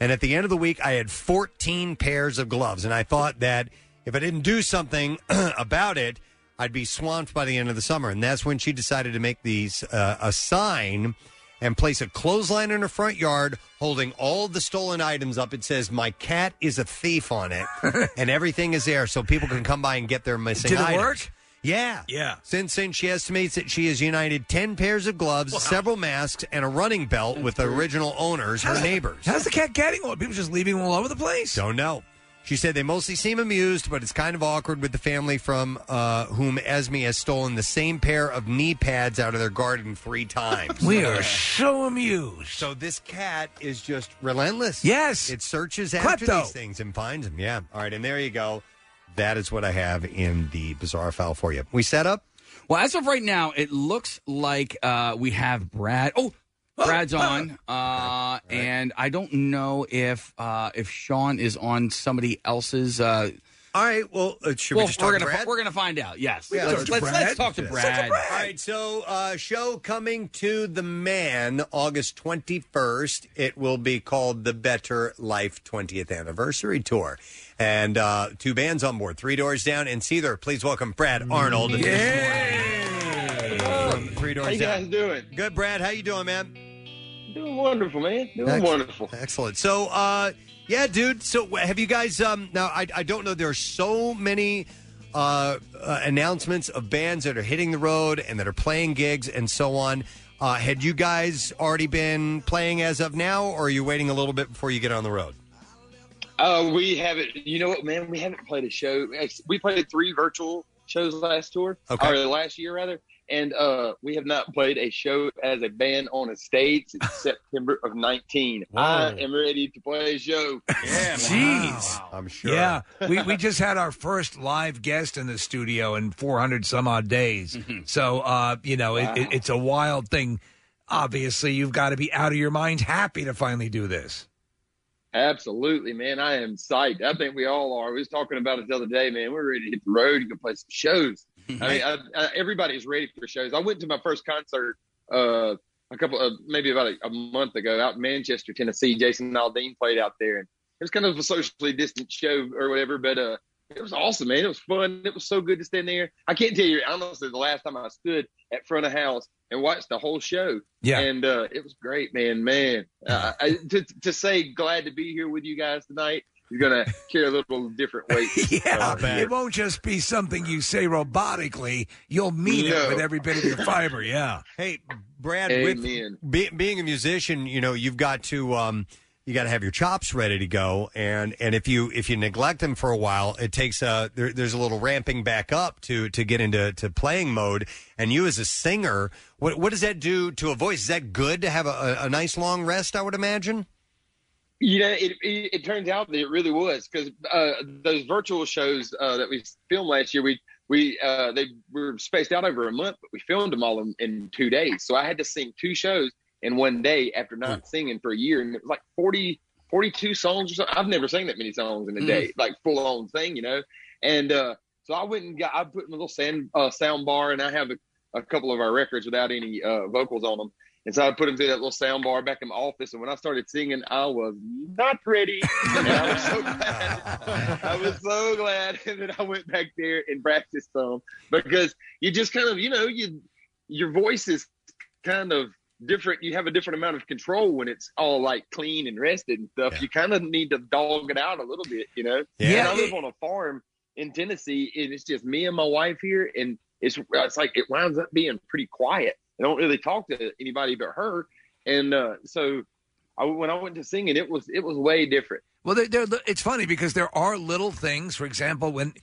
[SPEAKER 1] and at the end of the week, I had 14 pairs of gloves. And I thought that if I didn't do something about it, I'd be swamped by the end of the summer. And that's when she decided to make these uh, a sign and place a clothesline in her front yard holding all the stolen items up. It says, My cat is a thief on it, and everything is there so people can come by and get their missing
[SPEAKER 4] Did it
[SPEAKER 1] items.
[SPEAKER 4] work?
[SPEAKER 1] Yeah.
[SPEAKER 4] Yeah.
[SPEAKER 1] Since then, she estimates that she has united 10 pairs of gloves, several masks, and a running belt with the original owners, her neighbors.
[SPEAKER 4] How's the cat getting on? People just leaving them all over the place.
[SPEAKER 1] Don't know. She said they mostly seem amused, but it's kind of awkward with the family from uh, whom Esme has stolen the same pair of knee pads out of their garden three times.
[SPEAKER 4] We are so amused.
[SPEAKER 1] So this cat is just relentless.
[SPEAKER 4] Yes.
[SPEAKER 1] It searches after
[SPEAKER 4] Klepto.
[SPEAKER 1] these things and finds them. Yeah. All right. And there you go. That is what I have in the bizarre file for you. We set up.
[SPEAKER 5] Well, as of right now, it looks like uh, we have Brad. Oh, Brad's on, uh, and I don't know if uh, if Sean is on somebody else's. Uh,
[SPEAKER 1] All right. Well, uh, should
[SPEAKER 5] well,
[SPEAKER 1] we just talk
[SPEAKER 5] we're
[SPEAKER 1] to
[SPEAKER 5] gonna
[SPEAKER 1] Brad?
[SPEAKER 5] we're gonna find out. Yes,
[SPEAKER 1] Yeah.
[SPEAKER 5] let's, let's, let's talk to Brad.
[SPEAKER 1] All right, so uh, show coming to the man August 21st. It will be called the Better Life 20th Anniversary Tour. And uh, two bands on board, Three Doors Down and Seether. Please welcome Brad Arnold. From Three Doors
[SPEAKER 23] How you
[SPEAKER 1] Down.
[SPEAKER 23] guys doing?
[SPEAKER 1] Good, Brad. How you doing, man?
[SPEAKER 23] Doing wonderful, man. Doing
[SPEAKER 1] Excellent.
[SPEAKER 23] wonderful.
[SPEAKER 1] Excellent. So, uh, yeah, dude. So, wh- have you guys? Um, now, I, I don't know. There are so many uh, uh, announcements of bands that are hitting the road and that are playing gigs and so on. Uh, had you guys already been playing as of now, or are you waiting a little bit before you get on the road?
[SPEAKER 23] Uh, we haven't. You know what, man? We haven't played a show. We played three virtual shows last tour,
[SPEAKER 1] Okay.
[SPEAKER 23] or last year rather, and uh, we have not played a show as a band on a stage since September of nineteen. I am ready to play a show. Yeah,
[SPEAKER 4] Jeez.
[SPEAKER 1] I'm
[SPEAKER 23] sure.
[SPEAKER 4] Yeah. We, we just had our first live guest in the studio in 400 some odd days.
[SPEAKER 23] Mm-hmm.
[SPEAKER 4] So, uh, you know, it, it, it's a wild thing. Obviously, you've got to be out of your mind happy to finally do this.
[SPEAKER 23] Absolutely, man. I am psyched. I think we all are. We was talking about it the other day, man. We're ready to hit the road and go play some shows. I mean, I, I, everybody's ready for shows. I went to my first concert uh, a couple, uh, maybe about a, a month ago, out in Manchester, Tennessee. Jason Aldean played out there, and it was kind of a socially distant show or whatever, but uh, it was awesome, man. It was fun. It was so good to stand there. I can't tell you honestly the last time I stood at front of house and watched the whole show.
[SPEAKER 4] Yeah.
[SPEAKER 23] and uh, it was great, man. Man, uh, I, to to say glad to be here with you guys tonight. You're gonna carry a little different weight.
[SPEAKER 4] Yeah.
[SPEAKER 23] Uh,
[SPEAKER 4] it won't just be something you say robotically, you'll mean
[SPEAKER 23] No.
[SPEAKER 4] it with every bit of your fiber. Yeah.
[SPEAKER 1] Hey, Brad,
[SPEAKER 4] Amen.
[SPEAKER 1] with be, being a musician, you know, you've got to um, you got to have your chops ready to go, and and if you if you neglect them for a while, it takes a there, there's a little ramping back up to to get into to playing mode. And you as a singer, what what does that do to a voice? Is that good to have a, a, a nice long rest? I would imagine.
[SPEAKER 23] You know, it, it, it turns out that it really was because uh, those virtual shows uh, that we filmed last year, we we uh, they were spaced out over a month, but we filmed them all in, in two days. So I had to sing two shows in one day after not singing for a year, and it was like 40, 42 songs or something. I've never sang that many songs in a day,
[SPEAKER 5] Mm.
[SPEAKER 23] like full on thing, you know. And uh, so I went and got I put in a little sand, uh, sound bar, and I have a, a couple of our records without any uh, vocals on them. And so I put them through that little sound bar back in my office. And when I started singing, I was not ready. And I was so glad. I was so glad that I went back there and practiced some because you just kind of, you know, you your voice is kind of different. You have a different amount of control when it's all like clean and rested and stuff. You kind of need to dog it out a little bit, you know.
[SPEAKER 5] Yeah.
[SPEAKER 23] And I live on a farm in Tennessee, and it's just me and my wife here, and it's it's like it winds up being pretty quiet. I don't really talk to anybody but her, and uh, so I, when I went to singing, it was it was way different.
[SPEAKER 4] Well, there there it's funny because there are little things. For example, when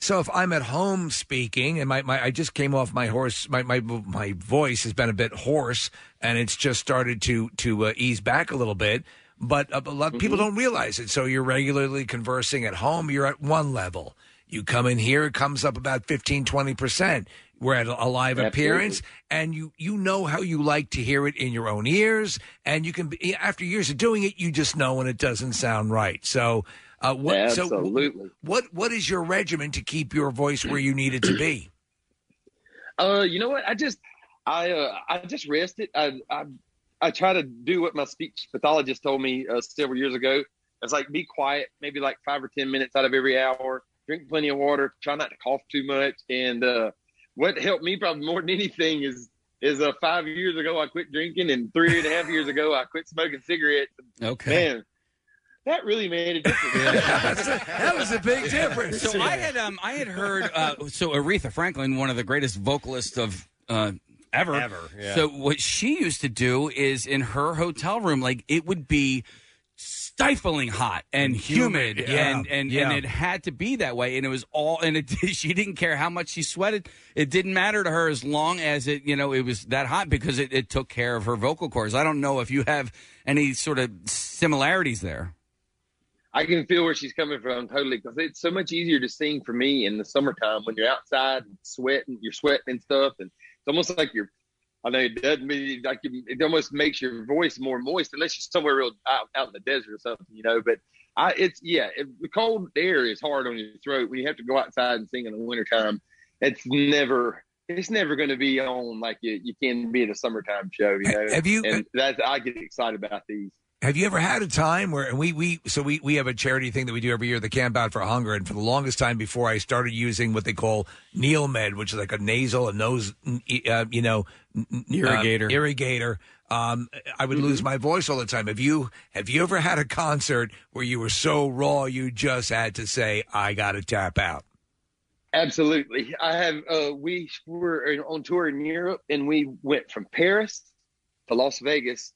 [SPEAKER 4] so if I'm at home speaking and my, my I just came off my horse, my my my voice has been a bit hoarse and it's just started to to uh, ease back a little bit. But uh, a lot of people don't realize it. So you're regularly conversing at home. You're at one level. You come in here, it comes up about 15, 20 percent. We're at a a live
[SPEAKER 5] Absolutely.
[SPEAKER 4] appearance, and you you know how you like to hear it in your own ears, and you can be, after years of doing it, you just know when it doesn't sound right. So, uh, what,
[SPEAKER 23] Absolutely.
[SPEAKER 4] So what what is your regimen to keep your voice where you need it to be?
[SPEAKER 23] Uh, you know what? I just, I, uh, I just rested. I, I, I try to do what my speech pathologist told me uh, several years ago. It's like be quiet, maybe like five or ten minutes out of every hour. Drink plenty of water. Try not to cough too much. And uh, what helped me probably more than anything is is uh, five years ago I quit drinking, and three and a half years ago I quit smoking cigarettes.
[SPEAKER 5] Okay.
[SPEAKER 23] man, that really made a difference.
[SPEAKER 4] that was a big difference.
[SPEAKER 5] So I had um I had heard uh, so Aretha Franklin, one of the greatest vocalists of uh, ever.
[SPEAKER 1] Ever, yeah.
[SPEAKER 5] So what she used to do is in her hotel room, like it would be stifling hot and humid,
[SPEAKER 4] Humid, yeah,
[SPEAKER 5] and and
[SPEAKER 4] yeah.
[SPEAKER 5] and it had to be that way, and it was all and it she didn't care how much she sweated. It didn't matter to her as long as it you know it was that hot because it, it took care of her vocal cords. I don't know if you have any sort of similarities there.
[SPEAKER 23] I can feel where she's coming from totally because it's so much easier to sing for me in the summertime when you're outside and sweating, you're sweating and stuff, and it's almost like you're. I know it doesn't mean like you- it almost makes your voice more moist unless you're somewhere real out, out in the desert or something, you know. But I, it's yeah, it, the cold air is hard on your throat when you have to go outside and sing in the wintertime. It's never. It's never going to be on like you, you can be at a summertime show, you know.
[SPEAKER 4] have you- uh,
[SPEAKER 23] And that's I get excited about these.
[SPEAKER 4] Have you ever had a time where and we we so we we have a charity thing that we do every year, the Camp Out for Hunger, and for the longest time before I started using what they call Neil Med, which is like a nasal and nose, n- e- uh, you know, n- n-
[SPEAKER 5] Irrigator.
[SPEAKER 4] um, irrigator. Um, I
[SPEAKER 7] Mm-hmm.
[SPEAKER 4] would lose my voice all the time. Have you have you ever had a concert where you were so raw you just had to say I got to tap out?
[SPEAKER 23] Absolutely. I have, uh, we were on tour in Europe and we went from Paris to Las Vegas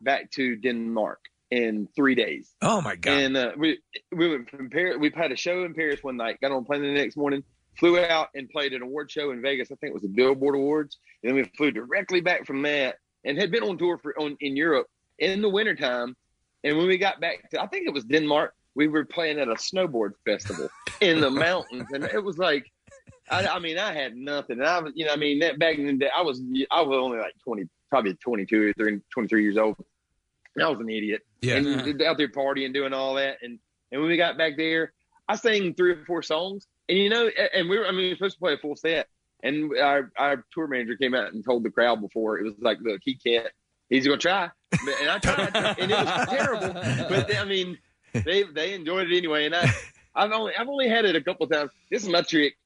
[SPEAKER 23] back to Denmark in three days.
[SPEAKER 4] Oh my god!
[SPEAKER 23] And uh, we we went from Paris. We had a show in Paris one night. Got on a plane the next morning. Flew out and played an award show in Vegas. I think it was the Billboard Awards. And then we flew directly back from that and had been on tour for on in Europe in the wintertime. And when we got back to, I think it was Denmark. We were playing at a snowboard festival in the mountains, and it was like, I, I mean, I had nothing. And I was, you know, I mean, that back in the day, I was, I was only like twenty, probably 22 or 23, 23 years old. And I was an idiot.
[SPEAKER 5] Yeah.
[SPEAKER 23] And out there partying, doing all that. And, and when we got back there, I sang three or four songs. And, you know, a- and we were, I mean, we were supposed to play a full set. And our, our tour manager came out and told the crowd before, it was like, look, he can't, he's going to try. But- And I tried, and it was terrible. But, I mean, they they enjoyed it anyway. And I, I've only I've only had it a couple times. This is my trick.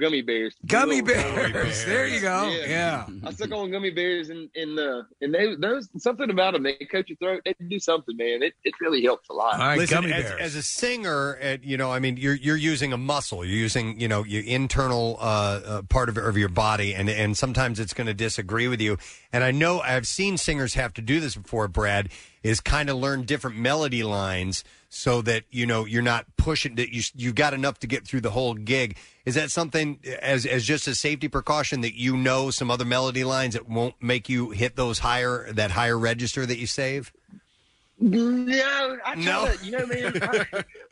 [SPEAKER 23] Gummy bears.
[SPEAKER 4] Gummy
[SPEAKER 23] Little-
[SPEAKER 4] bears. There you go. Yeah.
[SPEAKER 23] I suck on gummy bears and and uh, and they there's something about them. They coat your throat. They do something, man. It it really helps a lot.
[SPEAKER 1] Listen, as, as a singer, at, you know, I mean, you're you're using a muscle. You're using, you know, your internal uh, uh, part of, of your body, and and sometimes it's going to disagree with you. And I know I've seen singers have to do this before, Brad. is kind of learn different melody lines so that you know you're not pushing that you you've got enough to get through the whole gig. Is that something as as just a safety precaution that you know some other melody lines that won't make you hit those higher that higher register that you save?
[SPEAKER 23] No, I try
[SPEAKER 1] No.
[SPEAKER 23] to, you know, man.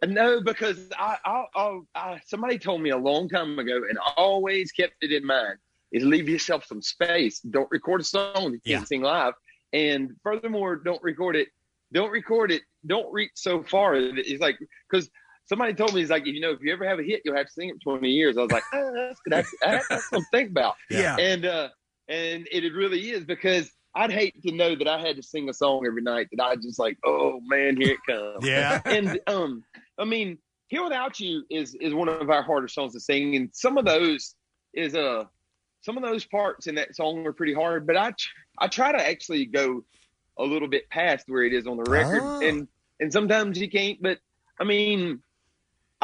[SPEAKER 23] I, no, because I, I, I, I, somebody told me a long time ago, and I always kept it in mind: is leave yourself some space. Don't record a song you can't
[SPEAKER 8] Yeah.
[SPEAKER 23] sing live, and furthermore, don't record it. Don't record it. Don't reach so far. It's like because somebody told me, "It's like you know, if you ever have a hit, you'll have to sing it for twenty years." I was like, oh, "That's good. That's, that's something to think about."
[SPEAKER 4] Yeah.
[SPEAKER 23] and uh, and it, it really is because I'd hate to know that I had to sing a song every night that I just like, oh man, here it comes.
[SPEAKER 1] Yeah.
[SPEAKER 23] and um, I mean, here without you is is one of our harder songs to sing, and some of those is uh some of those parts in that song are pretty hard, but I tr- I try to actually go a little bit past where it is on the record,
[SPEAKER 1] Ah.
[SPEAKER 23] and and sometimes you can't, but I mean.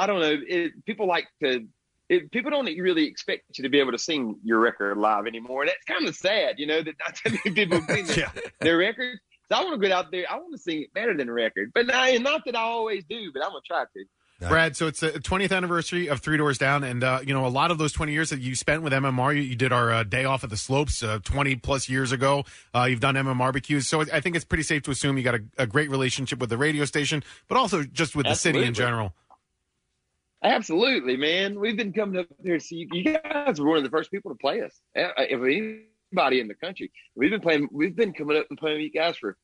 [SPEAKER 23] I don't know. It, people like to. It, people don't really expect you to be able to sing your record live anymore. And that's kind of sad, you know, that not too many people sing their- their record. So I want to get out there. I want to sing it better than a record, but not, and not that I always do, but I'm gonna try to.
[SPEAKER 7] Brad, so it's the 20th anniversary of Three Doors Down, and uh, you know a lot of those 20 years that you spent with MMR, you, you did our uh, day off at the slopes uh, 20 plus years ago. Uh, you've done MM barbecues, so I I think it's pretty safe to assume you got a, a great relationship with the radio station, but also just with the city in
[SPEAKER 23] Absolutely.
[SPEAKER 7] general.
[SPEAKER 23] Absolutely, man. We've been coming up there. See, you guys were one of the first people to play us. Uh, If anybody in the country, we've been playing. We've been coming up and playing you guys for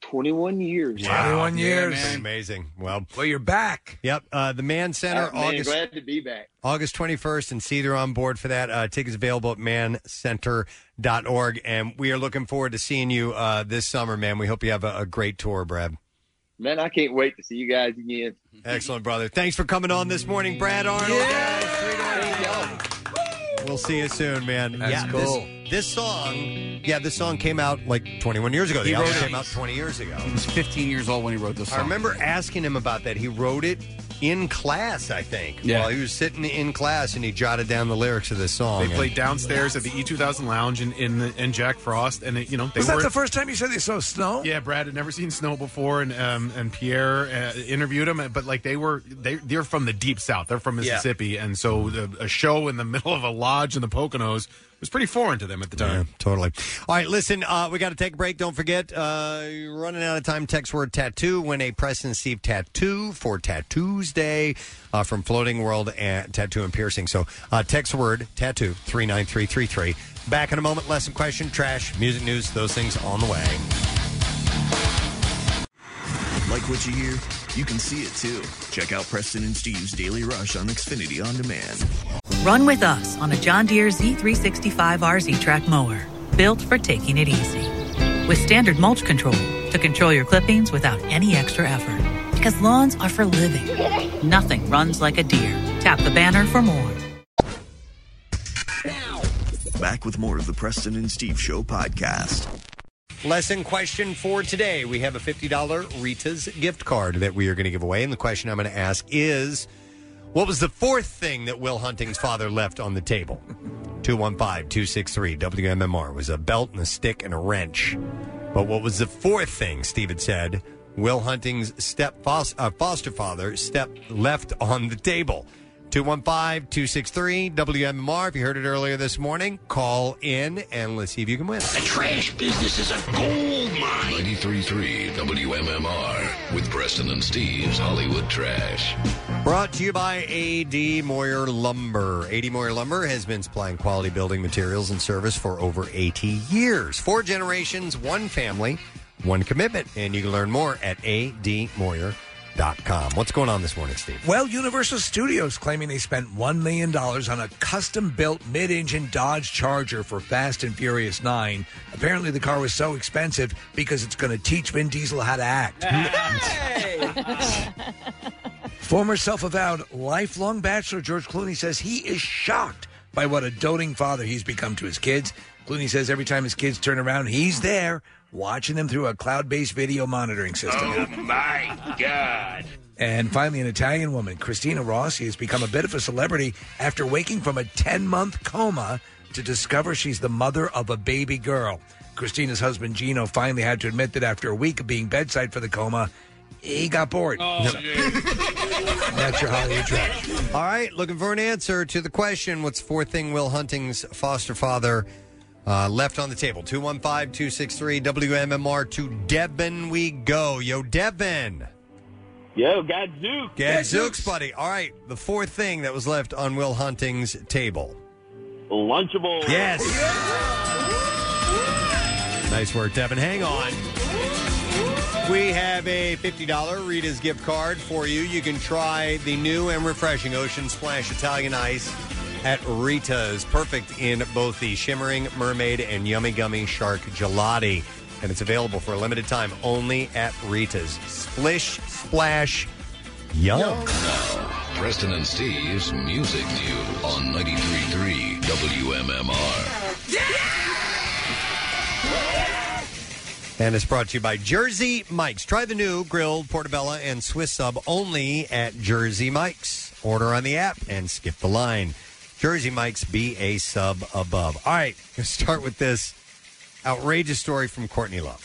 [SPEAKER 23] 21 years.
[SPEAKER 1] Yeah, man. amazing. Well,
[SPEAKER 4] well, you're back.
[SPEAKER 1] Yep, uh, the Man Center,
[SPEAKER 23] Uh, man,
[SPEAKER 1] August
[SPEAKER 23] glad to be back.
[SPEAKER 1] August 21st, and Cedar on board for that. Uh, tickets available at mancenter.org. And we are looking forward to seeing you uh, this summer, man. We hope you have a, a great tour, Brad.
[SPEAKER 23] Man, I can't wait to see you guys again.
[SPEAKER 1] Excellent, brother. Thanks for coming on this morning, Brad Arnold. We'll see you soon, man.
[SPEAKER 4] That's
[SPEAKER 1] yeah, this-
[SPEAKER 4] cool.
[SPEAKER 1] This, song, yeah, this song came out like 21 years ago. The
[SPEAKER 5] He
[SPEAKER 1] album
[SPEAKER 5] wrote it.
[SPEAKER 1] came out 20 years ago.
[SPEAKER 5] He was 15 years old when he wrote this song.
[SPEAKER 1] I remember asking him about that. He wrote it in class, I think.
[SPEAKER 5] Yeah.
[SPEAKER 1] While he was sitting in class and he jotted down the lyrics of this song.
[SPEAKER 7] They played downstairs at the E2000 Lounge in in, the, in Jack Frost, and it, you know they
[SPEAKER 4] Was
[SPEAKER 7] were
[SPEAKER 4] that the first time you said they saw snow?
[SPEAKER 7] Yeah, Brad had never seen snow before, and um, and Pierre uh, interviewed him, but like they were they they're from the deep south, they're from
[SPEAKER 1] Yeah.
[SPEAKER 7] Mississippi, and so the, a show in the middle of a lodge in the Poconos was pretty foreign to them at the time.
[SPEAKER 1] totally. All right, listen, uh, we got to take a break. Don't forget, uh, you're running out of time. Text word tattoo. Win a Preston and Steve tattoo for Tattoos Day uh, from Floating World and Tattoo and Piercing. So uh, text word tattoo 39333. Back in a moment. Lesson question, trash, music news, those things on the way.
[SPEAKER 6] Like what you hear? You can see it too. Check out Preston and Steve's Daily Rush on Xfinity On Demand.
[SPEAKER 24] Run with us on a John Deere Z365 RZ track mower, built for taking it easy. With standard mulch control to control your clippings without any extra effort. Because lawns are for living. Nothing runs like a deer. Tap the banner for more.
[SPEAKER 6] Back with more of the Preston and Steve Show podcast.
[SPEAKER 1] Lesson question for today. We have a $50 Rita's gift card that we are going to give away. And the question I'm going to ask is what was the fourth thing that Will Hunting's father left on the table? 215 263 WMMR was a belt and a stick and a wrench. But what was the fourth thing, Steve had said, Will Hunting's step fos- uh, foster father step left on the table? 215 263 WMMR. If you heard it earlier this morning, call in and let's see if you can win.
[SPEAKER 9] The trash business is a gold mine. 93.3 WMMR with Preston and Steve's Hollywood Trash.
[SPEAKER 1] Brought to you by A.D. Moyer Lumber. A.D. Moyer Lumber has been supplying quality building materials and service for over 80 years. Four generations, one family, one commitment. And you can learn more at admoyer.com. What's going on this morning, Steve?
[SPEAKER 4] Well, Universal Studios claiming they spent $1 million on a custom built mid engine Dodge Charger for Fast and Furious 9. Apparently, the car was so expensive because it's going to teach Vin Diesel how to act. Former self avowed lifelong bachelor George Clooney says he is shocked by what a doting father he's become to his kids. Clooney says every time his kids turn around, he's there watching them through a cloud based video monitoring system.
[SPEAKER 9] my God.
[SPEAKER 4] And finally, an Italian woman, Christina Rossi, has become a bit of a celebrity after waking from a 10 month coma to discover she's the mother of a baby girl. Christina's husband Gino finally had to admit that after a week of being bedside for the coma, he got bored.
[SPEAKER 10] Oh,
[SPEAKER 4] So- that's your Hollywood trash.
[SPEAKER 1] All right, looking for an answer to the question What's four thing Will Hunting's foster father uh, left on the table? 215 263 WMMR to Devin we go. Yo, Devin.
[SPEAKER 8] Yo, Gadzooks.
[SPEAKER 1] Gadzooks, buddy. All right, the fourth thing that was left on Will Hunting's table
[SPEAKER 8] Lunchable.
[SPEAKER 1] Yes. Nice work, Devin. Hang on. We have a $50 Rita's gift card for you. You can try the new and refreshing Ocean Splash Italian Ice at Rita's. Perfect in both the Shimmering Mermaid and Yummy Gummy Shark Gelati. And it's available for a limited time only at Rita's. Splish, splash, yum.
[SPEAKER 9] Now, Preston and Steve's Music News on 93.3 WMMR.
[SPEAKER 1] And it's brought to you by Jersey Mike's. Try the new grilled portobello and Swiss sub only at Jersey Mike's. Order on the app and skip the line. Jersey Mike's be a sub above. All right, let's start with this outrageous story from Courtney Love.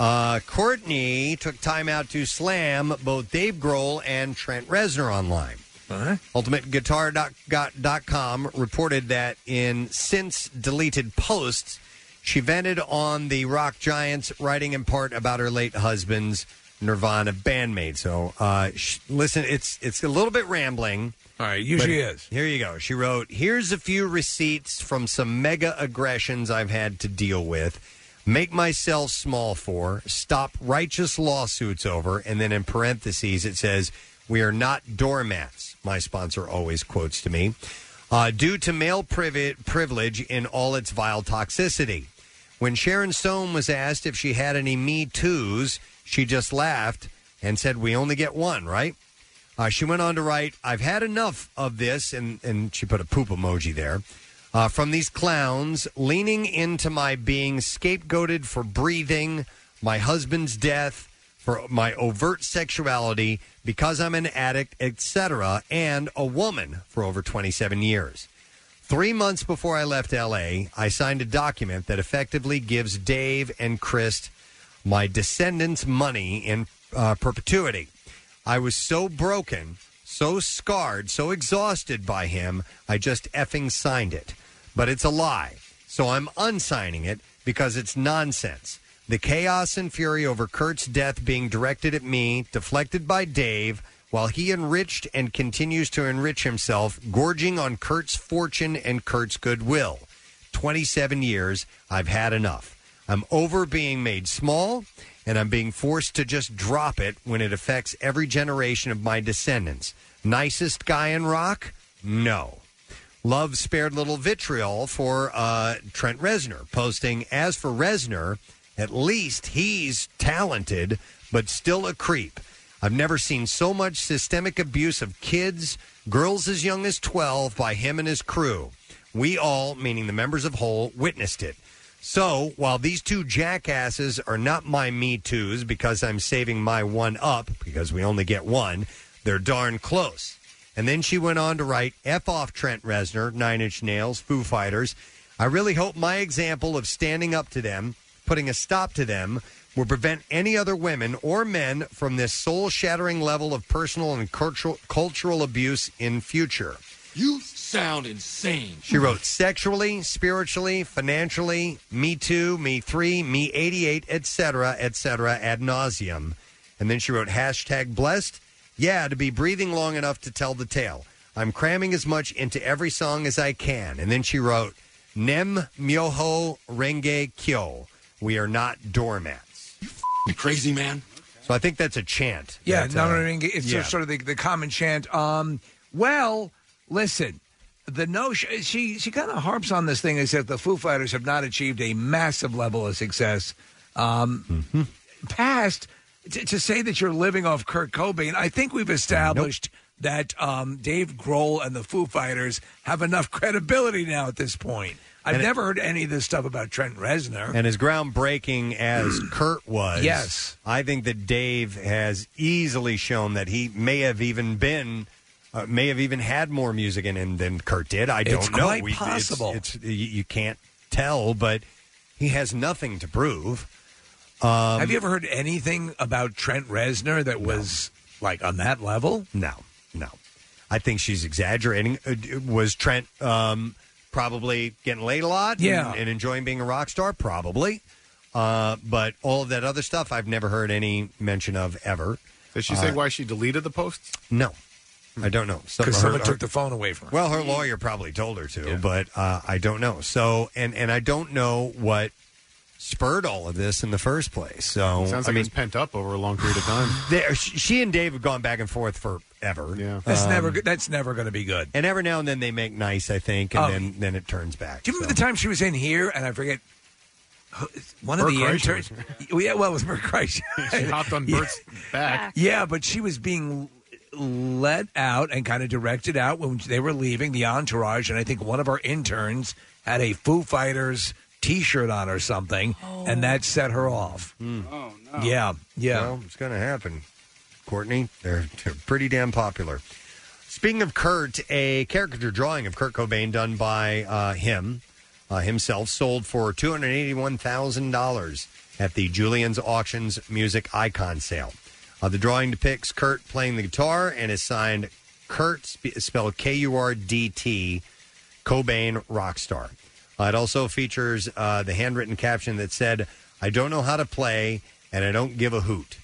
[SPEAKER 1] Uh, Courtney took time out to slam both Dave Grohl and Trent Reznor online.
[SPEAKER 4] Uh-huh.
[SPEAKER 1] UltimateGuitar.com reported that in since deleted posts, she vented on the rock giants, writing in part about her late husband's Nirvana bandmate. So, uh, sh- listen, it's it's a little bit rambling.
[SPEAKER 4] All right, usually
[SPEAKER 1] but
[SPEAKER 4] is.
[SPEAKER 1] Here you go. She wrote, Here's a few receipts from some mega aggressions I've had to deal with. Make myself small for, stop righteous lawsuits over, and then in parentheses it says, We are not doormats, my sponsor always quotes to me, uh, due to male privi- privilege in all its vile toxicity. When Sharon Stone was asked if she had any Me Too's, she just laughed and said, We only get one, right? Uh, she went on to write, I've had enough of this, and, and she put a poop emoji there. Uh, from these clowns, leaning into my being scapegoated for breathing, my husband's death, for my overt sexuality, because I'm an addict, etc., and a woman for over 27 years. Three months before I left LA, I signed a document that effectively gives Dave and Chris my descendants money in uh, perpetuity. I was so broken, so scarred, so exhausted by him, I just effing signed it. But it's a lie. So I'm unsigning it because it's nonsense. The chaos and fury over Kurt's death being directed at me, deflected by Dave, while he enriched and continues to enrich himself, gorging on Kurt's fortune and Kurt's goodwill. 27 years, I've had enough. I'm over being made small, and I'm being forced to just drop it when it affects every generation of my descendants. Nicest guy in rock? No. Love spared little vitriol for uh, Trent Reznor, posting, as for Reznor, at least he's talented, but still a creep. I've never seen so much systemic abuse of kids, girls as young as 12, by him and his crew. We all, meaning the members of Hole, witnessed it. So while these two jackasses are not my Me Too's because I'm saving my one up, because we only get one, they're darn close. And then she went on to write F off Trent Reznor, Nine Inch Nails, Foo Fighters. I really hope my example of standing up to them, putting a stop to them, will prevent any other women or men from this soul shattering level of personal and cultural, cultural abuse in future.
[SPEAKER 10] You sound insane.
[SPEAKER 1] She wrote sexually, spiritually, financially, me too, me three, me 88, etc., etc., ad nauseum. And then she wrote hashtag blessed. Yeah, to be breathing long enough to tell the tale. I'm cramming as much into every song as I can. And then she wrote Nem Myoho Renge Kyo. We are not doormats. You crazy man. So I think that's a chant.
[SPEAKER 4] Yeah,
[SPEAKER 1] That,
[SPEAKER 4] no,
[SPEAKER 1] uh,
[SPEAKER 4] no, no, no, It's
[SPEAKER 1] yeah.
[SPEAKER 4] just sort of the, the common chant. Um, well, listen, the notion she she kind of harps on this thing is that the Foo Fighters have not achieved a massive level of success. Um,
[SPEAKER 1] Mm-hmm.
[SPEAKER 4] Past to, to say that you're living off Kurt Cobain, I think we've established. That um, Dave Grohl and the Foo Fighters have enough credibility now at this point. I've
[SPEAKER 1] And it-
[SPEAKER 4] never heard any of this stuff about Trent Reznor.
[SPEAKER 1] And as groundbreaking as Kurt was,
[SPEAKER 4] Yes.
[SPEAKER 1] I think that Dave has easily shown that he may have even been, uh, may have even had more music in him than Kurt did. I
[SPEAKER 4] It's
[SPEAKER 1] don't know.
[SPEAKER 4] quite
[SPEAKER 1] it's-
[SPEAKER 4] possible.
[SPEAKER 1] It's, you, you can't tell, but He has nothing to prove.
[SPEAKER 4] Um, Have you ever heard anything about Trent Reznor that was like on that level?
[SPEAKER 1] No, no. I think she's exaggerating. Uh, d- Was Trent um, probably getting laid a lot?
[SPEAKER 4] Yeah.
[SPEAKER 1] And, and enjoying being a rock star? Probably. Uh, but all of that other stuff I've never heard any mention of ever.
[SPEAKER 7] Did she say
[SPEAKER 1] Uh,
[SPEAKER 7] why she deleted the posts?
[SPEAKER 1] No. I don't know. Some-
[SPEAKER 4] Because
[SPEAKER 1] her-
[SPEAKER 4] someone
[SPEAKER 1] her-
[SPEAKER 4] took the phone away from her.
[SPEAKER 1] Well, her lawyer probably told her to, but uh, I don't know. So, and and I don't know what spurred all of this in the first place. So,
[SPEAKER 7] Sounds like
[SPEAKER 1] I
[SPEAKER 7] it
[SPEAKER 1] mean,
[SPEAKER 7] was pent up over a long period of time.
[SPEAKER 1] there, sh- she and Dave have gone back and forth forever. Yeah,
[SPEAKER 4] That's never good. That's never going to be good.
[SPEAKER 1] And every now and then they make nice, I think, and
[SPEAKER 4] Oh.
[SPEAKER 1] then then it turns back.
[SPEAKER 4] Do you remember the time she was in here? And I forget. who- One of
[SPEAKER 1] Bert
[SPEAKER 4] the
[SPEAKER 1] Kreischer
[SPEAKER 4] interns. Yeah, well, it was Bert Kreischer.
[SPEAKER 7] She hopped on Bert's back.
[SPEAKER 4] Yeah, but she was being let out and kind of directed out when they were leaving the entourage. And I think one of our interns had a Foo Fighters t shirt on or something, and that set her off.
[SPEAKER 10] Hmm.
[SPEAKER 1] Oh
[SPEAKER 4] no. Yeah, yeah.
[SPEAKER 1] Well, it's going to happen, Courtney. They're, they're pretty damn popular. Speaking of Kurt, a caricature drawing of Kurt Cobain done by uh, him uh, himself sold for two hundred eighty-one thousand dollars at the Julian's Auctions Music Icon Sale. Uh, the drawing depicts Kurt playing the guitar and is signed Kurt, sp- spelled K U R D T, Cobain Rockstar. Uh, it also features uh, the handwritten caption that said, I don't know how to play and I don't give a hoot.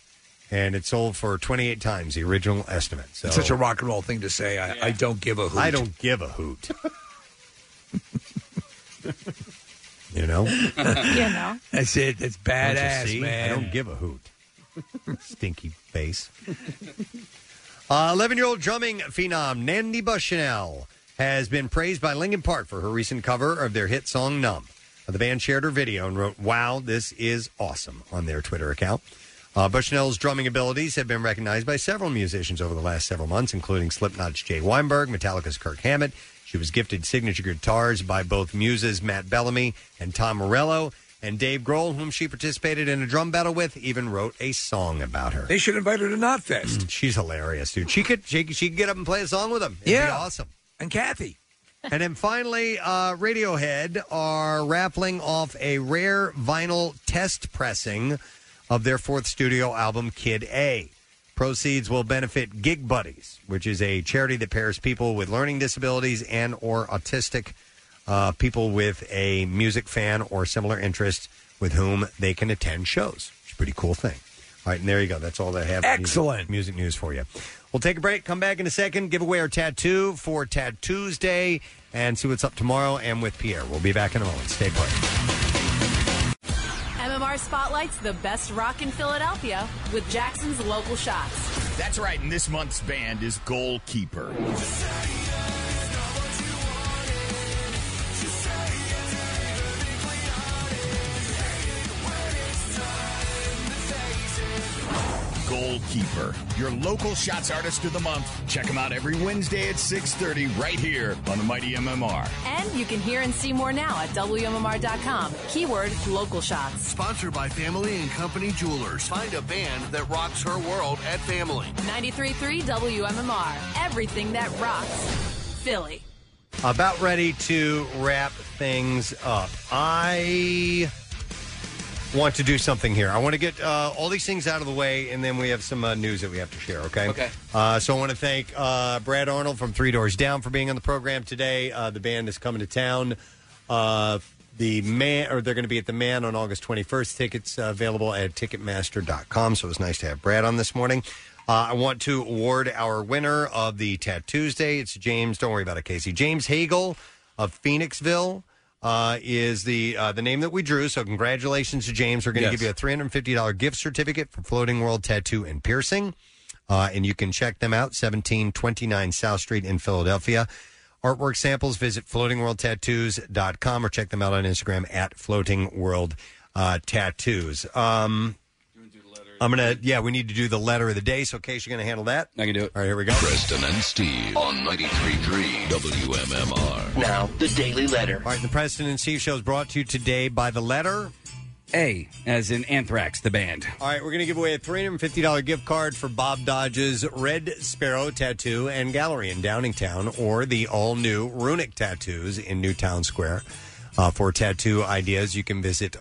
[SPEAKER 1] And it sold for 28 times the original estimate. So
[SPEAKER 4] It's such a rock and roll thing to say. I, I don't give a hoot.
[SPEAKER 1] I don't give a hoot. you know?
[SPEAKER 4] You
[SPEAKER 3] know.
[SPEAKER 4] That's it. That's
[SPEAKER 1] Don't you
[SPEAKER 4] badass,
[SPEAKER 1] see?
[SPEAKER 4] man.
[SPEAKER 1] I don't give a hoot. Stinky face. Uh, Eleven-year-old drumming phenom Nandi Bushnell has been praised by Linkin Park for her recent cover of their hit song "Numb." The band shared her video and wrote, "Wow, this is awesome" on their Twitter account. Uh, Bushnell's drumming abilities have been recognized by several musicians over the last several months, including Slipknot's Jay Weinberg, Metallica's Kirk Hammett. She was gifted signature guitars by both Muses Matt Bellamy and Tom Morello, and Dave Grohl, whom she participated in a drum battle with, even wrote a song about her. Mm,
[SPEAKER 4] They should invite her to Knotfest.
[SPEAKER 1] She's hilarious, dude. She could she, she could get up and play a song with him. It'd be
[SPEAKER 4] Yeah.
[SPEAKER 1] awesome.
[SPEAKER 4] And Kathy.
[SPEAKER 1] and then finally, uh, Radiohead are raffling off a rare vinyl test pressing of their fourth studio album, Kid A. Proceeds will benefit Gig Buddies, which is a charity that pairs people with learning disabilities and or autistic uh, people with a music fan or similar interest with whom they can attend shows. It's a pretty cool thing. All right, and there you go. That's all that I have. Excellent music, music news for you. We'll take a break. Come back in a second. Give away our tattoo for Tattoos Day, and see what's up tomorrow. And with Pierre, we'll be back in a moment. Stay put.
[SPEAKER 11] MMR spotlights the best rock in Philadelphia with Jackson's local shots.
[SPEAKER 12] That's right, and this month's band is Goalkeeper. Goalkeeper, your local shots artist of the month. Check them out every Wednesday at 6:30 right here on the Mighty MMR.
[SPEAKER 11] And you can hear and see more now at WMMR.com. Keyword local shots.
[SPEAKER 16] Sponsored by Family and Company Jewelers. Find a band that rocks her world at Family.
[SPEAKER 11] 93.3 WMMR. Everything that rocks. Philly.
[SPEAKER 1] About ready to wrap things up. I want to do something here. I want to get uh, all these things out of the way, and then we have some uh, news that we have to share, okay?
[SPEAKER 5] Okay.
[SPEAKER 1] Uh, so I want to thank uh, Brad Arnold from Three Doors Down for being on the program today. Uh, the band is coming to town. Uh, the man, or they're going to be at the man on August 21st. Tickets uh, available at Ticketmaster.com. So it was nice to have Brad on this morning. Uh, I want to award our winner of the Tattoos Day. It's James. Don't worry about it, Casey. James Hagel of Phoenixville uh, is the uh, the name that we drew. So congratulations to James. We're going to
[SPEAKER 5] Yes.
[SPEAKER 1] give you a three hundred fifty dollar gift certificate for Floating World Tattoo and Piercing, uh, and you can check them out seventeen twenty nine South Street in Philadelphia. Artwork samples, visit floatingworldtattoos.com or check them out on Instagram at floating world uh, tattoos. Um, I'm going to, yeah, we need to do the letter of the day. So, Case, you're going to handle that? I can do it. All right, here we go.
[SPEAKER 9] Preston and Steve on 93.3 WMMR.
[SPEAKER 1] Now, the Daily Letter. All right, the President and Steve show is brought to you today by the letter
[SPEAKER 5] A, as in Anthrax, the band.
[SPEAKER 1] All right, we're going to give away a $350 gift card for Bob Dodge's Red Sparrow Tattoo and Gallery in Downingtown or the all new Runic Tattoos in Newtown Square. Uh, for tattoo ideas, you can visit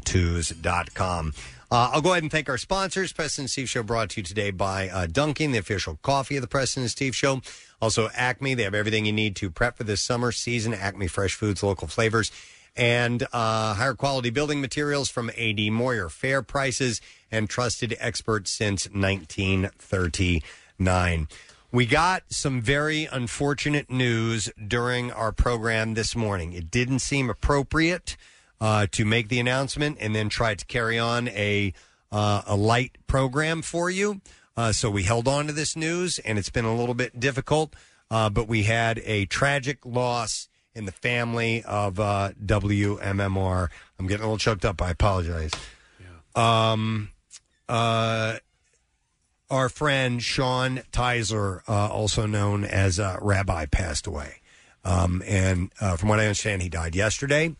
[SPEAKER 1] bobdodgetattoos.com. Uh, I'll go ahead and thank our sponsors. Preston and Steve Show brought to you today by uh, Dunkin', the official coffee of the Preston and Steve Show. Also, Acme. They have everything you need to prep for this summer season. Acme Fresh Foods, local flavors, and uh, higher quality building materials from AD Moyer. Fair prices and trusted experts since 1939. We got some very unfortunate news during our program this morning. It didn't seem appropriate uh, to make the announcement and then try to carry on a uh, a light program for you. Uh, so we held on to this news, and it's been a little bit difficult. Uh, but we had a tragic loss in the family of uh, WMMR. I'm getting a little choked up. I apologize. Um, uh, our friend Sean Tizer, uh, also known as uh, Rabbi, passed away. Um, and uh, from what I understand, he died yesterday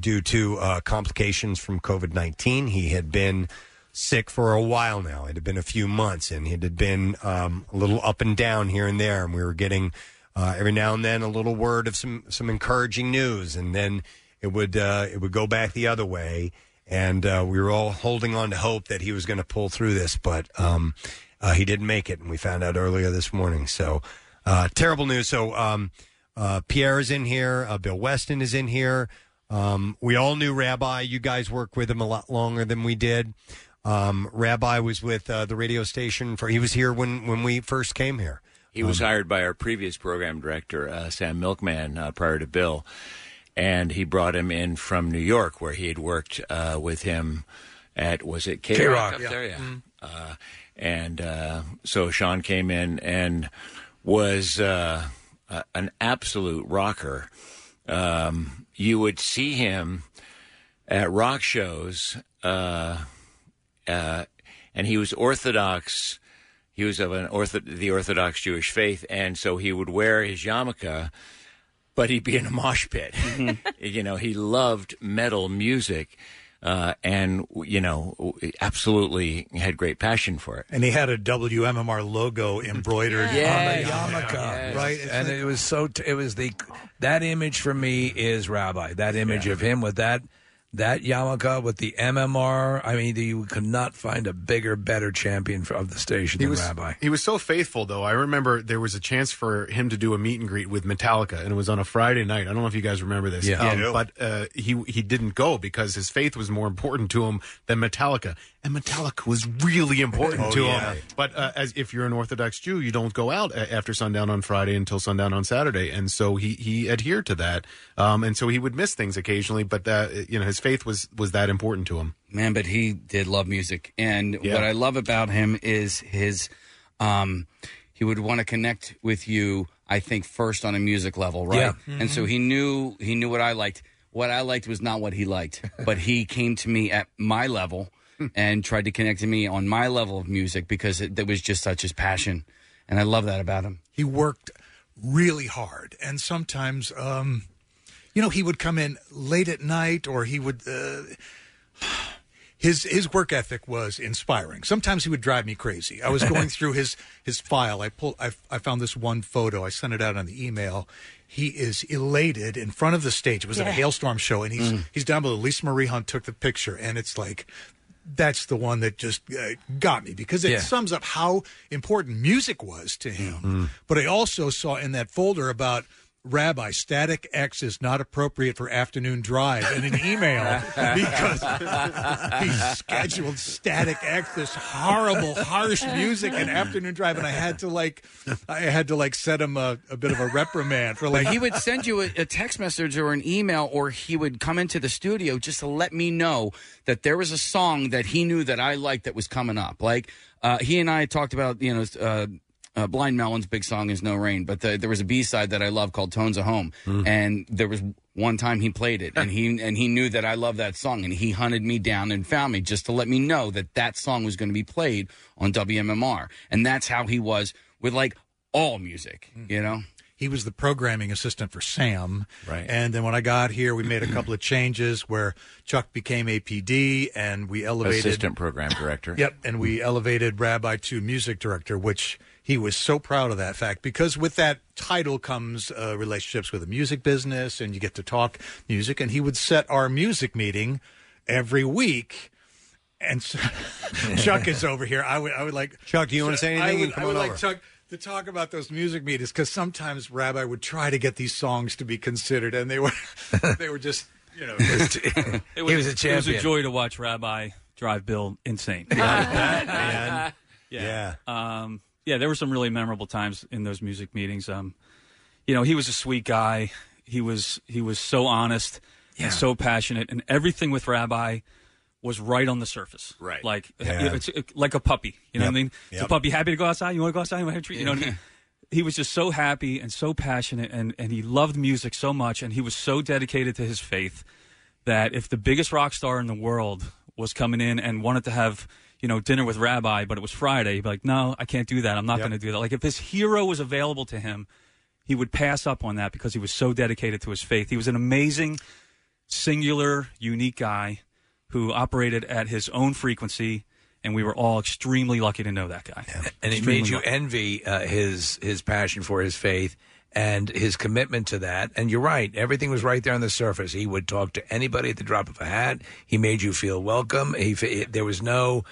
[SPEAKER 1] due to uh, complications from COVID 19. He had been sick for a while now. It had been a few months, and it had been um, a little up and down here and there. And we were getting uh, every now and then a little word of some, some encouraging news, and then it would uh, it would go back the other way. And uh, we were all holding on to hope that he was going to pull through this, but um, uh, he didn't make it, and we found out earlier this morning. So uh, terrible news. So um, uh, Pierre is in here. Uh, Bill Weston is in here. Um, we all knew Rabbi. You guys worked with him a lot longer than we did. Um, Rabbi was with uh, the radio station for. He was here when when we first came here.
[SPEAKER 28] He was hired by our previous program director, uh, Sam Milkman, uh, prior to Bill, and he brought him in from New York, where he had worked uh, with him at was it K Rock up there, yeah.
[SPEAKER 1] Mm.
[SPEAKER 28] Uh, and uh, so Sean came in and was uh, a, an absolute rocker. Um, you would see him at rock shows, uh, uh, and he was Orthodox. He was of an ortho, the Orthodox Jewish faith, and so he would wear his yarmulke, but he'd be in a mosh pit. you know, he loved metal music, uh, and you know, absolutely had great passion for it.
[SPEAKER 26] And he had a WMMR logo embroidered
[SPEAKER 28] Yes.
[SPEAKER 26] on the yarmulke,
[SPEAKER 28] Yes.
[SPEAKER 26] right? It's
[SPEAKER 4] and
[SPEAKER 26] like-
[SPEAKER 4] it was so. T- it was the that image for me is Rabbi. That image of him with that that yarmulke with the MMR. I mean, you could not find a bigger, better champion for, of the station
[SPEAKER 7] He
[SPEAKER 4] than
[SPEAKER 7] was,
[SPEAKER 4] Rabbi.
[SPEAKER 7] he was so faithful, though. I remember there was a chance for him to do a meet and greet with Metallica, and it was on a Friday night. I don't know if you guys remember this.
[SPEAKER 4] Yeah. Yeah, I do.
[SPEAKER 7] but uh, he he didn't go because his faith was more important to him than Metallica, and Metallica was really important
[SPEAKER 26] Oh,
[SPEAKER 7] to
[SPEAKER 26] yeah.
[SPEAKER 7] him. But uh, as if you're an Orthodox Jew, you don't go out a- after sundown on Friday until sundown on Saturday, and so he he adhered to that, um, and so he would miss things occasionally. But that you know his faith was was that important to him.
[SPEAKER 5] man but he did love music and
[SPEAKER 7] Yeah.
[SPEAKER 5] what i love about him is his um he would want to connect with you i think first on a music level right
[SPEAKER 4] Yeah.
[SPEAKER 5] and so he knew he knew what i liked what i liked was not what he liked but he came to me at my level and tried to connect to me on my level of music because it, that was just such his passion and i love that about him
[SPEAKER 26] he worked really hard and sometimes um you know he would come in late at night or he would uh, his his work ethic was inspiring sometimes he would drive me crazy i was going through his his file i pulled I, I found this one photo i sent it out on the email he is elated in front of the stage it was at a
[SPEAKER 28] Yeah. Mm.
[SPEAKER 26] hailstorm show and he's he's down below lisa marie hunt took the picture and it's like that's the one that just uh, got me because it
[SPEAKER 28] Yeah.
[SPEAKER 26] sums up how important music was to him
[SPEAKER 12] Hmm.
[SPEAKER 28] Mm.
[SPEAKER 26] but I also saw in that folder about Rabbi Static X is not appropriate for afternoon drive in an email because he scheduled Static X this horrible, harsh music in afternoon drive, and I had to like, I had to like set him a, a bit of a reprimand for
[SPEAKER 5] But
[SPEAKER 26] like
[SPEAKER 5] he would send you a, a text message or an email, or he would come into the studio just to let me know that there was a song that he knew that I liked that was coming up. Like uh, he and I talked about, you know. Uh, uh, Blind Melon's big song is No Rain, but the, there was a B side that I love called Tones of Home, and there was one time he played it, and he and he knew that I loved that song, and he hunted me down and found me just to let me know that that song was going to be played on WMMR, and that's how he was with like all music, you know.
[SPEAKER 26] he was the programming assistant for Sam. Right. And then when I got here, we made a couple of changes where Chuck became APD, and we elevated
[SPEAKER 28] Assistant program director.
[SPEAKER 1] Mm-hmm.
[SPEAKER 26] Yep, and we elevated Rabbi to music director, which He was so proud of that fact because with that title comes uh, relationships with the music business, and you get to talk music. And he would set our music meeting every week. And so, Chuck is over here. I would, I would like
[SPEAKER 1] Chuck, do you wanna
[SPEAKER 26] Chuck,
[SPEAKER 1] say anything?
[SPEAKER 26] I
[SPEAKER 1] You
[SPEAKER 26] would,
[SPEAKER 1] can
[SPEAKER 26] I
[SPEAKER 1] come
[SPEAKER 26] would
[SPEAKER 1] on
[SPEAKER 26] like
[SPEAKER 1] over.
[SPEAKER 26] Chuck to talk about those music meetings because sometimes Rabbi would try to get these songs to be considered, and they were, they were just you know. just-
[SPEAKER 31] It It was a joy to watch Rabbi drive Bill insane.
[SPEAKER 1] man.
[SPEAKER 31] yeah. Yeah. Um, yeah, there were some really memorable times in those music meetings. Um, you know, he was a sweet guy. He was he was so honest and so passionate, and everything with Rabbi was right on the surface. Right. Like
[SPEAKER 28] Yeah.
[SPEAKER 31] it's like a puppy. You know
[SPEAKER 28] Yep.
[SPEAKER 31] what I mean? It's a
[SPEAKER 28] Yep.
[SPEAKER 31] puppy. Happy to go outside. You want to go outside? You want to have a treat? You know what I mean? he was just so happy and so passionate and, and he loved music so much and he was so dedicated to his faith that if the biggest rock star in the world was coming in and wanted to have you know dinner with rabbi but it was friday he'd be like no i can't do that i'm not
[SPEAKER 28] Yep.
[SPEAKER 31] going to do that like if his hero was available to him he would pass up on that because he was so dedicated to his faith he was an amazing singular unique guy who operated at his own frequency and we were all extremely lucky to know that guy
[SPEAKER 4] and it
[SPEAKER 31] Extremely
[SPEAKER 4] made you
[SPEAKER 31] lucky.
[SPEAKER 4] envy uh, his his passion for his faith and his commitment to that. And you're right; everything was right there on the surface. He would talk to anybody at the drop of a hat. He made you feel welcome. He fa- there was no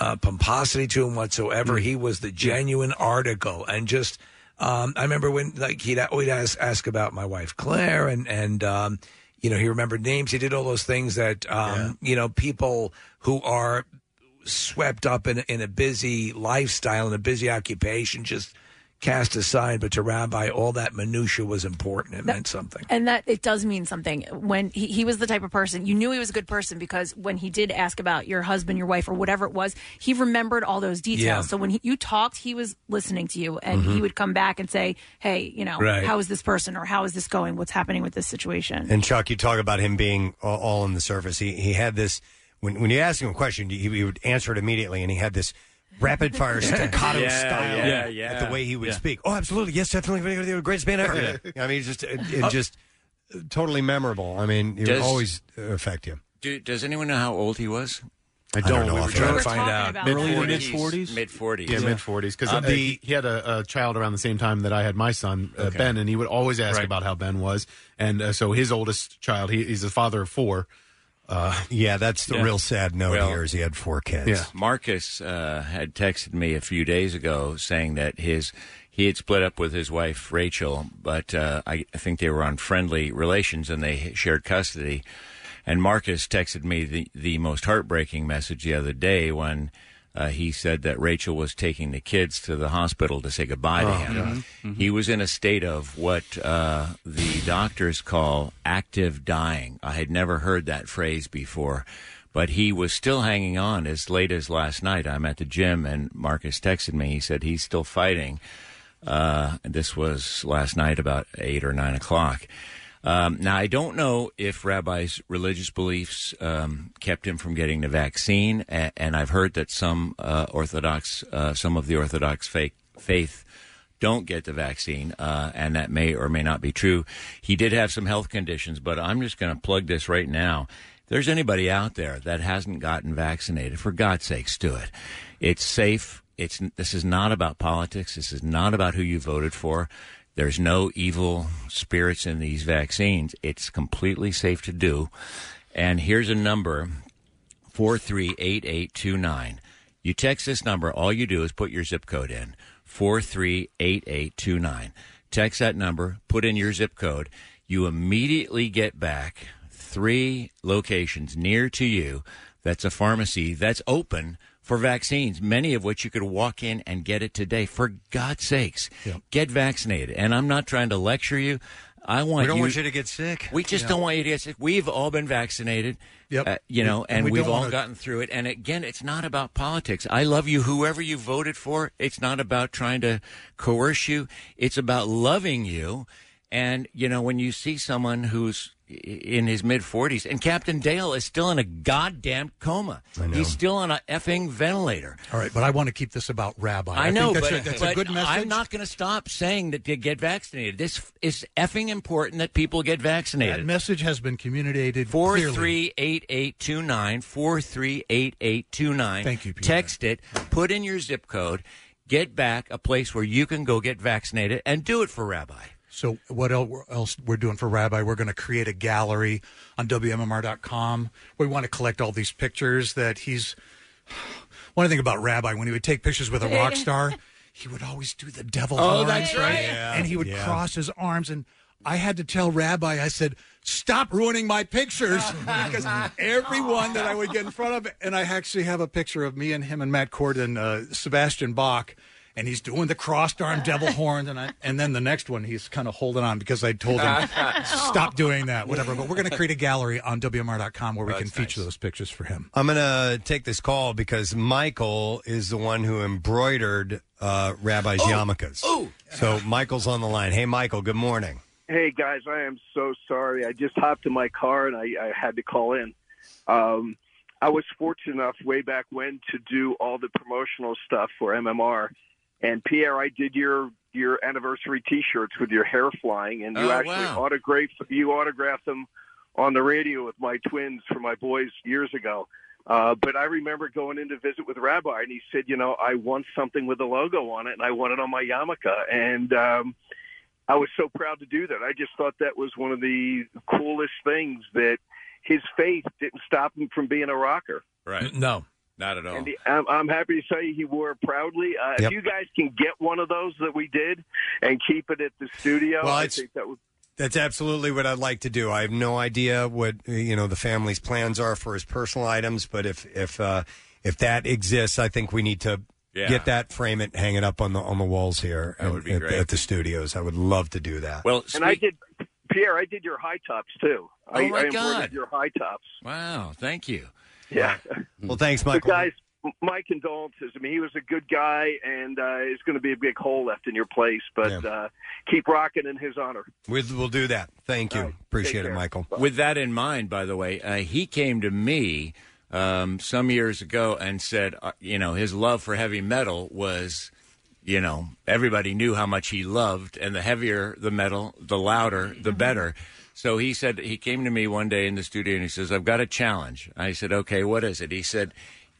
[SPEAKER 4] uh, pomposity to him whatsoever. He was the genuine article, and just um, I remember when like he'd always ask, ask about my wife Claire, and and um, you know he remembered names. He did all those things that um, you know people who are swept up in in a busy lifestyle and a busy occupation just cast aside. But to Rabbi, all that minutia was important. It meant something.
[SPEAKER 3] And that it does mean something when he, he was the type of person you knew he was a good person because when he did ask about your husband, your wife, or whatever it was, he remembered all those details.
[SPEAKER 32] Yeah.
[SPEAKER 3] So when he, you talked, he was listening to you and
[SPEAKER 4] Mm-hmm.
[SPEAKER 1] Mhm.
[SPEAKER 3] he would come back and say, Hey, you know,
[SPEAKER 1] Right.
[SPEAKER 3] how is this person or how is this going? What's happening with this situation?
[SPEAKER 1] And Chuck, you talk about him being all, all on the surface. He he had this when when you asked him a question, he, he would answer it immediately, and he had this rapid fire staccato
[SPEAKER 28] Yeah,
[SPEAKER 1] style
[SPEAKER 28] yeah,
[SPEAKER 1] at
[SPEAKER 28] yeah.
[SPEAKER 1] the way he would
[SPEAKER 28] Yeah.
[SPEAKER 1] speak. Oh, absolutely, yes, definitely, you're the greatest man ever. I mean, it's just it, it just totally memorable. I mean, it would
[SPEAKER 28] Uh, Does-
[SPEAKER 1] always uh, affect you.
[SPEAKER 28] Do, does anyone know how old he was?
[SPEAKER 1] I don't know. offhand.
[SPEAKER 28] Mid forties.
[SPEAKER 7] Yeah, mid forties. Because
[SPEAKER 28] Uh,
[SPEAKER 7] he, he had a, a child around the same time that I had my son uh,
[SPEAKER 28] Okay.
[SPEAKER 7] Ben, and he would always ask
[SPEAKER 28] Right.
[SPEAKER 7] about how Ben was. And uh, so his oldest child, he, he's a father of four.
[SPEAKER 1] Uh, yeah, that's the
[SPEAKER 7] Yeah.
[SPEAKER 1] real sad note
[SPEAKER 7] Well-
[SPEAKER 1] here is he had four kids.
[SPEAKER 28] Marcus uh, had texted me a few days ago saying that his he had split up with his wife Rachel, but uh, I, I think they were on friendly relations and they shared custody. And Marcus texted me the, the most heartbreaking message the other day when uh, he said that Rachel was taking the kids to the hospital to say goodbye to
[SPEAKER 14] Oh,
[SPEAKER 28] him.
[SPEAKER 14] God.
[SPEAKER 28] He was in a state of what uh, the doctors call active dying. I had never heard that phrase before, but he was still hanging on as late as last night. I'm at the gym, and Marcus texted me. He said he's still fighting. Uh, this was last night about eight or nine o'clock. Um, now, I don't know if Rabbi's religious beliefs um, kept him from getting the vaccine, and, and I've heard that some uh, Orthodox, uh, some of the Orthodox faith, faith don't get the vaccine, uh, and that may or may not be true. He did have some health conditions, but I'm just going to plug this right now. If there's anybody out there that hasn't gotten vaccinated, for God's sakes, do it. It's safe. It's this is not about politics. This is not about who you voted for. There's no evil spirits in these vaccines. It's completely safe to do. And here's a number 438829. You text this number, all you do is put your zip code in 438829. Text that number, put in your zip code. You immediately get back three locations near to you that's a pharmacy that's open for vaccines, many of which you could walk in and get it today. For God's sakes, get vaccinated. And I'm not trying to lecture you. I want
[SPEAKER 1] We don't
[SPEAKER 28] you,
[SPEAKER 1] want you to get sick.
[SPEAKER 28] We just
[SPEAKER 1] Yeah.
[SPEAKER 28] don't want you to get sick. We've all been vaccinated.
[SPEAKER 1] Yep.
[SPEAKER 28] uh, you know,
[SPEAKER 1] And
[SPEAKER 28] and,
[SPEAKER 1] we
[SPEAKER 28] we've
[SPEAKER 1] don't
[SPEAKER 28] all
[SPEAKER 1] wanna-
[SPEAKER 28] gotten through it. And again, it's not about politics. I love you, whoever you voted for. It's not about trying to coerce you. It's about loving you. And you know, when you see someone who's i- in his mid 40s, and Captain Dale is still in a goddamn coma. He's still on a effing ventilator.
[SPEAKER 26] All right, but I want to keep this about Rabbi.
[SPEAKER 28] I, know,
[SPEAKER 26] think
[SPEAKER 28] but,
[SPEAKER 26] that's, a, that's
[SPEAKER 28] but
[SPEAKER 26] a good message.
[SPEAKER 28] I'm not going to stop saying that they get vaccinated. This is effing important that people get
[SPEAKER 26] that
[SPEAKER 28] vaccinated.
[SPEAKER 26] message has been communicated
[SPEAKER 28] Four
[SPEAKER 26] clearly.
[SPEAKER 28] three eight eight two nine four three eight eight two nine.
[SPEAKER 26] Thank you, Peter.
[SPEAKER 28] Text it. Put in your zip code. Get back a place where you can go get vaccinated and do it for Rabbi.
[SPEAKER 26] So what el- else we're doing for Rabbi? We're going to create a gallery on WMMR.com. We want to collect all these pictures that he's. One thing about Rabbi, when he would take pictures with a rock star, he would always do the devil
[SPEAKER 8] Oh,
[SPEAKER 26] arms,
[SPEAKER 8] that's right.
[SPEAKER 1] Yeah,
[SPEAKER 26] and he would
[SPEAKER 1] yeah.
[SPEAKER 26] cross his arms and. I had to tell Rabbi, I said, stop ruining my pictures because everyone that I would get in front of, and I actually have a picture of me and him and Matt Cord and uh, Sebastian Bach, and he's doing the crossed arm devil horns, and I, and then the next one he's kind of holding on because I told him stop doing that, whatever. But we're going to create a gallery on WMR.com
[SPEAKER 8] Oh,
[SPEAKER 26] where we can feature those pictures for him.
[SPEAKER 1] I'm going to take this call because Michael is the one who embroidered uh,
[SPEAKER 28] Oh!
[SPEAKER 1] Rabbi's yarmulkes. So Michael's on the line. Hey, Michael, good morning.
[SPEAKER 33] Hey guys, I am so sorry. I just hopped in my car and I, I had to call in. Um, I was fortunate enough way back when to do all the promotional stuff for MMR. And Pierre, I did your your anniversary T-shirts with your hair flying, and you
[SPEAKER 34] Oh,
[SPEAKER 33] actually
[SPEAKER 34] wow.
[SPEAKER 33] autographed you autographed them on the radio with my twins for my boys years ago. Uh, but I remember going in to visit with Rabbi, and he said, you know, I want something with a logo on it, and I want it on my yarmulke, and. Um, I was so proud to do that. I just thought that was one of the coolest things that his faith didn't stop him from being a rocker.
[SPEAKER 35] Right. No.
[SPEAKER 28] Not at all.
[SPEAKER 33] And he, I'm, I'm happy to say he wore it proudly. Uh, If
[SPEAKER 1] Yep.
[SPEAKER 33] you guys can get one of those that we did and keep it at the studio,
[SPEAKER 1] Well,
[SPEAKER 33] I
[SPEAKER 1] it's-
[SPEAKER 33] think that would.
[SPEAKER 1] That's absolutely what I'd like to do. I have no idea what you know the family's plans are for his personal items, but if if uh, if that exists, I think we need to
[SPEAKER 28] Yeah.
[SPEAKER 1] get that, frame it, hang it up on the on the walls here. That
[SPEAKER 28] would be
[SPEAKER 1] at,
[SPEAKER 28] great.
[SPEAKER 1] at the studios. I would love to do that.
[SPEAKER 28] Well,
[SPEAKER 33] And I did, Pierre. I did your high tops too. I,
[SPEAKER 28] Oh, my
[SPEAKER 33] I embroidered
[SPEAKER 28] God.
[SPEAKER 33] your high tops.
[SPEAKER 28] Wow, thank you.
[SPEAKER 33] Yeah.
[SPEAKER 1] Well, thanks,
[SPEAKER 33] But
[SPEAKER 1] Michael.
[SPEAKER 33] guys, m- my condolences. I mean, he was a good guy, and uh, it's going to be a big hole left in your place. But uh, keep rocking in his honor.
[SPEAKER 1] We, we'll do that. Thank you. Appreciate it,
[SPEAKER 33] care.
[SPEAKER 1] Michael.
[SPEAKER 28] With that in mind, by the way, uh, he came to me um, some years ago and said, uh, you know, his love for heavy metal was, you know, everybody knew how much he loved, and the heavier the metal, the louder, the better. So he said, he came to me one day in the studio and he says, I've got a challenge. I said, okay, what is it? He said,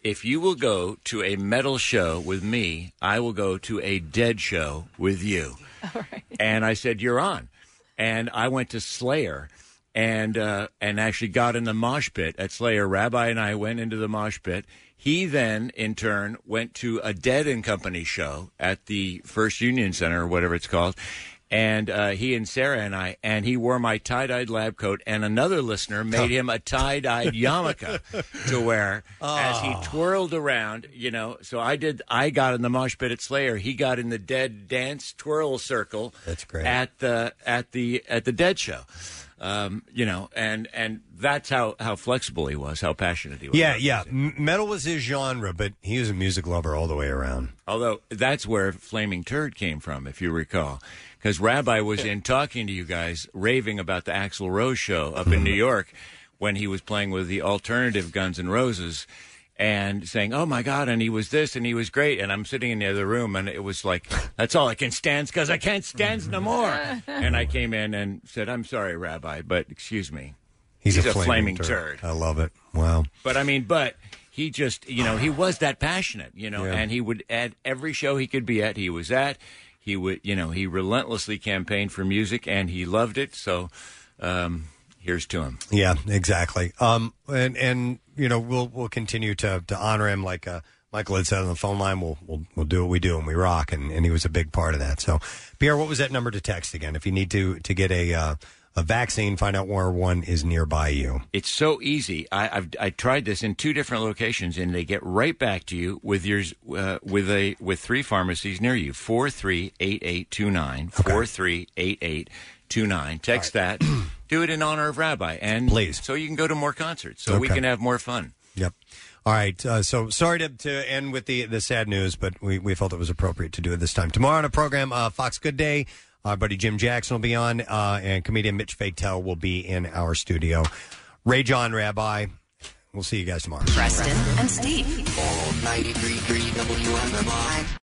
[SPEAKER 28] if you will go to a metal show with me, I will go to a dead show with you. And I said, you're on. And I went to Slayer and uh, and actually got in the mosh pit at Slayer. Rabbi and I went into the mosh pit. He then, in turn, went to a Dead and Company show at the First Union Center or whatever it's called. And uh, he and Sarah and I, and he wore my tie dyed lab coat, and another listener made him a tie dyed yarmulke to wear as he twirled around, you know. So I did, I got in the mosh pit at Slayer. He got in the dead dance twirl circle. That's great. At the, at the, at the dead show. Um, you know, and, and that's how, how flexible he was, how passionate he was.
[SPEAKER 1] Yeah, yeah. M- metal was his genre, but he was a music lover all the way around.
[SPEAKER 28] Although that's where Flaming Turd came from, if you recall. Because Rabbi was in talking to you guys, raving about the Axl Rose show up in New York when he was playing with the alternative Guns N' Roses and saying, oh my God, and he was this and he was great. And I'm sitting in the other room and it was like, that's all I can stand because I can't stand no more. and I came in and said, I'm sorry, Rabbi, but excuse me.
[SPEAKER 1] He's, a, flaming, turd. I love it. Wow.
[SPEAKER 28] But I mean, but he just, you know, he was that passionate, you know,
[SPEAKER 1] Yeah.
[SPEAKER 28] and he would at every show he could be at, he was at. He would, you know, he relentlessly campaigned for music and he loved it. So, um, here's to him.
[SPEAKER 1] Yeah, exactly. Um, and and you know we'll we'll continue to to honor him like uh, Michael had said on the phone line. We'll we'll we'll do what we do and we rock. And, and he was a big part of that. So Pierre, what was that number to text again? If you need to to get a uh, a vaccine, find out where one is nearby you.
[SPEAKER 28] It's so easy. I, I've I tried this in two different locations, and they get right back to you with your uh, with a with three pharmacies near you. Four three eight eight two nine. Four three eight eight two nine. Text that. Do it in honor of Rabbi, and please, so you can go to more concerts, so we
[SPEAKER 1] Okay.
[SPEAKER 28] can have more fun.
[SPEAKER 1] Yep. All right. Uh, so sorry to, to end with the, the sad news, but we, we felt it was appropriate to do it this time. Tomorrow on a program, uh, Fox Good Day, our buddy Jim Jackson will be on, uh, and comedian Mitch Fatel will be in our studio. Ray John Rabbi. We'll see you guys tomorrow.
[SPEAKER 10] Preston and Steve. 93.3 WMMR.